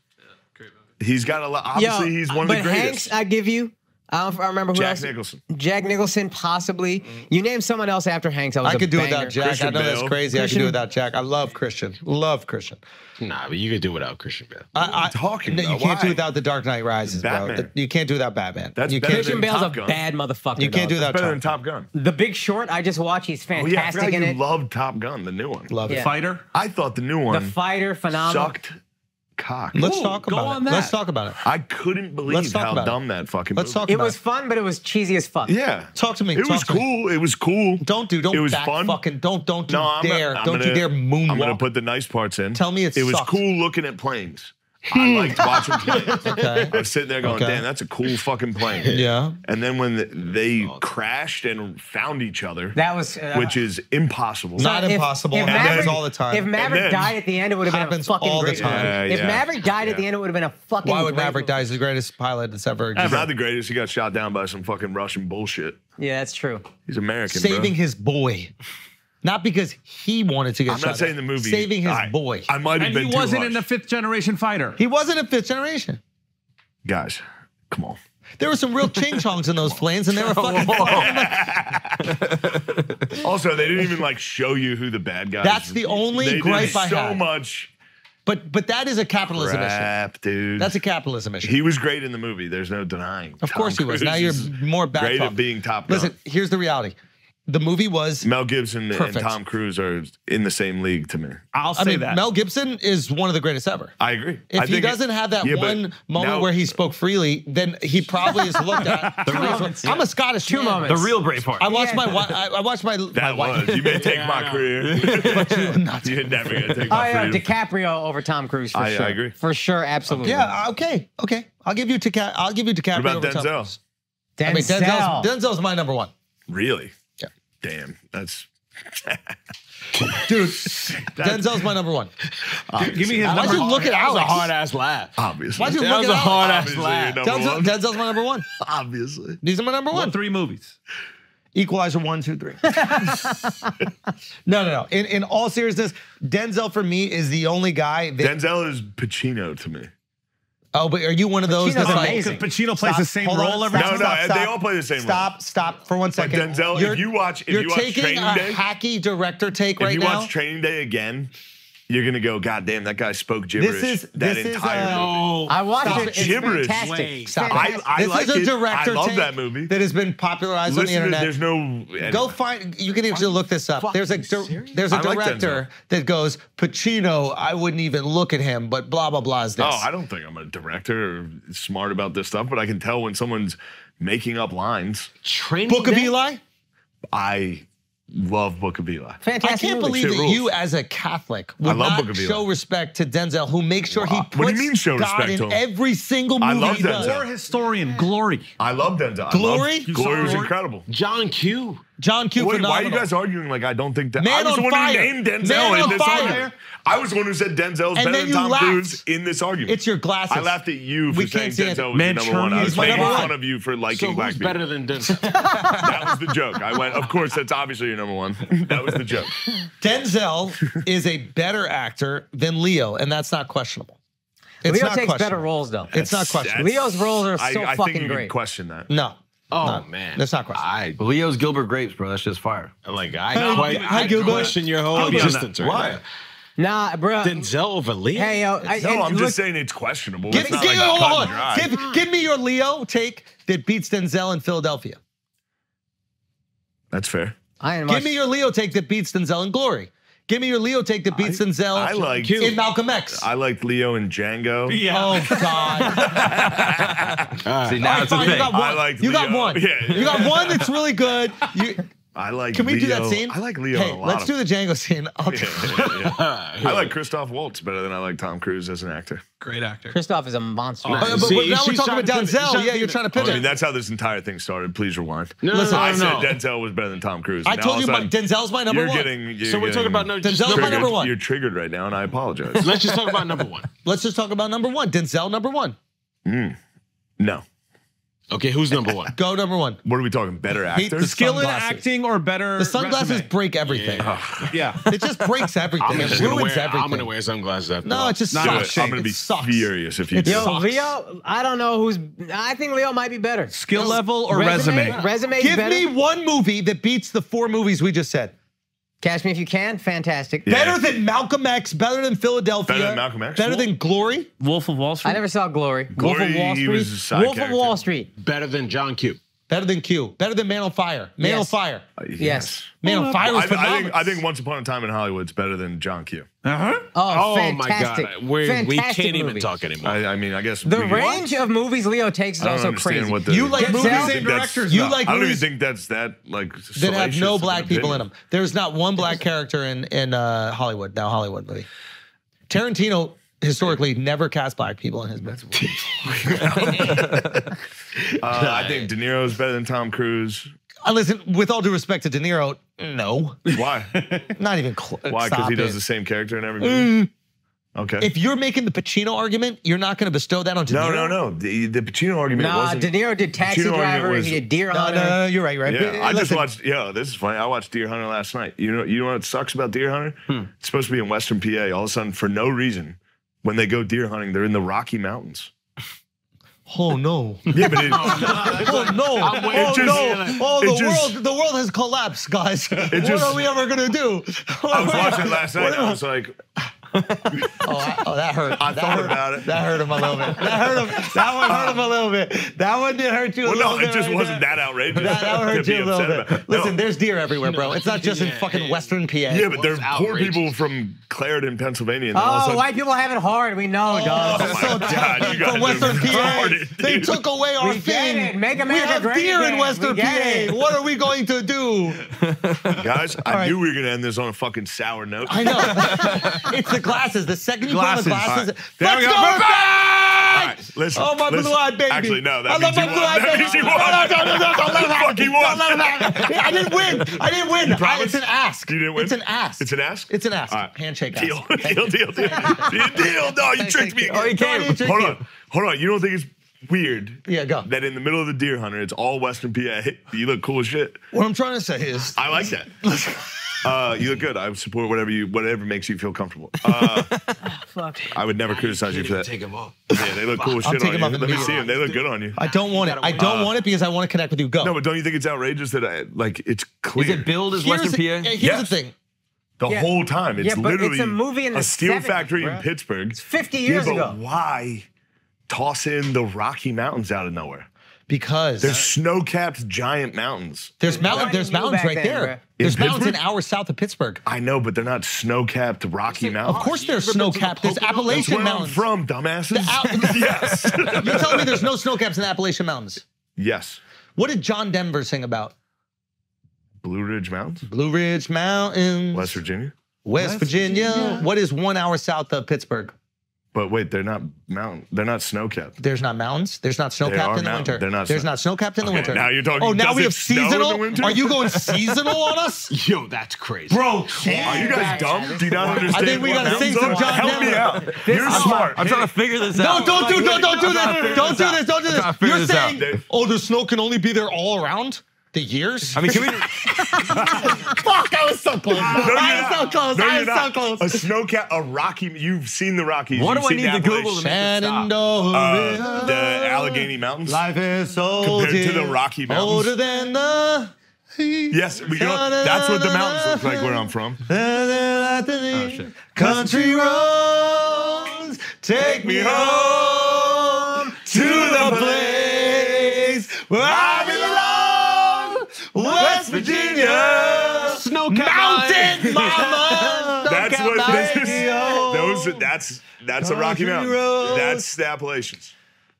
He's got a lot.
Yo,
Obviously, he's one of
but
the greatest.
Hanks,
uh,
I give you. I don't I remember who
Jack
else.
Nicholson. Mm.
Jack Nicholson, possibly. You name someone else after Hanks. That was
I
a
could do
banger.
without Jack.
Christian
I know that's
Bale.
crazy. I could do without Jack. I love Christian. Love Christian.
Nah, but you could do without Christian Bale.
I, I,
talking
no,
about?
You can't do
Why?
without the Dark Knight Rises, bro.
Batman.
You can't do without Batman.
That's
you
better
can't.
Christian
than
Bale's a
Top Gun.
bad motherfucker.
you can't do
though.
without
Better
Tom.
than Top Gun.
The Big Short. I just watched. He's
Oh yeah, I
fantastic
forgot
in
you
it.
loved Top Gun, the new one.
Love it.
Yeah.
Fighter.
I thought the new
the
one
fighter, phenomenal.
sucked cock.
Let's
Ooh,
talk
go
about
on
it.
that.
Let's talk about it.
I couldn't believe
talk
how
about it.
dumb that fucking.
Let's
movie.
talk
It
about
was fun, but it was cheesy as fuck.
Yeah.
Talk to me,
It
talk
was
to me.
cool. It was cool.
Don't do. Don't
It was
back
fun.
fucking. Don't don't you
No, I'm
dare.
I'm
don't
gonna-
you dare moonwalk.
I'm gonna put the nice parts in.
Tell me it
It was
sucked.
cool looking at
[laughs]
planes. I liked watching planes. [laughs] I was sitting there going,
Okay.
"Damn, that's a cool fucking plane."
[laughs] Yeah.
And then when the, they crashed and found each other,
That was, uh,
which is impossible.
Not impossible. It happens all the time.
If Maverick
And then-
died at the end, it would have been a
Happens
fucking
all the
great
time.
movie.
Yeah,
If
yeah.
Maverick died at the end, it would have been a fucking.
Why would
great
Maverick
movie.
die? He's the greatest pilot that's ever
He's
existed.
not the greatest. He got shot down by some fucking Russian bullshit.
Yeah, that's true.
He's American. bro.
Saving his boy. Not because he wanted to get
I'm
shot.
not saying the movie.
Saving his
I-
boy.
I might have
And
been
he
too
wasn't in the
harsh.
fifth generation fighter.
he wasn't a fifth generation.
Guys, come on.
There were some real ching chongs
[laughs]
in those planes, and they were fucking. [laughs]
Also, they didn't even like show you who the bad guys.
That's the only
they
gripe
did
I
so
had.
much
But but that is a capitalism issue.
crap, dude.
That's a capitalism issue.
He was great in the movie. There's no denying.
Of course he was. Now you're more back.
Great at being Top Gun.
Listen, here's the reality. The movie was.
Mel Gibson
Perfect.
and Tom Cruise are in the same league to me.
I'll say
I mean,
that.
Mel Gibson is one of the greatest ever.
I agree.
If
I
he
think it-
doesn't have that
Yeah, but
one moment
now-
where he spoke freely, then he probably is
[laughs]
looked at. I'm,
moments,
a Scottish
Two
man.
moments.
The real Braveheart.
I watched
Yeah.
my wi- I, I watched my, my [laughs]
that
wife.
was. You may take my career. [laughs] You're never gonna
[laughs]
take my
uh,
Oh, yeah,
freedom.
DiCaprio over Tom Cruise for
I- I
sure.
agree.
For sure, absolutely.
Yeah. uh, Okay. Okay. I'll give you Deca- I'll give you DiCaprio.
What about
over Tom
Denzel?
Cruise.
Denzel.
I mean, Denzel's, Denzel's my number one,
Really?
Yeah.
Damn. That's [laughs]
dude. Denzel's my number one.
Give me his
Why'd
number.
you look at
That was a
Alex?
hard ass laugh.
obviously.
Why'd you
That
look
was a
at
hard
Alex?
ass
Obviously,
laugh.
you're number
Denzel,
one.
Denzel's my number one.
Obviously.
These are my number one.
What three movies?
Equalizer one, two,
[laughs]
three. no, no, no. In in all seriousness, Denzel for me is the only guy that.
Denzel is Pacino to me.
oh, but are you one of those?
Pacino's
that's like-
amazing.
Because Pacino plays
Stop.
the same
Hold on.
role every
No,
Stop,
no,
stop,
they
stop.
all play the same role.
Stop, stop for one second.
Denzel, if you watch- if
you're
you watch
taking
Training
a
Day-
hacky director take
If
right
you
now.
watch Training Day again, you're gonna go, God damn, that guy spoke gibberish.
this is
that
this is
entire
uh,
movie.
I watched
Stop
it.
it.
It's
Gibberish.
fantastic.
Wait.
Stop it.
I- I
this
liked
is a
it. I
director
love
take
that movie.
that has been popularized
Listen,
on the
there's
internet.
no
Go
anyway.
find. You can actually look this up. There's a dir- there's a
I like
director that goes Pacino. I wouldn't even look at him, but blah blah blah is this.
Oh, I don't think I'm a director or smart about this stuff, but I can tell when someone's making up lines.
Training
Book of
Day?
Eli.
I love Book of Eli.
I
Fantastic.
can't
movie.
believe
Shit
that
rules.
you, as a Catholic, would
I love
not
Book of Eli.
show respect to Denzel, who makes sure he
Wow.
puts
What do you mean show
God
respect
in
to him?
every single movie.
I love
he does.
Denzel.
War historian, glory.
I love Denzel.
Glory?
I love, Glory was
Glory?
incredible.
John Q.
John Q.
Wait, why are you
phenomenal.
guys arguing like I don't think that
Man
I was
on
the one
fire.
who named Denzel
Man
in
on
this
fire.
argument. I was the one who said Denzel's
And
better
then
than
you
Tom
laughed.
Cruise in this argument.
It's your glasses.
I laughed at you for
We
saying
can't see it.
Denzel was
Man,
your number one. I
Charlie
was
is my
making
number
fun
one.
of you for liking
So who's
black people.
better than Denzel?
that was the joke. I went, of course, that's obviously your number one. [laughs] That was the joke.
Denzel [laughs] is a better actor than Leo, and that's not questionable. It's
Leo
not
takes better
questionable.
roles though.
It's not questionable.
Leo's roles are
I,
so
I
fucking
think you
great.
Can question that.
No.
Oh
Not-
man,
that's not question.
I
Leo's Gilbert Grapes, bro. That's just fire.
like I
Hey,
quite
hi,
I
Gilbert.
question your whole
be on
existence.
that.
Right
Why?
now.
nah, bro.
Denzel over Leo.
hey, uh, yo, I,
No,
and
I'm
look-
just saying it's questionable.
Give,
Ah, it's not
give-
like
hold
cut and
on.
dry.
Give- give me your Leo take that beats Denzel in Philadelphia.
That's fair.
I ain't
Give
much-
me your Leo take that beats Denzel in Glory. Give me your Leo take that beats Denzel
I liked-
in Malcolm X.
I liked Leo and Django.
Oh
[laughs]
God!
See, now it's a
Fine, you
thing.
got one.
I liked
you got
Leo.
one.
Yeah.
You got one that's really good. You,
I like.
can we do that
Leo-
scene?
I like Leo.
Hey,
in a lot
let's
of
do
[laughs]
the Django scene. I'll [laughs]
I like Christoph Waltz better than I like Tom Cruise as an actor.
Great actor.
Christoph is a monster.
but, Oh, but
See,
now we're
she's
talking
trying
about
to pivot.
Denzel. Yeah,
She's trying
you're
to
trying to
I
pivot.
mean, that's how this entire thing started. Please rewind.
No, no,
Listen,
no,
I
no,
said
no.
Denzel was better than Tom Cruise.
I
Now
told
all
you
of a
my,
sudden,
Denzel's my number
You're
one.
getting. You're
So we're talking about no. Just
Denzel's my
triggered.
number one.
You're triggered right now, and I
[laughs]
apologize.
Let's just talk about number one.
Let's just talk about number one. Denzel number one.
no.
Okay, who's
[laughs]
number one?
Go number one.
What are we talking? Better
He-
actor?
the
Skill in
Sunglasses.
acting or better.
The sunglasses
resume.
break everything.
Yeah.
It just
[laughs]
breaks everything.
I'm
it
just gonna
ruins
wear.
everything.
I'm gonna wear sunglasses after.
no,
all.
it just
Do it.
sucks.
I'm gonna
It
be
sucks.
furious if you
It
do.
Yo,
sucks.
Leo, I don't know who's. I think Leo might be better.
[laughs] Skill level or resume?
Resume.
Give
better.
me one movie that beats the four movies we just said.
Catch me if you can. Fantastic.
Better than Malcolm X. Better than Philadelphia.
Better than Malcolm X?
Better than Glory.
Wolf of Wall Street.
I never saw Glory. Wolf
Glory,
of Wall
he
Street.
was a side
Wolf
character.
of Wall Street.
better than John Q.
Better than Q. Better than Man on Fire. Man
Yes.
on Fire.
Yes. Oh,
Man on Fire was
I, I
phenomenal.
think, I think Once Upon a Time in Hollywood's better than John Q.
Uh-huh.
Oh,
Oh
fantastic.
my god, We're, we
Fantastic
can't even
movie.
talk anymore.
I, I mean, I guess
The
we-
range of movies Leo takes is
I don't
also
understand
crazy.
what the-
You like
I don't
movies
even
and
think that's-
directors, You though. like
I don't even
movies-
think that's that like
that have no
salacious
black
of an
people in them.
opinion.
There's not one black character in in uh, Hollywood now. Hollywood movie. Tarantino historically never cast black people in his movies.
Uh, I think De Niro's better than Tom Cruise.
Uh, listen, with all due respect to De Niro, no, [laughs]
Why?
not even close.
Why? Because he does the same character in every movie. Okay.
Mm. If you're making the Pacino argument, you're not going to bestow that on De
no, no,
Niro.
no. The, the Pacino argument
Nah,
wasn't.
De Niro did Taxi
Pacino argument
Driver.
was-
he did Deer
No,
Hunter.
no, no, you're right. You're right. [laughs]
Yeah,
But,
I just
listen,
watched. Yeah, this is funny. I watched Deer Hunter last night. You know, you know what sucks about Deer Hunter?
Hmm.
It's supposed to be in Western PA. All of a sudden, for no reason, when they go deer hunting, they're in the Rocky
[laughs]
Mountains. [laughs]
Oh no!
Yeah, but it,
Oh no! Oh
It just-
no! Oh,
it
the
just-
world, the world has collapsed, guys. What
just-
are we ever gonna do?
I was
[laughs]
watching it last night. and I was like,
Oh, I- oh, that hurt.
I
that
thought
hurt,
about it.
That hurt him a
[laughs]
little bit. That hurt him. That one hurt him a little bit. That one did hurt you a
well,
little
no,
bit.
it just
right
wasn't
there.
that outrageous.
That, that
[laughs] to
hurt
be
you a little
upset
bit.
about. No.
Listen, there's deer everywhere, bro. It's not just in fucking Western PA.
Yeah, but they're
Well, it's
poor people
outrageous.
from Clarendon, Pennsylvania. And all of a
Oh,
sudden-
white people have it hard. We know, dog.
Oh, my
so
God, you
From
guys are
Western PA,
retarded, [laughs]
they
dude.
took away our
We get
thing.
it. Make
we
America
have
great
deer in
again.
Western
We get
PA.
it.
What are we going to do?
Guys, I
right.
knew we were going to end this on a fucking sour note.
[laughs]
I know. it's the glasses. The second you put on the
Glasses.
glasses,
All right. There we go.
let's go.
Bye-bye.
back!
All right, listen,
Oh, my
listen.
blue-eyed baby.
Actually, no, that
I
means
love
you
my
won.
blue-eyed
That
baby.
means you
No,
won.
no, no, no, no, don't let it happen.
Fuck, [laughs] you won.
Don't let it happen. I didn't win. I didn't win. I,
promise?
it's an ask.
You didn't win?
It's an ask.
It's an ask?
It's an ask.
All right.
Handshake ask.
Deal, [laughs] deal, deal, deal,
[laughs]
deal, deal. No, you tricked me.
you. Oh, you
again.
came. No, I didn't
Hold
trick
on, hold on. You don't think it's weird?
Yeah, go.
That in the middle of the deer hunter, it's all Western PA. You look cool as shit.
What I'm trying to say is,
I like
[laughs]
that. Uh, you look good. I support whatever you, whatever makes you feel comfortable. Uh, I would never criticize you for that.
Take him off.
Yeah, they look cool as
I'll
shit
take
on you.
them off
Let me
immediately.
see them. They look good on you.
I don't want it. I don't want it because I want to connect with you. Go.
Uh, No, but don't you think it's outrageous that I, like it's
Is
clear
it billed as
here's
Western
the,
PA?
Here's
Yes.
the thing.
the
Yeah.
whole time? It's
Yeah, but it's
literally
a movie in
a
the
steel
70s,
factory in
bruh.
Pittsburgh. It's
50 years
yeah, but
ago.
Why toss in the Rocky Mountains out of nowhere?
Because
There's snow-capped giant mountains.
there's mountain,
Why
there's
didn't you
mountains
back
right
then,
there.
bruh?
There's
In
mountains an
Pittsburgh?
hour south of Pittsburgh.
I know, but they're not snow-capped Rocky Mountains.
Of course, there's snow capped. There's
That's
Appalachian
where I'm
Mountains.
from, dumbasses. [laughs]
out-
yes.
[laughs] You're telling me there's no snow caps in the Appalachian Mountains?
yes.
What did John Denver sing about?
Blue Ridge Mountains,
Blue Ridge Mountains,
West Virginia.
West Virginia. What is one hour south of Pittsburgh?
But wait, they're not mountain. They're not snow capped.
There's not mountains. There's not snow
They
capped
are
in the
mountain-
winter.
they're not
There's
snow-
not snow capped in the
Okay,
winter.
now you're talking-
Oh, now
does
we
it
have
snow in the
seasonal.
winter?
Are you going seasonal
[laughs]
on us?
Yo, that's crazy.
Bro, are you guys dumb? Do you not understand?
think we
what
gotta
mountains
save some
are?
John
Help me
Denver.
out. You're smart.
I'm trying to figure this
No,
out.
don't do, don't, don't do that. Don't do this. Don't do
I'm
this.
figuring
You're
this out.
saying, oh, the snow can only be there all around the years.
I mean,
[laughs]
can we?
Fuck, I was so close.
No,
I
you're
was so
not.
close.
No,
I
you're
was so
not.
close.
A snow cat, a Rocky. You've seen the Rockies.
What
You've
do I
seen
need to
the
Google to make this stop?
Shenandoah
Uh,
River.
the Allegheny Mountains.
Life is so
Compared to
dear,
the Rocky Mountains.
Older than the.
Yes, we go. That's what the mountains look like where I'm from.
Oh, Country roads, take me home to the place where I belong, West Virginia. [laughs]
Oh,
Snow
Mountain mama.
That's
Don't
what
count
this
[laughs] my
is.
radio.
Those. are- That's that's a Rocky
Country
Mountain.
roads.
That's the Appalachians.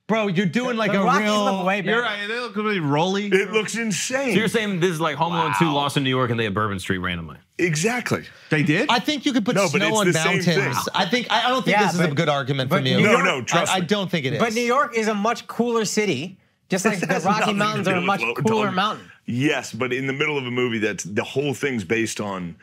Bro, you're doing like a
Rockies
real.
look way
You're
better.
right. They look really rolly.
It looks insane.
So you're saying this is like Home Alone 2 Lost in New York and they had Bourbon Street randomly.
Exactly.
They did.
I think you could put
No, but
snow
it's
on
the same
mountains.
thing.
I think I I don't think
Yeah,
this is a
but-
good argument
but
from you.
New
No, no, trust
I, I
me.
don't think it is.
But New York is a much cooler city, just like the
has
Rocky
nothing to
Mountains
do
are a
with
much
Lo-
cooler
Tom.
mountain.
Yes, but in the middle of a movie, that's the whole thing's based on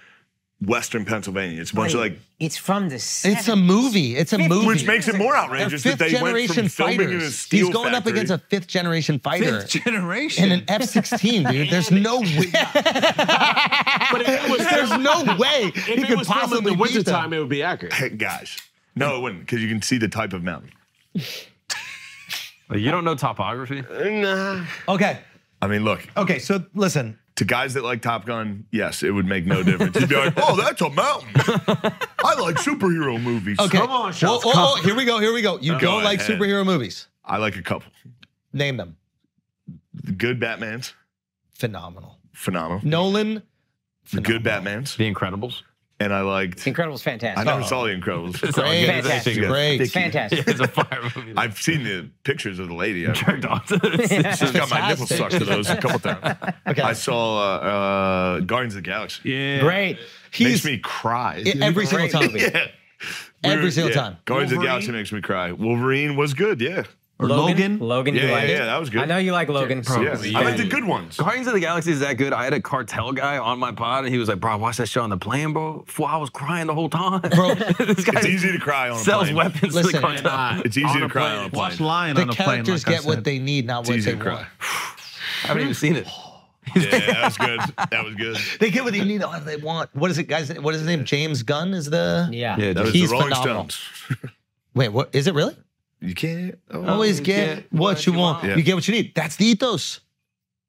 Western Pennsylvania. It's a bunch of like,
it's from the
it's a movie. It's a movie.
which makes it more
They're
outrageous that they went from
fifth-generation
filming in a
fighters.
steel
He's going up
factory.
against a fifth generation fighter
generation.
in an F sixteen, dude. There's no way. [laughs] There's no way he
If it
could
was filmed in
possibly
the
beat
wintertime,
them.
it would be accurate.
Hey, guys. No, it wouldn't, because you can see the type of mountain.
Like, you don't know topography?
Nah.
Okay.
I mean, look,
Okay. So listen.
to guys that like Top Gun, yes, it would make no difference. You'd be like, oh, that's a
[laughs]
mountain. I like superhero movies.
Okay.
Come on.
Whoa, oh, oh, here we go. Here we go. You
Go
don't like
ahead.
superhero movies.
I like a couple.
Name them.
Good Batmans,
Phenomenal.
phenomenal.
Nolan.
The Good Batmans.
The Incredibles.
And I liked,
Incredible's
I
fantastic.
never saw The Incredibles.
Great.
Fantastic.
Great.
It's fantastic.
It's a fire [laughs] movie.
I've seen the pictures of the lady.
[laughs]
I
jerked off to this.
just got my nipples sucked to those a couple times.
Okay.
I saw uh, uh, Guardians of the Galaxy.
yeah.
Great.
Makes
He's
me cry.
Yeah, every single
Great
time.
Yeah.
Every
Weird,
single
yeah.
time.
Guardians of the Galaxy makes me cry. Wolverine was good, yeah.
Or Logan.
Logan,
Yeah,
you
yeah,
like it?
yeah, that was good.
I know you like Logan.
Yeah. I like the good ones.
[laughs] Guardians of the Galaxy is that good. I had a cartel guy on my pod, and he was like, "Bro, watch that show on the plane, bro. Fool, I was crying the whole time. [laughs]
Bro,
this guy
It's easy to cry on a
sells
plane.
weapons to the
Listen,
cartel.
It's easy
a
to cry on a plane.
plane.
Watch Lion
the
on a plane.
characters
Like I
get what
said.
they need, not
It's
what
easy
they
to cry.
want. [laughs]
I haven't even seen it.
yeah, that was good. That was good.
They get what they need, not what they want. What is it, guys? What is his name? James Gunn is the.
Yeah.
That was
He's
the Rolling
phenomenal.
Stones.
Wait, what is it really?
You can't. Oh,
Always get, what, you want.
want.
You get what you need. That's the ethos.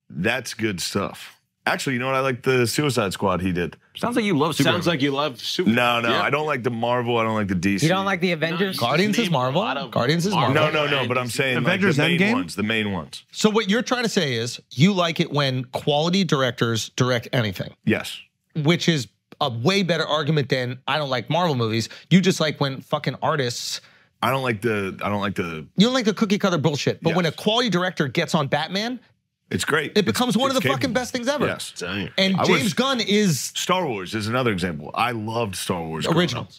That's good stuff. Actually, you know what? I like the Suicide Squad he did.
Sounds like you love Superman.
Sounds like you love super.
No, no,
Yeah.
I don't like the Marvel. I don't like the DC.
You don't like the Avengers?
Guardians is
Name a
Marvel.
lot of
Guardians is Marvel.
No, no, no. But I'm saying
Avengers
like the main
Endgame?
ones. The main ones.
So what you're trying to say is you like it when quality directors direct anything,
Yes.
which is a way better argument than I don't like Marvel movies. You just like when fucking artists.
I don't like the. I don't like the.
You don't like the cookie cutter bullshit, but when a
Yes.
quality director gets on Batman,
It's great.
it becomes one of the
it's
fucking
capable.
best things ever.
Yes.
Damn.
And
I
James
was-
Gunn is
Star Wars is another example. I loved Star Wars. growing
original.
up.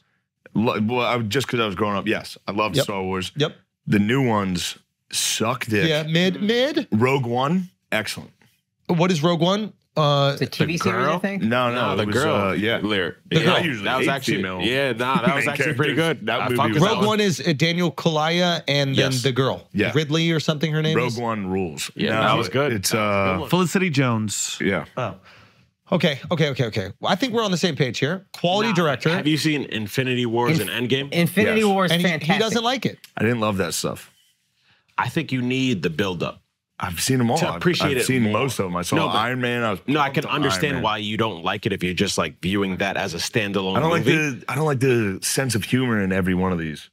Lo- well, I, just because I was growing up, yes, I loved
Yep.
Star Wars.
Yep.
The new ones suck dick.
Yeah, mid, mid.
Rogue One, excellent.
What is Rogue One? Uh,
The TV series, I
girl?
think?
No, no,
the
it was,
girl.
uh, yeah.
Lyric.
Yeah, I usually
that was
hate
actually.
female
Yeah, nah, that was
main
actually pretty
characters.
good. That
I
movie
fuck
was
with
Rogue
that one.
One is uh, Daniel Kaluuya and then
Yes.
the girl,
Yeah.
Ridley or something. Her name
Rogue
is.
One rules.
Yeah, that was good.
It's
That was a
uh,
good one.
Felicity Jones.
yeah.
Okay, okay, okay, okay. Well, I think we're on the same page here. Quality director,
Have you seen Infinity Wars and Endgame?
Infinity
Yes.
War is
and he,
fantastic.
he doesn't like it.
I didn't love that stuff.
I think you need the buildup.
I've seen them all.
To
I've-
appreciate
I've
it
seen
more.
most of them. I saw
No, but-
Iron Man. I was
No, I
pumped
can
on Iron Man.
understand why you don't like it if you're just like viewing that as a standalone.
I don't like
movie.
the I don't like the sense of humor in every one of these.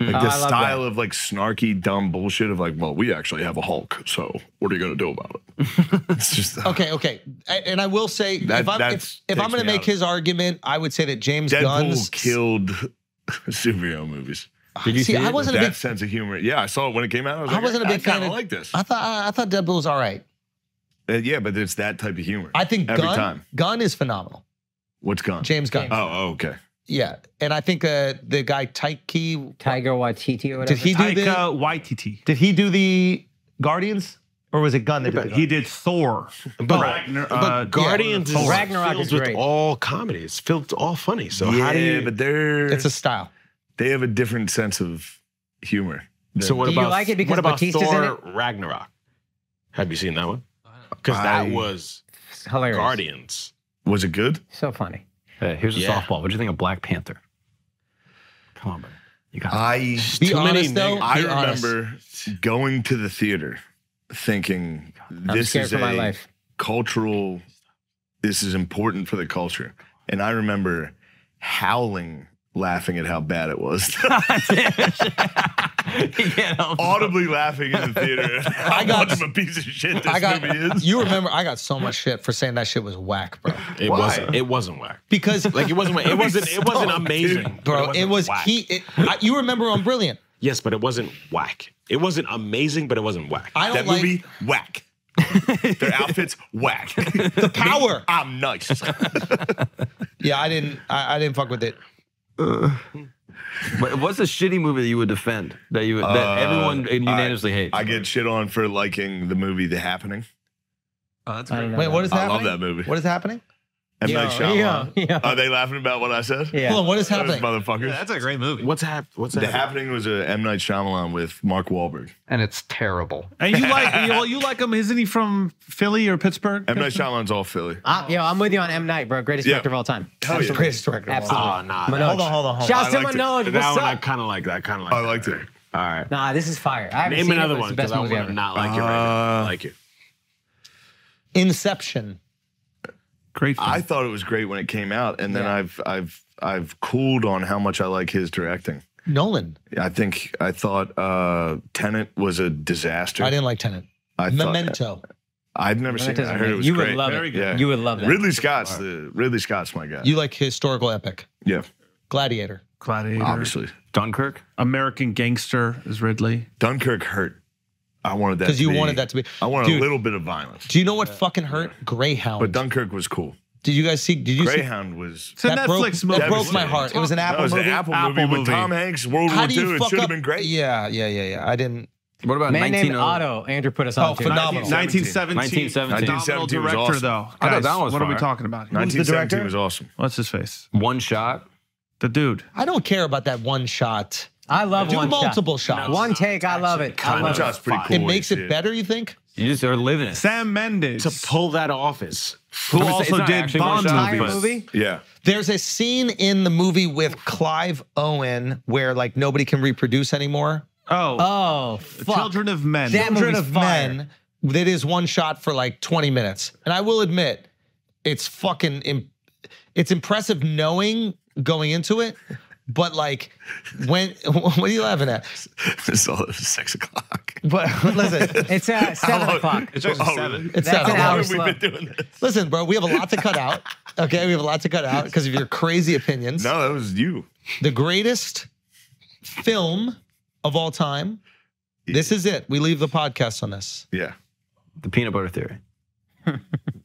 Mm.
Like
Oh,
the
I love
style of like snarky, dumb bullshit of like, well, we actually have a Hulk, so what are you gonna do about it?
[laughs]
it's just uh,
Okay, okay. A- And I will say,
That-
if I'm if,
that's-
if I'm
takes
going to
me
make
out.
his argument, I would say that James
Deadpool
Gunn's Ah,
killed [laughs] superhero movies.
Did you
See,
see
I
it?
wasn't a
that
big,
sense of humor. Yeah, I saw it when it came out. I, was
I
like,
wasn't a big
I
fan.
kinda
Of,
like this.
I thought I, I thought Deadpool was all right.
Uh, yeah, but it's that type of humor.
I think
every
Gunn
time.
Gunn is phenomenal.
What's Gunn?
James Gunn.
Oh, oh, okay.
yeah, and I think uh, the guy [laughs] Taiki
Tiger Watiti or whatever.
did he do the
Taika Waititi.
did he do the Guardians or was it Gunn that did the
He did Thor.
But-
Ragnar-
but
uh,
Guardians is
Thor.
Ragnarok
filled
is
with
great.
all comedy. It's filled with all funny. So
yeah,
how do you?
but they're
It's a style.
they have a different sense of humor.
so what
Do you
about
like it because
what about
Batista's in
Thor Ragnarok? Have you seen that one? Because that
I-
was
It's hilarious.
Guardians.
Was it good?
So funny.
Hey, here's a
Yeah.
softball. What do you think of Black Panther? Come on, buddy. You got
I
Be
Too many
honest though.
niggas.
be
I
honest.
remember going to the theater thinking
I'm
this
scared
is
for
a
my life.
cultural this is important for the culture. And I remember howling laughing at how bad it was. [laughs]
yeah, no,
Audibly laughing in the theater. I
got-
got much of a piece of shit this
I
movie
got
is.
[laughs] you remember I got so much shit for saying that shit was whack, bro.
It
Why?
wasn't. It wasn't whack.
[laughs]
Because
Like it wasn't. It wasn't. It wasn't
Stop,
amazing,
dude.
but
bro, it
wasn't
was
whack.
he it, I, you remember on Brilliant.
Yes, but it wasn't whack. It wasn't amazing, but it wasn't whack.
I don't
That
like
movie, whack. Their outfits, whack.
the power.
[laughs] I'm nice.
Yeah, I didn't I, I didn't fuck with it.
[laughs] But what's a shitty movie that you would defend that you that
Uh,
everyone unanimously hates?
I get shit on for liking the movie The Happening.
Oh, that's
I
great.
don't know.
Wait, what is
I
happening?
love that movie.
What is happening?
M.
Yeah,
Night Shyamalan.
yeah, yeah.
Are they laughing about what I said?
Yeah.
Hold on, what is
Those
happening?
motherfuckers.
Yeah, that's a great movie.
What's hap- What's
the
happening?
Happening was a M. Night Shyamalan with Mark Wahlberg.
and it's terrible.
And you like you, well, you like him? Isn't he from Philly or Pittsburgh?
M. [laughs] Night Shyamalan's all Philly.
Ah, yo, I'm with you on M. Night, bro. Greatest
Yeah.
director of all time.
Hell
That's
yeah.
the greatest director. of all time.
Absolutely.
Oh, nah.
Manoj.
Hold on, hold on, hold on.
Shouts to
I liked it.
Manoj.
that
What's
one I
up?
kind of like. I kind of like.
Oh. I liked it.
All right.
Nah, this is fire. I haven't
Name
seen
another
it, but
one
It's
because
the
I
best movie
want to
ever.
not like it. Right
Uh,
now. Like it.
Inception.
Great. film.
I thought it was great when it came out, and then
Yeah.
I've I've I've cooled on how much I like his directing.
Nolan.
I think I thought uh Tenet was a disaster.
I didn't like Tenet.
I thought-
Memento.
I'd never seen it. I
Doesn't
heard
mean-
it was
you
great.
would love it.
Yeah.
You would love that.
Ridley Scott's the Ridley Scott's my guy.
You like historical epic.
yeah,
Gladiator.
Gladiator.
obviously.
Dunkirk.
American Gangster is Ridley.
Dunkirk hurt. I wanted that
Because
to
you
be-
wanted that to be.
I wanted
Dude,
a little bit of violence,
Do you know what fucking hurt? Greyhound.
but Dunkirk was cool.
did you guys see? Did you see?
Greyhound was
It's a
that broke,
Netflix
that
movie.
broke my heart. It was an
that
Apple
was
movie.
an Apple,
Apple
movie, with
movie.
Tom Hanks, World
How
War
do you
II. It
fuck
should
up-
have been great.
Yeah, yeah, yeah, yeah. I didn't.
What about
Man named
19?
Otto. Andrew put us
Oh,
on. to it.
phenomenal.
1917.
1917.
Phenomenal
1917 was
director,
awesome.
though.
I thought
Guys,
that one was
what are we
fire.
talking about? here?
1917 was awesome.
What's his face?
One shot.
The dude.
I don't care about that one shot.
I love
Do
one shot.
multiple shots.
One take. I love it. I
Kinda
love it.
Shot's pretty cool.
It makes
Yeah.
it better, you think?
You just are living it.
Sam Mendes,
To pull that off is
who
I'm gonna say it's
also
not
did
actually one
Bond
shot,
Entire
movies.
movie.
Yeah.
There's a scene in the movie with Clive Owen where like nobody can reproduce anymore.
Oh,
Oh, fuck.
Children of Men.
That
Children
movie's
of Men that is one shot for like 20 minutes. And I will admit, it's fucking imp- it's impressive knowing going into it, but like when [laughs] what are you laughing at?
[laughs] It's all at six [laughs] o'clock.
But [laughs] listen,
It's uh, seven
long-
o'clock.
It's actually
Oh,
seven.
really?
it's
That's
seven
an hour
How
hours.
have we
slow.
been doing this?
Listen, bro, we have a lot to cut out. Okay, we have a lot to cut out because of your crazy opinions.
No, that was you.
The greatest film of all time. This is it. We leave the podcast on this.
Yeah.
The peanut butter theory.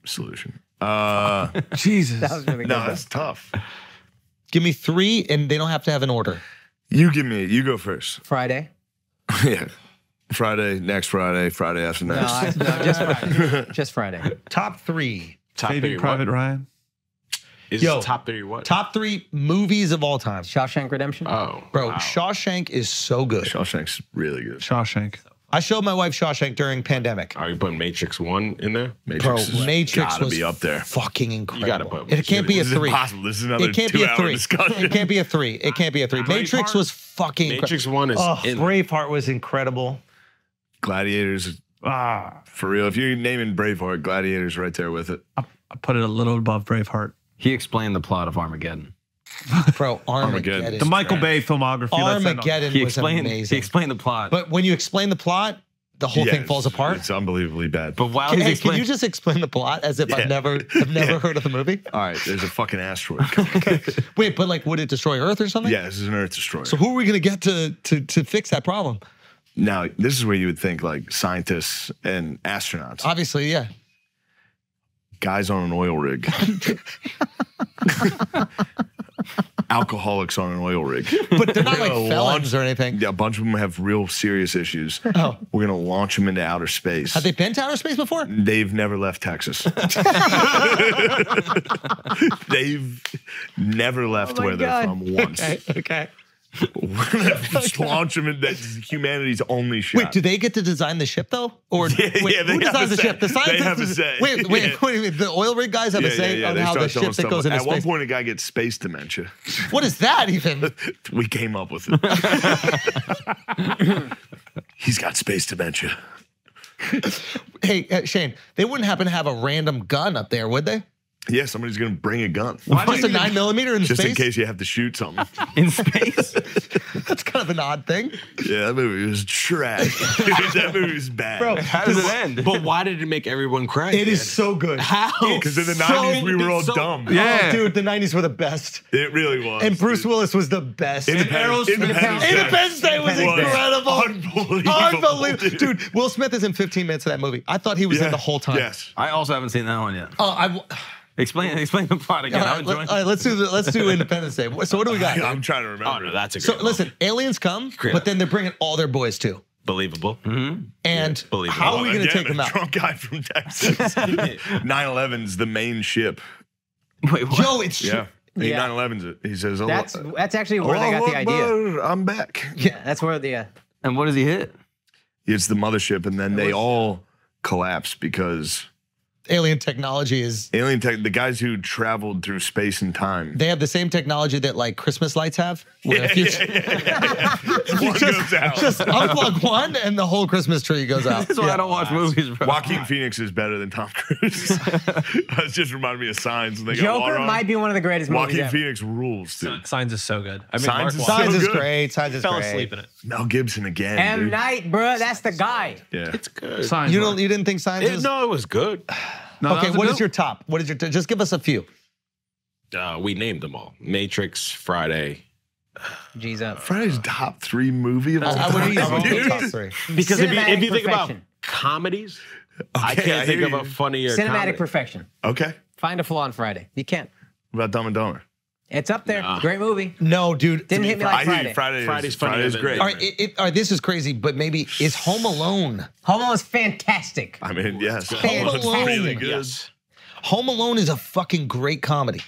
Solution. [laughs] Uh,
Jesus.
That was really good.
no, that's tough.
Give me three, and they don't have to have an order.
You give me. You go first. [laughs]
Friday.
yeah. Friday, next Friday, Friday after
No,
next.
I, no, just Friday. Just Friday.
Top three.
top
Saving
three.
Private
What?
Ryan.
Is
Yo.
top three what?
Top three movies of all time.
Shawshank Redemption.
Oh,
Bro,
wow.
Shawshank is so
[laughs]
good.
Shawshank's really good.
Shawshank.
I showed my wife Shawshank during pandemic.
Are you putting Matrix One in there?
Matrix
Bro,
has
Matrix
gotta
was
be up there.
fucking incredible.
put-
it can't be a
This is
three.
impossible. This is another
It can't be a
two-hour
three.
discussion.
It can't be a three. It can't be a three. Matrix was fucking incredible.
Matrix One is
Oh,
in.
Braveheart was incredible.
Gladiators,
Ah,
for real. If you're naming Braveheart, Gladiators right there with it.
I put it a little above Braveheart.
He explained the plot of Armageddon.
Bro, Armageddon.
Armageddon.
is
The Michael
trash.
Bay filmography. let's end on.
Armageddon
He
was
explained.
amazing.
He explained the plot. But,
but when you explain the plot, the whole
Yeah,
thing
it's-
falls apart.
It's unbelievably bad.
while he's
Hey, can
explaining, [laughs]
you just explain the plot as if
Yeah.
I've never
[laughs]
I've never heard of the movie?
All right, there's a fucking
[laughs]
asteroid coming.
Wait, but like would it destroy Earth or something?
[laughs] yeah, this is an Earth destroyer.
So who are we gonna get to to to fix that problem?
now, this is where you would think like scientists and astronauts, [laughs]
Obviously, yeah. [laughs]
guys on an oil rig. alcoholics on an oil rig.
But they're not like felons or anything.
Yeah, a bunch of them have real serious issues.
Oh.
We're gonna launch them into outer space.
Have they been to outer space before?
They've never left
[laughs]
Texas. They've never left where they're from once.
Okay. [laughs]
Just launch them, and that's humanity's only shot.
Wait, do they get to design the ship though? Or
[laughs] Yeah,
wait,
yeah, they
who
have a
designs the
say.
ship? The
They
scientists.
have a say.
[laughs] Wait, wait,
Yeah.
wait, wait, The oil rig guys have
Yeah,
a
yeah,
say
yeah,
on
they
how the
start
ship
selling
that goes
stuff.
into
At one
space.
point, a guy gets space dementia. [laughs]
what is that even?
We came up with
[laughs]
it. He's got space dementia.
hey, uh, Shane, they wouldn't happen to have a random gun up there, would they?
Yeah, somebody's gonna bring a gun.
Just a nine millimeter in
Just
space.
in case you have to shoot something.
in space.
[laughs] That's kind of an odd thing.
yeah, that movie was
[laughs]
trash. that movie was bad. Bro,
How does it end? But why did it make everyone cry?
It is so good.
How?
because in the
so-
90s, we were all
so-
dumb.
Oh, dude, the '90s were the best,
It really was.
and Bruce Willis was the best.
Independence, Independence,
Independence Day was incredible.
Unbelievable.
Unbelievable, dude. Will Smith is in 15 minutes of that movie. I thought he was in the whole time.
Yes.
I also haven't seen that one yet.
Oh, I.
Explain [laughs] explain the plot again.
all,
I'm
right, let,
enjoying.
all right, let's do the, let's do Independence Day. So what do
[laughs]
we got?
I'm trying to
Oh
remember.
no, that's a
so
good.
listen, aliens come, but then they're bringing all their boys too.
believable. Mm-hmm.
And
Believe it.
how are we going to
Again,
take them
a
out?
Drunk guy from Texas.
[laughs]
9/11's the main ship.
[laughs] Wait, what?
Joe, it's
Yeah. He
Yeah.
9/11's it. He says, "Oh, "Allah-
That's that's actually where they got
Allah
the idea.
Akbar, I'm back.
Yeah, that's where the uh,
And what does he hit?
It's the mothership, and then they all collapse because
alien technology is.
alien tech. The guys who traveled through space and [laughs] time.
They have the same technology that like Christmas lights have. Where if you
One goes out.
[laughs] just unplug one and the whole Christmas tree
[laughs]
goes out.
That's why I don't watch movies, bro. [laughs]
Joaquin Phoenix is better than Tom
[laughs]
Cruise. that just reminded me of Signs. When they got
Joker
Laura on.
might be one of the greatest movies
Joaquin
ever.
Phoenix rules, dude.
Signs is so good. I mean, Mark
Signs is
Wahlberg
Signs
So
is
good.
great. Signs is
[laughs] fell
great.
asleep in it.
Mel Gibson again.
M
dude.
Night, bro, that's the guy.
Yeah.
It's good.
Signs
You
were-
don't. You didn't think Signs
It-
was.
no, it was good.
No, that
Okay,
was a
what
good
is your top? What is your? Just give us a few.
Uh, we named them all. Matrix, Friday.
G's up.
Friday's top three movie of all
I
time.
wouldn't. I wouldn't
dude.
do top three.
Because if you, if you
Cinematic
think about
perfection.
comedies, I
Okay,
can't
I
think
hear
of
you.
a funnier
Cinematic
comedy.
perfection.
[laughs] Okay.
Find a flaw on Friday. You can't.
What about Dumb and Dumber?
It's up there. Great movie.
No, dude.
Didn't hit me
I hear
like Friday.
you. Friday is,
Friday's
Friday's,
funny than-
great.
All right, it, it, all right. This is crazy, but maybe is Home Alone.
Home Alone is fantastic.
I mean, yes.
Home
It's
Alone.
really good.
Yes.
Home Alone is a fucking great comedy.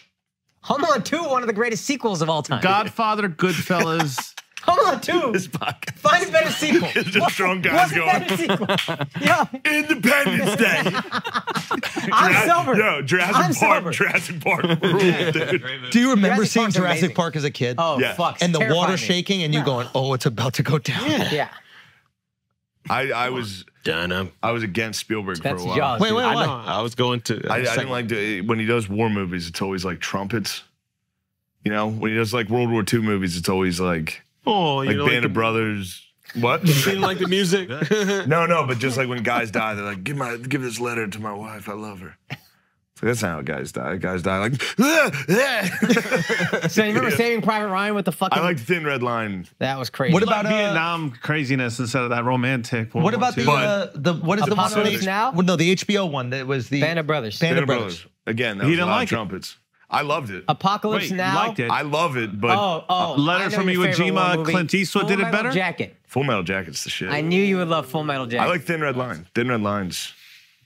Home Alone 2, one of the greatest sequels of all time.
Godfather, Goodfellas.
Home Alone 2,
This podcast.
find a better sequel.
[laughs]
The drunk guy's
What's a
going,
better sequel? [laughs] Yo,
Independence Day.
[laughs] I'm sober.
Yo, Jurassic
I'm
Park.
sober.
Jurassic Park
[laughs]
ruled, dude.
Do you remember
Jurassic
seeing
Park's
Jurassic
amazing.
Park as a kid?
Oh,
Yeah.
fuck.
and the
terrifying
water
me.
shaking, and you going, "Oh, it's about to go down."
Yeah.
I, I was
Dunham.
I was against Spielberg
That's
for a while.
Jaws.
Wait, wait,
dude.
I
wait.
know. I was going to. uh,
I, I didn't like the, when he does war movies. It's always like trumpets. You know, when he does like World War II movies, it's always like
Oh, you
like
know,
Band
like
of Brothers. What?
the, [laughs] didn't like the music.
no, no, but just like when guys die, they're like, give my give this letter to my wife. I love her. It's like, That's not how guys die. Guys die like. "Ah,
So you remember Saving Private Ryan with the fucking.
I like the Thin Red Line.
that was crazy.
[laughs] What about uh,
Vietnam craziness instead of that romantic. World
what
War
about
II.
the uh, the what is the one on
Apocalypse
the-
Now?
Well, no, the HBO one that was the
Band of Brothers?
Band
Band
of
of
Brothers.
Again, that
He
was
didn't
a lot
like
of
it.
trumpets. I loved it.
Apocalypse
Wait, you
Now?
liked it?
I love it, but
Oh, oh.
Letter
I know
from
your
Iwo
favorite war
Jima,
movie.
Clint Eastwood
Full
did it
Metal
better?
Jacket.
Full Metal Jacket's the shit.
I
I,
knew you would love Full Metal Jacket.
like Thin Red Line. Thin Red Line's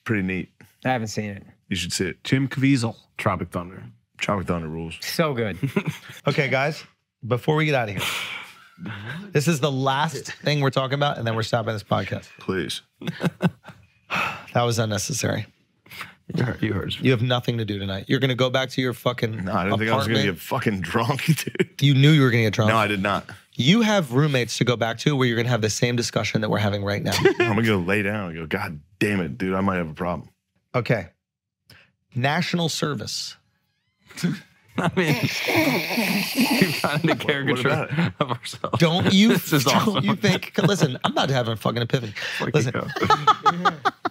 pretty neat.
I haven't seen it.
You should see it.
Jim Caviezel.
Tropic Thunder.
Tropic Thunder rules.
So
[laughs]
good.
Okay, guys, before we get out of here, this is the last thing we're talking about, and then we're stopping this podcast.
Please.
That was unnecessary.
You heard. You heard.
You have nothing to do tonight. You're gonna go back to your fucking.
No, I didn't think I was going to get fucking [laughs]
apartment.
drunk, dude.
You knew you were gonna get drunk.
No, I did not.
you have roommates to go back to where you're gonna have the same discussion that we're having
[laughs]
right now.
I'm going to go lay down and go, God damn it, dude. I might have a problem.
okay. National service.
I mean, [laughs] we've
[laughs]
gotten a caricature
about
of ourselves.
[laughs]
Don't you?
This is
don't
awesome.
you think? Listen, I'm not having a fucking epiphany. Listen, [laughs]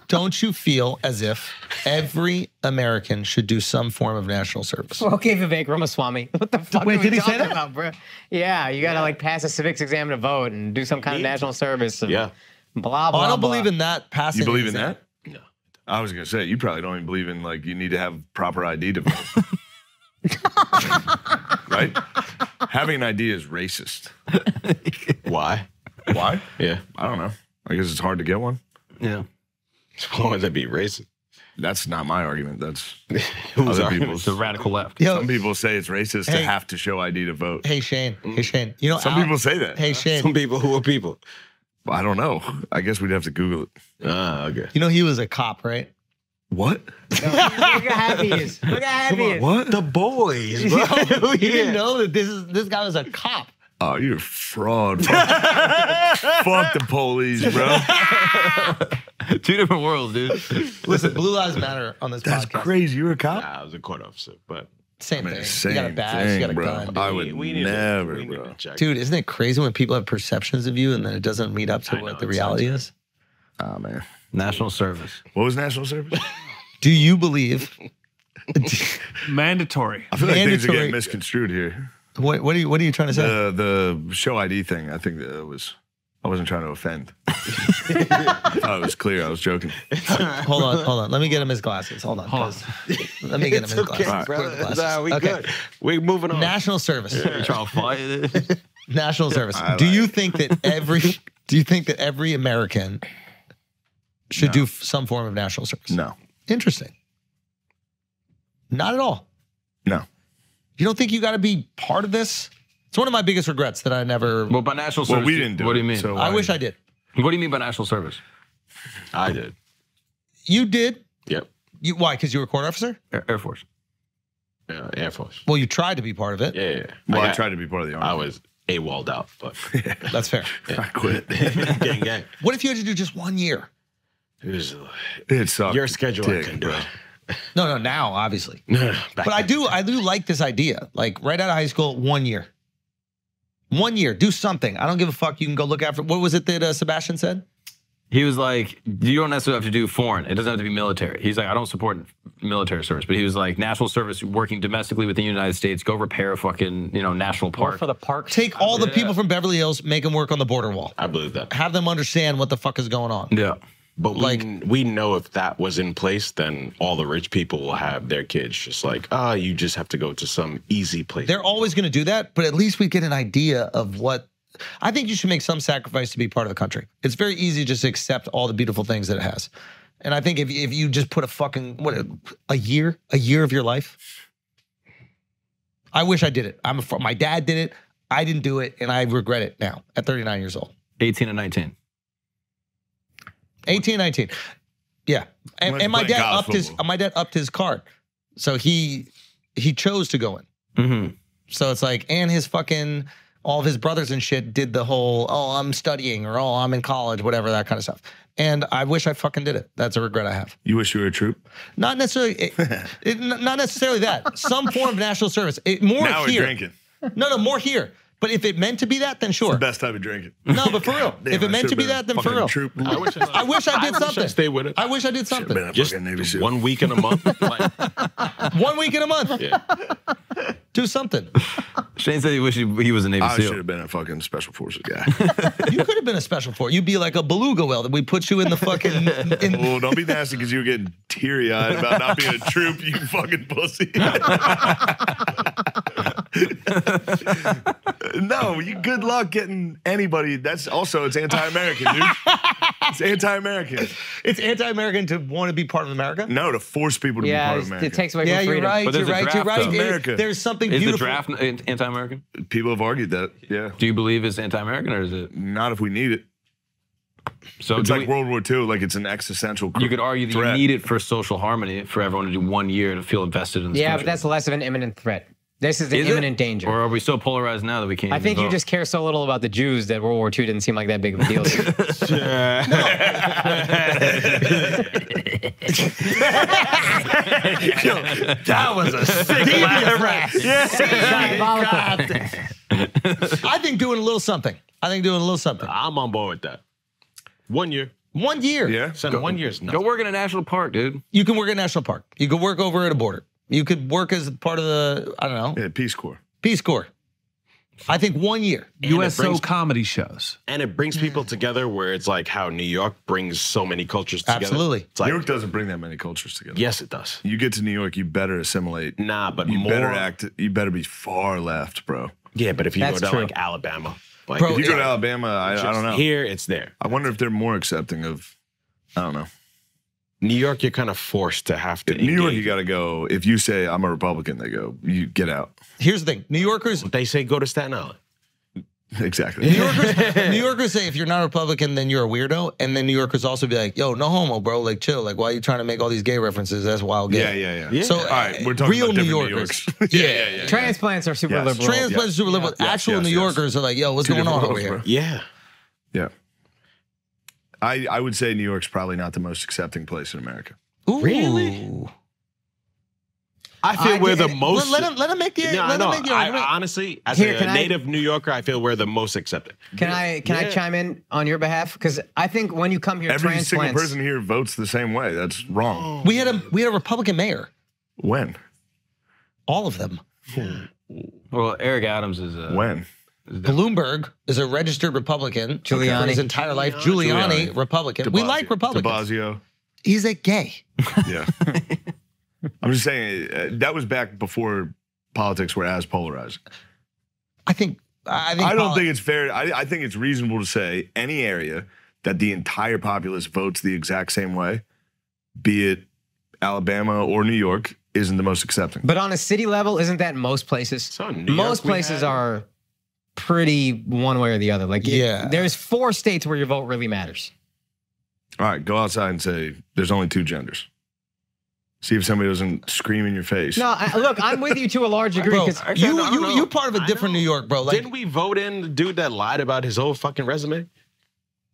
don't you feel as if every American should do some form of national service?
Okay, Vivek Ramaswamy. [laughs] What the fuck
Wait,
are we
did he say
talking
that?
about, bro? Yeah, you gotta like pass a civics exam to vote and do some kind of national service. And
Yeah.
Blah
Oh,
blah.
I don't
blah.
believe in that passing.
You believe in
exam.
that? No. I was going to say, you probably don't even believe in, like, you need to have proper ID to vote. right? Having an idea is racist.
[laughs] Why?
Why?
Yeah. [laughs]
I don't know. I guess it's hard to get one.
Yeah.
Why would that be racist?
That's not my argument. That's
Who's
other
our-
people's.
The radical left.
Yo,
Some people say it's racist to
Hey.
have to show ID to vote.
hey Shane, hey Shane. You know,
Mm. [laughs] Some
Al-
people say that.
Hey Shane,
[laughs] Some people who are people.
I don't know. I guess we'd have to Google it.
Ah, okay.
you know he was a cop, right?
What?
Look how happy he
[laughs]
is. Look how happy he is.
What?
The boys. bro.
you didn't know that this is this guy was a cop.
Oh, you're a fraud. [laughs] Fuck, Fuck the police, bro.
Two different worlds, dude.
Listen, Blue Lives Matter on this
That's
podcast.
crazy. You're a cop?
Nah, Ah, I was a court officer, but
Same
Man,
thing.
same
you got a badge,
thing,
you got a
bro.
gun.
I would
to-
never,
we need
bro.
to check.
Dude, isn't it crazy when people have perceptions of you and then it doesn't meet up to
I know,
what the
it's
reality is?
Oh, man.
National service.
[laughs] What was national
[laughs]
service?
Do you believe?
Mandatory.
I feel like things are
Mandatory.
getting misconstrued here.
what, what are you What are you trying to say?
The the show ID thing, I think that was I wasn't trying to
[laughs]
offend. I was clear. I was joking.
hold on, hold on. Let me get him his glasses. Hold on.
Hold
'cause- Let me get him his
Okay,
glasses.
brother.
Glasses.
Nah, we
Okay.
good. We're moving on.
National service.
Trying to fight it.
National service.
I
do
like
you think that every Do you think that every American should do f- some form of national service?
No,
Interesting. Not at all.
no.
You don't think you got to be part of this? It's one of my biggest regrets that I never.
Well, by national
Well,
service.
we didn't do.
What
it,
do you mean?
So
I wish I did.
what do you mean by national service?
I did.
You did.
Yep.
You why? Because you were a court officer.
Air, Air Force.
Yeah, Air Force.
Well, you tried to be part of it.
Yeah, yeah, yeah.
Well, I
got-
tried to be part of the
I
army.
was a walled out, but
That's fair.
I
[laughs]
quit.
gang gang.
What if you had to do just one year?
It was uh,
It sucked.
your schedule. I
dick,
can do
bro.
it.
No, no. Now, obviously.
No, no, no, back
But I
then.
do, I do like this idea. Like right out of high school, one year, one year, do something. I don't give a fuck. You can go look after. What was it that uh, Sebastian said?
He was like, you don't necessarily have to do foreign. It doesn't have to be military. He's like, I don't support military service, but he was like, national service, working domestically within the United States, go repair a fucking, you know, national park.
For the park.
Take all the people from Beverly Hills, make them work on the border wall,
I believe that.
have them understand what the fuck is going on.
yeah.
But we,
Like-
we know if that was in place, then all the rich people will have their kids just like, ah, you just have to go to some easy place.
They're always going to do that, but at least we get an idea of what. I think you should make some sacrifice to be part of the country. It's very easy just to accept all the beautiful things that it has. And I think if, if you just put a fucking, what, a, a year, a year of your life. I wish I did it. I'm a, fr- my dad did it. I didn't do it. And I regret it now at 39 years old,
18 and 19.
18, 19. Yeah. And,
Let's
and my
play
dad
college
upped his,
football.
my dad upped his card. So he, he chose to go in.
Mm-hmm.
So it's like, and his fucking all of his brothers and shit did the whole, oh, I'm studying or oh, I'm in college, whatever, that kind of stuff. And I wish I fucking did it. That's a regret I have.
You wish you were a troop.
Not necessarily,
[laughs]
it, it- not necessarily that. Some form of national service. It, more
now
here.
we're drinking.
No, no, more here. But if it meant to be that, then sure.
Best type of drinking.
No, but for real,
[laughs] Damn,
if
I
it meant to
should've
be
been a
that, then for
fucking
real.
Troop.
I wish I,
[laughs]
I wish I did
wish I
something.
stayed with it.
I wish I did something.
Been a
just
fucking Navy SEAL.
one week in a month. like,
One week in a month,
yeah.
do something.
Shane said he wished he, he was a Navy
I should
SEAL.
have been a fucking special forces guy.
[laughs] You could have been a special for. You'd be like a beluga whale that we put you in the
[laughs]
fucking in,
well, don't be nasty because you were getting teary eyed about not being a troop. You [laughs] fucking pussy. no, you. Good luck getting anybody. That's also it's anti-American, dude. It's anti-American.
It's anti-American to want to be part of America.
No, to force people to be
Yeah,
part of
it's-
America.
it takes away
Yeah,
from
you're
freedom.
right.
But
You're
there's a
right. You're
draft,
right.
though.
It-
America.
There's something
Is the
beautiful.
draft an- anti-American?
people have argued that. Yeah,
Do you believe it's anti-American or is it?
not if we need it.
So
It's
do
like
we-
World War II. Like it's an existential. cr-
you could argue that
threat.
you need it for social harmony for everyone to do one year to feel invested in this
Yeah,
country.
but that's less of an imminent threat. This is the
Is it?
imminent danger.
Or are we so polarized now that we can't?
I
even
think you
vote?
just care so little about the Jews that World War II didn't seem like that big of a deal. to you.
That was a sick [laughs] laugh.
Diabolical.
I think doing a little something. I think doing a little something.
I'm on board with that. One year.
One year,
[laughs] Yeah.
Son, one year's
go
nothing.
work in a national park, dude.
you can work at a national park. You could work over at a border. You could work as part of the I don't know
Yeah, Peace Corps.
Peace Corps. I think one year.
And it
USO
brings-
comedy shows.
and it brings people together where it's like how New York brings so many cultures together.
Absolutely.
It's like,
New York doesn't bring that many cultures together.
yes, it does.
You get to New York, you better assimilate.
Nah, but
You
more.
better act. You better be far left, bro.
Yeah, but if you
That's
go down
true.
like Alabama, like
Bro,
if
If you
you
go to Alabama, I, I don't know.
Here, it's there.
I wonder if they're more accepting of. I don't know.
New York, you're kind of forced to have to.
In New York,
engage.
you got to go. If you say I'm a Republican, they go, you get out. [laughs]
Here's the thing: New Yorkers,
They say go to Staten Island.
Exactly.
New Yorkers, [laughs] New Yorkers say if you're not a Republican, then you're a weirdo, and then New Yorkers also be like, "Yo, no homo, bro. Like, chill. Like, why are you trying to make all these gay references? That's wild gay."
Yeah, yeah, yeah.
So,
all right, we're
uh,
talking
real
about
New
different
Yorkers.
New [laughs] Yorkers.
[laughs]
yeah, yeah, yeah.
Transplants are super
Yes.
liberal.
Trans yeah, super liberal.
yes,
Actual
yes,
New
yes.
Yorkers are like, "Yo, what's
Two
going
different
on over
worlds,
here?"
bro.
Yeah.
Yeah. I, I would say New York's probably not the most accepting place in America.
Ooh.
Really? I feel
I
we're the
get it.
most.
Let, let him let him make the
no,
let
no,
him make the
I,
argument.
honestly, as
Here,
a
can I-
native New Yorker, I feel we're the most accepted.
Can I can I
Yeah.
chime in on your behalf? Because I think when you come here,
Every single
transplants.
person here votes the same way. That's
[gasps]
wrong.
we had a we had a Republican mayor.
When?
All of them.
Well, Eric Adams is
Uh,
a
When?
Bloomberg is a registered Republican
Giuliani.
for his entire life. Giuliani, Republican. we
DeBlasio-
like Republicans.
DeBlasio.
He's a gay.
Yeah. I'm just saying uh, that was back before politics were as polarized.
I think. I think.
I don't
poli-
think it's fair. I, I think it's reasonable to say any area that the entire populace votes the exact same way, be it Alabama or New York, isn't the most accepting.
But on a city level, isn't that most places?
So in New
most
York, we
places
had-
are pretty one way or the other. Like, it-
Yeah.
there's four states where your vote really matters.
All right, go outside and say there's only two genders. See if somebody doesn't scream in your face.
No, I, look, I'm with you to a large degree.
Bro,
'cause-
Actually, I
you
don't
you
know.
you part of a
I
different
know.
New York, bro. Like,
Didn't we vote in the dude that lied about his whole fucking resume?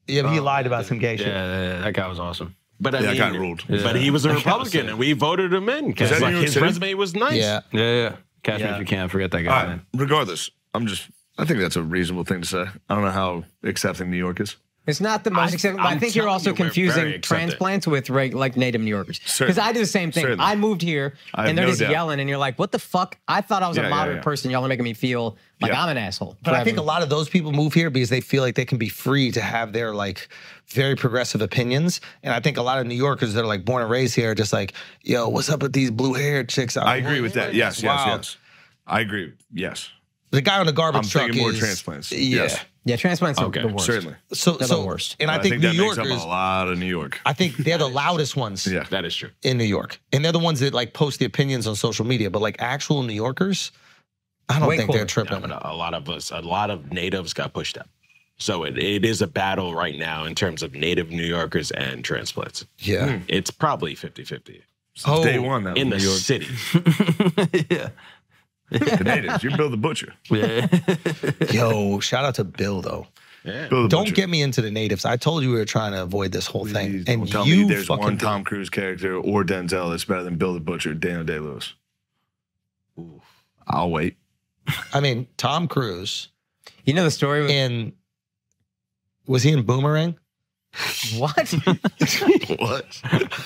yeah,
Oh,
but he lied about some gay
Yeah,
shit.
yeah, that guy was awesome.
But I
Yeah, that
mean,
guy ruled.
But he
[laughs]
was a Republican, and we voted him in
Is that
because like,
New York
his
City?
resume was nice.
Yeah.
Yeah, yeah. Catch me if you can. Forget that
All
guy.
right,
man.
regardless, I'm just, I think that's a reasonable thing to say. I don't know how accepting New York is.
It's not the most
I-
acceptable. I
I'm
think you're
telling
also
you, we're very
confusing
accepted.
transplants with reg- like native New Yorkers. Because
Certainly.
I do the same thing.
Certainly.
I moved here
I have
and they're
no
just
doubt.
yelling, and you're like, "What the fuck?" I thought I was
Yeah,
a
yeah,
moderate
yeah.
person. Y'all are making me feel like
Yeah.
I'm an asshole.
But I think a lot of those people move here because they feel like they can be free to have their like very progressive opinions. And I think a lot of New Yorkers that are like born and raised here are just like, yo, what's up with these blue haired chicks? out
I
here?
agree with that. Yes, yes,
Wow.
yes. I agree. Yes.
The guy on the garbage
I'm
truck
thinking more
is-
transplants.
Yeah.
Yes.
yeah, transplants are the worst.
Certainly.
So
They're the
so
worst.
and I
But
think,
that
New
makes up
Yorkers.
a lot of New York.
I think they're the loudest ones
Yeah.
that is true.
in New York, and they're the ones that like post the opinions on social media. But like actual New Yorkers, I don't
Way
think they're
Yeah,
tripping.
but a lot of us, a lot of natives got pushed out. So it, it is a battle right now in terms of native New Yorkers and transplants.
yeah.
Hmm.
It's probably 50 50
Oh,
Day one, that
in the
was New York.
city.
[laughs] The [laughs] natives. You build the butcher.
Yo, Oh, shout out to Bill though.
Bill the
Don't
Butcher.
get me into the natives. I told you we were trying to avoid this whole thing,
Please
and
don't tell
you
me there's
fucking
one Tom Cruise character or Denzel that's better than Bill the Butcher, Daniel Day Lewis. I'll
[laughs]
wait.
I mean, Tom Cruise
You know the story with
in was he in Boomerang?
[laughs] what?
What?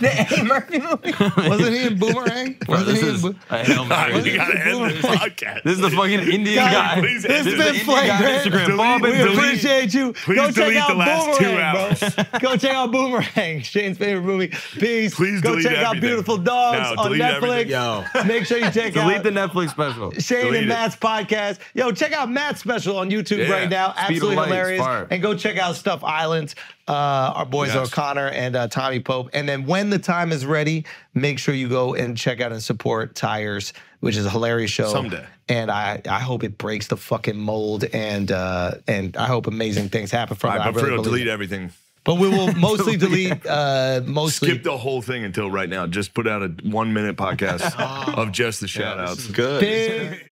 the Eddie Murphy movie?
Wasn't he
[laughs]
in Boomerang?
Bro,
Wasn't
this
he
[laughs]
in
is
Boo-
a Hail Mary.
you gotta end this podcast.
This is the fucking Indian
Guys,
guy.
please,
this
this been
is the Indian guy on
flagrant.
Instagram. Bob
Delete-
and
we
delete-
appreciate you. Go
Please
check
delete
out
the last two
Boomerang,
hours.
bro. [laughs] Go check out Boomerang, Shane's favorite movie. Peace.
Please
Go
delete
check out
everything.
Beautiful Dogs
No,
on
delete
Netflix.
everything.
Yo.
Make sure you check out
Delete the Netflix special.
Shane
Delete
and
it.
Matt's podcast. Yo, check out Matt's special on YouTube
Yeah.
right now.
of
Absolutely
light,
hilarious.
fire.
And go check out Stuff Islands. Uh, our boys
Yes.
O'Connor and uh, Tommy Pope. And then when the time is ready, make sure you go and check out and support Tires, which is a hilarious show.
Someday.
And I, I hope it breaks the fucking mold and uh, and I hope amazing things happen from
All
it.
right,
I
but for
really
real,
believe
delete
it.
everything.
But we
[laughs]
will mostly delete uh, mostly
Skip the whole thing until right now. Just put out a one minute podcast of just the shout outs.
Good.
Big-